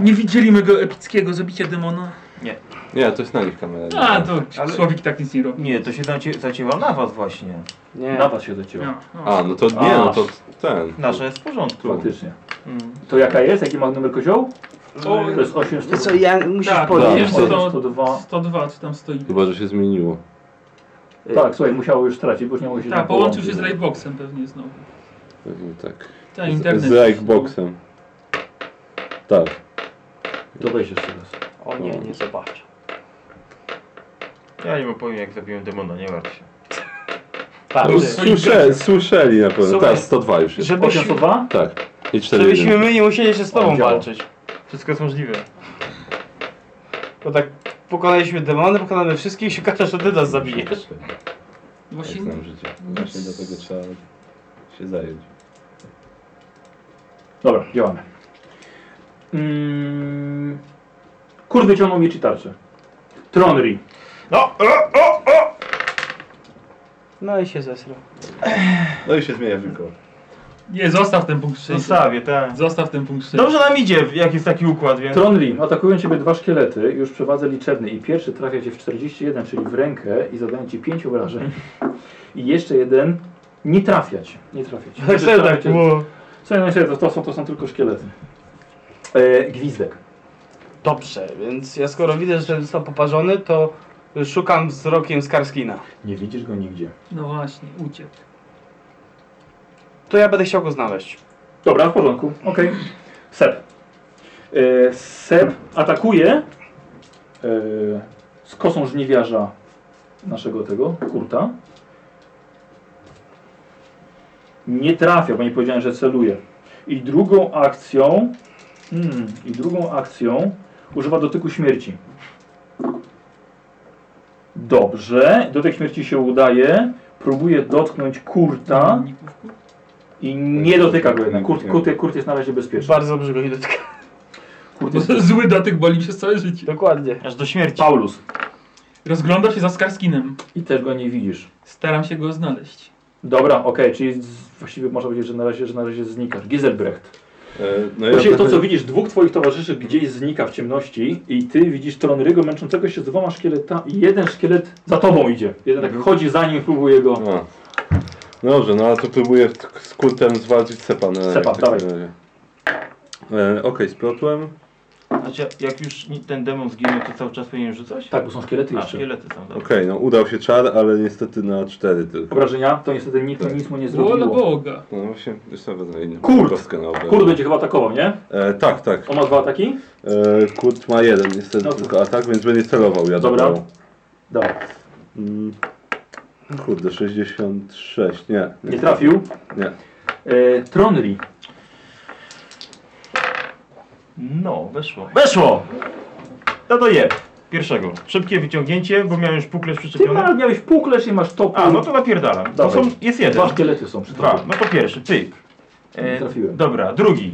[SPEAKER 11] Nie widzieli mego epickiego zabicia demona.
[SPEAKER 3] Nie, to jest na nich kamera. nie?
[SPEAKER 4] A, to
[SPEAKER 2] Ale-
[SPEAKER 4] Słowik tak nic nie robi.
[SPEAKER 2] Nie, to się zacie, zacięła na was właśnie.
[SPEAKER 7] Nie.
[SPEAKER 1] Na was się zacięło.
[SPEAKER 4] No, no.
[SPEAKER 3] A, no to nie, no to ten.
[SPEAKER 2] Nasza jest w porządku.
[SPEAKER 1] Faktycznie.
[SPEAKER 4] Mhm.
[SPEAKER 1] To jaka jest? Jaki ma numer kozioł? O, to jest 8,
[SPEAKER 5] Wiesz co, ja musisz
[SPEAKER 4] Tak,
[SPEAKER 5] podnieść.
[SPEAKER 4] wiesz co, to-
[SPEAKER 1] 102.
[SPEAKER 4] 102, czy tam stoi.
[SPEAKER 3] Chyba, że się zmieniło.
[SPEAKER 1] Tak, słuchaj, musiało już stracić, bo już nie mogło się
[SPEAKER 4] Tak,
[SPEAKER 1] tam
[SPEAKER 4] połączył się z
[SPEAKER 1] połączyć.
[SPEAKER 4] Lightboxem pewnie znowu.
[SPEAKER 3] Pewnie tak.
[SPEAKER 4] Ten
[SPEAKER 3] Z,
[SPEAKER 4] internet.
[SPEAKER 3] z Xboxem. Tak.
[SPEAKER 1] To weź jeszcze raz.
[SPEAKER 5] O nie, nie zobaczę.
[SPEAKER 2] Ja nie mam powiem jak zabiłem demona, nie martw się.
[SPEAKER 7] Patrz.
[SPEAKER 3] Słysze, słyszeli na pewno.
[SPEAKER 7] Słuchaj,
[SPEAKER 3] Tak, 102 już jest.
[SPEAKER 7] Żebyśmy,
[SPEAKER 1] 802?
[SPEAKER 3] Tak. I 4
[SPEAKER 7] żebyśmy my nie musieli się z tobą
[SPEAKER 1] On działa.
[SPEAKER 7] walczyć.
[SPEAKER 2] Wszystko jest możliwe.
[SPEAKER 7] Bo tak pokonaliśmy demony, pokonamy wszystkich i się okaże, że ty nas zabijesz.
[SPEAKER 4] Właśnie
[SPEAKER 3] Jak znam życie. Właśnie do tego trzeba się zająć.
[SPEAKER 1] Dobra, działamy. Mm. Kurde, wyciągnął miecz i tarczę. Tronry.
[SPEAKER 2] No! O, o, o!
[SPEAKER 7] No i się zesrał.
[SPEAKER 3] No i się zmienia tylko.
[SPEAKER 4] Nie, zostaw ten punkt szczęścia.
[SPEAKER 2] Zostawię, tak.
[SPEAKER 4] Zostaw ten punkt szczęścia.
[SPEAKER 2] Dobrze nam idzie, jak jest taki układ, więc...
[SPEAKER 1] Tronry, atakują ciebie dwa szkielety, już przewadze liczebny i pierwszy trafia cię w 41, czyli w rękę i zadają ci 5 obrażeń. I jeszcze jeden nie trafia cię. Nie trafia cię.
[SPEAKER 7] Serio tak, było.
[SPEAKER 1] Słuchaj, no serio, to, to, są, to są tylko szkielety. E, gwizdek.
[SPEAKER 7] Dobrze, więc ja skoro widzę, że został poparzony, to szukam wzrokiem Skarskina.
[SPEAKER 1] Nie widzisz go nigdzie.
[SPEAKER 4] No właśnie, uciekł.
[SPEAKER 7] To ja będę chciał go znaleźć.
[SPEAKER 1] Dobra, w porządku. Okej. Seb. E, Seb atakuje e, z kosą żniwiarza naszego tego, kurta. Nie trafia, bo nie powiedziałem, że celuje. I drugą akcją. Hmm, I drugą akcją używa dotyku śmierci. Dobrze, dotyk śmierci się udaje. Próbuje dotknąć kurta.
[SPEAKER 4] Nikówku.
[SPEAKER 1] I nie dotyka go jednak. Kurt, kurt, kurt jest na razie bezpieczny.
[SPEAKER 7] Bardzo dobrze go nie dotyka.
[SPEAKER 1] Kurt
[SPEAKER 4] Bo
[SPEAKER 1] jest...
[SPEAKER 4] to Zły dotyk boli przez całe życie.
[SPEAKER 7] Dokładnie.
[SPEAKER 2] Aż do śmierci.
[SPEAKER 1] Paulus.
[SPEAKER 4] Rozgląda się za Skarskinem.
[SPEAKER 1] I też go nie widzisz.
[SPEAKER 4] Staram się go znaleźć.
[SPEAKER 1] Dobra, okej, czyli z, właściwie można powiedzieć, że na razie, że na razie znikasz. Giselbrecht.
[SPEAKER 3] E, No ja
[SPEAKER 1] Właściwie to,
[SPEAKER 3] trochę-
[SPEAKER 1] co widzisz, dwóch twoich towarzyszy gdzieś znika w ciemności i ty widzisz Tronrygo męczącego się z dwoma szkieletami i jeden szkielet za tobą idzie. Jeden tak chodzi za nim, próbuje go...
[SPEAKER 3] A. No Dobrze, no ale to próbuję w- z kultem zwalczyć Sepa na
[SPEAKER 1] Sepa,
[SPEAKER 3] w takim
[SPEAKER 1] dawaj.
[SPEAKER 3] razie. E, Okej, splotłem.
[SPEAKER 2] Znaczy, jak już ni- ten demon zginął, to cały czas powinien rzucać?
[SPEAKER 1] Tak, bo są szkielety
[SPEAKER 2] A,
[SPEAKER 1] jeszcze.
[SPEAKER 2] szkielety tam,
[SPEAKER 3] Okej,
[SPEAKER 2] dobra.
[SPEAKER 3] no udał się czar, ale niestety na 4 tylko.
[SPEAKER 1] Obrażenia to niestety nic, nic mu nie
[SPEAKER 4] Wola
[SPEAKER 1] zrobiło.
[SPEAKER 4] Boga.
[SPEAKER 3] No właśnie, już sobie wezmę inną
[SPEAKER 1] Kurt!
[SPEAKER 3] kostkę na obraz.
[SPEAKER 1] Kurt będzie chyba atakował, nie?
[SPEAKER 3] E, tak, tak.
[SPEAKER 1] On ma dwa ataki?
[SPEAKER 3] E, Kurt ma jeden niestety
[SPEAKER 1] No to-
[SPEAKER 3] tylko atak, więc będzie celował, ja
[SPEAKER 1] Dobra.
[SPEAKER 3] dobrał.
[SPEAKER 1] Dobra.
[SPEAKER 12] Mm. Kurde, 66. Nie.
[SPEAKER 1] Nie trafił.
[SPEAKER 12] Nie.
[SPEAKER 1] E, Tronri.
[SPEAKER 2] No, weszło. Weszło! No to je. Pierwszego. Szybkie wyciągnięcie, bo miałem już puklerz
[SPEAKER 1] Ty
[SPEAKER 2] przyczepiony.
[SPEAKER 1] ma, miałeś puklesz i masz topór.
[SPEAKER 2] A, no to napierdalam. To
[SPEAKER 1] Dawaj.
[SPEAKER 2] są, jest jeden.
[SPEAKER 1] Dwa szkielety są przy
[SPEAKER 2] Dwa.
[SPEAKER 1] tobie.
[SPEAKER 2] No to pierwszy, pyk. E,
[SPEAKER 1] Nie trafiłem.
[SPEAKER 2] Dobra, drugi.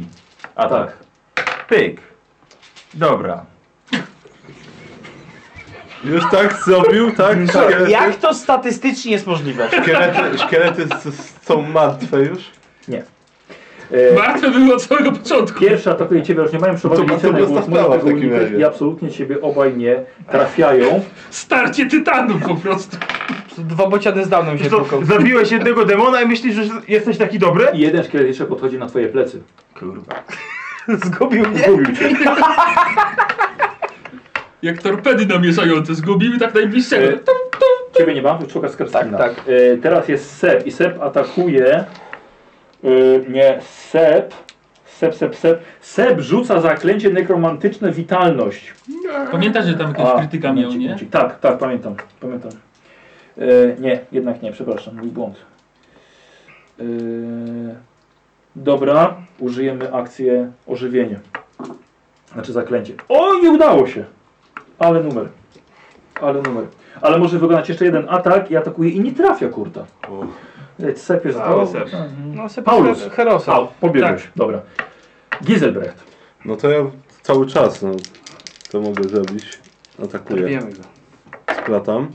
[SPEAKER 2] A tak.
[SPEAKER 1] Tak.
[SPEAKER 2] Pyk. Dobra.
[SPEAKER 12] Już tak zrobił, tak? Szkielety,
[SPEAKER 7] Jak to statystycznie jest możliwe?
[SPEAKER 12] szkielety, szkielety s- są martwe już?
[SPEAKER 1] E,
[SPEAKER 4] Warto było od samego początku.
[SPEAKER 1] Pierwsza atakuje ciebie, już nie mają przewagi
[SPEAKER 12] To- to
[SPEAKER 1] liczenia,
[SPEAKER 12] prosta
[SPEAKER 1] bo
[SPEAKER 12] sprawa
[SPEAKER 1] mają
[SPEAKER 12] w
[SPEAKER 1] tego
[SPEAKER 12] takim
[SPEAKER 1] unikać
[SPEAKER 12] razie.
[SPEAKER 1] i absolutnie ciebie obaj nie trafiają.
[SPEAKER 4] Starcie tytanów po prostu.
[SPEAKER 7] Dwa bociany z downem się
[SPEAKER 2] Co,
[SPEAKER 7] puką.
[SPEAKER 2] zabiłeś jednego demona i myślisz, że jesteś taki dobry?
[SPEAKER 1] I jeden szkielet jeszcze podchodzi na twoje plecy.
[SPEAKER 2] Kurwa.
[SPEAKER 7] Zgubił mnie.
[SPEAKER 1] Zgubił cię.
[SPEAKER 4] Jak torpedy namieszające, zgubimy tak najbliższego.
[SPEAKER 1] E, Ciebie nie ma, szuka skarbskina.
[SPEAKER 7] Tak, tak.
[SPEAKER 1] E, teraz jest Sep i Sep atakuje... E, nie, Sep... Sep, Sep, Sep. Sep rzuca zaklęcie nekromantyczne witalność.
[SPEAKER 4] Pamiętasz, że tam jakaś
[SPEAKER 1] A,
[SPEAKER 4] krytyka miał,
[SPEAKER 1] momencik,
[SPEAKER 4] nie?
[SPEAKER 1] momencik. Tak, tak, pamiętam. pamiętam. E, nie, jednak nie, przepraszam, mój błąd. E, dobra, użyjemy akcję ożywienie. Znaczy zaklęcie. O, nie udało się! Ale numer. Ale numer. Ale może wykonać jeszcze jeden atak i atakuje i nie trafia kurta. Sepie
[SPEAKER 2] Cały
[SPEAKER 1] zostało.
[SPEAKER 2] ser.
[SPEAKER 7] No, sobie
[SPEAKER 1] Paulus.
[SPEAKER 7] Paulus. Herosa.
[SPEAKER 1] A, pobiegłeś.
[SPEAKER 4] Tak.
[SPEAKER 1] Dobra. Giselbrecht.
[SPEAKER 12] No to ja cały czas no, to mogę zrobić. Atakuję.
[SPEAKER 18] Wiemy go.
[SPEAKER 12] Splatam.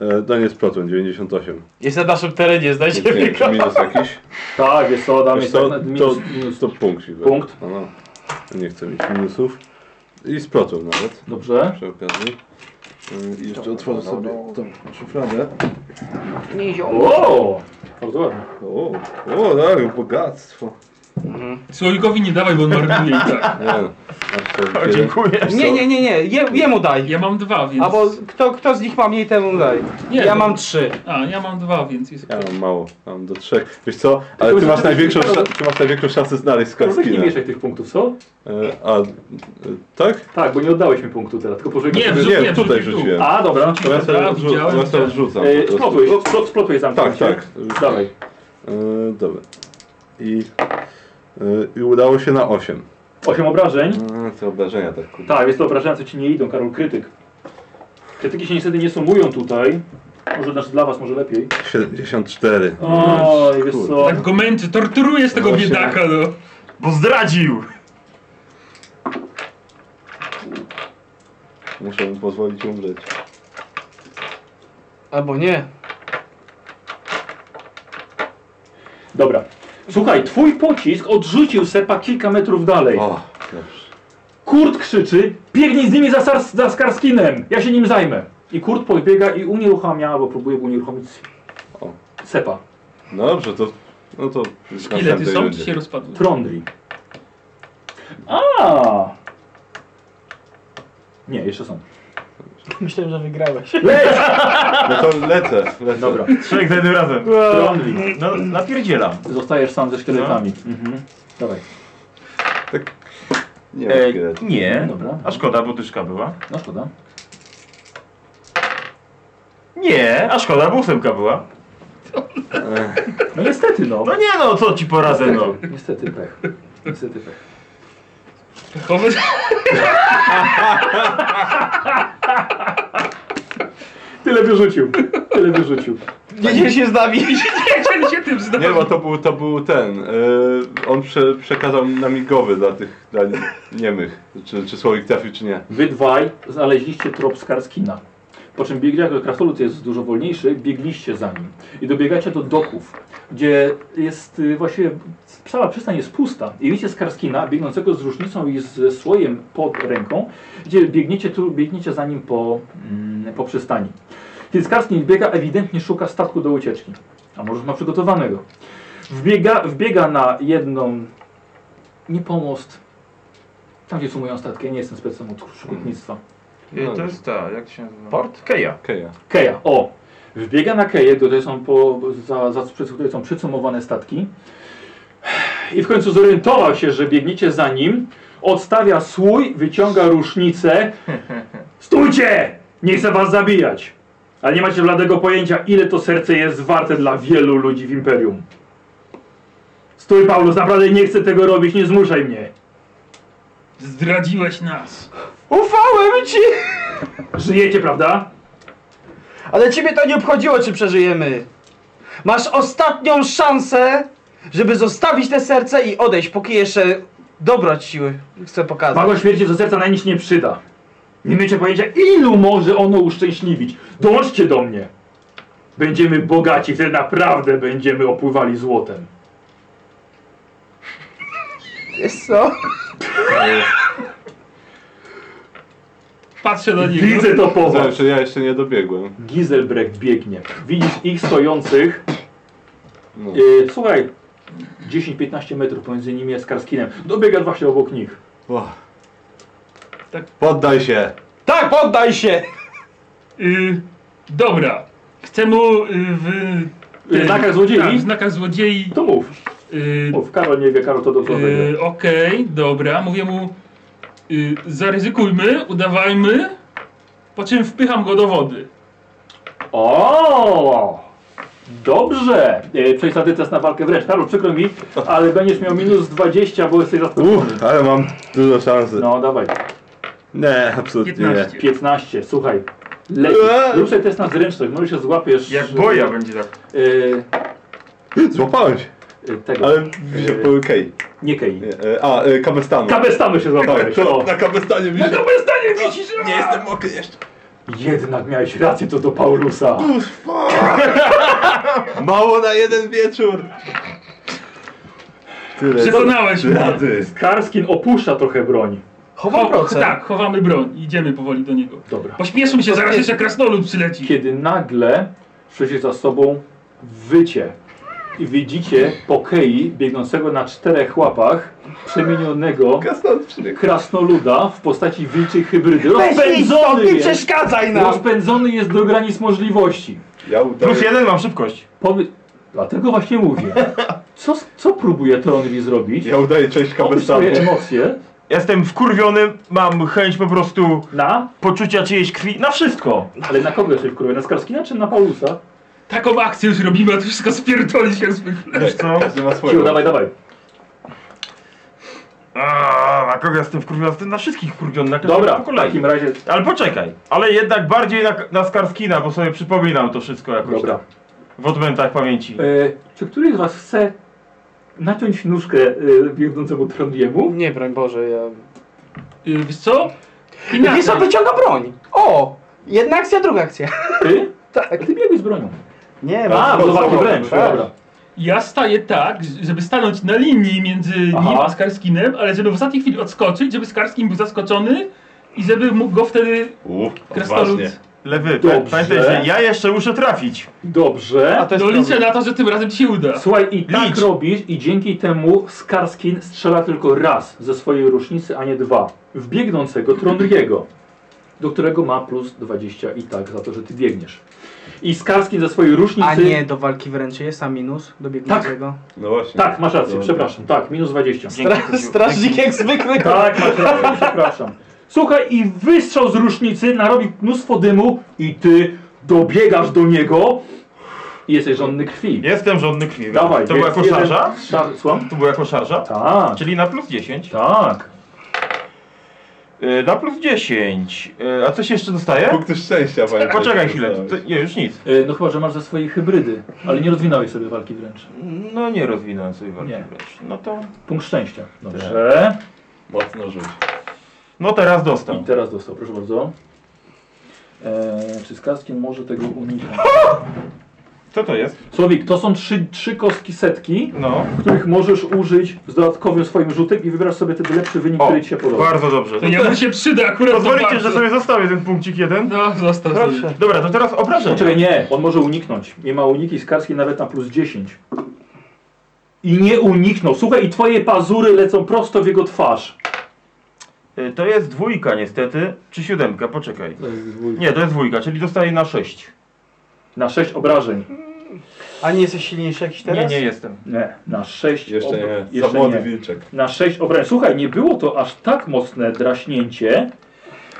[SPEAKER 12] E, no nie splatłem, 98.
[SPEAKER 7] Jest na naszym terenie,
[SPEAKER 12] Czy,
[SPEAKER 7] znajdziemy
[SPEAKER 12] czy,
[SPEAKER 7] go.
[SPEAKER 12] czy minus jakiś?
[SPEAKER 1] Tak, jest to, damy
[SPEAKER 12] Wiesz co,
[SPEAKER 1] tak na-
[SPEAKER 12] to,
[SPEAKER 1] minus- minus-
[SPEAKER 12] to punkt. Iwer.
[SPEAKER 1] Punkt.
[SPEAKER 12] No, no. Nie chcę mieć minusów. I splotłem nawet,
[SPEAKER 1] Dobrze.
[SPEAKER 12] przy okazji. Y, I jeszcze otworzę sobie tą szufladę.
[SPEAKER 1] O! Bardzo ładnie.
[SPEAKER 12] O, o, tak, bogactwo.
[SPEAKER 4] Słowikowi nie dawaj, bo on marnuje i tak.
[SPEAKER 12] Nie, no,
[SPEAKER 2] O,
[SPEAKER 12] absolutnie.
[SPEAKER 2] dziękuję.
[SPEAKER 7] Nie, nie, nie, nie. Je, jemu daj.
[SPEAKER 4] Ja mam dwa, więc...
[SPEAKER 7] Albo kto, kto z nich ma mniej, temu daj.
[SPEAKER 4] Nie,
[SPEAKER 7] Ja
[SPEAKER 4] bo-
[SPEAKER 7] mam trzy.
[SPEAKER 4] A, ja mam dwa, więc jest...
[SPEAKER 12] Ja mam mało, mam do trzech. Wiesz co, ale ty masz największą, szan- ty masz największą szansę znaleźć
[SPEAKER 1] Może nie
[SPEAKER 12] skarskina.
[SPEAKER 1] mieszaj tych punktów, co?
[SPEAKER 12] E, A, e, tak?
[SPEAKER 1] Tak, bo nie oddałeś mi punktu teraz, tylko pożyjmy
[SPEAKER 4] Nie,
[SPEAKER 1] sobie...
[SPEAKER 4] wrzu-
[SPEAKER 12] Nie,
[SPEAKER 4] Rzuciłem,
[SPEAKER 12] tutaj
[SPEAKER 4] rzuciłem.
[SPEAKER 12] rzuciłem.
[SPEAKER 1] A, dobra, no
[SPEAKER 12] To ja sobie
[SPEAKER 4] Dobra,
[SPEAKER 12] odrzu-
[SPEAKER 4] widziałem,
[SPEAKER 12] ja sobie
[SPEAKER 4] tak.
[SPEAKER 12] odrzucam.
[SPEAKER 1] e,
[SPEAKER 12] po prostu.
[SPEAKER 1] Splotuj, splot- splotuj
[SPEAKER 12] Tak,
[SPEAKER 1] zamknięcie.
[SPEAKER 12] tak.
[SPEAKER 1] Dawaj.
[SPEAKER 12] E, Dobra. I, e, I udało się na 8.
[SPEAKER 1] Osiem obrażeń.
[SPEAKER 3] No,
[SPEAKER 12] Mm, te obrażenia tak kurde.
[SPEAKER 1] Tak, więc te obrażenia co ci nie idą, Karol, krytyk. Krytyki się niestety nie sumują tutaj. Może znaczy dla was może lepiej.
[SPEAKER 12] 74.
[SPEAKER 1] Oj, wiesz co...
[SPEAKER 4] Tak go męczy, torturujesz tego
[SPEAKER 12] Właśnie.
[SPEAKER 4] biedaka, no.
[SPEAKER 2] Bo zdradził!
[SPEAKER 12] Muszę mu pozwolić umrzeć.
[SPEAKER 7] Albo nie.
[SPEAKER 1] Dobra. Słuchaj, twój pocisk odrzucił Sepa kilka metrów dalej.
[SPEAKER 12] O, dobrze.
[SPEAKER 1] Kurt krzyczy, biegnij z nimi za, sar- za Skarskinem, ja się nim zajmę. I Kurt podbiega i unieruchamia, albo próbuje go unieruchomić
[SPEAKER 12] O.
[SPEAKER 1] Sepa.
[SPEAKER 12] Dobrze, to. No to.
[SPEAKER 4] Ile ty
[SPEAKER 12] następnej
[SPEAKER 4] są, czy
[SPEAKER 12] rundzie.
[SPEAKER 4] się rozpadły?
[SPEAKER 1] Trondri. A. Nie, jeszcze są.
[SPEAKER 7] Myślałem, że wygrałeś.
[SPEAKER 12] No to lecę, lecę.
[SPEAKER 1] Dobra.
[SPEAKER 2] Trzech za jednym razem.
[SPEAKER 1] Trondri.
[SPEAKER 2] No, napierdzielam.
[SPEAKER 1] Zostajesz sam ze szkieletami. Mhm. Dawaj.
[SPEAKER 12] Nie,
[SPEAKER 2] E,
[SPEAKER 12] e...
[SPEAKER 2] nie.
[SPEAKER 1] Dobra.
[SPEAKER 2] A szkoda, bo dyszka była.
[SPEAKER 1] No szkoda.
[SPEAKER 2] Nie, a szkoda, bo ósemka była.
[SPEAKER 1] No niestety no.
[SPEAKER 2] No nie no, co ci poradzę no.
[SPEAKER 1] Niestety tak. pech. Niestety pech.
[SPEAKER 4] Chować-
[SPEAKER 1] Tyle wyrzucił. Tyle wyrzucił.
[SPEAKER 7] Nie, nie się z nami.
[SPEAKER 4] Nie, Ten się tym zna.
[SPEAKER 12] Nie, bo to był, to był ten. E, on prze, przekazał nam migowy dla tych dla niemych. Czy, czy słowik trafił, czy nie.
[SPEAKER 1] Wy dwaj znaleźliście trop Skarskina. Po czym biegliście, krasolut jest dużo wolniejszy, biegliście za nim. I dobiegacie do doków, gdzie jest y, właściwie cała przystań jest pusta. I widzicie Skarskina biegnącego z różnicą i ze słojem pod ręką, gdzie biegniecie, tu, biegniecie za nim po, mm, po przystani. Kiedy Skarskin biega, ewidentnie szuka statku do ucieczki. A może już ma przygotowanego. Wbiega, wbiega na jedną, nie pomost, tam Tak, gdzie sumują statki, ja nie jestem specem od szkutnictwa.
[SPEAKER 2] E, To jest ta, jak się nazywa? Port? Keja.
[SPEAKER 12] Keja.
[SPEAKER 1] Keja, o! Wbiega na keję, do której są, po, za, za, przez które są przycumowane statki. I w końcu zorientował się, że biegniecie za nim. Odstawia słój, wyciąga rusznicę. Stójcie! Nie chcę was zabijać! Ale nie macie bladego pojęcia, ile to serce jest warte dla wielu ludzi w Imperium. Stój, Paulus, naprawdę nie chcę tego robić, nie zmuszaj mnie.
[SPEAKER 19] Zdradziłeś nas.
[SPEAKER 20] Ufałem ci!
[SPEAKER 1] Żyjecie, prawda?
[SPEAKER 20] Ale ciebie to nie obchodziło, czy przeżyjemy. Masz ostatnią szansę, żeby zostawić te serce i odejść, póki jeszcze dobroć siły chcę pokazać.
[SPEAKER 1] Mago śmierci do serca na nic nie przyda. Nie macie pojęcia, ilu może ono uszczęśliwić. Dążcie do mnie. Będziemy bogaci, wtedy naprawdę będziemy opływali złotem.
[SPEAKER 20] Wiesz co?
[SPEAKER 4] Patrzę na niego.
[SPEAKER 1] Widzę to po was.
[SPEAKER 12] Znaczy, ja jeszcze nie dobiegłem.
[SPEAKER 1] Gizelbrecht biegnie. Widzisz ich stojących.
[SPEAKER 12] No.
[SPEAKER 1] Yy, słuchaj, 10-15 metrów pomiędzy nimi jest Karskinem. Dobiega właśnie obok nich.
[SPEAKER 12] O. Poddaj się!
[SPEAKER 20] Tak, poddaj się!
[SPEAKER 4] Y, dobra. Chcę mu y, w...
[SPEAKER 1] W znakach Y, złodziei?
[SPEAKER 4] Tak, w znakach złodziei.
[SPEAKER 1] To mów.
[SPEAKER 4] Y,
[SPEAKER 1] Mów, Karol nie wie, Karol to dobrze wie.
[SPEAKER 4] y, Okej, dobra. Mówię mu, y, zaryzykujmy, udawajmy, po czym wpycham go do wody.
[SPEAKER 1] O! Dobrze! Yy, Przejdź na ten test na walkę wręcz. Karol, przykro mi, ale będziesz miał minus 20, bo jesteś zaskoczony.
[SPEAKER 12] Uff, ale mam dużo szansy.
[SPEAKER 1] No, dawaj.
[SPEAKER 12] Nie, absolutnie nie.
[SPEAKER 19] 15.
[SPEAKER 1] 15, słuchaj. Leci.
[SPEAKER 12] Eee.
[SPEAKER 1] Zrób sobie test na zręczność, może się złapiesz...
[SPEAKER 2] Jak boja będzie tak.
[SPEAKER 1] Yy,
[SPEAKER 12] Złapałem się,
[SPEAKER 1] yy, tego.
[SPEAKER 12] ale mi się po Kej.
[SPEAKER 1] Nie kej.
[SPEAKER 12] Nie, e, A, e, kabestanu.
[SPEAKER 1] Kabestamy się
[SPEAKER 12] Tak,
[SPEAKER 1] złapałeś.
[SPEAKER 12] to
[SPEAKER 1] o.
[SPEAKER 12] na kabestanie mi się...
[SPEAKER 1] Kabestanie widzisz!
[SPEAKER 12] Nie jestem mokry jeszcze.
[SPEAKER 1] Jednak miałeś rację to do Paulusa.
[SPEAKER 12] Mało na jeden wieczór. Tyle.
[SPEAKER 4] Przekonałeś mnie.
[SPEAKER 12] Rady.
[SPEAKER 1] Karskin opuszcza trochę broń.
[SPEAKER 20] Chowam procent.
[SPEAKER 4] tak, chowamy broń. Idziemy powoli do niego.
[SPEAKER 1] Dobra.
[SPEAKER 4] Pośpieszmy się, zaraz jeszcze krasnolud przyleci.
[SPEAKER 1] Kiedy nagle słyszycie za sobą wycie i widzicie Pokei biegnącego na czterech łapach przemienionego
[SPEAKER 12] Kastan przybiegł.
[SPEAKER 1] krasnoluda w postaci wilczej hybrydy.
[SPEAKER 7] Weź stąd,
[SPEAKER 1] Rozpędzony
[SPEAKER 7] nie
[SPEAKER 1] jest!
[SPEAKER 7] przeszkadzaj nam!
[SPEAKER 1] Rozpędzony jest do granic możliwości.
[SPEAKER 12] Ja udaję...
[SPEAKER 2] Plus jeden mam szybkość.
[SPEAKER 1] Powy... Dlatego właśnie mówię. Co, co próbuje Tronwi zrobić?
[SPEAKER 12] Ja udaję część
[SPEAKER 1] Opuść
[SPEAKER 12] kabestanu.
[SPEAKER 1] swoje emocje
[SPEAKER 2] Jestem wkurwiony, mam chęć po prostu
[SPEAKER 1] na
[SPEAKER 2] poczucia czyjejś krwi, na wszystko.
[SPEAKER 1] Ale na kogo jesteś wkurwiony? Na Skarskina czy na Paulusa?
[SPEAKER 4] Taką akcję już robimy, a to wszystko spierdolić jak zwykle.
[SPEAKER 2] No Wiesz co?
[SPEAKER 12] Każdy ma
[SPEAKER 1] Ciu,
[SPEAKER 12] swoje.
[SPEAKER 1] dawaj, dawaj.
[SPEAKER 2] A, na kogo jestem wkurwiony? Jestem na wszystkich wkurwiony, na każdego
[SPEAKER 1] Dobra,
[SPEAKER 2] po
[SPEAKER 1] w
[SPEAKER 2] kolei.
[SPEAKER 1] takim razie...
[SPEAKER 2] Ale poczekaj, ale jednak bardziej na, na Skarskina, bo sobie przypominam to wszystko jakoś
[SPEAKER 1] Dobra.
[SPEAKER 2] tak w odmętach pamięci.
[SPEAKER 1] E, czy któryś z was chce naciąć nóżkę e, biegnącemu Trondiemu?
[SPEAKER 7] Nie, broń Boże, ja... Tak.
[SPEAKER 4] Y, wiesz co?
[SPEAKER 7] Wisa wyciąga broń! O! Jedna akcja, druga akcja.
[SPEAKER 1] Ty? Tak. Ty biegłeś z bronią.
[SPEAKER 7] Nie,
[SPEAKER 1] A, bo
[SPEAKER 12] to
[SPEAKER 1] walki
[SPEAKER 12] zobacz,
[SPEAKER 1] wręcz,
[SPEAKER 12] tak.
[SPEAKER 1] dobra.
[SPEAKER 4] Ja staję tak, żeby stanąć na linii między
[SPEAKER 1] Aha.
[SPEAKER 4] nim a Skarskinem, ale żeby w ostatniej chwili odskoczyć, żeby Skarskin był zaskoczony i żeby mógł go wtedy
[SPEAKER 12] Uuu,
[SPEAKER 4] krasnolud...
[SPEAKER 2] Lewy,
[SPEAKER 1] Dobrze.
[SPEAKER 2] pa- pamiętaj, że ja jeszcze muszę trafić.
[SPEAKER 1] Dobrze.
[SPEAKER 7] to
[SPEAKER 4] No liczę na to, że tym razem ci się uda.
[SPEAKER 1] Słuchaj, i tak
[SPEAKER 2] Licz.
[SPEAKER 1] robisz i dzięki temu Skarskin strzela tylko raz ze swojej rusznicy, a nie dwa. W biegnącego Trondriego, do którego ma plus 20 i tak za to, że ty biegniesz. I Skarskin ze swojej rusznicy...
[SPEAKER 7] A nie, do walki wręcz jest, a minus do biegnięciego.
[SPEAKER 12] No właśnie.
[SPEAKER 1] Tak, masz rację,
[SPEAKER 12] Dobra.
[SPEAKER 1] przepraszam. Tak, minus 20.
[SPEAKER 7] Stra- strażnik jak zwykle.
[SPEAKER 1] Tak, masz rację, przepraszam. Słuchaj, i wystrzał z rusznicy narobi mnóstwo dymu i ty dobiegasz do niego i jesteś żonny krwi.
[SPEAKER 2] Jestem żądny krwi.
[SPEAKER 1] Dawaj.
[SPEAKER 2] to było
[SPEAKER 1] jest
[SPEAKER 2] jako
[SPEAKER 1] jeden-
[SPEAKER 2] szarża?
[SPEAKER 1] Szar... Słucham?
[SPEAKER 2] To było jako szarża?
[SPEAKER 1] Tak,
[SPEAKER 2] Czyli na plus 10.
[SPEAKER 1] tak.
[SPEAKER 2] Y, na plus 10. Y, a coś jeszcze dostaję?
[SPEAKER 12] Punkty szczęścia, panie.
[SPEAKER 2] Poczekaj chwilę, to, nie, już nic.
[SPEAKER 1] E, No chyba, że masz ze swojej hybrydy, ale nie rozwinąłeś sobie walki wręcz.
[SPEAKER 2] No nie rozwinąłem sobie walki
[SPEAKER 1] Nie.
[SPEAKER 2] wręcz. No to...
[SPEAKER 1] Punkt szczęścia. Dobrze.
[SPEAKER 12] Mocno rzuć.
[SPEAKER 2] No teraz
[SPEAKER 1] I
[SPEAKER 2] dostał.
[SPEAKER 1] teraz dostał, proszę bardzo. E, czy Skarskin może tego uniknąć?
[SPEAKER 2] Co to jest?
[SPEAKER 1] Słowik, to są trzy, trzy kostki setki,
[SPEAKER 2] No.
[SPEAKER 1] których możesz użyć z dodatkowym swoim rzutem i wybierasz sobie wtedy lepszy wynik, który ci się podoba.
[SPEAKER 2] bardzo dobrze.
[SPEAKER 4] To ja mu się przyda akurat
[SPEAKER 2] Pozwolicie,
[SPEAKER 4] zobaczę.
[SPEAKER 2] że sobie zostawię ten punkcik jeden?
[SPEAKER 4] No, zostaw sobie.
[SPEAKER 2] Dobra, to teraz obrażenia.
[SPEAKER 1] No, Czekaj, nie, on może uniknąć. Nie ma uniki skarskiej nawet na plus 10. I nie uniknął. Słuchaj, i twoje pazury lecą prosto w jego twarz.
[SPEAKER 2] Y, To jest dwójka niestety, czy siódemka, poczekaj. Nie, to jest dwójka, czyli dostaję na sześć.
[SPEAKER 1] Na 6 obrażeń.
[SPEAKER 7] A nie jesteś silniejszy jakiś
[SPEAKER 2] Nie,
[SPEAKER 7] teraz?
[SPEAKER 2] nie jestem.
[SPEAKER 1] Nie, na 6
[SPEAKER 12] Jeszcze nie. Za
[SPEAKER 1] Jeszcze
[SPEAKER 12] młody
[SPEAKER 1] nie.
[SPEAKER 12] wilczek.
[SPEAKER 1] Na 6 obrażeń. Słuchaj, nie było to aż tak mocne draśnięcie.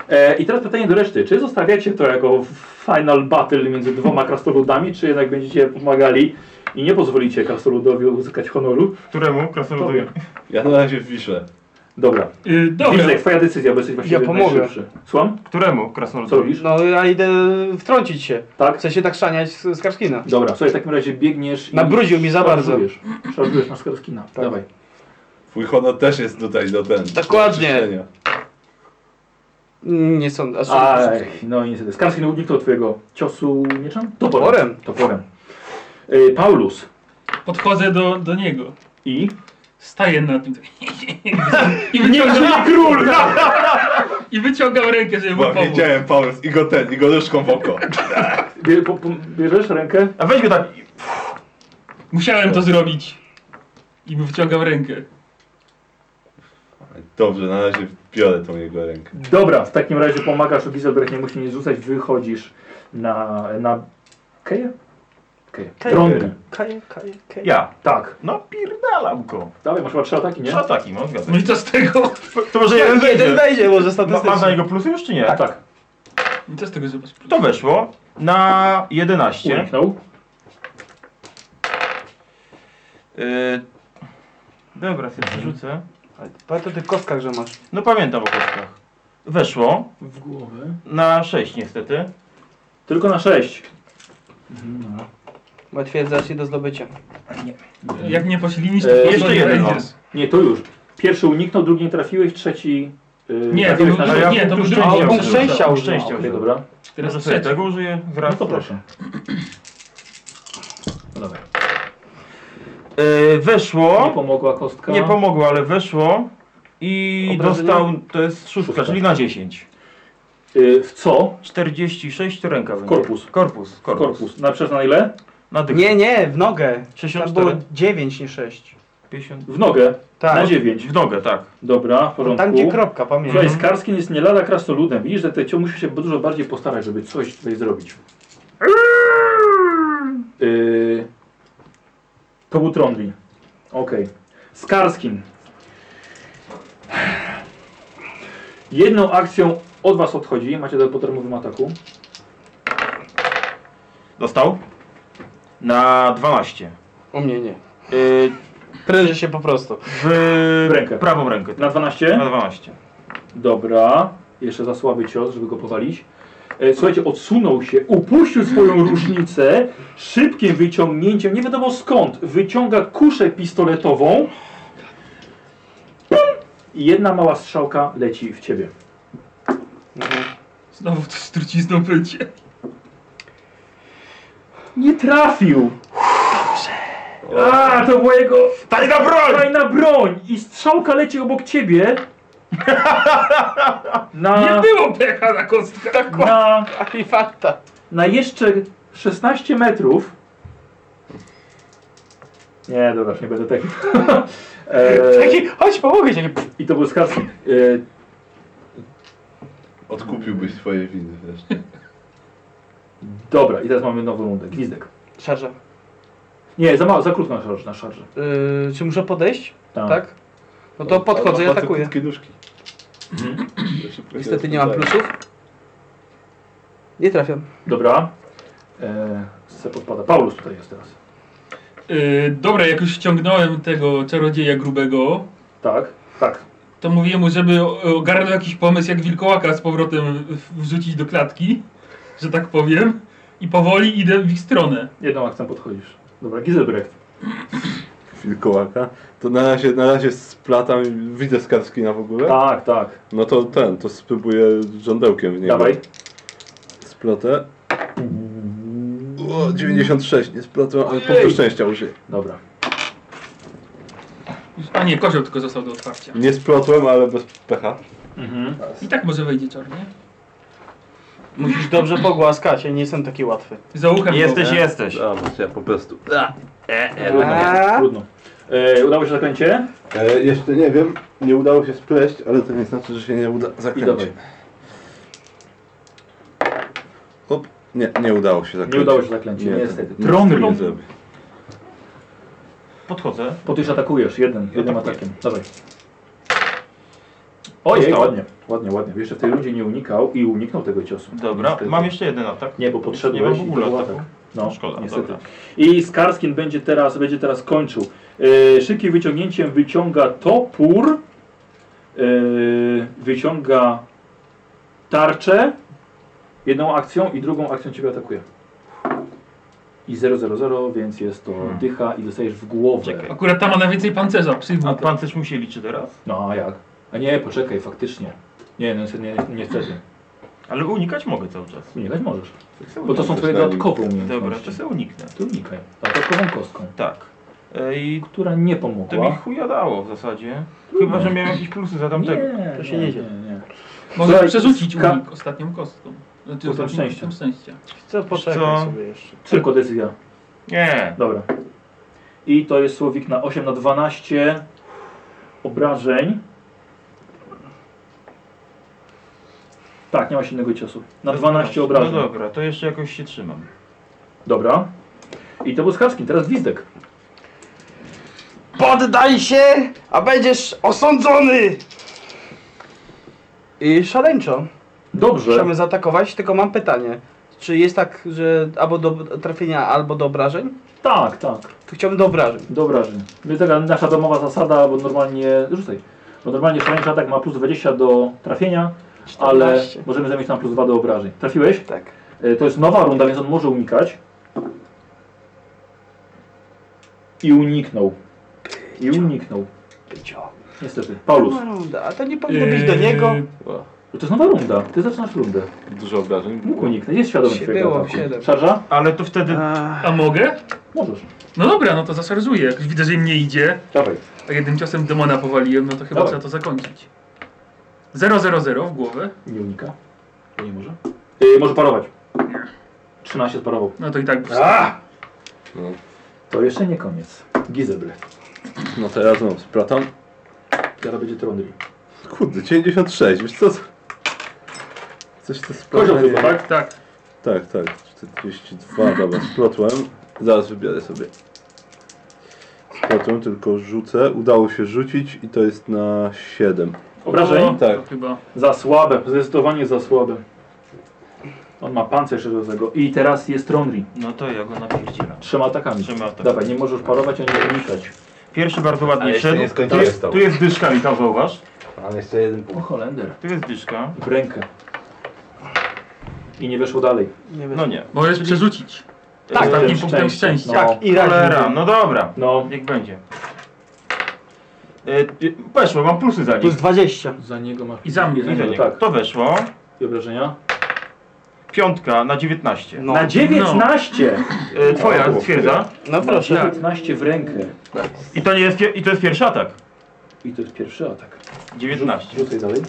[SPEAKER 1] E, I teraz pytanie do reszty. Czy zostawiacie to jako final battle między dwoma krasnoludami, czy jednak będziecie pomagali i nie pozwolicie krasnoludowi uzyskać honoru?
[SPEAKER 2] Któremu? Krasnoludowi.
[SPEAKER 3] Ja na razie wiszę.
[SPEAKER 1] Dobra.
[SPEAKER 4] Yy, dobra,
[SPEAKER 1] Widzę, twoja decyzja, bo jesteś właściwie
[SPEAKER 7] Ja pomogę.
[SPEAKER 1] najszybszy. Słucham?
[SPEAKER 2] Któremu?
[SPEAKER 1] Co
[SPEAKER 2] Krasnoludowi.
[SPEAKER 1] robisz?
[SPEAKER 7] No ja idę wtrącić się.
[SPEAKER 1] Tak?
[SPEAKER 7] Chcę się tak szaniać z, z Karskina.
[SPEAKER 1] Dobra, słuchaj, w takim razie biegniesz i...
[SPEAKER 7] Nabrudził mi za bardzo. Tak.
[SPEAKER 1] Szarżujesz. Szarżujesz na skarskina. Dawaj.
[SPEAKER 3] Twój honor też jest tutaj do ten.
[SPEAKER 7] Dokładnie.
[SPEAKER 3] do czyszczenia.
[SPEAKER 7] Mm, Nie sądzę. A,
[SPEAKER 1] Aj, no i niestety. Skarskin uniknął twojego ciosu mieczem?
[SPEAKER 7] Toporem.
[SPEAKER 1] Toporem. Y, Paulus.
[SPEAKER 4] podchodzę do, do niego.
[SPEAKER 1] I?
[SPEAKER 4] Staję nad nim tak. I wyciągam, król! I wyciągam rękę, żeby mu
[SPEAKER 3] Bo
[SPEAKER 4] pomóc.
[SPEAKER 3] wiedziałem Paulus i go ten, i go nóżką w oko.
[SPEAKER 1] Bie, po, po, bierzesz rękę?
[SPEAKER 2] A weź go tak.
[SPEAKER 4] Musiałem to zrobić. I mu wyciągam rękę.
[SPEAKER 3] Dobrze, na razie biorę tą jego rękę.
[SPEAKER 1] Dobra, w takim razie pomagasz Gizelbrecht, nie musi nic rzucać, wychodzisz na... na... Keję? Keję.
[SPEAKER 5] Keję.
[SPEAKER 1] Drągę.
[SPEAKER 5] Kaje, kaje, kaje.
[SPEAKER 2] Ja.
[SPEAKER 1] Tak.
[SPEAKER 2] No pierdalam go.
[SPEAKER 1] Dawaj, masz chyba trzy ataki, nie?
[SPEAKER 2] Trzy ataki, no
[SPEAKER 4] No
[SPEAKER 2] zgadzam.
[SPEAKER 4] i co z tego?
[SPEAKER 2] To może jeden
[SPEAKER 7] Jeden
[SPEAKER 2] wejdzie.
[SPEAKER 7] wejdzie może
[SPEAKER 2] Ma,
[SPEAKER 7] statystycznie.
[SPEAKER 2] masz na niego plusy już czy nie?
[SPEAKER 1] Tak. tak.
[SPEAKER 4] I co z tego, że masz plus?
[SPEAKER 2] To weszło na 11.
[SPEAKER 1] Uniknął.
[SPEAKER 2] Yy, dobra, sobie przerzucę.
[SPEAKER 7] Pamiętaj o tych kostkach, że masz.
[SPEAKER 2] No pamiętam o kostkach. Weszło
[SPEAKER 1] W głowę.
[SPEAKER 2] na 6 niestety.
[SPEAKER 1] Tylko na sześć.
[SPEAKER 7] Bo twierdza się do zdobycia.
[SPEAKER 4] Jak nie posilinisz, to
[SPEAKER 1] E,
[SPEAKER 4] to
[SPEAKER 2] jeszcze
[SPEAKER 4] nie
[SPEAKER 2] jeden,
[SPEAKER 4] będziesz.
[SPEAKER 1] Nie, to już. Pierwszy uniknął, drugi nie trafiłeś, trzeci... Yy,
[SPEAKER 4] Nie, to
[SPEAKER 1] trafiłeś
[SPEAKER 4] był,
[SPEAKER 1] na
[SPEAKER 2] no
[SPEAKER 1] sześć.
[SPEAKER 2] ja
[SPEAKER 4] nie, to był
[SPEAKER 2] punkt
[SPEAKER 4] drugi.
[SPEAKER 2] szczęścia
[SPEAKER 4] Ja
[SPEAKER 2] użyłem.
[SPEAKER 7] Punkt szczęścia
[SPEAKER 2] Punkt
[SPEAKER 7] użyłem.
[SPEAKER 2] szczęścia
[SPEAKER 1] Okej,
[SPEAKER 2] użyłem.
[SPEAKER 1] dobra.
[SPEAKER 4] Teraz
[SPEAKER 2] Może sobie
[SPEAKER 4] trzeci.
[SPEAKER 2] tego użyję z
[SPEAKER 1] No
[SPEAKER 2] racji.
[SPEAKER 1] to proszę. No dobra.
[SPEAKER 2] Yy,
[SPEAKER 1] Nie
[SPEAKER 2] weszło.
[SPEAKER 1] pomogła kostka.
[SPEAKER 2] Nie pomogło, ale weszło. I
[SPEAKER 7] Obrażenia?
[SPEAKER 2] dostał, to jest szóstka, czyli na 10.
[SPEAKER 1] Y, w co?
[SPEAKER 2] 46 to ręka będzie.
[SPEAKER 1] korpus.
[SPEAKER 2] Korpus, korpus.
[SPEAKER 1] Korpus. Na przez na ile?
[SPEAKER 2] Na dychę.
[SPEAKER 7] Nie, nie, w nogę. Tam było
[SPEAKER 2] 64,
[SPEAKER 7] 9, nie 6.
[SPEAKER 2] 50.
[SPEAKER 1] W nogę. Na
[SPEAKER 7] Tak.
[SPEAKER 1] dziewięć.
[SPEAKER 2] W nogę, tak.
[SPEAKER 1] Dobra, w porządku.
[SPEAKER 7] Tam Tak, gdzie kropka, pamiętaj.
[SPEAKER 1] Słuchaj, Skarskin jest nie lada krasnoludem. Widzisz, że te ciąg musi się dużo bardziej postarać, żeby coś tutaj zrobić. Yy, to był Trondli. Okej. Skarskin. Jedną akcją od was odchodzi. Macie do potermowym ataku.
[SPEAKER 2] Dostał? Na 12.
[SPEAKER 7] U mnie nie.
[SPEAKER 2] Yy,
[SPEAKER 7] Pręży się po prostu.
[SPEAKER 2] w
[SPEAKER 1] Rękę.
[SPEAKER 2] prawą rękę.
[SPEAKER 1] Na
[SPEAKER 2] tak.
[SPEAKER 1] 12?
[SPEAKER 2] Na 12.
[SPEAKER 1] Dobra, jeszcze za słaby cios, żeby go powalić. E, Słuchajcie, odsunął się, upuścił swoją różnicę, szybkim wyciągnięciem, nie wiadomo skąd, wyciąga kuszę pistoletową. Pum! I jedna mała strzałka leci w ciebie.
[SPEAKER 4] Znowu to z trucizną będzie.
[SPEAKER 1] Nie trafił! A, to była jego
[SPEAKER 2] Tajna broń!
[SPEAKER 1] fajna broń! I strzałka leci obok ciebie.
[SPEAKER 4] Nie
[SPEAKER 2] No.
[SPEAKER 1] Na,
[SPEAKER 4] było pecha na kostkach. Tak,
[SPEAKER 1] na,
[SPEAKER 7] Artefakta.
[SPEAKER 1] na jeszcze 16 metrów. Nie, dobra, już nie będę taki. e,
[SPEAKER 7] Taki, chodź pomogę ci. Taki,
[SPEAKER 1] I to był skaz. E,
[SPEAKER 3] Odkupiłbyś swoje winy wreszcie.
[SPEAKER 1] dobra, i teraz mamy nową rundę. Gwizdek.
[SPEAKER 7] Szarża.
[SPEAKER 1] Nie, za mało, za krótko na szarży. Na szarży.
[SPEAKER 7] Yy, czy muszę podejść?
[SPEAKER 1] Tak.
[SPEAKER 7] Tak? No to podchodzę i
[SPEAKER 3] Ale ma te
[SPEAKER 7] atakuję.
[SPEAKER 3] krótkie nóżki. To szybko Mhm. się
[SPEAKER 7] Niestety nie mam
[SPEAKER 3] rozpędzają.
[SPEAKER 7] plusów. Nie trafiam.
[SPEAKER 1] Dobra. E, se podpada. Paulus tutaj jest teraz.
[SPEAKER 4] Yy, dobra, jak już ściągnąłem tego czarodzieja grubego,
[SPEAKER 1] Tak, tak.
[SPEAKER 4] to mówiłem mu, żeby o- ogarnął jakiś pomysł, jak wilkołaka z powrotem w- wrzucić do klatki, że tak powiem. I powoli idę w ich stronę.
[SPEAKER 1] Jedną akcją podchodzisz. Dobra, Gizelbrecht.
[SPEAKER 3] Wilkołaka. To na razie, na razie splatam, i widzę Skarskina w ogóle.
[SPEAKER 1] Tak, tak.
[SPEAKER 3] No to ten, to spróbuję żądełkiem w niego.
[SPEAKER 1] Dawaj.
[SPEAKER 3] Splatę. O, 96, nie splatłem, ale punktu szczęścia użyję.
[SPEAKER 1] Dobra.
[SPEAKER 4] A nie, kozioł tylko został do otwarcia.
[SPEAKER 3] Nie splatłem, ale bez pecha.
[SPEAKER 4] I tak może wejdzie czarnie.
[SPEAKER 7] Musisz dobrze pogłaskać, ja nie jestem taki łatwy.
[SPEAKER 4] Za uchem
[SPEAKER 2] Jesteś,
[SPEAKER 4] go.
[SPEAKER 2] jesteś.
[SPEAKER 3] A, ja po prostu.
[SPEAKER 7] Eee,
[SPEAKER 1] Trudno. E, udało się zaklęcie?
[SPEAKER 3] E, jeszcze nie wiem, nie udało się spleść, ale to nie znaczy, że się nie uda
[SPEAKER 1] I dawaj.
[SPEAKER 3] zakręcić. Hop. Nie, nie udało się zakręcić.
[SPEAKER 1] Nie udało się zaklęcie, niestety.
[SPEAKER 3] nic
[SPEAKER 1] Trąbli.
[SPEAKER 3] nie zrobię.
[SPEAKER 2] Podchodzę.
[SPEAKER 1] Po tyż atakujesz, jeden, jednym
[SPEAKER 2] Atakuję.
[SPEAKER 1] atakiem. Dawaj. Ojej,
[SPEAKER 2] Dostał.
[SPEAKER 1] ładnie, ładnie, ładnie. Jeszcze w tej rundzie nie unikał i uniknął tego ciosu.
[SPEAKER 2] Dobra,
[SPEAKER 1] Niestety.
[SPEAKER 2] mam jeszcze jeden atak.
[SPEAKER 1] Nie, bo podszedłeś
[SPEAKER 2] Nie mam w
[SPEAKER 1] i to
[SPEAKER 2] ogóle
[SPEAKER 1] był
[SPEAKER 2] ataku.
[SPEAKER 1] atak. No,
[SPEAKER 2] Szkoda,
[SPEAKER 1] niestety.
[SPEAKER 2] dobra.
[SPEAKER 1] I Skarskin będzie teraz, będzie teraz kończył. Yy, szybkim wyciągnięciem wyciąga topór, yy, wyciąga tarczę jedną akcją i drugą akcją ciebie atakuje. I 000, więc jest to
[SPEAKER 2] Hmm.
[SPEAKER 1] dycha i dostajesz w głowę.
[SPEAKER 2] Czekaj.
[SPEAKER 4] Akurat tam ma najwięcej pancerza,
[SPEAKER 2] A
[SPEAKER 4] przyjmuj to.
[SPEAKER 2] pan też mu się liczy teraz?
[SPEAKER 1] No a jak? A nie, poczekaj, faktycznie. Nie, no nie, niestety.
[SPEAKER 2] Ale unikać mogę cały czas.
[SPEAKER 1] Unikać możesz.
[SPEAKER 2] Tak sobie
[SPEAKER 1] Bo to są
[SPEAKER 2] uniknę.
[SPEAKER 1] twoje dodatkowe umiejętności.
[SPEAKER 2] Dobra, to sobie uniknę.
[SPEAKER 1] To unikaj. Dodatkową kostką.
[SPEAKER 2] Tak. E, I
[SPEAKER 1] Która nie
[SPEAKER 2] to mi
[SPEAKER 1] pomogła.
[SPEAKER 2] chuja dało w zasadzie. Chyba, że miałem jakieś plusy za tamtego.
[SPEAKER 1] to się nie, nie dzieje. Nie, nie.
[SPEAKER 4] Możesz
[SPEAKER 1] Słuchaj,
[SPEAKER 4] przerzucić
[SPEAKER 1] ka-
[SPEAKER 4] unik ostatnią kostką. Znaczy
[SPEAKER 1] Punktem szczęścia.
[SPEAKER 4] punktem szczęścia.
[SPEAKER 21] Co, poczekaj
[SPEAKER 2] Co?
[SPEAKER 21] sobie jeszcze.
[SPEAKER 1] Tylko decyzja.
[SPEAKER 2] Nie.
[SPEAKER 1] Dobra. I to jest słowik na 8 na 12 obrażeń. Tak, nie ma silnego ciosu. Na 12 obrażeń.
[SPEAKER 2] No dobra, to jeszcze jakoś się trzymam.
[SPEAKER 1] Dobra. I to był Skacki, teraz Gwizdek.
[SPEAKER 7] Poddaj się, a będziesz osądzony! I szaleńczo.
[SPEAKER 1] Dobrze.
[SPEAKER 7] Możemy zaatakować, tylko mam pytanie. Czy jest tak, że albo do trafienia, albo do obrażeń?
[SPEAKER 1] Tak, tak.
[SPEAKER 7] To chciałbym do obrażeń.
[SPEAKER 1] Do obrażeń. Więc taka nasza domowa zasada, bo normalnie. no Rzucaj. Bo normalnie szaleńczy atak ma plus 20 do trafienia, ale
[SPEAKER 7] 14.
[SPEAKER 1] możemy zamieć tam plus 2 do obrażeń. Trafiłeś?
[SPEAKER 7] Tak.
[SPEAKER 1] E, To jest nowa runda, więc on może unikać. I uniknął. I uniknął.
[SPEAKER 7] Bycio.
[SPEAKER 1] Niestety. Paulus.
[SPEAKER 7] Nowa runda, a to nie powinno być do niego.
[SPEAKER 4] Yy,
[SPEAKER 1] To jest nowa runda. Ty zaczynasz rundę.
[SPEAKER 12] Dużo obrażeń.
[SPEAKER 1] Mógł uniknąć. Jest świadomy
[SPEAKER 7] Sie-
[SPEAKER 1] twojego
[SPEAKER 7] było,
[SPEAKER 1] ataku.
[SPEAKER 7] siedem.
[SPEAKER 1] Szarża?
[SPEAKER 2] Ale to wtedy
[SPEAKER 7] A,
[SPEAKER 4] A mogę?
[SPEAKER 1] Możesz.
[SPEAKER 4] No dobra, no to zaszarżuję. Jak widzę, że im nie idzie,
[SPEAKER 1] Dawaj.
[SPEAKER 4] a jednym ciosem demona powaliłem, no to chyba
[SPEAKER 1] Dawaj.
[SPEAKER 4] trzeba to zakończyć. 0-0-0 w głowę.
[SPEAKER 1] Nie unika. To nie może. E, może parować. 13 sparował.
[SPEAKER 4] No to i tak.
[SPEAKER 1] To jeszcze nie koniec. Gizeble.
[SPEAKER 12] No teraz mam splatam.
[SPEAKER 1] Teraz będzie trondli.
[SPEAKER 12] Kurde, 96, wiesz co? Coś to
[SPEAKER 1] Kozioł
[SPEAKER 12] splotłem.
[SPEAKER 1] to, tak?
[SPEAKER 4] Tak.
[SPEAKER 12] Tak, tak, 42, dobra, splotłem. Zaraz wybiorę sobie. Splotłem, tylko rzucę. Udało się rzucić i to jest na 7.
[SPEAKER 4] O,
[SPEAKER 1] Obrażeń?
[SPEAKER 12] Tak.
[SPEAKER 4] No, To chyba.
[SPEAKER 1] No. Za słabe. Zdecydowanie za słabe. On ma pancerz szerzowego. I teraz jest trondli.
[SPEAKER 2] No to ja go napierdzielam.
[SPEAKER 1] Trzema atakami.
[SPEAKER 2] Trzema atakami.
[SPEAKER 1] Dawaj, nie możesz parować ani unikać.
[SPEAKER 2] Pierwszy bardzo ładnie
[SPEAKER 22] Ale jeszcze
[SPEAKER 2] wszedł.
[SPEAKER 22] nie
[SPEAKER 2] Tu
[SPEAKER 22] skończyłem z
[SPEAKER 2] jest,
[SPEAKER 22] tobą.
[SPEAKER 2] tu jest dyszka, Michał, zauważ.
[SPEAKER 22] Mam jeszcze jeden punkt.
[SPEAKER 1] O Holender.
[SPEAKER 2] Tu jest dyszka.
[SPEAKER 1] W rękę. I nie weszło dalej.
[SPEAKER 2] No nie.
[SPEAKER 4] Możesz przerzucić.
[SPEAKER 1] Tak,
[SPEAKER 4] ostatnim punktem szczęścia.
[SPEAKER 1] No,
[SPEAKER 7] I
[SPEAKER 2] Cholera,
[SPEAKER 7] raźnie.
[SPEAKER 2] no dobra.
[SPEAKER 1] no.
[SPEAKER 2] Niech będzie. E, y, Weszło, mam plusy za
[SPEAKER 7] Plus
[SPEAKER 2] nich.
[SPEAKER 7] 20.
[SPEAKER 1] Za niego masz.
[SPEAKER 4] I za mnie.
[SPEAKER 1] I za
[SPEAKER 2] Widzę
[SPEAKER 1] niego,
[SPEAKER 2] niego.
[SPEAKER 1] tak.
[SPEAKER 2] To weszło.
[SPEAKER 1] I obrażenia?
[SPEAKER 2] Piątka na 19.
[SPEAKER 7] No,
[SPEAKER 1] Na 19!
[SPEAKER 2] E, Twoja stwierdza.
[SPEAKER 7] no proszę.
[SPEAKER 1] Na 19 w rękę.
[SPEAKER 2] I to, nie jest, pie- I to jest pierwszy atak.
[SPEAKER 1] I to jest pierwszy atak.
[SPEAKER 2] 19.
[SPEAKER 1] Rzucaj dalej.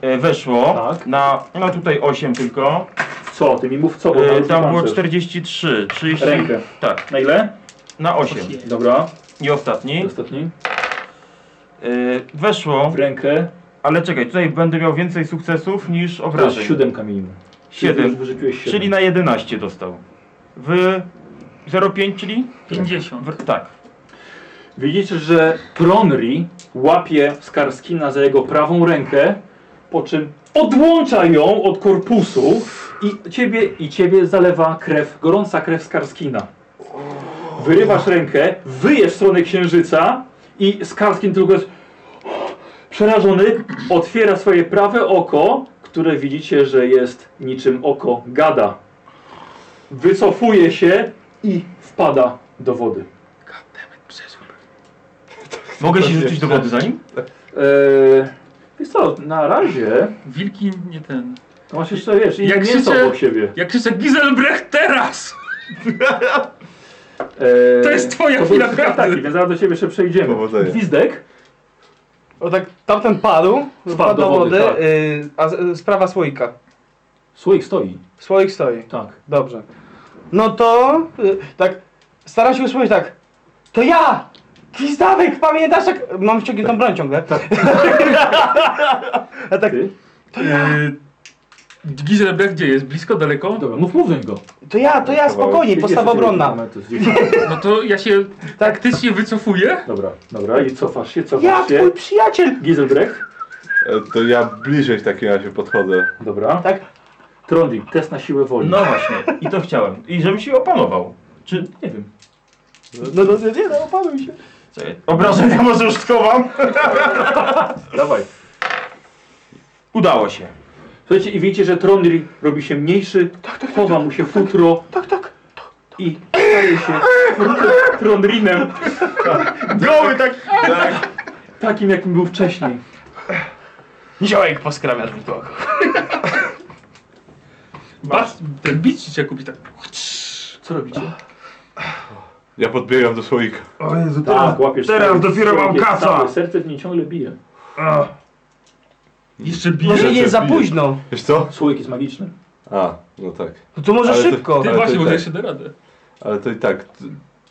[SPEAKER 2] E, Weszło
[SPEAKER 1] Tak.
[SPEAKER 2] na, no tutaj 8 tylko.
[SPEAKER 1] Co? Ty mi mów co, bo
[SPEAKER 2] E,
[SPEAKER 1] naruszył
[SPEAKER 2] Tam było
[SPEAKER 1] pancerz.
[SPEAKER 2] 43, 30.
[SPEAKER 1] Rękę.
[SPEAKER 2] Tak,
[SPEAKER 1] Na ile?
[SPEAKER 2] na 8.
[SPEAKER 1] Dobra.
[SPEAKER 2] I ostatni.
[SPEAKER 1] Ostatni.
[SPEAKER 2] E, Weszło,
[SPEAKER 1] W rękę.
[SPEAKER 2] ale czekaj, tutaj będę miał więcej sukcesów niż
[SPEAKER 1] To jest
[SPEAKER 2] obrażeń.
[SPEAKER 1] siódemka minimum. Ty już
[SPEAKER 2] Siedem.
[SPEAKER 1] wyrzuciłeś siedem.
[SPEAKER 2] Czyli na 11 dostał. W 05, czyli?
[SPEAKER 4] 50.
[SPEAKER 2] W, tak.
[SPEAKER 1] Widzicie, że Tronri łapie Skarskina za jego prawą rękę, po czym odłącza ją od korpusu i ciebie, i ciebie zalewa krew, gorąca krew Skarskina. Wyrywasz rękę, wyjesz w stronę księżyca i Skarskin tylko jest przerażony, otwiera swoje prawe oko, które widzicie, że jest niczym oko gada. Wycofuje się i wpada do wody.
[SPEAKER 2] Mogę się rzucić do wody za nim?
[SPEAKER 1] Eee, wiesz co, na razie
[SPEAKER 4] Wilki nie ten.
[SPEAKER 1] to masz jeszcze, wiesz, i
[SPEAKER 4] Jak
[SPEAKER 1] mięso
[SPEAKER 4] krzyczę-
[SPEAKER 1] obok siebie.
[SPEAKER 4] Jak krzyczę Giselbrecht teraz!
[SPEAKER 1] Eee,
[SPEAKER 4] To jest twoja
[SPEAKER 1] to
[SPEAKER 4] chwila
[SPEAKER 1] były trzy
[SPEAKER 4] prawdy.
[SPEAKER 1] ataki, więc zaraz do ciebie jeszcze przejdziemy.
[SPEAKER 12] Powodzenia.
[SPEAKER 1] Gwizdek,
[SPEAKER 7] O tak, tamten padł, wpadł do wody,
[SPEAKER 1] tak.
[SPEAKER 7] y, a z- y, sprawa słoika.
[SPEAKER 1] słoik stoi,
[SPEAKER 7] Słoik stoi,
[SPEAKER 1] tak.
[SPEAKER 7] dobrze. No to, y, tak, staram się usłyszeć tak, to ja! Gwizdawek, pamiętasz jak... Mam ściągniętą broń ciągle.
[SPEAKER 3] Tak.
[SPEAKER 7] A tak,
[SPEAKER 1] Ty?
[SPEAKER 4] Yy, Giselbrecht gdzie jest? Blisko, daleko?
[SPEAKER 1] Dobra, mów, mów do niego.
[SPEAKER 7] to ja, to ja, spokojnie, postawa obronna.
[SPEAKER 4] No to ja się taktycznie wycofuję.
[SPEAKER 1] Dobra, dobra, i cofasz się, cofasz
[SPEAKER 7] Ja,
[SPEAKER 1] się.
[SPEAKER 7] twój przyjaciel!
[SPEAKER 1] Gizelbrecht,
[SPEAKER 3] E, To ja bliżej w takim razie podchodzę.
[SPEAKER 1] Dobra.
[SPEAKER 7] Tak?
[SPEAKER 1] Trondheim, test na siłę woli.
[SPEAKER 2] No właśnie, i to chciałem. I żebym się opanował. Czy, nie wiem.
[SPEAKER 7] No, no, nie, no, opanuj się.
[SPEAKER 2] Czekaj, Obrażenia może już schowam?
[SPEAKER 1] Dawaj.
[SPEAKER 2] Udało się.
[SPEAKER 1] Słuchajcie, i widzicie, że Trondheim robi się mniejszy, chowa mu się futro. Tak, tak. I staje się Trondrinem,
[SPEAKER 2] Goły tak!
[SPEAKER 1] takim jakim był wcześniej.
[SPEAKER 7] Ziołek poskrawiasz mi to.
[SPEAKER 4] Bas, ten bicz ci się kupi tak.
[SPEAKER 1] Co robicie?
[SPEAKER 3] Ja podbiegam do słoika.
[SPEAKER 8] O Jezu,
[SPEAKER 1] Tak, łapiesz
[SPEAKER 8] teraz
[SPEAKER 1] cały-
[SPEAKER 8] dopiero mam
[SPEAKER 1] łapiesz
[SPEAKER 8] kasa.
[SPEAKER 1] cały, Serce w niej ciągle bije.
[SPEAKER 8] A,
[SPEAKER 4] Jeszcze bije.
[SPEAKER 7] Może nie jest za
[SPEAKER 3] Bije.
[SPEAKER 7] późno.
[SPEAKER 3] Wiesz co?
[SPEAKER 1] Słoik jest magiczny.
[SPEAKER 3] A, no tak.
[SPEAKER 7] No To może
[SPEAKER 3] Ale to-
[SPEAKER 7] szybko.
[SPEAKER 4] Ty
[SPEAKER 3] Ale
[SPEAKER 4] właśnie,
[SPEAKER 3] to
[SPEAKER 4] bo
[SPEAKER 3] i
[SPEAKER 4] ja
[SPEAKER 3] tak.
[SPEAKER 4] jeszcze da radę.
[SPEAKER 3] Ale to i tak. t-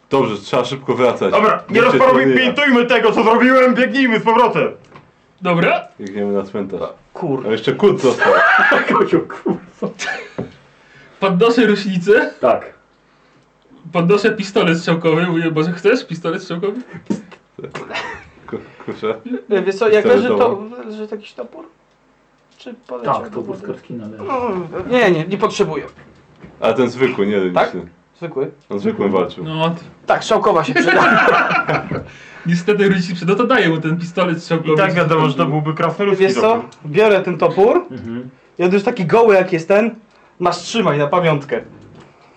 [SPEAKER 3] Dobrze, trzeba szybko wracać.
[SPEAKER 2] Dobra, nie
[SPEAKER 3] Nikt się
[SPEAKER 2] rozparujmy,
[SPEAKER 3] nie da.
[SPEAKER 2] pintujmy tego, co zrobiłem, biegnijmy z powrotem!
[SPEAKER 4] Dobra?
[SPEAKER 3] Biegniemy na cmentarz.
[SPEAKER 7] Kur...
[SPEAKER 3] A jeszcze kurt został.
[SPEAKER 1] Kozio, kurwa.
[SPEAKER 4] Podnoszę rośnicę,
[SPEAKER 1] Tak.
[SPEAKER 4] podnoszę pistolet strzałkowy, mówię, Boże, chcesz pistolet strzałkowy?
[SPEAKER 3] Ku- Kurczę.
[SPEAKER 7] E, Wiesz co, jak
[SPEAKER 3] Wtedy
[SPEAKER 7] leży to,
[SPEAKER 3] dołu.
[SPEAKER 7] że jakiś topór? Czy poleciał?
[SPEAKER 1] Tak, to
[SPEAKER 7] do
[SPEAKER 1] był
[SPEAKER 7] góry?
[SPEAKER 1] skartkina. ale-
[SPEAKER 7] Mm, Nie, nie, nie potrzebuję.
[SPEAKER 3] A ten zwykły, nie
[SPEAKER 7] Tak?
[SPEAKER 3] liczny.
[SPEAKER 7] Zwykły.
[SPEAKER 3] On zwykłym walczył.
[SPEAKER 4] No, ty-
[SPEAKER 7] Tak, szałkowa się przyda.
[SPEAKER 4] niestety rodzic przyda, to daje mu ten pistolet strzałkowy.
[SPEAKER 2] I tak wiadomo, że to byłby krasnoludski
[SPEAKER 7] Wiesz co,
[SPEAKER 2] dobór.
[SPEAKER 7] biorę ten topór
[SPEAKER 1] Mhm.
[SPEAKER 7] i on już taki goły jak jest ten, masz trzymaj na pamiątkę.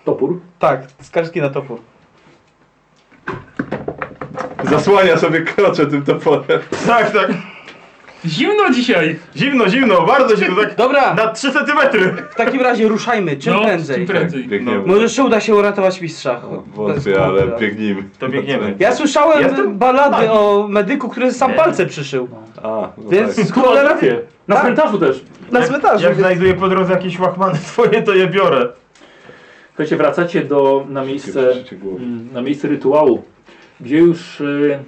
[SPEAKER 1] Topór.
[SPEAKER 7] Tak, skarżki na topór.
[SPEAKER 3] Zasłania sobie krocze tym toporem.
[SPEAKER 2] Tak, tak.
[SPEAKER 4] Zimno dzisiaj!
[SPEAKER 2] Zimno, zimno, bardzo zimno, tak
[SPEAKER 7] Dobra,
[SPEAKER 2] na 3 centymetry!
[SPEAKER 7] w takim razie ruszajmy, czym
[SPEAKER 4] no,
[SPEAKER 7] prędzej.
[SPEAKER 4] Czym prędzej.
[SPEAKER 2] Tak.
[SPEAKER 3] Biegniemy.
[SPEAKER 7] Może jeszcze uda się uratować mistrza.
[SPEAKER 3] Wątpię, ale biegnijmy.
[SPEAKER 2] To biegniemy.
[SPEAKER 7] Ja słyszałem
[SPEAKER 2] Jestem
[SPEAKER 7] balady
[SPEAKER 2] nagi.
[SPEAKER 7] o medyku, który sam
[SPEAKER 2] Nie.
[SPEAKER 7] palce przyszył.
[SPEAKER 3] A, no
[SPEAKER 7] Więc
[SPEAKER 3] tak.
[SPEAKER 1] Kurwa,
[SPEAKER 7] cholera wie.
[SPEAKER 1] rację. Na
[SPEAKER 7] Tak.
[SPEAKER 1] cmentarzu też.
[SPEAKER 7] Na cmentarzu.
[SPEAKER 2] Jak znajduję po drodze jakieś łachmany swoje, to je biorę.
[SPEAKER 1] Słuchajcie, wracacie do, na miejsce,
[SPEAKER 3] przeżycie głowy.
[SPEAKER 1] mm, na miejsce rytuału, gdzie już y,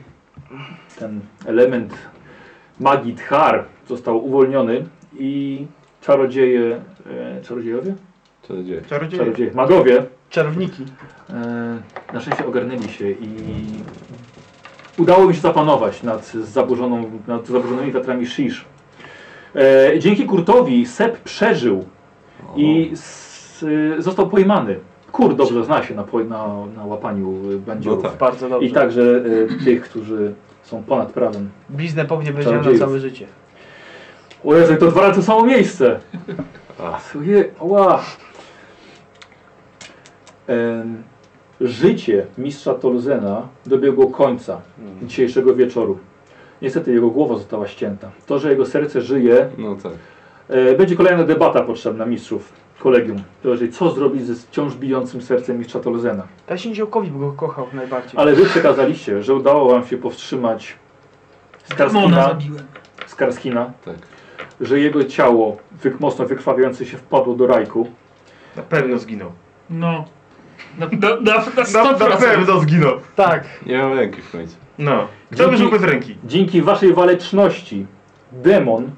[SPEAKER 1] ten element magii Thar został uwolniony i czarodzieje, y, czarodziejowie?
[SPEAKER 3] Co się dzieje?
[SPEAKER 2] Czarodzieje.
[SPEAKER 1] Czarodzieje, magowie
[SPEAKER 7] Czarowniki.
[SPEAKER 1] E, na szczęście ogarnęli się i udało mi się zapanować nad, zaburzoną, nad zaburzonymi wiatrami Shish. E, dzięki Kurtowi Sep przeżył i s, e, został pojmany. Kur dobrze zna się na, poj- na, na łapaniu e, bandziorów.
[SPEAKER 3] No tak.
[SPEAKER 7] Bardzo dobrze.
[SPEAKER 1] I także e, tych, którzy są ponad prawem.
[SPEAKER 7] Bliznę pewnie będzie na
[SPEAKER 1] Czarodziejów.
[SPEAKER 7] całe życie.
[SPEAKER 1] O Jezu, to dwa razy to samo miejsce.
[SPEAKER 3] A.
[SPEAKER 1] Słuchaj, ła. Em, Życie mistrza Tolzena dobiegło końca
[SPEAKER 3] Mm.
[SPEAKER 1] dzisiejszego wieczoru. Niestety jego głowa została ścięta. To, że jego serce żyje,
[SPEAKER 3] No tak.
[SPEAKER 1] e, będzie kolejna debata potrzebna mistrzów kolegium. To jeżeli co zrobić ze wciąż bijącym sercem mistrza Tolzena.
[SPEAKER 7] Daj się ziołkowi, bo go kochał najbardziej.
[SPEAKER 1] Ale wy przekazaliście, że udało wam się powstrzymać
[SPEAKER 11] Mona
[SPEAKER 1] Skarskina,
[SPEAKER 11] zabiłem.
[SPEAKER 1] Skarskina
[SPEAKER 3] Tak.
[SPEAKER 1] że jego ciało wy- mocno wykrwawiające się wpadło do rajku.
[SPEAKER 2] Na pewno zginął.
[SPEAKER 4] No. Na, na, na, na
[SPEAKER 2] Na, na
[SPEAKER 4] 100%.
[SPEAKER 2] pewno zginął.
[SPEAKER 7] Tak.
[SPEAKER 3] Nie mam ręki w końcu.
[SPEAKER 2] No. Kto by żył bez ręki?
[SPEAKER 1] Dzięki waszej waleczności demon,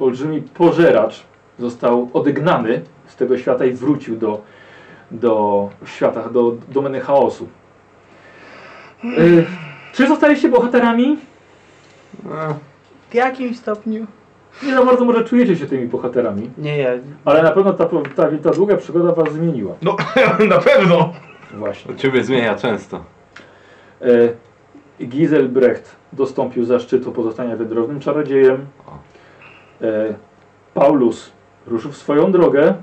[SPEAKER 1] olbrzymi pożeracz, został odegnany z tego świata i wrócił do, do świata, do domeny chaosu. Y, czy zostaliście bohaterami?
[SPEAKER 7] W jakim stopniu?
[SPEAKER 1] Nie za bardzo może czujecie się tymi bohaterami,
[SPEAKER 7] Nie, ja.
[SPEAKER 1] ale na pewno ta, ta, ta długa przygoda was zmieniła.
[SPEAKER 2] No, na pewno!
[SPEAKER 1] Właśnie.
[SPEAKER 3] Ciebie zmienia często.
[SPEAKER 1] E, Giselbrecht dostąpił zaszczytu pozostania wędrownym czarodziejem. E, Paulus ruszył w swoją drogę.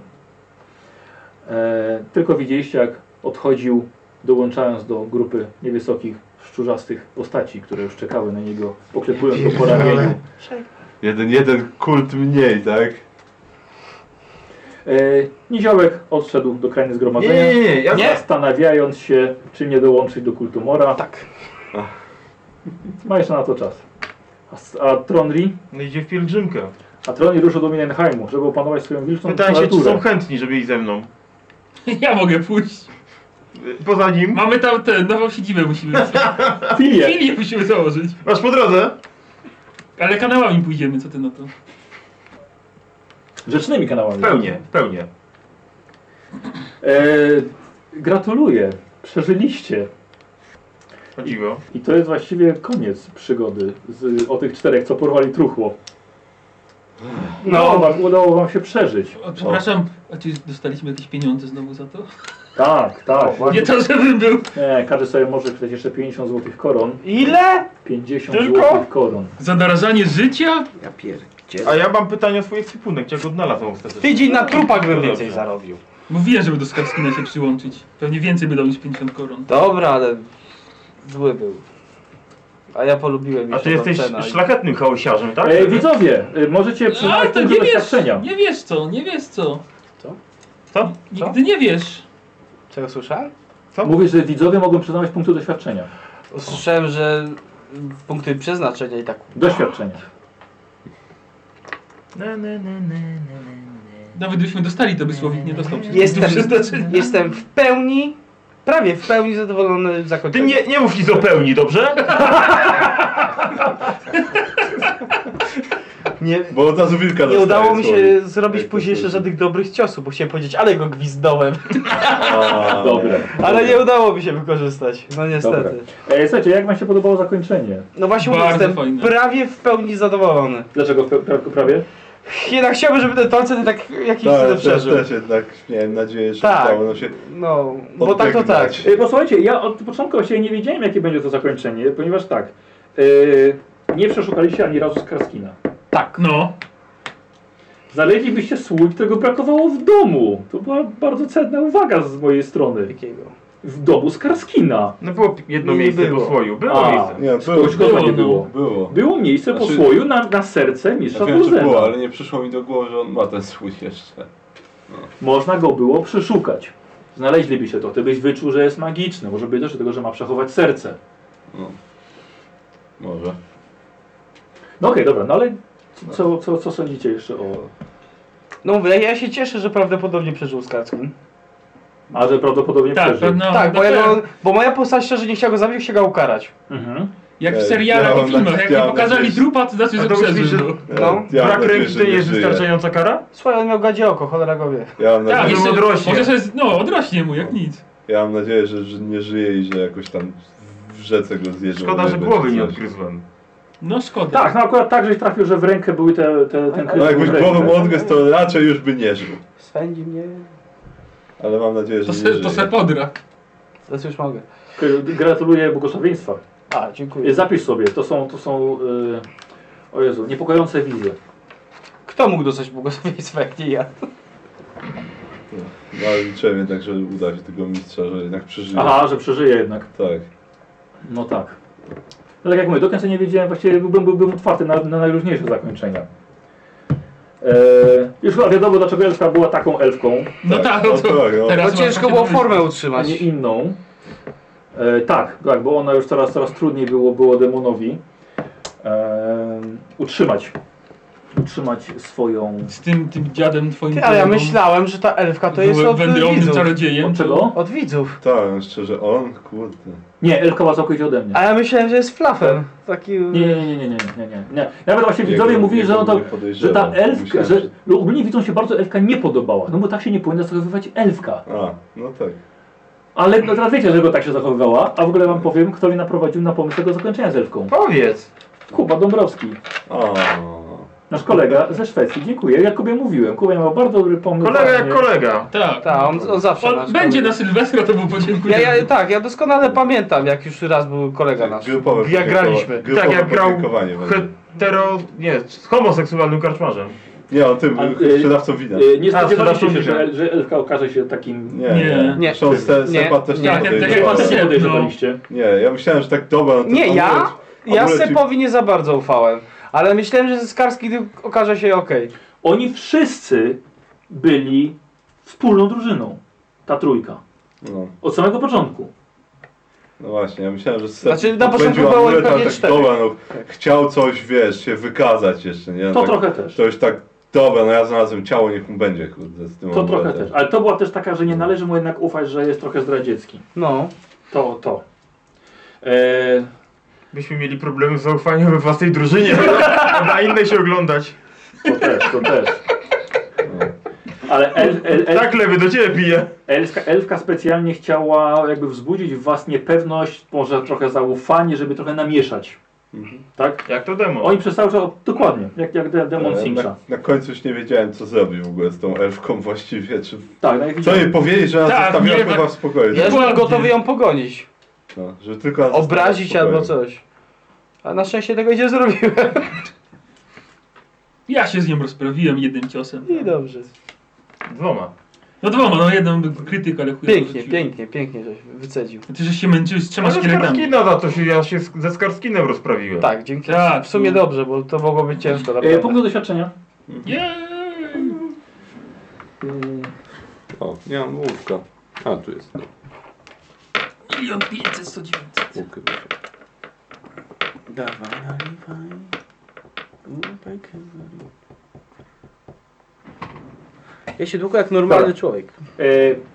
[SPEAKER 1] E, tylko widzieliście, jak odchodził, dołączając do grupy niewysokich, szczurzastych postaci, które już czekały na niego, poklepując go po ramieniu.
[SPEAKER 3] Jeden, jeden kult mniej, tak?
[SPEAKER 1] E, Niziołek odszedł do krainy
[SPEAKER 2] Nie, nie,
[SPEAKER 1] zgromadzenia,
[SPEAKER 2] nie, ja
[SPEAKER 7] Nie.
[SPEAKER 1] zastanawiając się, czy nie dołączyć do kultu Mora.
[SPEAKER 7] Tak.
[SPEAKER 1] Ma jeszcze na to czas. A, s- a Tronri?
[SPEAKER 2] No idzie w pielgrzymkę.
[SPEAKER 1] A Troni ruszył do Mindenheimu, żeby opanować swoją wilczą
[SPEAKER 2] Pytałem się, czy
[SPEAKER 1] naturę.
[SPEAKER 2] są chętni, żeby iść ze mną.
[SPEAKER 4] Ja mogę pójść.
[SPEAKER 2] Y, Poza nim.
[SPEAKER 4] Mamy tam ten, nową siedzibę musimy.
[SPEAKER 1] Filię!
[SPEAKER 4] Filię musimy założyć.
[SPEAKER 2] Masz po drodze?
[SPEAKER 4] Ale kanałami pójdziemy, co ty na to?
[SPEAKER 1] Rzecznymi kanałami.
[SPEAKER 2] Pełnie, pełnie.
[SPEAKER 1] E, gratuluję, przeżyliście.
[SPEAKER 2] O dziwo.
[SPEAKER 1] I to jest właściwie koniec przygody z, o tych czterech, co porwali truchło. No, wam, udało wam się przeżyć.
[SPEAKER 4] O, przepraszam, a czy dostaliśmy jakieś pieniądze znowu za to?
[SPEAKER 1] Tak, tak.
[SPEAKER 4] Nie
[SPEAKER 1] Właśnie.
[SPEAKER 4] to, żebym był.
[SPEAKER 1] Nie, każdy sobie może wydać jeszcze 50 złotych koron.
[SPEAKER 7] Ile?
[SPEAKER 1] 50
[SPEAKER 7] Tylko?
[SPEAKER 1] złotych koron.
[SPEAKER 4] Za narażanie życia?
[SPEAKER 23] Ja pierdzie.
[SPEAKER 2] A ja mam pytanie o swoich kwipunek, gdzie go odnalazłem ostatecznie.
[SPEAKER 7] Tydzień na trupach bym więcej
[SPEAKER 2] Dobrze.
[SPEAKER 7] zarobił.
[SPEAKER 4] Mówiłem, żeby do Skarbskina się przyłączyć. Pewnie więcej by dał niż 50 koron.
[SPEAKER 7] Dobra, ale zły był. A ja polubiłem
[SPEAKER 2] A
[SPEAKER 7] jeszcze
[SPEAKER 2] ty jesteś
[SPEAKER 7] tą cenę.
[SPEAKER 2] szlachetnym chaosiarzem, tak?
[SPEAKER 1] E, widzowie, e, możecie przyznać
[SPEAKER 4] to
[SPEAKER 1] punkty
[SPEAKER 4] nie wiesz,
[SPEAKER 1] doświadczenia.
[SPEAKER 4] nie wiesz co, nie wiesz co.
[SPEAKER 2] Co?
[SPEAKER 4] Nigdy nie wiesz.
[SPEAKER 7] Czego słyszałem?
[SPEAKER 1] Mówię, że widzowie mogą przyznawać punkty doświadczenia.
[SPEAKER 7] Słyszałem, że punkty przeznaczenia i tak.
[SPEAKER 1] Doświadczenia.
[SPEAKER 4] Nawet byśmy dostali, to by słowik nie dostał. przez
[SPEAKER 7] Jestem,
[SPEAKER 4] punkty przeznaczenia.
[SPEAKER 7] jestem w pełni, prawie w pełni zadowolony z
[SPEAKER 2] Ty
[SPEAKER 7] zakończenia.
[SPEAKER 2] nie, nie mów nic o pełni, dobrze?
[SPEAKER 7] nie,
[SPEAKER 12] Bo od razu
[SPEAKER 7] nie
[SPEAKER 12] wilka dostaje,
[SPEAKER 7] udało mi
[SPEAKER 12] słowik.
[SPEAKER 7] się zrobić
[SPEAKER 12] Jak to
[SPEAKER 7] później jeszcze
[SPEAKER 12] słowik.
[SPEAKER 7] żadnych dobrych ciosów, bo chciałem powiedzieć, ale go gwizdałem.
[SPEAKER 12] A,
[SPEAKER 1] Dobre.
[SPEAKER 7] Ale nie udało mi się wykorzystać, no niestety.
[SPEAKER 1] Dobra. E, słuchajcie, jak wam się podobało zakończenie?
[SPEAKER 7] No właśnie
[SPEAKER 4] Bardzo
[SPEAKER 7] jestem
[SPEAKER 4] fajne.
[SPEAKER 7] prawie w pełni zadowolony.
[SPEAKER 1] Dlaczego w pe- prawie?
[SPEAKER 7] Jednak chciałbym, żeby ten torcet tak jakiś
[SPEAKER 12] Tak,
[SPEAKER 7] cudem
[SPEAKER 12] też,
[SPEAKER 7] przeżył.
[SPEAKER 12] też jednak miałem nadzieję, że
[SPEAKER 7] Tak.
[SPEAKER 12] udało nam się
[SPEAKER 7] No, bo tak to tak.
[SPEAKER 12] odbiegać.
[SPEAKER 1] E, posłuchajcie, ja od początku właściwie nie wiedziałem, jakie będzie to zakończenie, ponieważ tak, e, nie przeszukaliście ani razu Skarskina.
[SPEAKER 4] Tak. No.
[SPEAKER 1] Znaleźlibyście słój, którego brakowało w domu. To była bardzo cenna uwaga z mojej strony.
[SPEAKER 7] Jakiego?
[SPEAKER 1] W domu Skarskina.
[SPEAKER 2] No było jedno
[SPEAKER 7] Nie
[SPEAKER 2] miejsce
[SPEAKER 7] było.
[SPEAKER 2] po słoju. Było
[SPEAKER 1] A.
[SPEAKER 2] miejsce.
[SPEAKER 12] Nie, było,
[SPEAKER 1] Skądś go
[SPEAKER 12] było,
[SPEAKER 1] nie było.
[SPEAKER 12] było.
[SPEAKER 1] Było miejsce
[SPEAKER 12] Znaczy-
[SPEAKER 1] po słoju na, na serce mistrza
[SPEAKER 12] Ja wiem, że
[SPEAKER 1] Bluzena.
[SPEAKER 7] no.
[SPEAKER 12] było, ale nie przyszło mi do głowy, że on ma ten swój jeszcze.
[SPEAKER 1] Można go było przeszukać. Znaleźlibyście to. Ty byś wyczuł, że jest magiczny. Może by też tego, że ma przechować serce.
[SPEAKER 12] No. Może.
[SPEAKER 1] No okej, dobra, no ale co, co, co sądzicie jeszcze o...
[SPEAKER 7] No mówię, ja się cieszę, że prawdopodobnie przeżył z Kackim.
[SPEAKER 1] A że prawdopodobnie
[SPEAKER 4] Tak,
[SPEAKER 1] przeżył.
[SPEAKER 4] pewno.
[SPEAKER 7] tak, bo,
[SPEAKER 4] znaczy,
[SPEAKER 7] ja go, bo moja postać szczerze nie chciała go zabić, chciała go ukarać.
[SPEAKER 1] Mhm.
[SPEAKER 4] Jak w
[SPEAKER 12] Ej,
[SPEAKER 4] serialach
[SPEAKER 12] miałem
[SPEAKER 4] i filmach,
[SPEAKER 12] nadzieję,
[SPEAKER 4] jak nie
[SPEAKER 12] miałem
[SPEAKER 4] pokazali
[SPEAKER 12] nadzieję.
[SPEAKER 4] trupa, to znaczy,
[SPEAKER 2] A
[SPEAKER 4] że
[SPEAKER 2] to myślisz,
[SPEAKER 4] przeżył.
[SPEAKER 2] że-
[SPEAKER 7] No.
[SPEAKER 12] Ja mam
[SPEAKER 2] Brak
[SPEAKER 12] nadzieję, że
[SPEAKER 2] ręki
[SPEAKER 12] nie
[SPEAKER 2] jest
[SPEAKER 12] żyje.
[SPEAKER 2] wystarczająca kara?
[SPEAKER 7] Słuchaj, on miał gadzie oko, cholera go wie.
[SPEAKER 12] Ja mam,
[SPEAKER 4] Tak,
[SPEAKER 12] nadzieję,
[SPEAKER 4] jeszcze
[SPEAKER 2] odrośnie.
[SPEAKER 4] Może sobie, z- no, odrośnie mu, jak nic.
[SPEAKER 12] ja mam nadzieję, że, że nie żyje i że jakoś tam w rzece go zjeżdżą.
[SPEAKER 2] Szkoda, że
[SPEAKER 12] ryby
[SPEAKER 2] głowy
[SPEAKER 12] czy
[SPEAKER 2] nie
[SPEAKER 12] coś.
[SPEAKER 2] odgryzłem.
[SPEAKER 4] No szkoda.
[SPEAKER 1] Tak, no akurat tak, żeś trafił, że w rękę były te, te, ten
[SPEAKER 12] No
[SPEAKER 1] kryształ
[SPEAKER 12] jakbyś
[SPEAKER 1] w rękę.
[SPEAKER 12] głową odgryzł, to raczej już by nie żył.
[SPEAKER 7] Swędzi mnie.
[SPEAKER 12] Ale mam nadzieję, że
[SPEAKER 4] To
[SPEAKER 12] nie
[SPEAKER 4] se,
[SPEAKER 12] żyje.
[SPEAKER 4] to se podra.
[SPEAKER 7] Teraz już mogę.
[SPEAKER 1] Gratuluję błogosławieństwa.
[SPEAKER 7] A, dziękuję.
[SPEAKER 1] Zapisz sobie, to są, to są, yy... o Jezu, niepokojące wizje.
[SPEAKER 7] Kto mógł dostać błogosławieństwa, jak nie ja?
[SPEAKER 12] No ale liczyłem jednak, że uda się tego mistrza, że jednak przeżyje.
[SPEAKER 1] Aha, że przeżyje jednak.
[SPEAKER 12] Tak.
[SPEAKER 1] No tak. No tak jak mówię, do końca nie wiedziałem, właściwie byłem, byłem, byłem otwarty na, na najróżniejsze zakończenia. Eee, już chyba wiadomo, dlaczego elfka była taką elfką,
[SPEAKER 4] No
[SPEAKER 12] Tak,
[SPEAKER 4] tak,
[SPEAKER 12] no
[SPEAKER 4] no to
[SPEAKER 12] tak, no.
[SPEAKER 4] teraz
[SPEAKER 7] No
[SPEAKER 4] ma-
[SPEAKER 7] ciężko było formę utrzymać.
[SPEAKER 1] a nie inną. Eee, tak, tak, bo ona już coraz, coraz trudniej było, było demonowi eee, utrzymać. Utrzymać swoją.
[SPEAKER 4] Z tym, tym dziadem twoim...
[SPEAKER 7] Ty, ale ja
[SPEAKER 4] kolegą,
[SPEAKER 7] myślałem, że ta elfka to jest
[SPEAKER 4] złe-
[SPEAKER 7] od
[SPEAKER 4] Wędrownym
[SPEAKER 7] widzów.
[SPEAKER 4] czarodziejem.
[SPEAKER 1] Od czego?
[SPEAKER 7] Od widzów.
[SPEAKER 12] Tak, szczerze, on? Kurde.
[SPEAKER 1] Nie, elfka była całkowicie ode mnie.
[SPEAKER 7] A ja myślałem, że jest flafem. Taki...
[SPEAKER 1] Nie, nie, nie, nie, nie, nie, nie, nie. Nawet właśnie
[SPEAKER 12] Jego-
[SPEAKER 1] widzowie mówili,
[SPEAKER 12] jego
[SPEAKER 1] że, on to,
[SPEAKER 12] nie
[SPEAKER 1] że
[SPEAKER 12] podejrzewam.
[SPEAKER 1] ta elfka,
[SPEAKER 12] Myślałem,
[SPEAKER 1] że no, ogólnie widzą się bardzo elfka nie podobała, no bo tak się nie powinna zachowywać elfka.
[SPEAKER 12] A, no tak.
[SPEAKER 1] Ale no, teraz wiecie, żeby tak się zachowywała, a w ogóle wam powiem, kto mnie naprowadził na pomysł tego zakończenia z elfką.
[SPEAKER 2] Powiedz!
[SPEAKER 1] Kuba Dąbrowski,
[SPEAKER 12] O.
[SPEAKER 1] nasz kolega ze Szwecji, dziękuję, jak Kubie mówiłem, Kuba miał bardzo dobry pomysł.
[SPEAKER 2] Kolega jak
[SPEAKER 1] właśnie-
[SPEAKER 2] kolega.
[SPEAKER 4] Tak.
[SPEAKER 7] Tak, on, on zawsze
[SPEAKER 4] On
[SPEAKER 7] nasz
[SPEAKER 4] będzie na
[SPEAKER 7] kolega.
[SPEAKER 4] Sylwestra, to był podziękuję.
[SPEAKER 7] ja, ja, Tak, ja doskonale pamiętam, jak już raz był kolega nasz.
[SPEAKER 12] Grupowe
[SPEAKER 7] Jak
[SPEAKER 12] podziękowa-
[SPEAKER 7] graliśmy.
[SPEAKER 12] Grupowe
[SPEAKER 2] Tak, jak grał
[SPEAKER 12] podziękowanie będzie.
[SPEAKER 2] Hetero... nie, z homoseksualnym karczmarzem.
[SPEAKER 12] Nie, o tym
[SPEAKER 1] A,
[SPEAKER 12] y,
[SPEAKER 1] y,
[SPEAKER 12] sprzedawcą wina.
[SPEAKER 1] Y, Nie
[SPEAKER 2] A,
[SPEAKER 1] spodziewaliście się,
[SPEAKER 2] przepraszam,
[SPEAKER 1] że, że elfka okaże się takim...
[SPEAKER 12] Nie,
[SPEAKER 4] Nie.
[SPEAKER 12] nie.
[SPEAKER 7] Nie.
[SPEAKER 12] Zresztą se,
[SPEAKER 7] Nie.
[SPEAKER 12] Sepa też
[SPEAKER 4] Nie.
[SPEAKER 12] nie,
[SPEAKER 4] Tak, jak- tak
[SPEAKER 1] Jak
[SPEAKER 12] podejrzewał.
[SPEAKER 1] pan się
[SPEAKER 4] No.
[SPEAKER 1] podejrzewaliście?
[SPEAKER 12] Nie, ja myślałem, że tak dobra. No to
[SPEAKER 7] Nie,
[SPEAKER 12] on
[SPEAKER 7] ja,
[SPEAKER 12] leci.
[SPEAKER 7] ja
[SPEAKER 12] Amulet ci-
[SPEAKER 7] Sepowi nie za bardzo ufałem. Ale myślałem, że Skarski okaże się okej.
[SPEAKER 1] Oni wszyscy byli wspólną drużyną, ta trójka,
[SPEAKER 12] No,
[SPEAKER 1] od samego początku.
[SPEAKER 12] no właśnie, ja myślałem, że Sepa
[SPEAKER 7] Znaczy, na początku było
[SPEAKER 12] amulet,
[SPEAKER 7] pewnie
[SPEAKER 12] ale tak
[SPEAKER 7] cztery.
[SPEAKER 12] dobra, no, chciał coś, wiesz, się wykazać jeszcze, nie?
[SPEAKER 1] To
[SPEAKER 12] tak,
[SPEAKER 1] trochę też.
[SPEAKER 12] To już tak, dobra, no ja znalazłem ciało, niech mu będzie, kurde, z tym
[SPEAKER 1] To
[SPEAKER 12] amuletem.
[SPEAKER 1] trochę też. Ale to była też taka, że nie należy mu jednak ufać, że jest trochę zdradziecki.
[SPEAKER 7] No.
[SPEAKER 1] To, to. Eee,
[SPEAKER 2] Byśmy mieli problemy z zaufaniem we własnej drużynie. Na inne się oglądać.
[SPEAKER 1] to też, to też. No. Ale el, el, el,
[SPEAKER 2] Tak lewy do ciebie pije.
[SPEAKER 1] elfka, elfka specjalnie chciała jakby wzbudzić w was niepewność, może trochę zaufanie, żeby trochę namieszać. Tak?
[SPEAKER 8] Jak to demo?
[SPEAKER 1] Oni przez cały czas, dokładnie, jak, jak de-
[SPEAKER 12] No,
[SPEAKER 1] demon
[SPEAKER 3] E,
[SPEAKER 1] Simsza.
[SPEAKER 3] Na,
[SPEAKER 12] tak.
[SPEAKER 3] na końcu już nie wiedziałem, co zrobił w ogóle z tą elfką właściwie. Czy,
[SPEAKER 1] Tak, no jak
[SPEAKER 3] co jej
[SPEAKER 1] widziałem.
[SPEAKER 3] powiedzieć, że nas
[SPEAKER 8] Tak,
[SPEAKER 3] zostawiła
[SPEAKER 8] nie,
[SPEAKER 3] chyba
[SPEAKER 8] tak-
[SPEAKER 3] w spokoju.
[SPEAKER 7] Ja byłem gotowy ją pogonić.
[SPEAKER 3] No, że tylko nas zostawiła w
[SPEAKER 7] Obrazić
[SPEAKER 3] spokoju.
[SPEAKER 7] albo coś. A na szczęście tego nie zrobiłem.
[SPEAKER 11] Ja się z nią rozprawiłem jednym ciosem.
[SPEAKER 7] I dobrze.
[SPEAKER 8] Dwoma.
[SPEAKER 11] No dwoma, no jeden krytyk, ale chuj.
[SPEAKER 7] Pięknie, pięknie, pięknie żeś wycedził.
[SPEAKER 11] Ty, że się męczyłeś z trzema
[SPEAKER 8] Ale
[SPEAKER 11] szkieletami.
[SPEAKER 8] Skarskina, no to się, ja się z- ze Skarskinem rozprawiłem.
[SPEAKER 7] Tak, dzięki.
[SPEAKER 11] Tak.
[SPEAKER 7] W sumie dobrze, bo to mogło być ciężko.
[SPEAKER 1] E,
[SPEAKER 7] naprawdę.
[SPEAKER 1] punkt do doświadczenia.
[SPEAKER 11] Jej!
[SPEAKER 12] O, nie mam łówka. A, tu jest. No,
[SPEAKER 11] Milion pięćset, sto dziewięćset.
[SPEAKER 12] łówkę.
[SPEAKER 5] Dawaj, nalewaj. Ubaj, kawaj. Ja się długo jak normalny
[SPEAKER 1] Dobra.
[SPEAKER 5] człowiek.
[SPEAKER 1] E,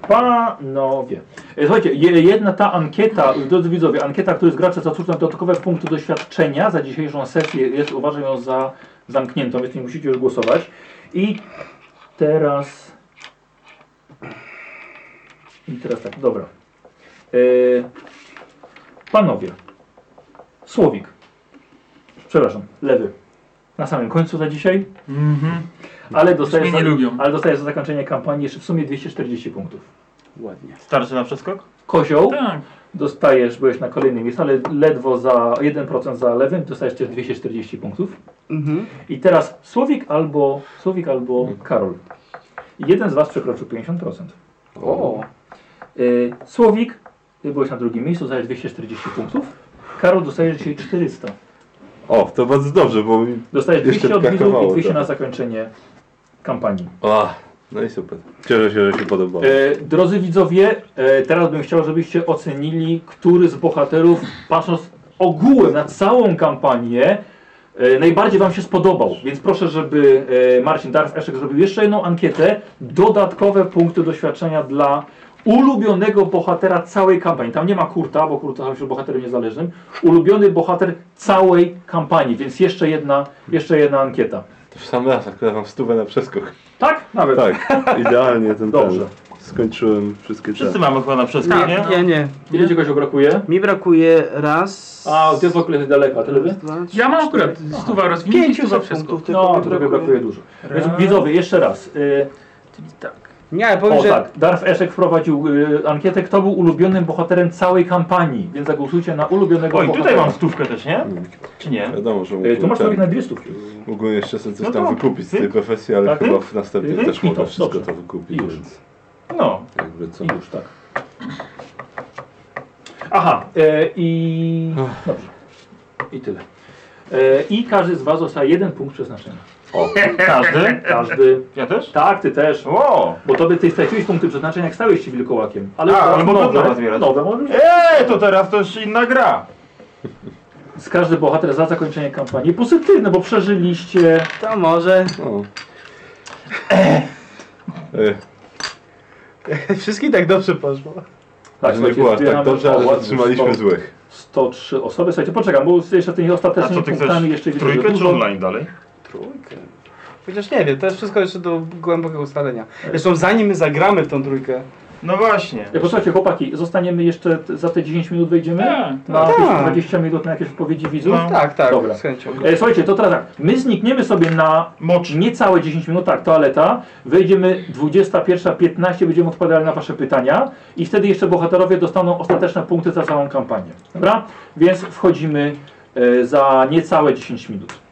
[SPEAKER 1] panowie. E, słuchajcie, je- jedna ta ankieta, drodzy widzowie, ankieta, która z gracza zasłużyła na dodatkowe punkty doświadczenia za dzisiejszą sesję, jest, uważam ją za zamkniętą, więc nie musicie już głosować. I teraz... I teraz tak, dobra. E, panowie. Słowik. Przepraszam, lewy. Na samym końcu za dzisiaj,
[SPEAKER 11] Mhm.
[SPEAKER 1] ale dostajesz,
[SPEAKER 11] mnie nie
[SPEAKER 1] za-
[SPEAKER 11] lubią.
[SPEAKER 1] ale dostajesz za zakończenie kampanii jeszcze w sumie 240 punktów.
[SPEAKER 5] Ładnie.
[SPEAKER 2] Starczy na przeskok?
[SPEAKER 1] Kozioł
[SPEAKER 11] Tak.
[SPEAKER 1] dostajesz, byłeś na kolejnym miejscu, ale ledwo za 1% za lewym, dostajesz też 240 punktów.
[SPEAKER 5] Mhm.
[SPEAKER 1] I teraz Słowik albo, Słowik albo Karol. Jeden z Was przekroczył 50%.
[SPEAKER 5] O,
[SPEAKER 1] Yy, Słowik, ty byłeś na drugim miejscu, dostajesz 240 punktów. Karol dostajesz dzisiaj 400.
[SPEAKER 12] O, to bardzo dobrze, bo mi...
[SPEAKER 1] Dostajesz
[SPEAKER 12] Jeszcze
[SPEAKER 1] 200 od widzów i
[SPEAKER 12] brakowało
[SPEAKER 1] 200
[SPEAKER 12] trochę.
[SPEAKER 1] na zakończenie kampanii.
[SPEAKER 12] A, no i super. Cieszę się, że się podobało.
[SPEAKER 1] E, drodzy widzowie, e, teraz bym chciał, żebyście ocenili, który z bohaterów, patrząc ogółem na całą kampanię, e, najbardziej Wam się spodobał. Więc proszę, żeby e, Marcin Darf Eszek zrobił jeszcze jedną ankietę. Dodatkowe punkty doświadczenia dla ulubionego bohatera całej kampanii. Tam nie ma Kurta, bo Kurta stał się bohaterem niezależnym. Ulubiony bohater całej kampanii, więc jeszcze jedna, jeszcze jedna ankieta.
[SPEAKER 12] To w sam raz akurat mam stówę na przeskok.
[SPEAKER 1] Tak? Nawet.
[SPEAKER 12] Tak, idealnie ten
[SPEAKER 1] Dobrze.
[SPEAKER 12] ten. Skończyłem wszystkie
[SPEAKER 2] Wszyscy
[SPEAKER 12] te.
[SPEAKER 2] mamy chyba na przeskok, nie?
[SPEAKER 5] ja nie.
[SPEAKER 1] Ile czegoś brakuje?
[SPEAKER 5] Mi brakuje raz.
[SPEAKER 1] A, ty w ogóle daleko, a ty lewy?
[SPEAKER 5] dwa, trzy,
[SPEAKER 11] Ja mam
[SPEAKER 5] cztery.
[SPEAKER 11] No akurat stuwa rozwinięcie,
[SPEAKER 5] Pięciu
[SPEAKER 11] stuwa
[SPEAKER 5] za
[SPEAKER 11] wszystko.
[SPEAKER 5] punktów
[SPEAKER 1] No,
[SPEAKER 5] tylko
[SPEAKER 1] to
[SPEAKER 5] mi
[SPEAKER 1] tobie brakuje dużo. Więc
[SPEAKER 11] Raz.
[SPEAKER 1] widzowie, jeszcze raz. Y,
[SPEAKER 11] Czyli tak.
[SPEAKER 7] Nie, ale powiem,
[SPEAKER 1] o
[SPEAKER 7] że
[SPEAKER 1] tak, Darf Eszek wprowadził y, ankietę, kto był ulubionym bohaterem całej kampanii, więc zagłosujcie na ulubionego
[SPEAKER 2] Oj,
[SPEAKER 1] bohatera.
[SPEAKER 2] tutaj mam stówkę też, nie? Czy nie?
[SPEAKER 12] Wiadomo, że
[SPEAKER 1] Y, tu
[SPEAKER 12] mógłbym,
[SPEAKER 1] masz sobie
[SPEAKER 12] ten,
[SPEAKER 1] na dwie stówki.
[SPEAKER 12] mógłbym jeszcze sobie coś
[SPEAKER 2] No
[SPEAKER 12] tam
[SPEAKER 2] to,
[SPEAKER 12] wykupić z tej
[SPEAKER 2] cyk.
[SPEAKER 12] profesji, ale
[SPEAKER 1] Tak,
[SPEAKER 12] chyba
[SPEAKER 1] cyk.
[SPEAKER 12] w następnej
[SPEAKER 1] Cyk.
[SPEAKER 12] też
[SPEAKER 1] I
[SPEAKER 12] mogę
[SPEAKER 1] to,
[SPEAKER 12] wszystko
[SPEAKER 1] dobrze.
[SPEAKER 12] to wykupić,
[SPEAKER 1] Już.
[SPEAKER 12] więc
[SPEAKER 2] No.
[SPEAKER 12] jakby co. E,
[SPEAKER 1] I już, tak. Aha, y, i... Dobrze. I tyle. Y, I każdy z was dostaje jeden punkt przeznaczenia.
[SPEAKER 2] Każdy?
[SPEAKER 1] Każdy.
[SPEAKER 2] Ja też?
[SPEAKER 1] Tak, ty też.
[SPEAKER 2] Wow.
[SPEAKER 1] Bo tobie ty straciłeś punkty przeznaczenia, jak stałeś się wilkołakiem. Ale,
[SPEAKER 2] A,
[SPEAKER 1] teraz
[SPEAKER 2] ale mogę
[SPEAKER 1] nowe,
[SPEAKER 2] nowe zbierać.
[SPEAKER 1] nowe możesz
[SPEAKER 2] Eee, to teraz to już inna gra.
[SPEAKER 1] Z każdy bohater za zakończenie kampanii pozytywne, bo przeżyliście.
[SPEAKER 5] To może.
[SPEAKER 12] O. E,
[SPEAKER 7] wszystkim tak dobrze poszło.
[SPEAKER 12] że
[SPEAKER 1] słuchajcie,
[SPEAKER 12] nie było aż tak
[SPEAKER 1] zbieramy-
[SPEAKER 12] dobrze,
[SPEAKER 1] o,
[SPEAKER 12] ale
[SPEAKER 1] ładnie,
[SPEAKER 12] zatrzymaliśmy
[SPEAKER 1] 100
[SPEAKER 12] złych.
[SPEAKER 1] 103 osoby. Słuchajcie, poczekam, bo jeszcze tymi
[SPEAKER 8] A co
[SPEAKER 1] ostatecznymi
[SPEAKER 8] ty chcesz?
[SPEAKER 1] punktami jeszcze widzę, że
[SPEAKER 8] Trójkę czy
[SPEAKER 1] dużo.
[SPEAKER 8] online dalej?
[SPEAKER 7] Trójkę. Chociaż nie wiem, to jest wszystko jeszcze do głębokiego ustalenia. Zresztą zanim my zagramy w tą trójkę,
[SPEAKER 8] No właśnie.
[SPEAKER 1] E, Posłuchajcie, chłopaki, zostaniemy jeszcze t- za te 10 minut wejdziemy?
[SPEAKER 11] Tak,
[SPEAKER 1] na
[SPEAKER 7] tak.
[SPEAKER 1] jakieś 20 minut na jakieś odpowiedzi widzów?
[SPEAKER 8] No.
[SPEAKER 7] tak, tak,
[SPEAKER 1] Dobra.
[SPEAKER 7] z chęcią.
[SPEAKER 1] E, słuchajcie, to teraz tak. My znikniemy sobie na
[SPEAKER 8] Mocz.
[SPEAKER 1] niecałe 10 minut, tak, toaleta. Wejdziemy 21.15, będziemy odpowiadali na Wasze pytania i wtedy jeszcze bohaterowie dostaną ostateczne punkty za całą kampanię. Dobra? Więc wchodzimy e, za niecałe 10 minut.